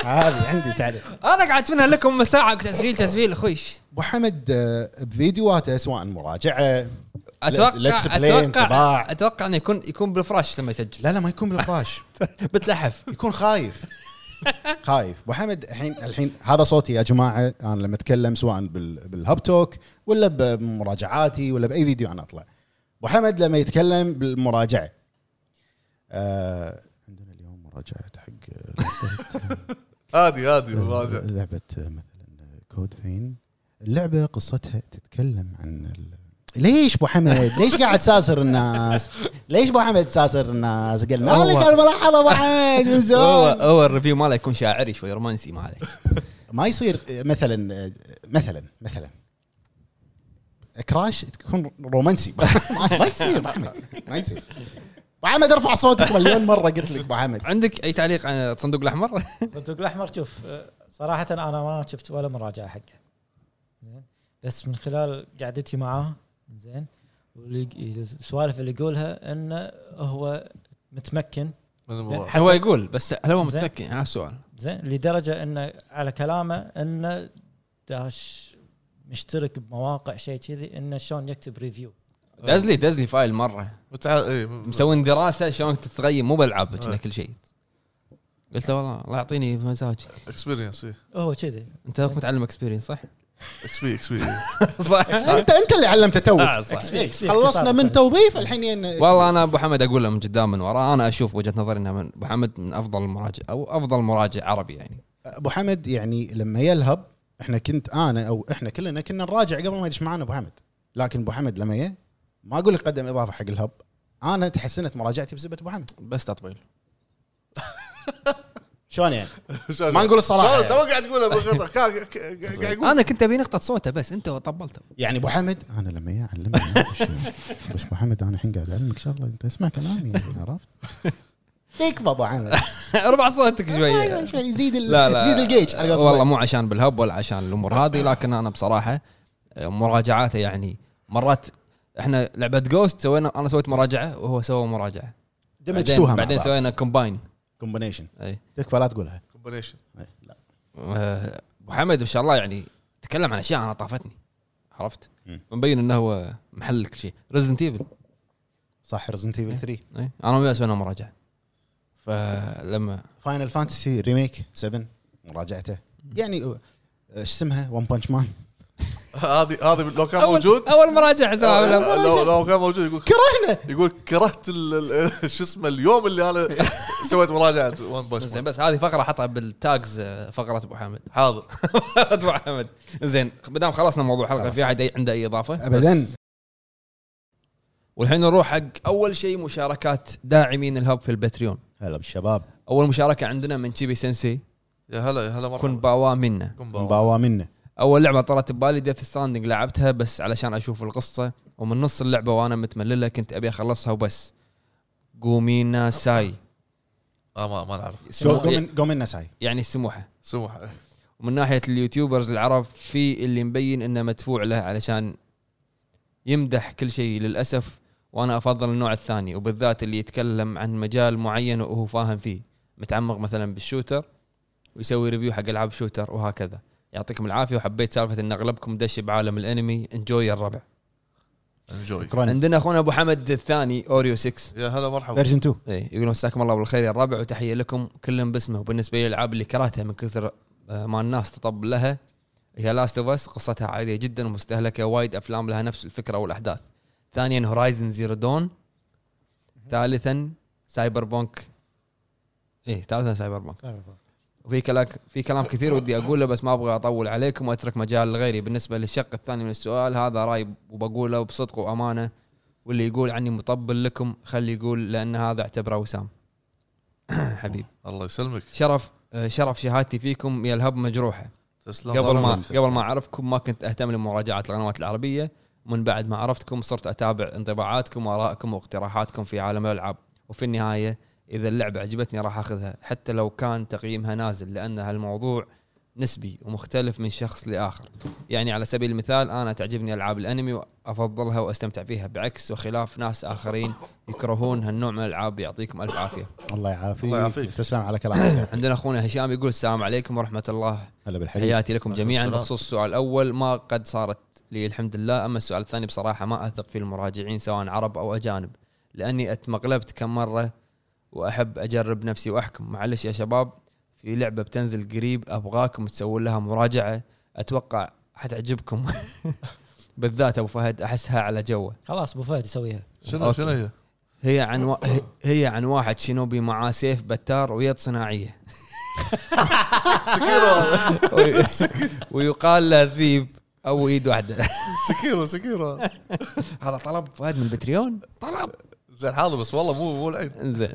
[SPEAKER 3] هذه عندي تعليق
[SPEAKER 1] انا قعدت منها لكم ساعه تسفيل تسفيل اخويش
[SPEAKER 3] ابو حمد آه، بفيديوهاته سواء مراجعه
[SPEAKER 1] اتوقع
[SPEAKER 3] Let's play، انطباع.
[SPEAKER 1] اتوقع اتوقع انه يكون يكون بالفراش لما يسجل
[SPEAKER 3] لا لا ما يكون بالفراش
[SPEAKER 1] بتلحف
[SPEAKER 3] يكون خايف خايف ابو حمد الحين الحين هذا صوتي يا جماعه انا لما اتكلم سواء بال- بالهب توك ولا بمراجعاتي ولا باي فيديو انا اطلع ابو حمد لما يتكلم بالمراجعه آه عندنا اليوم مراجعه حق
[SPEAKER 2] عادي
[SPEAKER 1] إيه.
[SPEAKER 2] عادي
[SPEAKER 3] لعبه,
[SPEAKER 2] مراجع
[SPEAKER 3] لعبة مثلا كود فين اللعبه قصتها تتكلم عن ال... ليش ابو حمد؟ ليش قاعد تساسر الناس؟ ليش ابو حمد تساسر الناس؟ قلنا
[SPEAKER 1] هو-
[SPEAKER 3] لك الملاحظه ابو حمد من
[SPEAKER 1] هو
[SPEAKER 3] زمان
[SPEAKER 1] هو الريفيو ماله يكون شاعري شوي رومانسي ما عليك
[SPEAKER 3] ما يصير مثلا مثلا مثلا كراش تكون رومانسي ما ما يصير ابو حمد ما يصير ابو حمد ارفع صوتك مليون مره قلت لك ابو حمد
[SPEAKER 1] عندك اي تعليق عن الصندوق الاحمر؟
[SPEAKER 5] الصندوق الاحمر شوف آه، صراحه انا ما شفت ولا مراجعه حقه زين بس من خلال قعدتي معاه زين واللي- السوالف اللي يقولها انه هو متمكن
[SPEAKER 2] من
[SPEAKER 5] زين
[SPEAKER 2] المراجع
[SPEAKER 1] هو يقول بس هل هو
[SPEAKER 5] زين.
[SPEAKER 1] متمكن؟ هذا السؤال
[SPEAKER 5] زين لدرجه انه على كلامه انه داش مشترك بمواقع شيء كذي انه شلون يكتب ريفيو
[SPEAKER 1] دزلي دزلي فايل مره
[SPEAKER 2] متع... اي م-
[SPEAKER 3] إيه.
[SPEAKER 1] مسوين دراسه شلون تتغير مو بالعاب كنا كل شيء قلت له والله الله يعطيني مزاج
[SPEAKER 2] اكسبيرينس
[SPEAKER 5] هو كذي
[SPEAKER 1] انت
[SPEAKER 3] إيه.
[SPEAKER 1] توك متعلم اكسبيرينس صح؟
[SPEAKER 2] اكس بي اكس بي
[SPEAKER 1] صح
[SPEAKER 3] انت انت اللي علمته توك
[SPEAKER 1] صح، صح.
[SPEAKER 5] إيه،
[SPEAKER 3] خلصنا من توظيف الحين يعني ين-
[SPEAKER 1] والله انا ابو حمد اقول له من قدام من ورا انا اشوف وجهه نظري انه من- ابو حمد من افضل المراجع او افضل مراجع عربي يعني
[SPEAKER 3] ابو حمد يعني لما يلهب احنا كنت انا او احنا كلنا كنا نراجع قبل ما يدش معانا ابو حمد لكن ابو حمد لما يه ما اقول لك قدم اضافه حق الهب انا تحسنت مراجعتي بسبب ابو حمد
[SPEAKER 1] بس تطويل
[SPEAKER 3] شلون يعني؟ ما نقول الصراحه
[SPEAKER 2] تو
[SPEAKER 3] يعني.
[SPEAKER 2] قاعد تقول ابو قطع قاعد قاعد يقول
[SPEAKER 1] انا كنت ابي نقطه صوته بس انت طبلته
[SPEAKER 3] يعني ابو حمد انا لما يه علمني هذا الشيء. بس ابو حمد انا الحين قاعد اعلمك شغله انت اسمع كلامي يعني، عرفت؟ يكفى ابو حمد
[SPEAKER 1] اربع صوتك شويه
[SPEAKER 3] أيوة، شوي زيد ال-
[SPEAKER 1] لا لا
[SPEAKER 3] زيد الجيج على إيه. قولة
[SPEAKER 1] والله مو عشان بالهب ولا عشان الامور هذه لكن انا بصراحه آه، مراجعاته يعني مرات احنا لعبه جوست سوينا انا سويت مراجعه وهو سوى مراجعه
[SPEAKER 3] دمجتوها
[SPEAKER 1] بعدين, بعدين سوينا كومباين
[SPEAKER 3] كومبينيشن
[SPEAKER 1] اي
[SPEAKER 3] تكفى لا تقولها
[SPEAKER 2] كومبينيشن
[SPEAKER 3] إي، لا
[SPEAKER 1] آه، ابو حمد ما شاء الله يعني تكلم عن اشياء انا طافتني عرفت؟
[SPEAKER 3] مم.
[SPEAKER 1] مبين انه هو محل كل شيء ريزنت ايفل
[SPEAKER 3] صح ريزنت ايفل 3
[SPEAKER 1] اي انا وياه سوينا مراجعه فلما
[SPEAKER 3] فاينل فانتسي ريميك 7 مراجعته يعني آه، ايش اسمها ون بانش مان
[SPEAKER 2] هذه هذه لو كان موجود
[SPEAKER 1] اول مراجعه
[SPEAKER 2] لو-
[SPEAKER 1] حسام
[SPEAKER 2] لو لو كان موجود يقول
[SPEAKER 3] كرهنا
[SPEAKER 2] يقول كرهت ال- ال- شو اسمه اليوم اللي انا سويت مراجعه وان بانش
[SPEAKER 1] زين بس هذه فقره حطها بالتاجز آه، فقره ابو حمد
[SPEAKER 2] حاضر
[SPEAKER 1] ابو حمد زين ما دام خلصنا موضوع الحلقه في احد عنده اي اضافه
[SPEAKER 3] ابدا
[SPEAKER 1] والحين نروح حق اول شيء مشاركات داعمين الهب في البتريون
[SPEAKER 3] هلا بالشباب
[SPEAKER 1] اول مشاركه عندنا من تشيبي سensei
[SPEAKER 2] يا هلا يا هلا مرحبا
[SPEAKER 1] كن باوا منا
[SPEAKER 2] كومباوند.
[SPEAKER 3] مباوا منا
[SPEAKER 1] اول لعبه طلعت ببالي ديث ستاندنج لعبتها بس علشان اشوف القصه ومن نص اللعبه وانا متملله كنت ابي اخلصها وبس قومينا ساي
[SPEAKER 2] آه ما ما نعرف
[SPEAKER 3] قومين نساي
[SPEAKER 1] يعني السموحه
[SPEAKER 2] سموح
[SPEAKER 1] ومن ناحيه اليوتيوبرز العرب في اللي مبين انه مدفوع له علشان يمدح كل شيء للاسف وانا افضل النوع الثاني وبالذات اللي يتكلم عن مجال معين وهو فاهم فيه متعمق مثلا بالشوتر ويسوي ريفيو حق العاب شوتر وهكذا يعطيكم العافيه وحبيت سالفه ان اغلبكم دش بعالم الانمي انجوي يا الربع
[SPEAKER 2] انجوي
[SPEAKER 3] شكرا
[SPEAKER 1] عندنا اخونا ابو حمد الثاني اوريو 6
[SPEAKER 2] يا هلا مرحبا
[SPEAKER 3] فيرجن 2
[SPEAKER 1] اي يقول مساكم الله بالخير يا الربع وتحيه لكم كلهم باسمه وبالنسبه لي الالعاب اللي كرهتها من كثر آه، ما الناس تطب لها هي لاست اوف اس قصتها عاديه جدا ومستهلكه وايد افلام لها نفس الفكره والاحداث ثانيا هورايزن زيرو دون ثالثا سايبر بونك ايه ثالثا سايبر بونك وفي كلام في كلام كثير ودي اقوله بس ما ابغى اطول عليكم واترك مجال لغيري بالنسبه للشق الثاني من السؤال هذا راي وبقوله بصدق وامانه واللي يقول عني مطبل لكم خلي يقول لان هذا اعتبره وسام حبيب
[SPEAKER 2] الله يسلمك
[SPEAKER 1] شرف آه، شرف شهادتي فيكم يا الهب مجروحه
[SPEAKER 2] تسلم
[SPEAKER 1] قبل ما
[SPEAKER 2] تسلم.
[SPEAKER 1] قبل ما اعرفكم ما كنت اهتم لمراجعه القنوات العربيه من بعد ما عرفتكم صرت اتابع انطباعاتكم وارائكم واقتراحاتكم في عالم الالعاب وفي النهايه اذا اللعبه عجبتني راح اخذها حتى لو كان تقييمها نازل لان هالموضوع نسبي ومختلف من شخص لاخر يعني على سبيل المثال انا تعجبني العاب الانمي وافضلها واستمتع فيها بعكس وخلاف ناس اخرين يكرهون هالنوع من الالعاب يعطيكم الف عافيه
[SPEAKER 3] الله يعافيك
[SPEAKER 2] الله يعافيك.
[SPEAKER 3] تسلم على كلامك
[SPEAKER 1] عندنا اخونا هشام يقول السلام عليكم ورحمه الله
[SPEAKER 3] هلا بالحبيب
[SPEAKER 1] حياتي لكم
[SPEAKER 2] عليكم
[SPEAKER 1] جميعا
[SPEAKER 2] السلام.
[SPEAKER 1] بخصوص السؤال الاول ما قد صارت لي الحمد لله اما السؤال الثاني بصراحه ما اثق في المراجعين سواء عرب او اجانب لاني اتمغلبت كم مره واحب اجرب نفسي واحكم معلش يا شباب في لعبه بتنزل قريب ابغاكم تسوون لها مراجعه اتوقع حتعجبكم بالذات ابو فهد احسها على جوه
[SPEAKER 5] خلاص ابو فهد يسويها
[SPEAKER 2] شنو
[SPEAKER 1] أوكي.
[SPEAKER 2] شنو هي؟
[SPEAKER 1] هي عن و... هي عن واحد شينوبي معاه سيف بتار ويد صناعيه
[SPEAKER 2] سكيرو
[SPEAKER 1] ويقال له ذيب او ايد واحده
[SPEAKER 2] سكيرو سكيرو
[SPEAKER 1] هذا طلب فهد من بتريون طلب
[SPEAKER 2] زين حاضر بس والله مو مو العيب
[SPEAKER 1] انزين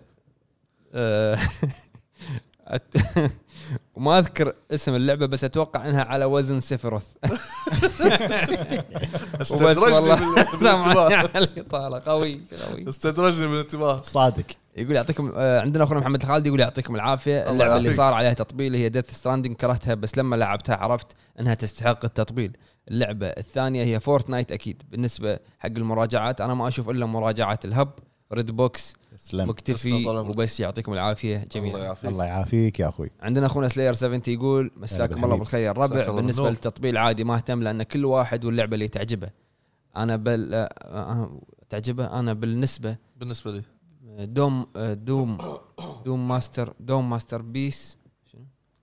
[SPEAKER 1] آه، أت- وما اذكر اسم اللعبه بس اتوقع انها على وزن سفروث وبس
[SPEAKER 2] استدرجني
[SPEAKER 1] والله
[SPEAKER 2] بال-
[SPEAKER 1] سامعني
[SPEAKER 2] بالانتباه
[SPEAKER 1] على الاطاله قوي قوي
[SPEAKER 2] استدرجني بالانتباه
[SPEAKER 3] صادق
[SPEAKER 1] يقول يعطيكم آه، عندنا اخونا محمد الخالدي يقول يعطيكم العافيه اللعبه اللي
[SPEAKER 2] يعافيك.
[SPEAKER 1] صار عليها تطبيل هي ديث ستراندنج كرهتها بس لما لعبتها عرفت انها تستحق التطبيل اللعبه الثانيه هي فورتنايت اكيد بالنسبه حق المراجعات انا ما اشوف الا مراجعات الهب ريد بوكس
[SPEAKER 3] تسلم
[SPEAKER 1] مكتفي
[SPEAKER 2] تسلم.
[SPEAKER 1] وبس يعطيكم العافيه
[SPEAKER 2] الله
[SPEAKER 1] جميعا
[SPEAKER 2] يعافيك
[SPEAKER 3] الله يعافيك يا اخوي
[SPEAKER 1] عندنا اخونا سلاير 70 يقول مساكم الله
[SPEAKER 3] بالحبيب.
[SPEAKER 1] بالخير يا
[SPEAKER 2] مساك
[SPEAKER 1] الربع
[SPEAKER 2] الله
[SPEAKER 1] بالنسبه
[SPEAKER 2] بالنور.
[SPEAKER 1] للتطبيل عادي ما اهتم لان كل واحد واللعبه اللي تعجبه انا بل آه، آه، تعجبه انا بالنسبه
[SPEAKER 2] بالنسبه لي
[SPEAKER 1] دوم آه، دوم دوم ماستر دوم ماستر بيس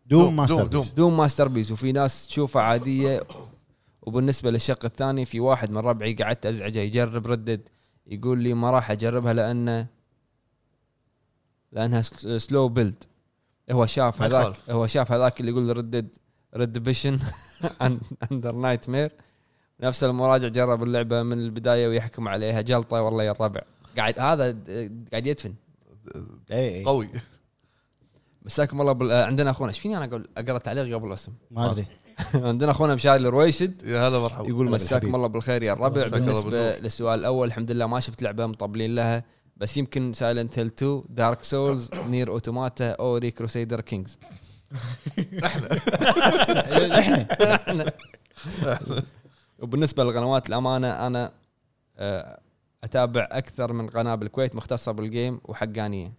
[SPEAKER 3] دوم ماستر
[SPEAKER 2] دوم- دوم.
[SPEAKER 3] بيس.
[SPEAKER 1] دوم ماستر بيس وفي ناس تشوفه عاديه وبالنسبه للشق الثاني في واحد من ربعي قعدت ازعجه يجرب ردد يقول لي ما راح اجربها لانه لانها سلو بيلد هو شاف هذاك
[SPEAKER 4] مدخل.
[SPEAKER 1] هو شاف هذاك اللي يقول ردد ريد بيشن اندر نايت مير نفس المراجع جرب اللعبه من البدايه ويحكم عليها جلطه والله يا الربع قاعد هذا د- قاعد يدفن
[SPEAKER 3] اي اي
[SPEAKER 2] قوي
[SPEAKER 1] مساكم الله بال... آه، عندنا اخونا ايش فيني انا اقول اقرا تعليق قبل اسم
[SPEAKER 3] ما ادري
[SPEAKER 1] عندنا اخونا مشاري الرويشد
[SPEAKER 2] يا هلا مرحبا
[SPEAKER 1] يقول
[SPEAKER 3] هلا
[SPEAKER 1] مساكم
[SPEAKER 3] بالحبيب.
[SPEAKER 1] الله بالخير يا الربع
[SPEAKER 2] مساك نعم، الله
[SPEAKER 1] بالنسبه
[SPEAKER 2] بالنور.
[SPEAKER 1] للسؤال الاول الحمد لله ما شفت لعبه مطبلين لها بس يمكن سايلنت هيل 2 دارك سولز نير اوتوماتا اوري كروسيدر كينجز
[SPEAKER 3] احنا
[SPEAKER 1] وبالنسبه للقنوات الامانه انا آه، اتابع اكثر من قناه بالكويت مختصه بالجيم وحقانيه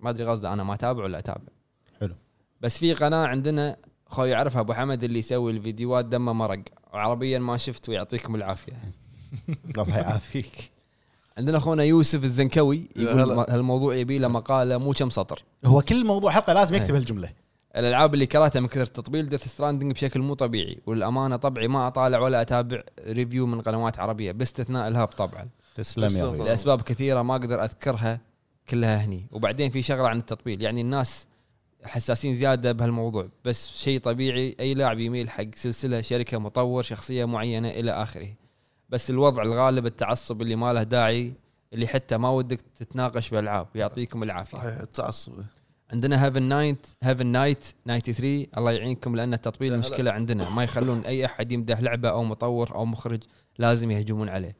[SPEAKER 1] ما ادري قصده انا ما اتابع ولا اتابع
[SPEAKER 3] حلو.
[SPEAKER 1] بس في قناه عندنا خوي يعرفها ابو حمد اللي يسوي الفيديوهات دمه مرق وعربيا ما شفت ويعطيكم العافيه
[SPEAKER 3] الله يعافيك
[SPEAKER 1] عندنا اخونا يوسف الزنكوي
[SPEAKER 2] يا
[SPEAKER 1] يقول
[SPEAKER 2] هلا.
[SPEAKER 1] م- هالموضوع يبي له مقاله مو كم سطر
[SPEAKER 3] هو كل موضوع حلقه لازم يكتب
[SPEAKER 1] إيه.
[SPEAKER 3] هالجمله
[SPEAKER 1] الالعاب اللي كرهتها من كثر التطبيل ديث ستراندنج بشكل مو طبيعي والامانه طبعي ما اطالع ولا اتابع ريفيو من قنوات عربيه باستثناء الهاب طبعا
[SPEAKER 3] تسلم
[SPEAKER 2] تسلم.
[SPEAKER 3] يا أبوي.
[SPEAKER 1] لاسباب كثيره ما اقدر اذكرها كلها هني وبعدين في شغله عن التطبيل يعني الناس حساسين زياده بهالموضوع بس شيء طبيعي اي لاعب يميل حق سلسله شركه مطور شخصيه معينه الى اخره بس الوضع الغالب التعصب اللي ما له داعي اللي حتى ما ودك تتناقش بالالعاب يعطيكم العافيه
[SPEAKER 2] صحيح التعصب
[SPEAKER 1] عندنا هافن نايت هافن نايت 93 الله يعينكم لان التطبيل
[SPEAKER 2] يا هلا.
[SPEAKER 1] المشكله عندنا ما يخلون اي احد يمدح لعبه او مطور او مخرج لازم يهجمون عليه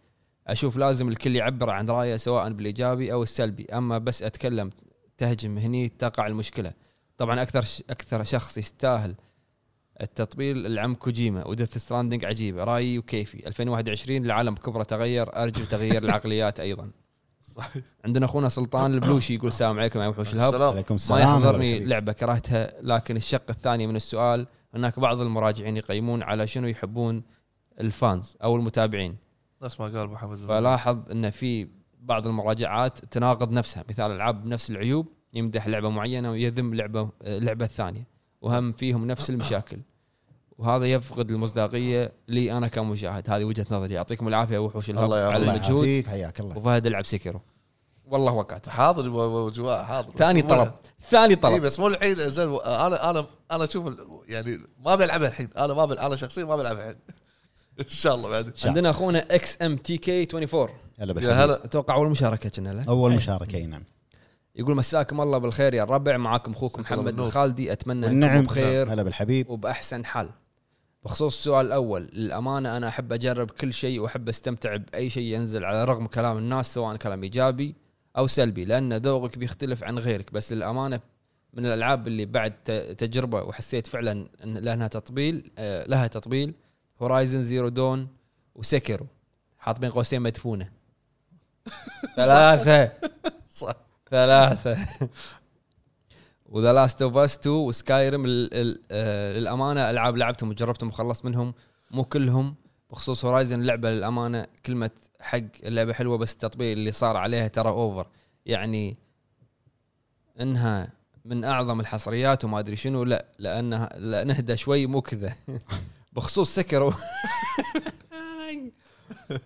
[SPEAKER 1] اشوف لازم الكل يعبر عن رايه سواء بالايجابي او السلبي اما بس اتكلم تهجم هني تقع المشكله طبعا اكثر ش- اكثر شخص يستاهل التطبيل العم كوجيما وديث ستراندنج عجيب رايي وكيفي 2021 العالم بكبره تغير ارجو تغيير العقليات ايضا
[SPEAKER 2] صحيح
[SPEAKER 1] عندنا اخونا سلطان البلوشي يقول السلام عليكم يا وحوش الهب
[SPEAKER 2] السلام
[SPEAKER 3] عليكم
[SPEAKER 1] ما
[SPEAKER 3] السلام
[SPEAKER 1] يحضرني لعبه كرهتها لكن الشق الثاني من السؤال هناك بعض المراجعين يقيمون على شنو يحبون الفانز او المتابعين
[SPEAKER 2] نفس ما قال ابو حمد
[SPEAKER 1] فلاحظ ان في بعض المراجعات تناقض نفسها مثال العاب بنفس العيوب يمدح لعبه معينه ويذم لعبه لعبه ثانيه وهم فيهم نفس المشاكل وهذا يفقد المصداقيه لي انا كمشاهد هذه وجهه نظري يعطيكم العافيه يا وحوش الهب
[SPEAKER 2] الله
[SPEAKER 1] على
[SPEAKER 3] الله
[SPEAKER 1] المجهود
[SPEAKER 3] يعافيك حياك الله
[SPEAKER 1] وفهد العب سيكيرو والله وقعته
[SPEAKER 2] حاضر يا أبو جماعه حاضر بس
[SPEAKER 1] ثاني
[SPEAKER 2] مو-
[SPEAKER 1] طلب ثاني
[SPEAKER 2] اي
[SPEAKER 1] طلب
[SPEAKER 2] بس مو الحين زين انا انا انا اشوف ال- يعني ما بلعبها الحين انا ما بل- انا شخصيا ما بلعبها الحين ان شاء الله بعدين
[SPEAKER 1] عندنا اخونا اكس ام تي كي 24
[SPEAKER 3] هلا
[SPEAKER 2] يا
[SPEAKER 3] بالحبيب
[SPEAKER 2] هلا
[SPEAKER 1] اتوقع اول مشاركه كنا له
[SPEAKER 3] اول مشاركه اي نعم
[SPEAKER 1] يقول مساكم الله بالخير يا الربع معاكم اخوكم
[SPEAKER 2] مساك الله
[SPEAKER 1] محمد
[SPEAKER 2] بالنور.
[SPEAKER 1] الخالدي اتمنى انكم
[SPEAKER 3] والنعم
[SPEAKER 1] بخير
[SPEAKER 3] نعم. هلا بالحبيب
[SPEAKER 1] وباحسن حال بخصوص السؤال الاول للامانه انا احب اجرب كل شيء واحب استمتع باي شيء ينزل على رغم كلام الناس سواء كلام ايجابي او سلبي لان ذوقك بيختلف عن غيرك بس للامانه من الالعاب اللي بعد ت- تجربه وحسيت فعلا إن لانها تطبيل آه، لها تطبيل هورايزن زيرو دون وسكرو حاط بين قوسين مدفونه ثلاثه
[SPEAKER 2] صح
[SPEAKER 1] ثلاثة وذا لاست اوف اس 2 وسكايرم ال- ال- آه، للامانه العاب لعبتهم وجربتهم وخلصت منهم مو كلهم بخصوص هورايزن اللعبه للامانه كلمه حق اللعبه حلوه بس التطبيق اللي صار عليها ترى اوفر يعني انها من اعظم الحصريات وما ادري شنو لا لانها لا نهدى شوي مو كذا بخصوص سكر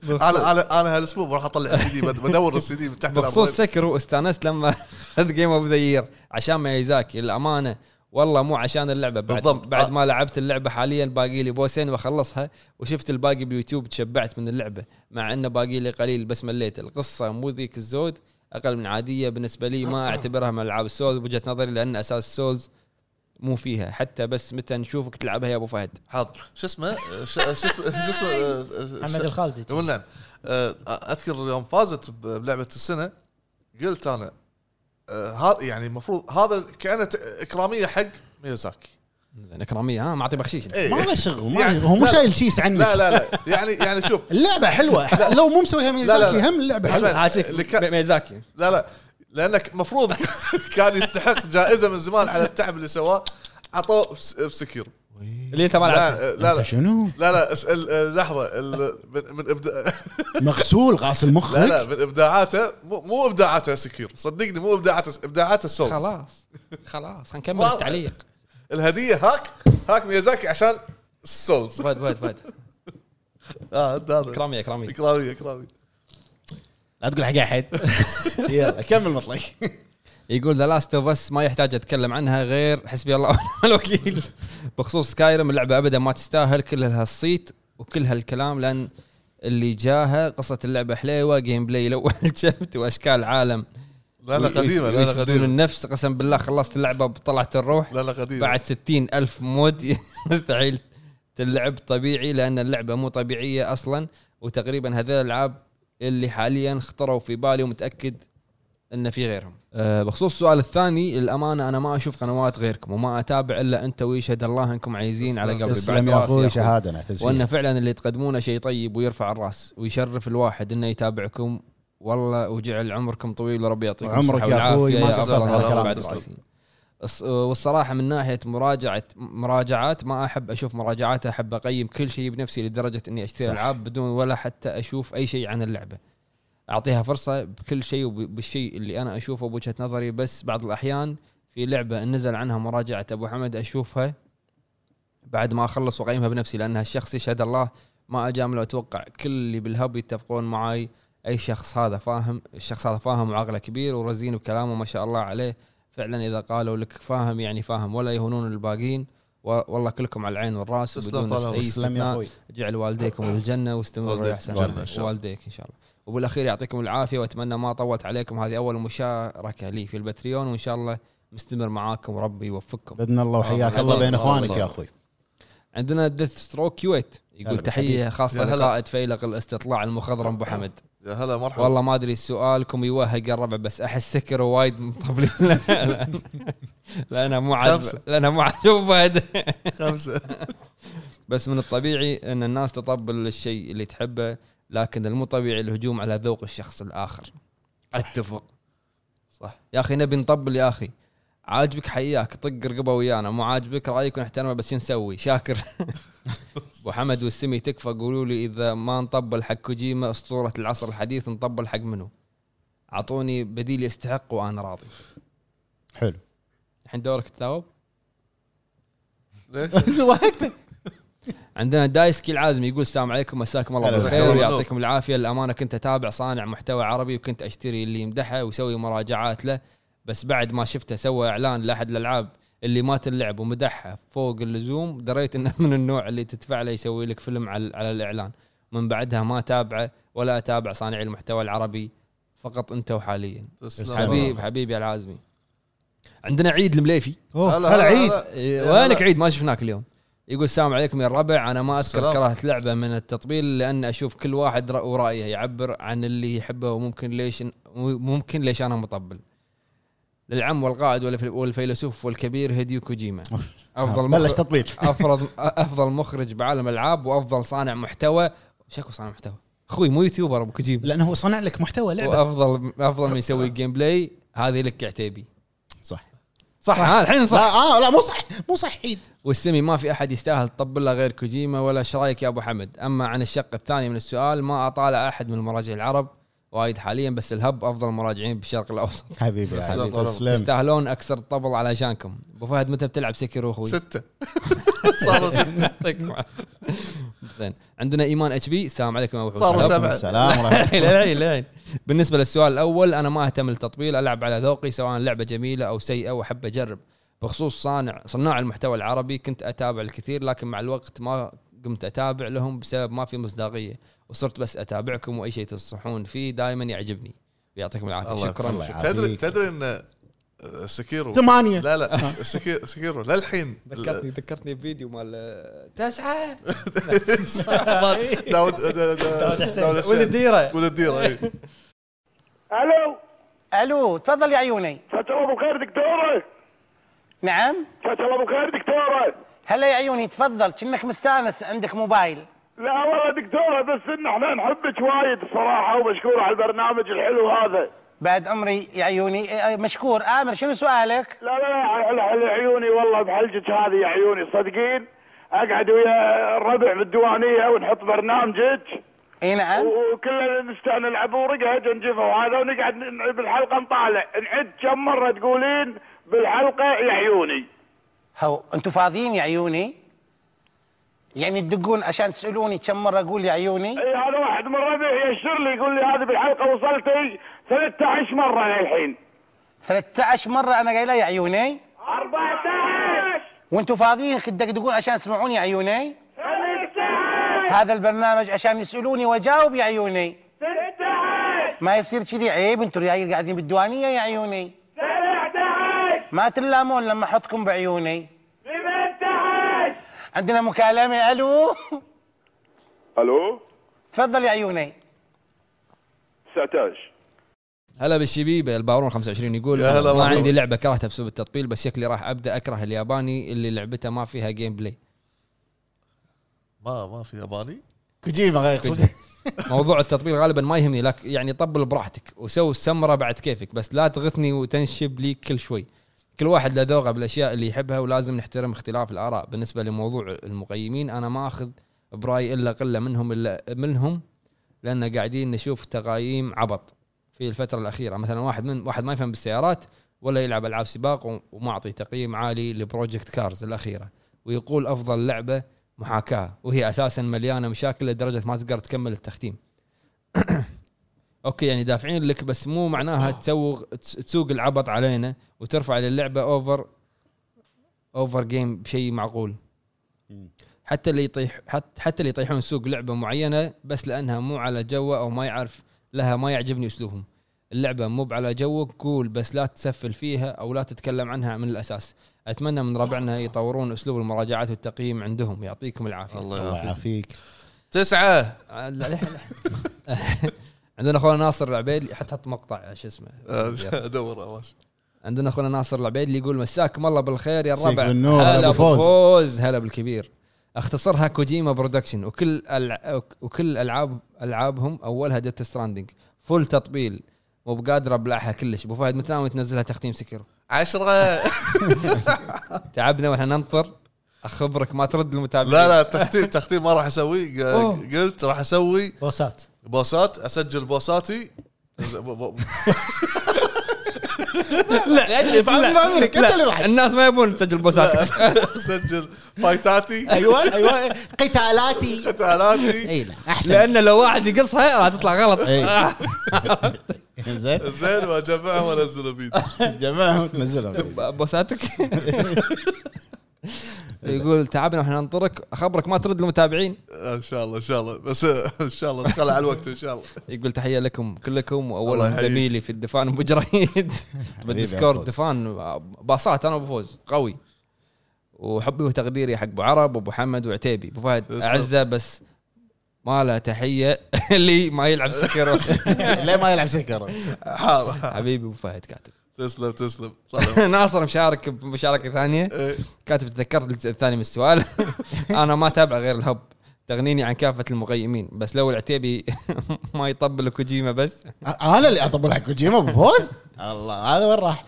[SPEAKER 2] انا انا انا هالاسبوع بروح اطلع السي دي بدور السي دي من تحت
[SPEAKER 1] بخصوص
[SPEAKER 2] الأبواب.
[SPEAKER 1] سكر واستانست لما اخذت جيم اوف ذا يير عشان ميزاكي الامانه والله مو عشان اللعبه بعد
[SPEAKER 2] بالضبط.
[SPEAKER 1] بعد
[SPEAKER 2] آه.
[SPEAKER 1] ما لعبت اللعبه حاليا باقي لي بوسين واخلصها وشفت الباقي بيوتيوب تشبعت من اللعبه مع انه باقي لي قليل بس مليت القصه مو ذيك الزود اقل من عاديه بالنسبه لي ما اعتبرها من العاب السولز بوجهه نظري لان اساس السولز مو فيها حتى بس متى نشوفك تلعبها يا ابو فهد
[SPEAKER 2] حاضر شو اسمه ش- شو اسمه شو اسمه آه،
[SPEAKER 5] محمد الخالدي
[SPEAKER 2] يقول نعم آه، اذكر يوم فازت ب- بلعبه السنه قلت انا آه، هذا يعني المفروض هذا كانه اكراميه حق ميازاكي
[SPEAKER 1] زين اكراميه ها معطي بخشيش
[SPEAKER 2] إيه.
[SPEAKER 3] ما له شغل ما
[SPEAKER 2] يعني-
[SPEAKER 3] له- هو مو
[SPEAKER 2] لا-
[SPEAKER 3] شايل شيس عنك
[SPEAKER 2] لا لا لا يعني يعني شوف
[SPEAKER 3] اللعبه حلوه لو مو مسويها ميزاكي
[SPEAKER 2] لا.
[SPEAKER 3] هم اللعبه
[SPEAKER 2] اسمع،
[SPEAKER 3] حلوه
[SPEAKER 1] عاجيك
[SPEAKER 2] لك-
[SPEAKER 1] ميزاكي
[SPEAKER 2] لا لا لانك المفروض كان يستحق جائزه من زمان على التعب اللي سواه عطوه بس- بسكيرو
[SPEAKER 1] اللي انت ما لعبته
[SPEAKER 2] لا لا لا
[SPEAKER 3] شنو؟
[SPEAKER 2] لا لا اسال آه، لحظه ال- من من إبدا-
[SPEAKER 3] مغسول غاسل مخك
[SPEAKER 2] لا لا من ابداعاته مو مو ابداعاته سكير صدقني مو ابداعاته ابداعاته سولز
[SPEAKER 4] خلاص خلاص خلينا نكمل
[SPEAKER 2] واضح.
[SPEAKER 4] التعليق
[SPEAKER 2] الهديه هاك هاك ميازاكي عشان السولز
[SPEAKER 1] فهد فهد فهد
[SPEAKER 2] اه أنت هذا
[SPEAKER 1] كرامي كرامي
[SPEAKER 2] اكرامي اكرامي
[SPEAKER 3] لا تقول حق احد يلا كمل مطلق
[SPEAKER 1] يقول ذا لاست اوف اس ما يحتاج اتكلم عنها غير حسبي الله ونعم الوكيل بخصوص سكايرم اللعبه ابدا ما تستاهل كل هالصيت وكل هالكلام لان اللي جاها قصه اللعبه حليوه جيم بلاي الاول جبت واشكال عالم
[SPEAKER 2] لا لا قديمه لا لا
[SPEAKER 1] ويسدون
[SPEAKER 2] قديمه
[SPEAKER 1] النفس قسم بالله خلصت اللعبه بطلعت الروح
[SPEAKER 2] لا لا قديمه
[SPEAKER 1] بعد ستين ألف مود مستحيل تلعب طبيعي لأن اللعبة مو طبيعية أصلا وتقريبا هذول الألعاب اللي حاليا خطروا في بالي ومتأكد أن في غيرهم أه بخصوص السؤال الثاني الأمانة أنا ما أشوف قنوات غيركم وما أتابع إلا أنت ويشهد الله أنكم عايزين على قلبي
[SPEAKER 3] تسلم
[SPEAKER 1] راسي
[SPEAKER 3] يا اخوي
[SPEAKER 1] أخوي.
[SPEAKER 3] شهاده نعتز
[SPEAKER 1] وأن
[SPEAKER 3] فيك.
[SPEAKER 1] فعلا اللي تقدمونه شيء طيب ويرفع الراس ويشرف الواحد أنه يتابعكم والله وجعل عمركم طويل وربي يعطيكم
[SPEAKER 3] وعمرك
[SPEAKER 1] الصحة
[SPEAKER 3] يا أخوي،
[SPEAKER 1] والعافية
[SPEAKER 3] ما
[SPEAKER 1] يا أفضل
[SPEAKER 2] قصرت على
[SPEAKER 1] الناس بعد
[SPEAKER 2] كلامك.
[SPEAKER 1] راسي. الص- والصراحه من ناحيه مراجعه مراجعات ما احب اشوف مراجعات احب اقيم كل شيء بنفسي لدرجه اني اشتري
[SPEAKER 3] صح.
[SPEAKER 1] العاب بدون ولا حتى اشوف اي شيء عن اللعبه اعطيها فرصه بكل شيء وبالشيء اللي انا اشوفه بوجهه نظري بس بعض الاحيان في لعبه نزل عنها مراجعه ابو حمد اشوفها بعد ما اخلص واقيمها بنفسي لانها الشخص يشهد الله ما اجامل واتوقع كل اللي بالهب يتفقون معاي اي شخص هذا فاهم الشخص هذا فاهم وعقله كبير ورزين بكلامه ما شاء الله عليه فعلا اذا قالوا لك فاهم يعني فاهم ولا يهونون الباقين و- والله كلكم على العين والراس
[SPEAKER 2] تسلم
[SPEAKER 1] بدون
[SPEAKER 2] طال عمرك.
[SPEAKER 1] اي
[SPEAKER 3] تسلم يا
[SPEAKER 1] استثناء
[SPEAKER 3] اخوي
[SPEAKER 1] جعل والديكم الجنه واستمروا يا
[SPEAKER 2] والديك
[SPEAKER 1] احسن
[SPEAKER 2] الجنة إن شاء الله.
[SPEAKER 1] والديك ان شاء الله وبالاخير يعطيكم العافيه واتمنى ما طولت عليكم هذه اول مشاركه لي في البتريون وان شاء الله مستمر معاكم وربي يوفقكم
[SPEAKER 3] باذن الله وحياك
[SPEAKER 1] آه، الله
[SPEAKER 3] الله بين
[SPEAKER 1] الله
[SPEAKER 3] اخوانك
[SPEAKER 1] الله.
[SPEAKER 3] يا اخوي
[SPEAKER 1] عندنا ديث ستروك كويت يقول
[SPEAKER 3] هلا
[SPEAKER 1] تحيه خاصه
[SPEAKER 2] يا هلا.
[SPEAKER 1] لقائد فيلق الاستطلاع المخضرم ابو حمد
[SPEAKER 2] يا هلا مرحبا
[SPEAKER 1] والله ما ادري سؤالكم يوهق الربع بس احس سكر وايد مطبلين لأن- لانها مو
[SPEAKER 2] خمسة.
[SPEAKER 1] عاجبه لانها مو عاجبه فهد.
[SPEAKER 2] خمسه
[SPEAKER 1] بس من الطبيعي ان الناس تطبل الشيء اللي تحبه لكن المو طبيعي الهجوم على ذوق الشخص الاخر اتفق
[SPEAKER 2] صح.
[SPEAKER 1] يا اخي نبي نطبل يا اخي عاجبك حياك طق رقبه ويانا مو عاجبك رايك ونحترمه بس نسوي شاكر ابو حمد والسمي تكفى قولوا لي اذا ما نطبل حق كوجيما اسطوره العصر الحديث نطبل حق منو؟ اعطوني بديل يستحق وانا راضي
[SPEAKER 3] حلو
[SPEAKER 1] الحين دورك تجاوب
[SPEAKER 2] ليش؟
[SPEAKER 3] وقته
[SPEAKER 1] عندنا دايسكي العازمي يقول السلام عليكم مساكم الله
[SPEAKER 3] هلا
[SPEAKER 1] بالخير
[SPEAKER 2] بالخير.
[SPEAKER 1] يعطيكم العافيه للامانه كنت اتابع صانع محتوى عربي وكنت اشتري اللي يمدحه ويسوي مراجعات له بس بعد ما شفته سوى اعلان لاحد الالعاب اللي مات اللعب ومدحها فوق اللزوم دريت انه من النوع اللي تدفع له يسوي لك فيلم على, على الاعلان من بعدها ما تابعه ولا اتابع صانعي المحتوى العربي فقط انت وحاليا
[SPEAKER 2] تسلم.
[SPEAKER 1] حبيب حبيبي يا العازمي عندنا عيد المليفي
[SPEAKER 3] أوه،
[SPEAKER 2] هلا،
[SPEAKER 3] هلا
[SPEAKER 2] هلا،
[SPEAKER 3] عيد
[SPEAKER 2] هلا.
[SPEAKER 1] إيه،
[SPEAKER 2] يا
[SPEAKER 1] وينك
[SPEAKER 2] هلا.
[SPEAKER 1] عيد ما شفناك اليوم يقول السلام عليكم يا الربع انا ما اذكر
[SPEAKER 2] السلام.
[SPEAKER 1] كرهت لعبه من التطبيل لان اشوف كل واحد رأ- ورايه يعبر عن اللي يحبه وممكن ليش ممكن ليش انا مطبل للعم والقائد والف- والفيلسوف والكبير هديو كوجيما افضل
[SPEAKER 3] بلش
[SPEAKER 1] مخرج
[SPEAKER 3] تطبيل
[SPEAKER 1] افضل افضل مخرج بعالم الالعاب وافضل صانع محتوى شكو صانع محتوى اخوي مو يوتيوبر ابو كوجيما
[SPEAKER 3] لانه هو صنع لك محتوى لعبه
[SPEAKER 1] وافضل افضل من يسوي جيم بلاي هذه لك يا عتيبي
[SPEAKER 3] صح
[SPEAKER 1] صح, ها الحين
[SPEAKER 3] صح لا اه لا مو صح مو صح عيد
[SPEAKER 1] والسمي ما في احد يستاهل تطبل له غير كوجيما ولا ايش رايك يا ابو حمد اما عن الشق الثاني من السؤال ما اطالع احد من المراجعين العرب وايد حاليا بس الهب افضل مراجعين بالشرق الاوسط
[SPEAKER 3] حبيبي يا
[SPEAKER 2] تسلم
[SPEAKER 3] حبيبي،
[SPEAKER 2] طال عمرك.
[SPEAKER 3] تسلم
[SPEAKER 1] تستاهلون اكثر طبل علشانكم ابو فهد متى بتلعب سكر اخوي
[SPEAKER 2] سته صاروا سته
[SPEAKER 1] يعطيكم العافية. زين عندنا ايمان اتش بي السلام عليكم يا ابو
[SPEAKER 2] صاروا
[SPEAKER 1] حمد.
[SPEAKER 2] سبعة.
[SPEAKER 3] السلام ورحمة
[SPEAKER 1] الحين الحين الحين بالنسبه للسؤال الاول انا ما اهتم للتطبيل العب على ذوقي سواء لعبه جميله او سيئه واحب اجرب بخصوص صانع صناع المحتوى العربي كنت اتابع الكثير لكن مع الوقت ما قمت اتابع لهم بسبب ما في مصداقيه وصرت بس اتابعكم واي شيء تنصحون فيه دائما يعجبني يعطيكم العافيه
[SPEAKER 2] الله
[SPEAKER 1] شكرا
[SPEAKER 3] الله يعافيك.
[SPEAKER 2] تدري تدري ان آه، سكيرو
[SPEAKER 3] ثمانية
[SPEAKER 2] لا لا سكي- سكيرو للحين
[SPEAKER 1] ذكرتني بفيديو مال تسعه
[SPEAKER 2] داود داود- داود حسين
[SPEAKER 1] الديره
[SPEAKER 2] ولد الديره إي.
[SPEAKER 8] الو
[SPEAKER 9] الو تفضل يا عيوني
[SPEAKER 8] فتح الله ابو خير دكتوره
[SPEAKER 9] نعم
[SPEAKER 8] فتح الله ابو خير دكتوره
[SPEAKER 9] هلا يا عيوني تفضل كأنك مستانس عندك موبايل
[SPEAKER 8] لا والله دكتوره بس ان احنا نحبك وايد الصراحه ومشكور على البرنامج الحلو هذا
[SPEAKER 9] بعد عمري يا عيوني إيه، إيه، مشكور امر شنو سؤالك
[SPEAKER 8] لا لا لا على على عيوني والله بحلجك هذه يا عيوني صدقين اقعد ويا الربع بالديوانيه ونحط برنامجك
[SPEAKER 9] اي نعم
[SPEAKER 8] وكلنا نستعن نلعب ورقه جنجفه وهذا ونقعد ن- بالحلقه نطالع نعد كم مره تقولين بالحلقه يا عيوني
[SPEAKER 9] هو انتم فاضيين يا عيوني يعني تدقون عشان تسالوني كم مره اقول يا عيوني
[SPEAKER 8] اي هذا واحد من ربعي يشر لي يقول لي هذه بالحلقه وصلتي 13 مره للحين
[SPEAKER 9] 13 مره انا قايله يا عيوني
[SPEAKER 8] 14
[SPEAKER 9] وانتم فاضيين تدقون عشان تسمعوني يا عيوني
[SPEAKER 8] 15
[SPEAKER 9] هذا البرنامج عشان يسالوني واجاوب يا عيوني
[SPEAKER 8] 16
[SPEAKER 9] ما يصير كذي عيب انتم رجال قاعدين بالديوانيه يا عيوني
[SPEAKER 8] 17
[SPEAKER 9] ما تلامون لما احطكم بعيوني
[SPEAKER 8] 18
[SPEAKER 9] عندنا مكالمه الو
[SPEAKER 8] الو
[SPEAKER 9] تفضل يا عيوني
[SPEAKER 8] 19
[SPEAKER 1] هلا بالشبيبه البارون 25 يقول
[SPEAKER 2] يا هلا
[SPEAKER 1] ما
[SPEAKER 2] والله.
[SPEAKER 1] عندي لعبه كرهتها بسبب التطبيل بس شكلي راح ابدا اكره الياباني اللي لعبته ما فيها جيم بلاي
[SPEAKER 2] ما ما في ياباني
[SPEAKER 3] كوجيما غير يقصد
[SPEAKER 1] موضوع التطبيل غالبا ما يهمني لك يعني طبل براحتك وسوي السمره بعد كيفك بس لا تغثني وتنشب لي كل شوي كل واحد له ذوقه بالاشياء اللي يحبها ولازم نحترم اختلاف الاراء بالنسبه لموضوع المقيمين انا ما اخذ براي الا قله منهم الا منهم لان قاعدين نشوف تقايم عبط في الفتره الاخيره مثلا واحد من واحد ما يفهم بالسيارات ولا يلعب العاب سباق و- ومعطي تقييم عالي لبروجكت كارز الاخيره ويقول افضل لعبه محاكاه وهي اساسا مليانه مشاكل لدرجه ما تقدر تكمل التختيم اوكي يعني دافعين لك بس مو معناها تسوق تس- تسوق العبط علينا وترفع للعبه اوفر اوفر جيم بشيء معقول حتى اللي يطيح حت- حتى اللي يطيحون سوق لعبه معينه بس لانها مو على جوه او ما يعرف لها ما يعجبني اسلوبهم اللعبه مو على جوك قول بس لا تسفل فيها او لا تتكلم عنها من الاساس اتمنى من ربعنا يطورون اسلوب المراجعات والتقييم عندهم يعطيكم العافيه
[SPEAKER 2] الله
[SPEAKER 3] الله
[SPEAKER 2] يعافيك
[SPEAKER 3] يعافيك
[SPEAKER 2] تسعه
[SPEAKER 1] آه، لا، لحن- لحن. عندنا اخونا ناصر العبيد حتى حط مقطع شو اسمه
[SPEAKER 2] آه، ادور أواش.
[SPEAKER 1] عندنا اخونا ناصر العبيد اللي يقول مساكم الله بالخير يا
[SPEAKER 3] مسيك
[SPEAKER 1] الربع
[SPEAKER 3] بالنور،
[SPEAKER 1] هلا
[SPEAKER 3] هلا
[SPEAKER 1] بفوز.
[SPEAKER 3] بفوز.
[SPEAKER 1] فوز هلا بالكبير اختصرها كوجيما برودكشن وكل ألع... وكل العاب العابهم اولها ديت ستراندنج فول تطبيل مو بقادر ابلعها كلش ابو فهد متى ناوي تنزلها تختيم سكر
[SPEAKER 2] عشرة
[SPEAKER 1] تعبنا واحنا ننطر اخبرك ما ترد المتابعين
[SPEAKER 2] لا لا تختيم تختيم ما راح اسوي ق- قلت راح اسوي
[SPEAKER 5] بوسات
[SPEAKER 2] بوسات اسجل بوساتي ز- ب- ب-
[SPEAKER 1] لا ادري
[SPEAKER 3] فاهم- فاهمينك، أنت اللي ضحك.
[SPEAKER 1] الناس ما يبون تسجل بوساتك
[SPEAKER 2] اسجل فايتاتي
[SPEAKER 3] ايوه ايوه قتالاتي
[SPEAKER 2] قتالاتي
[SPEAKER 3] اي لا احسن
[SPEAKER 1] لان لو واحد يقصها راح تطلع غلط
[SPEAKER 3] إي. زين
[SPEAKER 2] زين واجمعهم وانزل فيديو
[SPEAKER 3] جمعهم تنزلهم
[SPEAKER 1] بوساتك يقول تعبنا واحنا ننطرك اخبرك ما ترد المتابعين
[SPEAKER 2] ان شاء الله ان شاء الله بس ان شاء الله تخلى على الوقت ان شاء الله
[SPEAKER 1] يقول تحيه لكم كلكم
[SPEAKER 2] الله
[SPEAKER 1] واولهم
[SPEAKER 2] يحييك.
[SPEAKER 1] زميلي في الدفان ابو جريد بالديسكورد
[SPEAKER 3] أبو فوز.
[SPEAKER 1] دفان باصات انا ابو فوز قوي وحبي وتقديري حق ابو عرب وابو حمد وعتيبي ابو فهد
[SPEAKER 2] تسلم.
[SPEAKER 1] اعزه بس ما له تحيه لي ما يلعب سكر
[SPEAKER 3] ليه ما يلعب سكر
[SPEAKER 2] حاضر
[SPEAKER 1] حبيبي ابو فهد كاتب
[SPEAKER 2] تسلم تسلم طلع.
[SPEAKER 1] ناصر مشارك بمشاركه ثانيه
[SPEAKER 2] إيه.
[SPEAKER 1] كاتب تذكرت الجزء الثاني من السؤال انا ما اتابع غير الهب تغنيني عن كافه المقيمين بس لو العتيبي ما يطبل كوجيما بس
[SPEAKER 3] إيه. انا اللي اطبل حق كوجيما بفوز الله هذا وين راح؟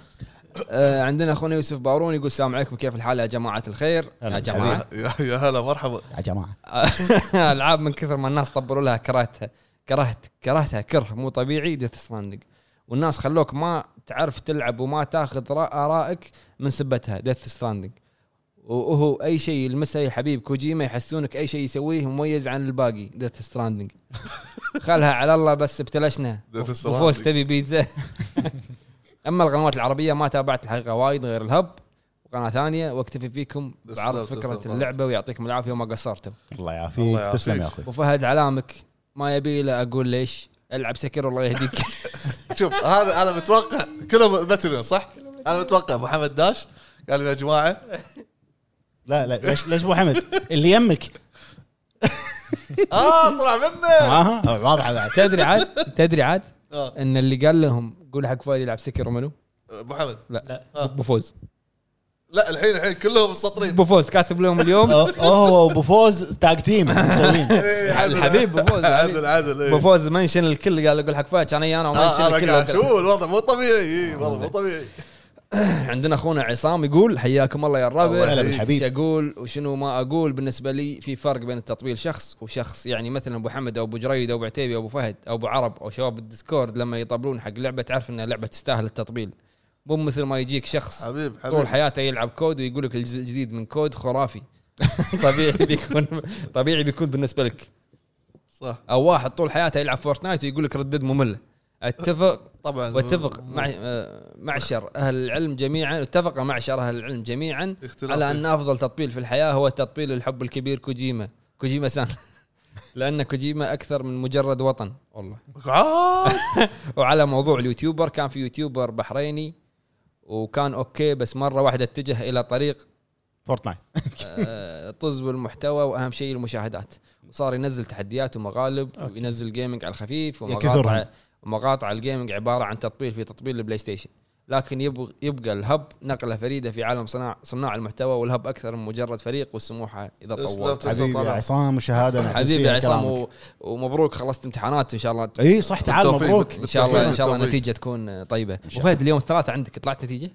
[SPEAKER 1] آه، عندنا اخونا يوسف بارون يقول السلام عليكم كيف الحال يا جماعه الخير
[SPEAKER 3] هلا
[SPEAKER 1] يا جماعه
[SPEAKER 2] يا يا هلا مرحبا
[SPEAKER 3] يا جماعه
[SPEAKER 1] العاب من كثر ما الناس طبلوا لها كرهتها كرهت كرهتها كره مو طبيعي ديث ستراندنج والناس خلوك ما تعرف تلعب وما تاخذ رأ- ارائك من سبتها ديث ستراندنج وهو اي شيء يلمسه يا حبيب كوجيما يحسونك اي شيء يسويه مميز عن الباقي ديث ستراندنج خلها على الله بس ابتلشنا
[SPEAKER 2] Death
[SPEAKER 1] وفوز
[SPEAKER 2] Stranding.
[SPEAKER 1] تبي بيتزا اما القنوات العربيه ما تابعت الحقيقه وايد غير الهب وقناه ثانيه واكتفي فيكم بعرض
[SPEAKER 2] تسلم،
[SPEAKER 1] فكره
[SPEAKER 2] تسلم.
[SPEAKER 1] اللعبه ويعطيكم العافيه وما قصرتوا
[SPEAKER 3] الله
[SPEAKER 2] الله
[SPEAKER 3] يعافيك
[SPEAKER 2] يعافيك.
[SPEAKER 3] تسلم يا اخوي
[SPEAKER 1] ابو فهد علامك ما يبي له اقول ليش العب سكر الله يهديك
[SPEAKER 2] شوف هذا انا متوقع كلهم مترين صح؟ انا متوقع محمد داش قال يا جماعه
[SPEAKER 3] لا لا ليش ليش ابو حمد اللي يمك
[SPEAKER 2] اه طلع منه
[SPEAKER 3] اها واضحه بعد
[SPEAKER 1] تدري عاد تدري عاد
[SPEAKER 2] آه،
[SPEAKER 1] ان اللي قال لهم قول حق فهد يلعب سكر ومنو؟
[SPEAKER 2] ابو حمد
[SPEAKER 1] لا
[SPEAKER 2] آه.
[SPEAKER 1] ابو فوز
[SPEAKER 2] لا الحين الحين كلهم مسطرين
[SPEAKER 1] ابو فوز كاتب لهم
[SPEAKER 2] آه.
[SPEAKER 1] اليوم
[SPEAKER 3] أه، هو ابو فوز تاج تيم مسوين
[SPEAKER 2] إيه، عدل،
[SPEAKER 1] الحبيب أبو فوز.
[SPEAKER 2] عدل عدل إيه.
[SPEAKER 1] ابو فوز منشن الكل قال يقول حق فهد كان انا انا
[SPEAKER 2] آه،
[SPEAKER 1] ومنشن
[SPEAKER 2] انا قاعد
[SPEAKER 1] الكل
[SPEAKER 2] شو الوضع مو طبيعي إيه، الوضع مو طبيعي
[SPEAKER 1] عندنا اخونا عصام يقول حياكم الله يا
[SPEAKER 3] الله
[SPEAKER 1] الربع
[SPEAKER 3] يهلا
[SPEAKER 1] ايش
[SPEAKER 3] بالحبيب.
[SPEAKER 1] اقول وشنو ما اقول بالنسبه لي في فرق بين التطبيل شخص وشخس يعني مثلا ابو حمد او ابو جريد او ابو عتيبي او ابو فهد او ابو عرب او شباب الديسكورد لما يطبلون حق لعبه تعرف انها لعبه تستاهل التطبيل مو مثل ما يجيك شخص
[SPEAKER 2] حبيب
[SPEAKER 1] طول
[SPEAKER 2] حبيب
[SPEAKER 1] حياته يلعب كود ويقول لك الجزء الجديد من كود خرافي طبيعي بيكون طبيعي بيكون بالنسبه لك
[SPEAKER 2] صح
[SPEAKER 1] او واحد طول حياته يلعب فورتنايت ويقول لك ردد ممله اتفق
[SPEAKER 2] طبعا
[SPEAKER 1] واتفق مع آه، معشر اهل العلم جميعا اتفق معشر اهل العلم جميعا
[SPEAKER 2] اختلاف
[SPEAKER 1] على ان افضل تطبيل في الحياه هو تطبيل الحب الكبير كوجيما كوجيما سان لان كوجيما اكثر من مجرد وطن والله
[SPEAKER 2] عاد.
[SPEAKER 1] وعلى موضوع اليوتيوبر كان في يوتيوبر بحريني وكان اوكي بس مره واحده اتجه الى طريق
[SPEAKER 3] فورتنايت
[SPEAKER 1] آه، طز بالمحتوى واهم شيء المشاهدات وصار ينزل تحديات ومغالب وينزل جيمنج على الخفيف
[SPEAKER 3] يا كثرهم.
[SPEAKER 1] ومقاطع ومقاطع الجيمنج عباره عن تطبيل في تطبيل البلاي ستيشن لكن يبغ- يبقى الهب نقله فريده في عالم صناع صناع المحتوى والهب اكثر من مجرد فريق والسموحه اذا
[SPEAKER 2] اسلم
[SPEAKER 1] طورت
[SPEAKER 2] تسلم
[SPEAKER 3] حبيبي يا
[SPEAKER 2] طال
[SPEAKER 3] عصام وشهاده
[SPEAKER 1] حبيبي يا عصام و- ومبروك خلصت امتحانات ان شاء الله
[SPEAKER 3] اي صح تعال
[SPEAKER 2] بالتوفيق.
[SPEAKER 3] مبروك
[SPEAKER 1] ان شاء الله ان شاء الله
[SPEAKER 2] بالتوفيق.
[SPEAKER 1] النتيجه تكون طيبة وفهد اليوم ثلاثة عندك طلعت نتيجة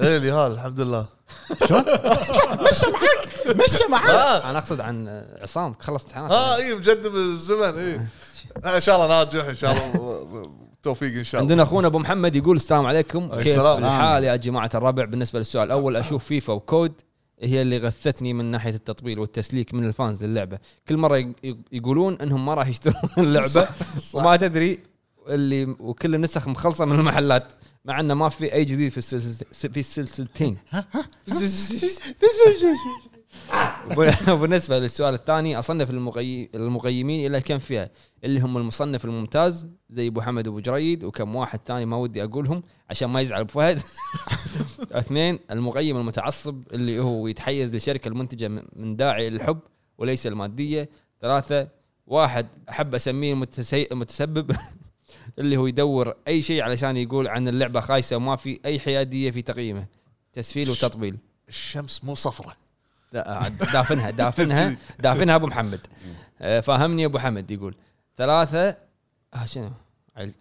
[SPEAKER 2] ايه اليهال الحمد لله
[SPEAKER 3] شلون؟ مشى معاك مشى معاك
[SPEAKER 2] اه
[SPEAKER 1] انا اقصد عن عصام خلصت امتحانات
[SPEAKER 2] اه اي مجدب الزمن اي ان شاء الله ناجح ان شاء الله آه، توفيق ان شاء الله
[SPEAKER 1] عندنا اخونا ابو محمد يقول السلام عليكم كيف
[SPEAKER 2] السلام.
[SPEAKER 1] الحال يا جماعه الربع بالنسبه للسؤال الاول اشوف فيفا وكود هي اللي غثتني من ناحيه التطبيل والتسليك من الفانز للعبه كل مره يق- يقولون انهم ما راح يشترون اللعبه وما تدري اللي وكل النسخ مخلصه من المحلات مع انه ما في اي جديد في السلسل في السلسلتين وب- وبالنسبه للسؤال الثاني اصنف المقي... المقيمين الى كم فئه اللي هم المصنف الممتاز زي ابو حمد وابو جريد وكم واحد ثاني ما ودي اقولهم عشان ما يزعل ابو فهد اثنين المقيم المتعصب اللي هو يتحيز للشركه المنتجه من- من داعي للحب وليس الماديه ثلاثه واحد احب اسميه المتسي... المتسبب اللي هو يدور اي شيء علشان يقول عن اللعبه خايسه وما في اي حياديه في تقييمه تسفيل وتطبيل
[SPEAKER 2] الشمس مو صفرة
[SPEAKER 1] لا، عاد دافنها دافنها دافنها ابو محمد آه، فاهمني ابو حمد يقول ثلاثه آه، شنو عيل-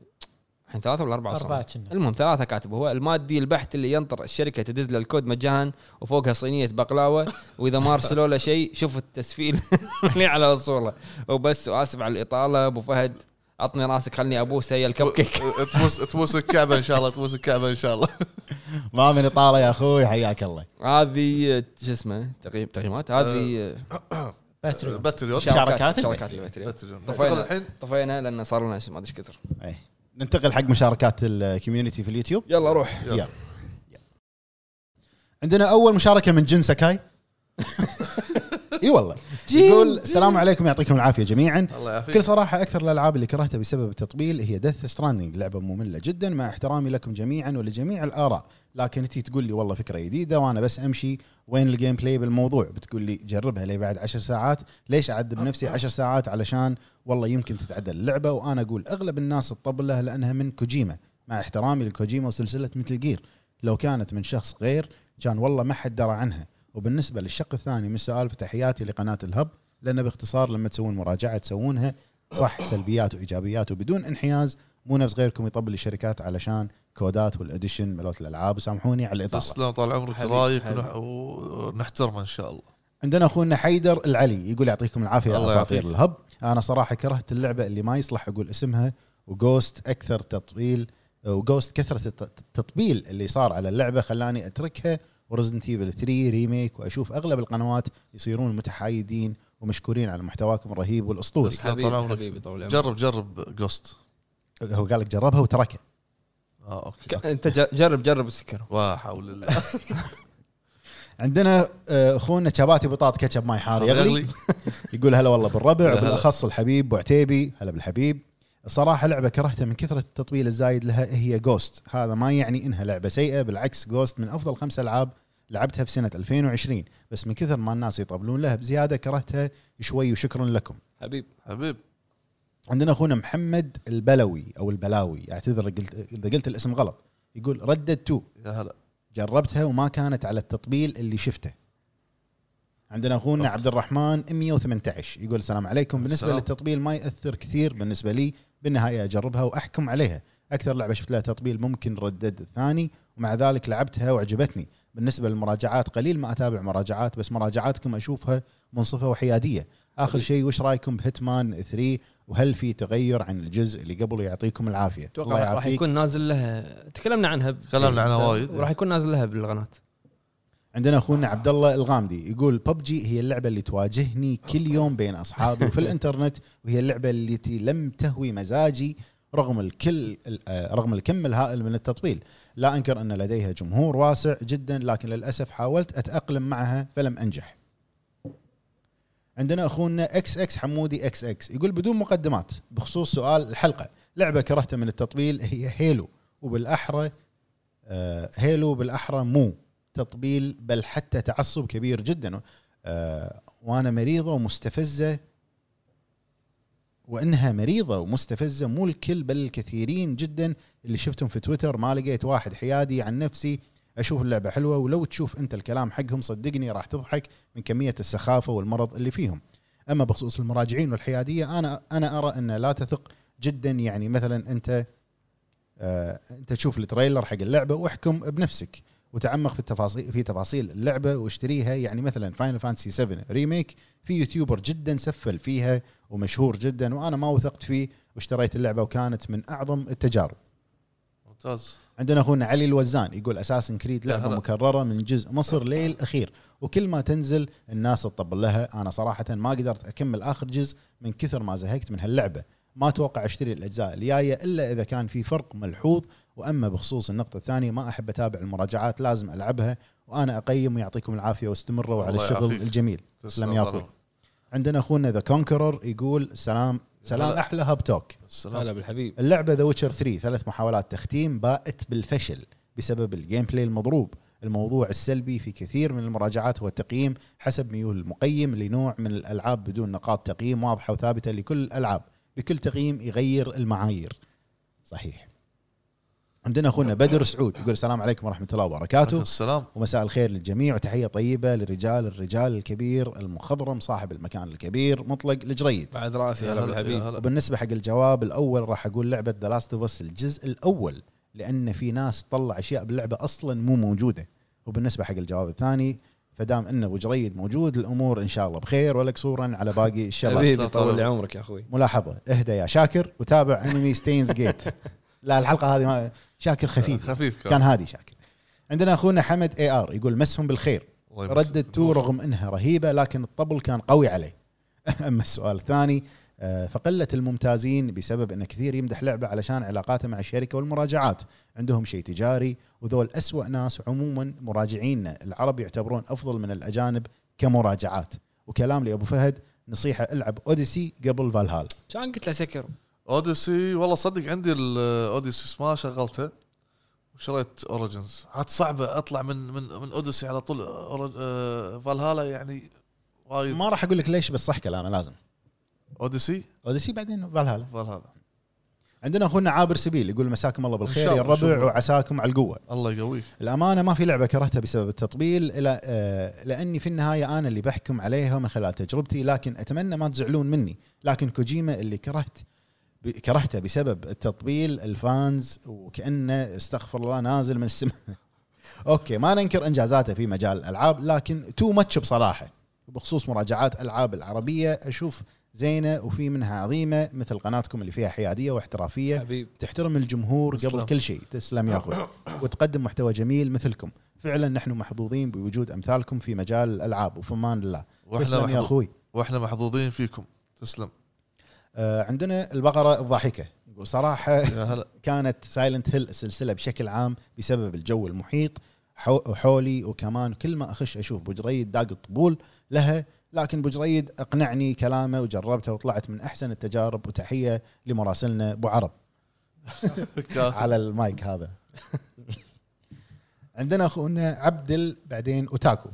[SPEAKER 1] الحين ثلاثه ولا اربعه
[SPEAKER 7] اربعه
[SPEAKER 1] أصلاً؟
[SPEAKER 7] كنا
[SPEAKER 1] المهم ثلاثه كاتب هو المادي البحت اللي ينطر الشركه تدز له الكود مجانا وفوقها صينيه بقلاوه واذا ما ارسلوا له شيء شوف التسفيل اللي على الصوره وبس واسف على الاطاله ابو فهد عطني راسك خلني ابوس هي الكب كيك
[SPEAKER 2] تبوس تبوس الكعبه ان شاء الله تبوس الكعبه ان شاء الله
[SPEAKER 3] ما من اطاله يا اخوي حياك الله
[SPEAKER 1] هذه آه، شو اسمه تقييم تقييمات هذه آه،
[SPEAKER 5] باتريون
[SPEAKER 2] باتريون
[SPEAKER 3] مشاركات
[SPEAKER 1] شركات الباتريون
[SPEAKER 2] باتريون
[SPEAKER 1] طفينا.
[SPEAKER 2] اعتقد الحين
[SPEAKER 1] طفينا لان صار لنا ما ادري ايش كثر
[SPEAKER 3] إيه. ننتقل حق مشاركات الكوميونتي في اليوتيوب
[SPEAKER 1] يلا روح
[SPEAKER 2] يلا.
[SPEAKER 3] يلا عندنا اول مشاركه من جن سكاي اي والله يقول السلام عليكم يعطيكم العافيه جميعا
[SPEAKER 2] الله يعافيك
[SPEAKER 3] بكل صراحه اكثر الالعاب اللي كرهتها بسبب التطبيل هي دث ستراندنج لعبه ممله جدا مع احترامي لكم جميعا ولجميع الاراء لكن تي تقول لي والله فكره جديده وانا بس امشي وين الجيم بلاي بالموضوع بتقول لي جربها لي بعد عشر ساعات ليش اعذب نفسي عشر ساعات علشان والله يمكن تتعدل اللعبه وانا اقول اغلب الناس تطبله لانها من كوجيما مع احترامي لكوجيما وسلسله مثل جير لو كانت من شخص غير كان والله ما حد درى عنها وبالنسبه للشق الثاني من السؤال فتحياتي لقناه الهب لان باختصار لما تسوون مراجعه تسوونها صح سلبيات وايجابيات وبدون انحياز مو نفس غيركم يطبل الشركات علشان كودات والاديشن ملوت الالعاب وسامحوني على الاطاله
[SPEAKER 2] تسلم طال عمرك
[SPEAKER 1] حبيب-
[SPEAKER 2] رايك
[SPEAKER 1] حبيب.
[SPEAKER 2] ونح- ونحترمه ان شاء الله
[SPEAKER 3] عندنا اخونا حيدر العلي يقول يعطيكم العافيه يا
[SPEAKER 2] الله
[SPEAKER 3] اساطير
[SPEAKER 2] يعافيك.
[SPEAKER 3] الهب انا صراحه كرهت اللعبه اللي ما يصلح اقول اسمها وجوست اكثر تطويل وجوست كثره الت- التطبيل اللي صار على اللعبه خلاني اتركها ورزنت ايفل 3 ريميك واشوف اغلب القنوات يصيرون متحايدين ومشكورين على محتواكم الرهيب والاسطوري
[SPEAKER 2] تسلم طال عمرك
[SPEAKER 1] طول
[SPEAKER 2] جرب جرب جوست
[SPEAKER 3] هو قال لك جربها وتركها
[SPEAKER 2] اه اوكي
[SPEAKER 1] ك- انت ج- جرب جرب السكر
[SPEAKER 2] لا حول الله
[SPEAKER 3] عندنا آه، اخونا شباتي بطاط كاتشب ماي حار يغلي يقول هلا والله بالربع
[SPEAKER 2] هلا.
[SPEAKER 3] بالاخص الحبيب ابو عتيبي هلا بالحبيب الصراحه لعبه كرهتها من كثره التطويل الزايد لها هي جوست هذا ما يعني انها لعبه سيئه بالعكس جوست من افضل خمس العاب لعبتها في سنه 2020 بس من كثر ما الناس يطبلون لها بزياده كرهتها شوي وشكرا لكم
[SPEAKER 1] حبيب
[SPEAKER 2] حبيب
[SPEAKER 3] عندنا اخونا محمد البلوي او البلاوي اعتذر قلت- اذا قلت الاسم غلط يقول ردد 2
[SPEAKER 2] يا هلا
[SPEAKER 3] جربتها وما كانت على التطبيل اللي شفته عندنا اخونا عبد الرحمن 118 يقول السلام عليكم بالنسبه
[SPEAKER 2] السلام.
[SPEAKER 3] للتطبيل ما ياثر كثير بالنسبه لي بالنهايه اجربها واحكم عليها اكثر لعبه شفت لها تطبيل ممكن ردد الثاني ومع ذلك لعبتها وعجبتني بالنسبه للمراجعات قليل ما اتابع مراجعات بس مراجعاتكم اشوفها منصفه وحياديه اخر شيء وش رايكم بهيتمان 3 وهل في تغير عن الجزء اللي قبل يعطيكم العافيه الله
[SPEAKER 1] اتوقع راح
[SPEAKER 3] يعافيك.
[SPEAKER 1] يكون نازل لها تكلمنا عنها ب-
[SPEAKER 2] تكلمنا عنها وايد.
[SPEAKER 1] وراح يكون نازل لها بالقناه
[SPEAKER 3] عندنا اخونا عبد الله الغامدي يقول ببجي هي اللعبه اللي تواجهني كل يوم بين اصحابي وفي الانترنت وهي اللعبه التي لم تهوي مزاجي رغم الكل آه، رغم الكم الهائل من التطويل لا انكر ان لديها جمهور واسع جدا لكن للاسف حاولت اتاقلم معها فلم انجح عندنا اخونا اكس اكس حمودي اكس اكس يقول بدون مقدمات بخصوص سؤال الحلقه لعبه كرهتها من التطويل هي هيلو وبالاحرى آه، هيلو بالاحرى مو تطبيل بل حتى تعصب كبير جدا آه، وانا مريضه ومستفزه وانها مريضه ومستفزه مو الكل بل الكثيرين جدا اللي شفتهم في تويتر ما لقيت واحد حيادي عن نفسي اشوف اللعبه حلوه ولو تشوف انت الكلام حقهم صدقني راح تضحك من كميه السخافه والمرض اللي فيهم اما بخصوص المراجعين والحياديه انا انا ارى ان لا تثق جدا يعني مثلا انت آه، انت تشوف التريلر حق اللعبه واحكم بنفسك وتعمق في التفاصيل في تفاصيل اللعبه واشتريها يعني مثلا فاينل فانتسي 7 ريميك في يوتيوبر جدا سفل فيها ومشهور جدا وانا ما وثقت فيه واشتريت اللعبه وكانت من اعظم التجارب.
[SPEAKER 2] ممتاز
[SPEAKER 3] عندنا اخونا علي الوزان يقول اساسن كريد
[SPEAKER 2] يا
[SPEAKER 3] لعبه
[SPEAKER 2] هلا.
[SPEAKER 3] مكرره من جزء مصر ليل الاخير وكل ما تنزل الناس تطبل لها انا صراحه ما قدرت اكمل اخر جزء من كثر ما زهقت من هاللعبه ما اتوقع اشتري الاجزاء الجايه الا اذا كان في فرق ملحوظ واما بخصوص النقطه الثانيه ما احب اتابع المراجعات لازم العبها وانا اقيم ويعطيكم العافيه واستمروا على
[SPEAKER 2] الله
[SPEAKER 3] الشغل
[SPEAKER 2] يعافيك.
[SPEAKER 3] الجميل تسلم يا اخوي عندنا اخونا ذا كونكرر يقول سلام سلام
[SPEAKER 2] هلا.
[SPEAKER 3] احلى هاب توك
[SPEAKER 2] السلام
[SPEAKER 1] هلا بالحبيب
[SPEAKER 3] اللعبة ذا ويتشر 3 ثلاث محاولات تختيم باءت بالفشل بسبب الجيم بلاي المضروب الموضوع السلبي في كثير من المراجعات هو التقييم حسب ميول المقيم لنوع من الألعاب بدون نقاط تقييم واضحة وثابتة لكل الألعاب بكل تقييم يغير المعايير صحيح عندنا أخونا بدر سعود يقول السلام عليكم ورحمة الله
[SPEAKER 2] عليكم
[SPEAKER 3] وبركاته
[SPEAKER 2] السلام
[SPEAKER 3] ومساء الخير للجميع وتحية طيبة لرجال الرجال الكبير المخضرم صاحب المكان الكبير مطلق الجريد
[SPEAKER 1] بعد راسي
[SPEAKER 2] يا
[SPEAKER 1] هلا
[SPEAKER 2] هلا يا
[SPEAKER 1] بالحبيب
[SPEAKER 2] هلا.
[SPEAKER 3] وبالنسبه حق الجواب الاول راح اقول لعبه ذا لاست اوف اس الجزء الاول لان في ناس طلع اشياء باللعبه اصلا مو موجوده وبالنسبه حق الجواب الثاني فدام انه ابو جريد موجود الامور ان شاء الله بخير ولك صورا على باقي الشباب
[SPEAKER 1] حبيبي طول لي عمرك يا اخوي
[SPEAKER 3] ملاحظه اهدى يا شاكر وتابع انمي ستينز جيت لا الحلقه هذه ما شاكر خفيف
[SPEAKER 2] خفيف كان
[SPEAKER 3] كان هادي شاكر عندنا اخونا حمد اي ار يقول مسهم بالخير
[SPEAKER 2] الله يمسك
[SPEAKER 3] ردد تو رغم انها رهيبه لكن الطبل كان قوي عليه اما السؤال الثاني آه، فقلت الممتازين بسبب ان كثير يمدح لعبه علشان علاقاته مع الشركه والمراجعات عندهم شيء تجاري وذول أسوأ ناس عموما مراجعينا العرب يعتبرون افضل من الاجانب كمراجعات وكلام لابو فهد نصيحه العب اوديسي قبل فالهال
[SPEAKER 1] كان قلت له سكر
[SPEAKER 2] اوديسي والله صدق عندي الاوديسي سما شغلته وشريت اوريجنز عاد صعبه اطلع من من من اوديسي على طول أورج- آه، فالهالا يعني وايد
[SPEAKER 3] ما راح اقول لك ليش بس صح كلامه لازم
[SPEAKER 2] اوديسي
[SPEAKER 3] اوديسي بعدين فالهال
[SPEAKER 2] فالهالا
[SPEAKER 3] عندنا اخونا عابر سبيل يقول مساكم الله
[SPEAKER 2] إن
[SPEAKER 3] بالخير
[SPEAKER 2] شاء
[SPEAKER 3] يا
[SPEAKER 2] الله، إن شاء
[SPEAKER 3] الربع
[SPEAKER 2] الله.
[SPEAKER 3] وعساكم على القوه
[SPEAKER 2] الله يقويك
[SPEAKER 3] الامانه ما في لعبه كرهتها بسبب التطبيل إلى آه لاني في النهايه انا اللي بحكم عليها من خلال تجربتي لكن اتمنى ما تزعلون مني لكن كوجيما اللي كرهت ب- كرهته بسبب التطبيل الفانز وكانه استغفر الله نازل من السماء اوكي ما ننكر انجازاته في مجال الالعاب لكن تو ماتش بصراحه بخصوص مراجعات العاب العربيه اشوف زينه وفي منها عظيمه مثل قناتكم اللي فيها حياديه واحترافيه
[SPEAKER 1] حبيب
[SPEAKER 3] تحترم الجمهور
[SPEAKER 2] تسلم.
[SPEAKER 3] قبل كل شيء تسلم يا اخوي وتقدم محتوى جميل مثلكم فعلا نحن محظوظين بوجود امثالكم في مجال الالعاب وفمان الله
[SPEAKER 2] واحنا
[SPEAKER 3] تسلم يا
[SPEAKER 2] محظوظ
[SPEAKER 3] اخوي
[SPEAKER 2] واحنا محظوظين فيكم تسلم
[SPEAKER 3] آه عندنا البقره الضاحكه يقول صراحه
[SPEAKER 2] يا هلا
[SPEAKER 3] كانت سايلنت هيل السلسله بشكل عام بسبب الجو المحيط حو- حولي وكمان كل ما اخش اشوف بجريد داق الطبول لها لكن بجريد اقنعني كلامه وجربته وطلعت من احسن التجارب وتحيه لمراسلنا ابو عرب على المايك هذا عندنا اخونا عبد ال- بعدين اوتاكو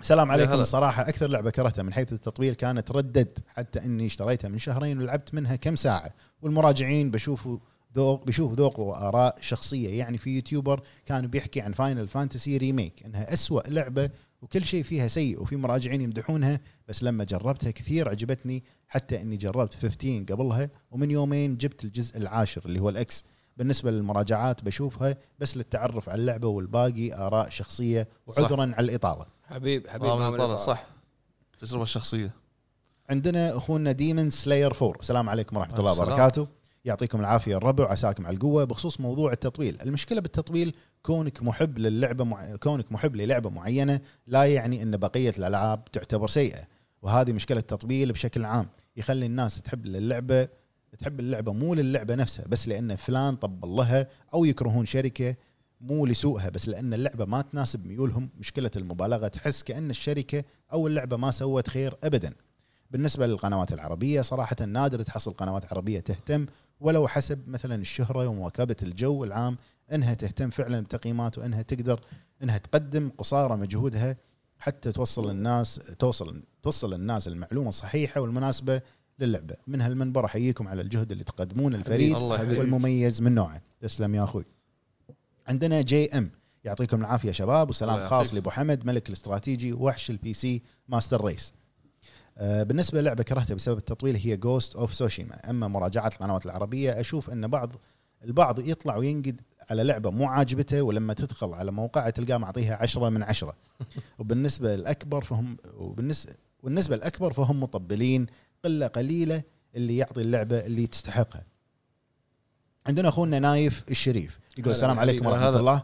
[SPEAKER 3] السلام عليكم
[SPEAKER 2] هلا.
[SPEAKER 3] الصراحه اكثر لعبه كرهتها من حيث التطويل كانت ردد حتى اني اشتريتها من شهرين ولعبت منها كم ساعه والمراجعين بشوفوا ذوق بشوف ذوق واراء شخصيه يعني في يوتيوبر كان بيحكي عن فاينل فانتسي ريميك انها أسوأ لعبه وكل شيء فيها سيء وفي مراجعين يمدحونها بس لما جربتها كثير عجبتني حتى اني جربت 15 قبلها ومن يومين جبت الجزء العاشر اللي هو الاكس بالنسبه للمراجعات بشوفها بس للتعرف على اللعبه والباقي اراء شخصيه وعذرا على الاطاله
[SPEAKER 1] حبيب حبيب
[SPEAKER 2] ما
[SPEAKER 1] عمري
[SPEAKER 2] طالع
[SPEAKER 1] طال.
[SPEAKER 2] صح التجربه الشخصيه
[SPEAKER 3] عندنا اخونا ديمن سلاير 4 السلام عليكم ورحمه الله
[SPEAKER 2] السلام.
[SPEAKER 3] وبركاته يعطيكم العافيه الربع وعساكم على القوه بخصوص موضوع التطويل المشكله بالتطويل كونك محب للعبه مع... كونك محب للعبه معينه لا يعني ان بقيه الالعاب تعتبر سيئه وهذه مشكله التطويل بشكل عام يخلي الناس تحب للعبه تحب اللعبه مو للعبه نفسها بس لان فلان طبل لها او يكرهون شركه مو لسوءها بس لان اللعبه ما تناسب ميولهم مشكله المبالغه تحس كان الشركه او اللعبه ما سوت خير ابدا بالنسبه للقنوات العربيه صراحه نادر تحصل قنوات عربيه تهتم ولو حسب مثلا الشهره ومواكبه الجو العام انها تهتم فعلا بتقييمات وانها تقدر انها تقدم قصارى مجهودها حتى توصل الناس توصل توصل الناس المعلومه الصحيحه والمناسبه للعبه من هالمنبر احييكم على الجهد اللي تقدمونه الفريد
[SPEAKER 2] الله يحييك.
[SPEAKER 3] والمميز من نوعه تسلم يا اخوي عندنا جي ام يعطيكم العافيه شباب وسلام
[SPEAKER 2] الله
[SPEAKER 3] خاص
[SPEAKER 2] يعافيك.
[SPEAKER 3] لابو حمد ملك الاستراتيجي وحش البي سي ماستر ريس آه، بالنسبه للعبه كرهتها بسبب التطويل هي جوست اوف سوشيما اما مراجعه القنوات العربيه اشوف ان بعض البعض يطلع وينقد على لعبه مو عاجبته ولما تدخل على موقعها تلقاه معطيها عشرة من عشرة وبالنسبه الاكبر فهم وبالنسبه والنسبه الاكبر فهم مطبلين قله قليله اللي يعطي اللعبه اللي تستحقها عندنا اخونا نايف الشريف يقول السلام عليكم
[SPEAKER 2] هلا
[SPEAKER 3] ورحمه
[SPEAKER 2] هلا.
[SPEAKER 3] الله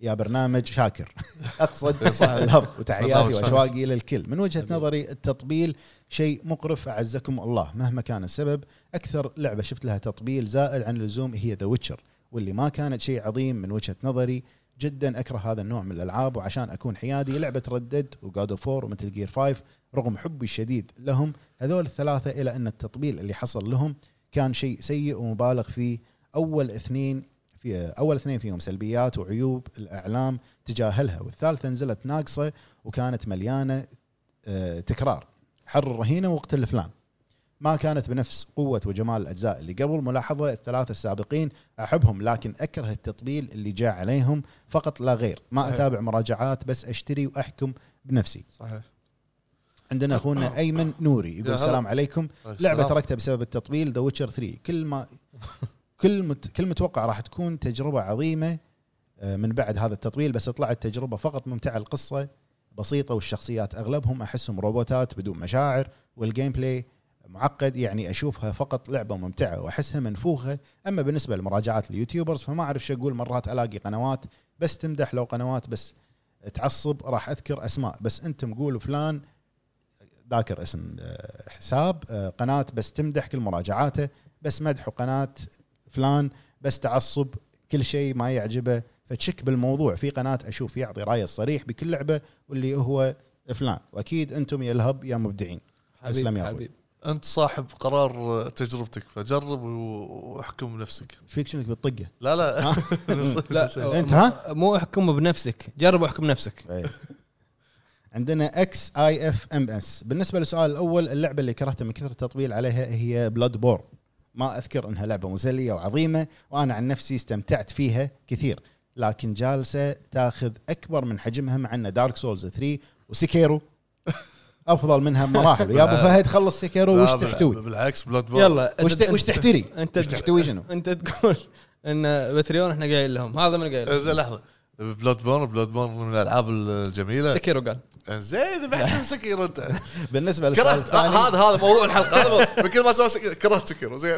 [SPEAKER 3] يا برنامج شاكر اقصد الهب وتحياتي
[SPEAKER 2] برنامج شاكر.
[SPEAKER 3] واشواقي للكل من وجهه نظري التطبيل شيء مقرف اعزكم الله مهما كان السبب اكثر لعبه شفت لها تطبيل زائد عن اللزوم هي ذا ويتشر واللي ما كانت شيء عظيم من وجهه نظري جدا اكره هذا النوع من الالعاب وعشان اكون حيادي لعبه ردد وجاد اوف 4 ومثل جير 5 رغم حبي الشديد لهم هذول الثلاثه الى ان التطبيل اللي حصل لهم كان شيء سيء ومبالغ فيه اول اثنين في اول اثنين فيهم سلبيات وعيوب الاعلام تجاهلها والثالثه نزلت ناقصه وكانت مليانه آه، تكرار حرر رهينه واقتل فلان ما كانت بنفس قوة وجمال الأجزاء اللي قبل ملاحظة الثلاثة السابقين أحبهم لكن أكره التطبيل اللي جاء عليهم فقط لا غير ما
[SPEAKER 2] صحيح.
[SPEAKER 3] أتابع مراجعات بس أشتري وأحكم بنفسي
[SPEAKER 2] صحيح
[SPEAKER 3] عندنا أخونا أيمن نوري
[SPEAKER 2] يا
[SPEAKER 3] يقول
[SPEAKER 2] هلا.
[SPEAKER 3] السلام عليكم
[SPEAKER 1] طيب،
[SPEAKER 3] لعبه تركتها بسبب التطويل ذا ويتشر 3 كل ما كل مت كل متوقع راح تكون تجربه عظيمه آه، من بعد هذا التطويل بس طلعت تجربه فقط ممتعه القصه بسيطه والشخصيات اغلبهم احسهم روبوتات بدون مشاعر والجيم بلاي معقد يعني اشوفها فقط لعبه ممتعه واحسها منفوخه اما بالنسبه لمراجعات اليوتيوبرز فما اعرف شو اقول مرات الاقي قنوات بس تمدح لو قنوات بس تعصب راح اذكر اسماء بس انتم قولوا فلان ذاكر اسم آه، حساب آه، قناه بس تمدح كل مراجعاته بس مدح قناه فلان بس تعصب كل شيء ما يعجبه فتشك بالموضوع في قناه اشوف يعطي رايه الصريح بكل لعبه واللي هو فلان واكيد انتم يا الهب يا مبدعين تسلم يا
[SPEAKER 1] حبيب
[SPEAKER 3] أخوي.
[SPEAKER 1] حبيب
[SPEAKER 2] انت صاحب قرار تجربتك فجرب و- واحكم نفسك
[SPEAKER 3] فيك شنك بتطقه
[SPEAKER 2] لا لا
[SPEAKER 1] لا أه،
[SPEAKER 3] أنت ها؟
[SPEAKER 1] مو- مو احكم بنفسك جرب احكم نفسك
[SPEAKER 3] إيه. عندنا اكس اي اف ام اس بالنسبه للسؤال الاول اللعبه اللي كرهتها من كثر التطويل عليها هي بلاد بور ما اذكر انها لعبه مسليه وعظيمه وانا عن نفسي استمتعت فيها كثير لكن جالسه تاخذ اكبر من حجمها مع ان دارك سولز 3 وسكيرو افضل منها بمراحل ويا ابو فهد خلص سكيرو وش
[SPEAKER 2] لا، بال-
[SPEAKER 3] تحتوي
[SPEAKER 2] بالعكس بلاد بورن
[SPEAKER 1] يلا
[SPEAKER 3] وش ت-
[SPEAKER 1] أنت-
[SPEAKER 3] وش تحتري
[SPEAKER 1] انت
[SPEAKER 3] وش تحتوي شنو
[SPEAKER 1] انت تقول ان بتريون احنا قايل لهم هذا من قايل لهم.
[SPEAKER 2] زين لحظه بلاد بورن بلاد بورن من الالعاب الجميله
[SPEAKER 1] سكيرو قال
[SPEAKER 2] زين بعد كم سكيرو انت
[SPEAKER 3] بالنسبه للسؤال
[SPEAKER 2] كرهت آه،
[SPEAKER 3] الثاني
[SPEAKER 2] هذا هذا موضوع الحلقه هذا موضوع- من كل ما سوى سكيرو كرهت سكيرو زين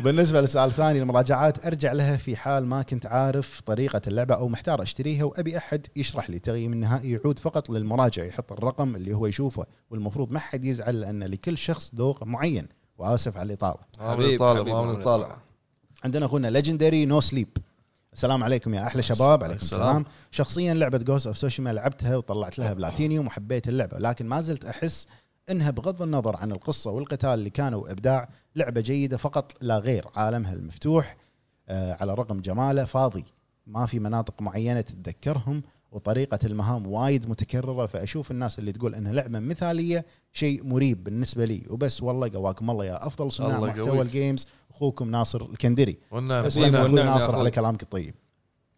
[SPEAKER 3] وبالنسبه للسؤال الثاني المراجعات ارجع لها في حال ما كنت عارف طريقه اللعبه او محتار اشتريها وابي احد يشرح لي تقييم النهائي يعود فقط للمراجع يحط الرقم اللي هو يشوفه والمفروض ما حد يزعل لان لكل شخص ذوق معين واسف على الاطاله
[SPEAKER 2] عامل طالع عامل طالع
[SPEAKER 3] عندنا اخونا ليجندري نو سليب السلام عليكم يا احلى شباب عليكم
[SPEAKER 2] السلام.
[SPEAKER 3] السلام شخصيا لعبه جوست اوف سوشيما لعبتها وطلعت لها بلاتينيوم وحبيت اللعبه لكن ما زلت احس انها بغض النظر عن القصه والقتال اللي كانوا ابداع لعبه جيده فقط لا غير عالمها المفتوح آه على رغم جماله فاضي ما في مناطق معينه تتذكرهم وطريقه المهام وايد متكرره فاشوف الناس اللي تقول انها لعبه مثاليه شيء مريب بالنسبه لي وبس والله قواكم الله يا افضل صناع
[SPEAKER 2] الله
[SPEAKER 3] محتوى
[SPEAKER 2] يقويك.
[SPEAKER 3] الجيمز اخوكم ناصر الكندري
[SPEAKER 2] والنعم
[SPEAKER 1] بس
[SPEAKER 3] أخونا
[SPEAKER 1] والنعم
[SPEAKER 3] أخوي
[SPEAKER 1] نعم. يا
[SPEAKER 3] ناصر
[SPEAKER 1] أخوي.
[SPEAKER 3] على كلامك الطيب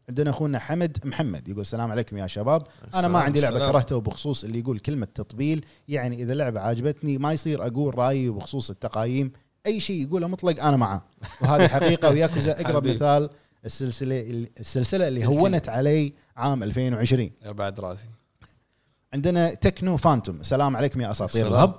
[SPEAKER 3] عندنا اخونا حمد محمد يقول السلام عليكم يا شباب انا
[SPEAKER 2] السلام،
[SPEAKER 3] ما عندي لعبه
[SPEAKER 1] السلام.
[SPEAKER 3] كرهتها وبخصوص اللي يقول كلمه تطبيل يعني اذا لعبه عجبتني ما يصير اقول رايي وبخصوص التقايم اي شيء يقوله مطلق انا معه وهذه حقيقه وياكوزا اقرب
[SPEAKER 1] حبيب.
[SPEAKER 3] مثال السلسله السلسله اللي هونت علي عام 2020
[SPEAKER 1] يا بعد راسي
[SPEAKER 3] عندنا تكنو فانتوم السلام عليكم يا اساطير
[SPEAKER 2] السلام.
[SPEAKER 3] الهب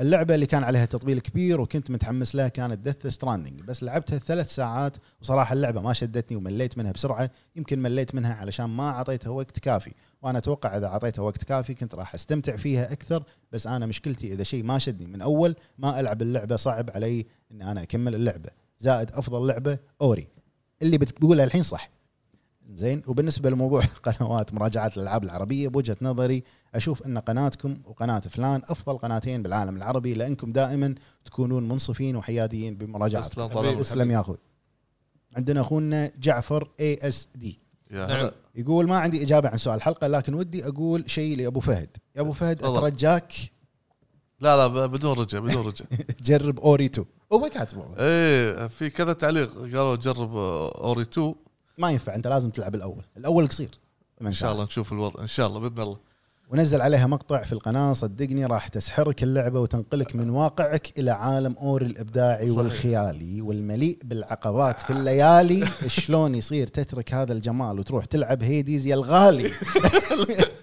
[SPEAKER 3] اللعبه اللي كان عليها تطويل كبير وكنت متحمس لها كانت ديث ستراندنج بس لعبتها ثلاث ساعات وصراحه اللعبه ما شدتني ومليت منها بسرعه يمكن مليت منها علشان ما اعطيتها وقت كافي وانا اتوقع اذا اعطيتها وقت كافي كنت راح استمتع فيها اكثر بس انا مشكلتي اذا شيء ما شدني من اول ما العب اللعبه صعب علي ان انا اكمل اللعبه زائد افضل لعبه اوري اللي بتقولها الحين صح زين وبالنسبه لموضوع قنوات مراجعات الالعاب العربيه بوجهه نظري اشوف ان قناتكم وقناه فلان افضل قناتين بالعالم العربي لانكم دائما تكونون منصفين وحياديين بمراجعتكم
[SPEAKER 2] أسلم طال عمرك.
[SPEAKER 3] اسلم يا اخوي عندنا اخونا جعفر اي اس دي
[SPEAKER 2] يا
[SPEAKER 1] نعم.
[SPEAKER 2] هلا.
[SPEAKER 3] يقول ما عندي اجابه عن سؤال الحلقه لكن ودي اقول شيء لابو فهد يا ابو فهد
[SPEAKER 2] تفضل.
[SPEAKER 3] اترجاك
[SPEAKER 2] لا لا ب- بدون رجع بدون رجع
[SPEAKER 3] جرب اوري 2 هو كاتب والله.
[SPEAKER 2] ايه في كذا تعليق قالوا جرب آه، اوري 2
[SPEAKER 3] ما ينفع انت لازم تلعب الاول الاول قصير
[SPEAKER 2] ان شاء الله نشوف الوضع ان شاء الله باذن الله
[SPEAKER 3] ونزل عليها مقطع في القناه صدقني راح تسحرك اللعبه وتنقلك من واقعك الى عالم اوري الابداعي
[SPEAKER 2] صحيح.
[SPEAKER 3] صحيح. والخيالي والمليء بالعقبات في الليالي شلون يصير تترك هذا الجمال وتروح تلعب هيديز يا الغالي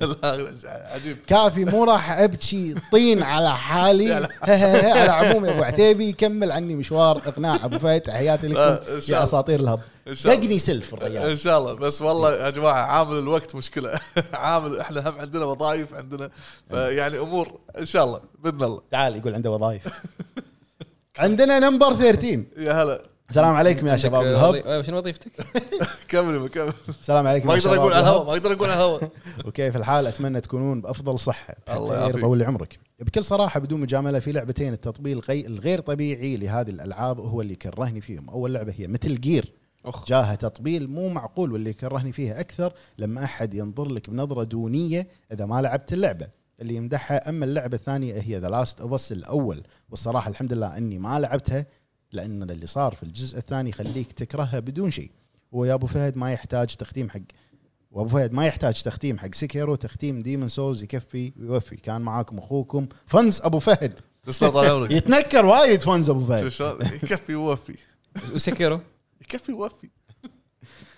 [SPEAKER 2] لا، عجيب
[SPEAKER 3] كافي مو راح ابكي طين على حالي على عموم يا ابو عتيبي كمل عني مشوار اقناع ابو فهد تحياتي
[SPEAKER 2] لا، إن شاء
[SPEAKER 3] لكم يا
[SPEAKER 2] الله.
[SPEAKER 3] اساطير الهب
[SPEAKER 2] ان شاء الله
[SPEAKER 3] دقني سلف
[SPEAKER 2] ان
[SPEAKER 3] الرجال
[SPEAKER 2] شاء الله بس والله
[SPEAKER 3] طيب.
[SPEAKER 2] يا جماعه عامل الوقت مشكله عامل احنا هم عندنا وظائف عندنا
[SPEAKER 3] طيب.
[SPEAKER 2] يعني امور ان شاء الله باذن الله
[SPEAKER 3] تعال يقول عنده وظائف عندنا نمبر 13
[SPEAKER 2] يا هلا
[SPEAKER 3] السلام عليكم يا شباب الهب
[SPEAKER 1] وظي- أيوة، شنو وظيفتك؟
[SPEAKER 2] كمل كمل
[SPEAKER 3] السلام عليكم
[SPEAKER 2] ما
[SPEAKER 3] يا
[SPEAKER 2] اقدر
[SPEAKER 3] شباب
[SPEAKER 2] اقول على
[SPEAKER 3] الهب.
[SPEAKER 2] الهواء ما اقدر اقول على الهواء
[SPEAKER 3] وكيف الحال اتمنى تكونون بافضل صحه
[SPEAKER 2] الله
[SPEAKER 3] الله
[SPEAKER 2] يعافيك.
[SPEAKER 3] طول لي عمرك بكل صراحه بدون مجامله في لعبتين التطبيل غي- الغير طبيعي لهذه الالعاب هو اللي كرهني فيهم اول لعبه هي مثل جير
[SPEAKER 1] اخ
[SPEAKER 3] جاها تطبيل مو معقول واللي كرهني فيها اكثر لما احد ينظر لك بنظره دونيه اذا ما لعبت اللعبه اللي يمدحها اما اللعبه الثانيه هي ذا لاست اوف اس الاول والصراحه الحمد لله اني ما لعبتها لان اللي صار في الجزء الثاني يخليك تكرهها بدون شيء ويا ابو فهد ما يحتاج تختيم حق وابو فهد ما يحتاج تختيم حق سكيرو تختيم ديمن سولز يكفي ويوفي كان معاكم اخوكم فنز ابو فهد
[SPEAKER 2] تسلم طال عمرك
[SPEAKER 3] يتنكر وايد فنز ابو
[SPEAKER 2] شوف
[SPEAKER 3] فهد
[SPEAKER 2] شلون؟ يكفي يوفي
[SPEAKER 1] وسكيرو
[SPEAKER 2] يكفي يوفي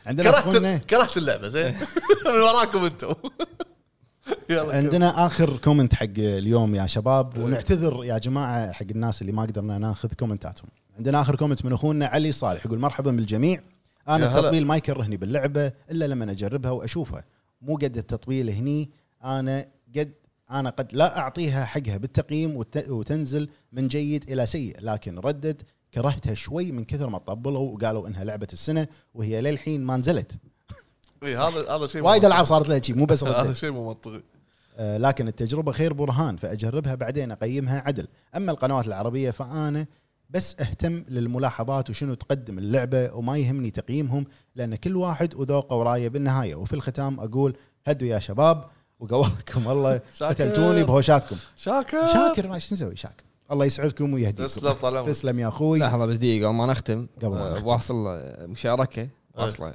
[SPEAKER 3] عندنا أخونا-
[SPEAKER 2] كرهت كرهت اللعبه
[SPEAKER 3] إيه.
[SPEAKER 2] زين من وراكم انتم يلا كمل.
[SPEAKER 3] عندنا اخر كومنت حق اليوم يا شباب ونعتذر يا جماعه حق الناس اللي ما قدرنا ناخذ كومنتاتهم عندنا اخر كومنت من اخونا علي صالح يقول مرحبا بالجميع انا
[SPEAKER 2] يا هلا.
[SPEAKER 3] التطويل ما يكرهني باللعبه الا لما اجربها واشوفها مو قد التطويل هني انا قد انا قد لا اعطيها حقها بالتقييم وت- وتنزل من جيد الى سيء لكن ردد كرهتها شوي من كثر ما طبلوا وقالوا انها لعبه السنه وهي للحين ما نزلت
[SPEAKER 2] إيه، هذا هذا شيء مو
[SPEAKER 3] وايد
[SPEAKER 2] منطقي.
[SPEAKER 3] العاب صارت لها شي، مو بس ردد
[SPEAKER 2] هذا شيء مو منطقي
[SPEAKER 3] آه، لكن التجربه خير برهان فاجربها بعدين اقيمها عدل اما القنوات العربيه فانا بس اهتم للملاحظات وشنو تقدم اللعبه وما يهمني تقييمهم لان كل واحد وذوقه ورايه بالنهايه وفي الختام اقول هدوا يا شباب وقواكم الله
[SPEAKER 2] شاكر.
[SPEAKER 3] قتلتوني بهوشاتكم
[SPEAKER 2] شاكر
[SPEAKER 3] شاكر ما شو نسوي شاكر الله يسعدكم
[SPEAKER 2] تسلم
[SPEAKER 3] ويهديكم
[SPEAKER 2] طال عمرك
[SPEAKER 3] تسلم يا اخوي
[SPEAKER 1] لحظه بس دقيقه طيب. قبل ما نختم
[SPEAKER 3] قبل ما
[SPEAKER 1] آه،
[SPEAKER 3] نختم.
[SPEAKER 1] واصل آه، مشاركه
[SPEAKER 3] إيه.
[SPEAKER 1] واصله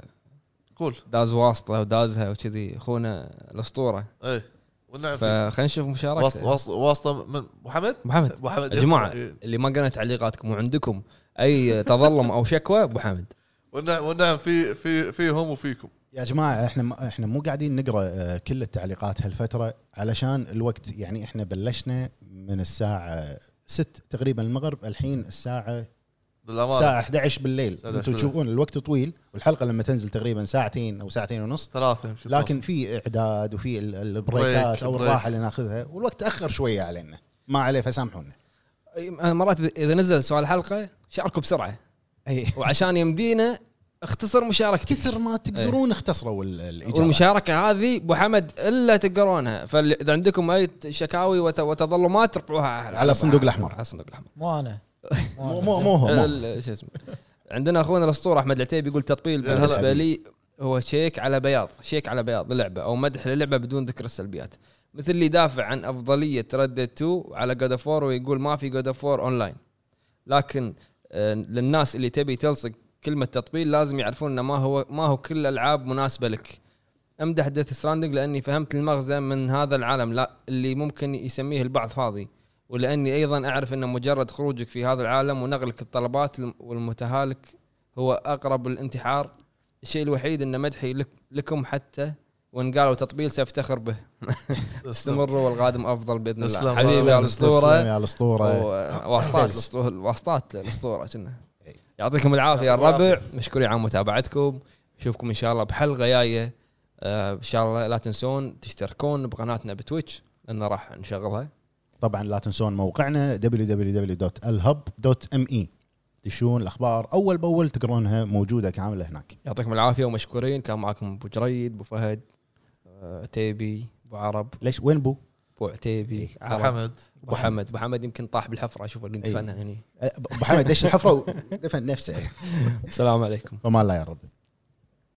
[SPEAKER 2] قول
[SPEAKER 1] داز واسطه ودازها وكذي اخونا الاسطوره
[SPEAKER 2] ايه والنعم فيك.
[SPEAKER 1] فخلنا نشوف
[SPEAKER 2] واسطه
[SPEAKER 1] مشاركته
[SPEAKER 2] واسطه واسطه من محمد
[SPEAKER 1] محمد
[SPEAKER 2] محمد
[SPEAKER 1] يا جماعه
[SPEAKER 2] إيه.
[SPEAKER 1] اللي ما قرأنا تعليقاتكم وعندكم اي تظلم او شكوى ابو حمد
[SPEAKER 2] والنعم والنعم في في فيهم وفيكم
[SPEAKER 3] يا جماعه احنا ما احنا مو قاعدين نقرا آه، كل التعليقات هالفتره علشان الوقت يعني احنا بلشنا من الساعه 6 تقريبا المغرب الحين الساعه
[SPEAKER 2] للامانه
[SPEAKER 3] الساعه 11 بالليل
[SPEAKER 2] الساعة 11
[SPEAKER 3] انتم
[SPEAKER 2] بالليل.
[SPEAKER 3] تشوفون الوقت طويل والحلقه لما تنزل تقريبا ساعتين او ساعتين ونص
[SPEAKER 2] ثلاثه يمكن
[SPEAKER 3] لكن في اعداد وفي ال-
[SPEAKER 2] بريك-
[SPEAKER 3] البريكات او
[SPEAKER 2] بريك.
[SPEAKER 3] الراحه اللي ناخذها والوقت اخر شويه علينا ما عليه فسامحونا
[SPEAKER 1] أي- أنا مرات إذا- اذا نزل سؤال حلقه شاركوا بسرعه
[SPEAKER 3] اي
[SPEAKER 1] وعشان يمدينا اختصر مشاركتك
[SPEAKER 3] كثر ما تقدرون اختصروا ال- الاجابه
[SPEAKER 1] والمشاركه هذه ابو حمد الا تقرونها فاذا عندكم اي شكاوي وت- وتظلمات رفعوها
[SPEAKER 3] على الصندوق الأحمر.
[SPEAKER 1] على الصندوق الاحمر
[SPEAKER 5] مو انا
[SPEAKER 3] مو مو مو هو مو هو.
[SPEAKER 1] ال- شو اسمه عندنا اخونا الاسطوره احمد العتيبي يقول تطبيل
[SPEAKER 2] يا هلا.
[SPEAKER 1] بالنسبه لي هو شيك على بياض شيك على بياض اللعبه او مدح للعبه بدون ذكر السلبيات مثل اللي يدافع عن افضليه ريد 2 على جود اوف ويقول ما في جود اوف اونلاين لكن آه، للناس اللي تبي تلصق كلمه تطبيل لازم يعرفون انه ما هو ما هو كل الالعاب مناسبه لك امدح ديث ستراندنج لاني فهمت المغزى من هذا العالم لا اللي ممكن يسميه البعض فاضي ولاني ايضا اعرف ان مجرد خروجك في هذا العالم ونغلق الطلبات والمتهالك هو اقرب للانتحار الشيء الوحيد ان مدحي لك لكم حتى وان قالوا تطبيل سافتخر به استمروا والقادم افضل باذن الله
[SPEAKER 2] تسلم.
[SPEAKER 1] حبيبي على
[SPEAKER 3] تسلم
[SPEAKER 1] الاسطوره
[SPEAKER 3] يا الاسطوره
[SPEAKER 1] و- واسطات الأسطو- الواسطات الاسطوره كنا يعطيكم العافيه يا الربع مشكورين على متابعتكم نشوفكم ان شاء الله بحلقه جايه آه، ان شاء الله لا تنسون تشتركون بقناتنا بتويتش لان راح نشغلها
[SPEAKER 3] طبعا لا تنسون موقعنا www.alhub.me تشون الاخبار اول باول تقرونها موجوده كامله هناك
[SPEAKER 1] يعطيكم العافيه ومشكورين كان معكم ابو جريد ابو فهد آه، عتيبي ابو عرب
[SPEAKER 3] ليش وين بو؟ أه،
[SPEAKER 1] ابو عتيبي
[SPEAKER 2] ابو
[SPEAKER 1] عرب
[SPEAKER 2] حمد
[SPEAKER 1] ابو حمد ابو حمد يمكن طاح بالحفره شوف اللي يعني.
[SPEAKER 3] إي.
[SPEAKER 1] دفنها هني
[SPEAKER 3] أه، ابو حمد دش الحفره ودفن نفسه
[SPEAKER 1] السلام عليكم
[SPEAKER 3] فما الله يا رب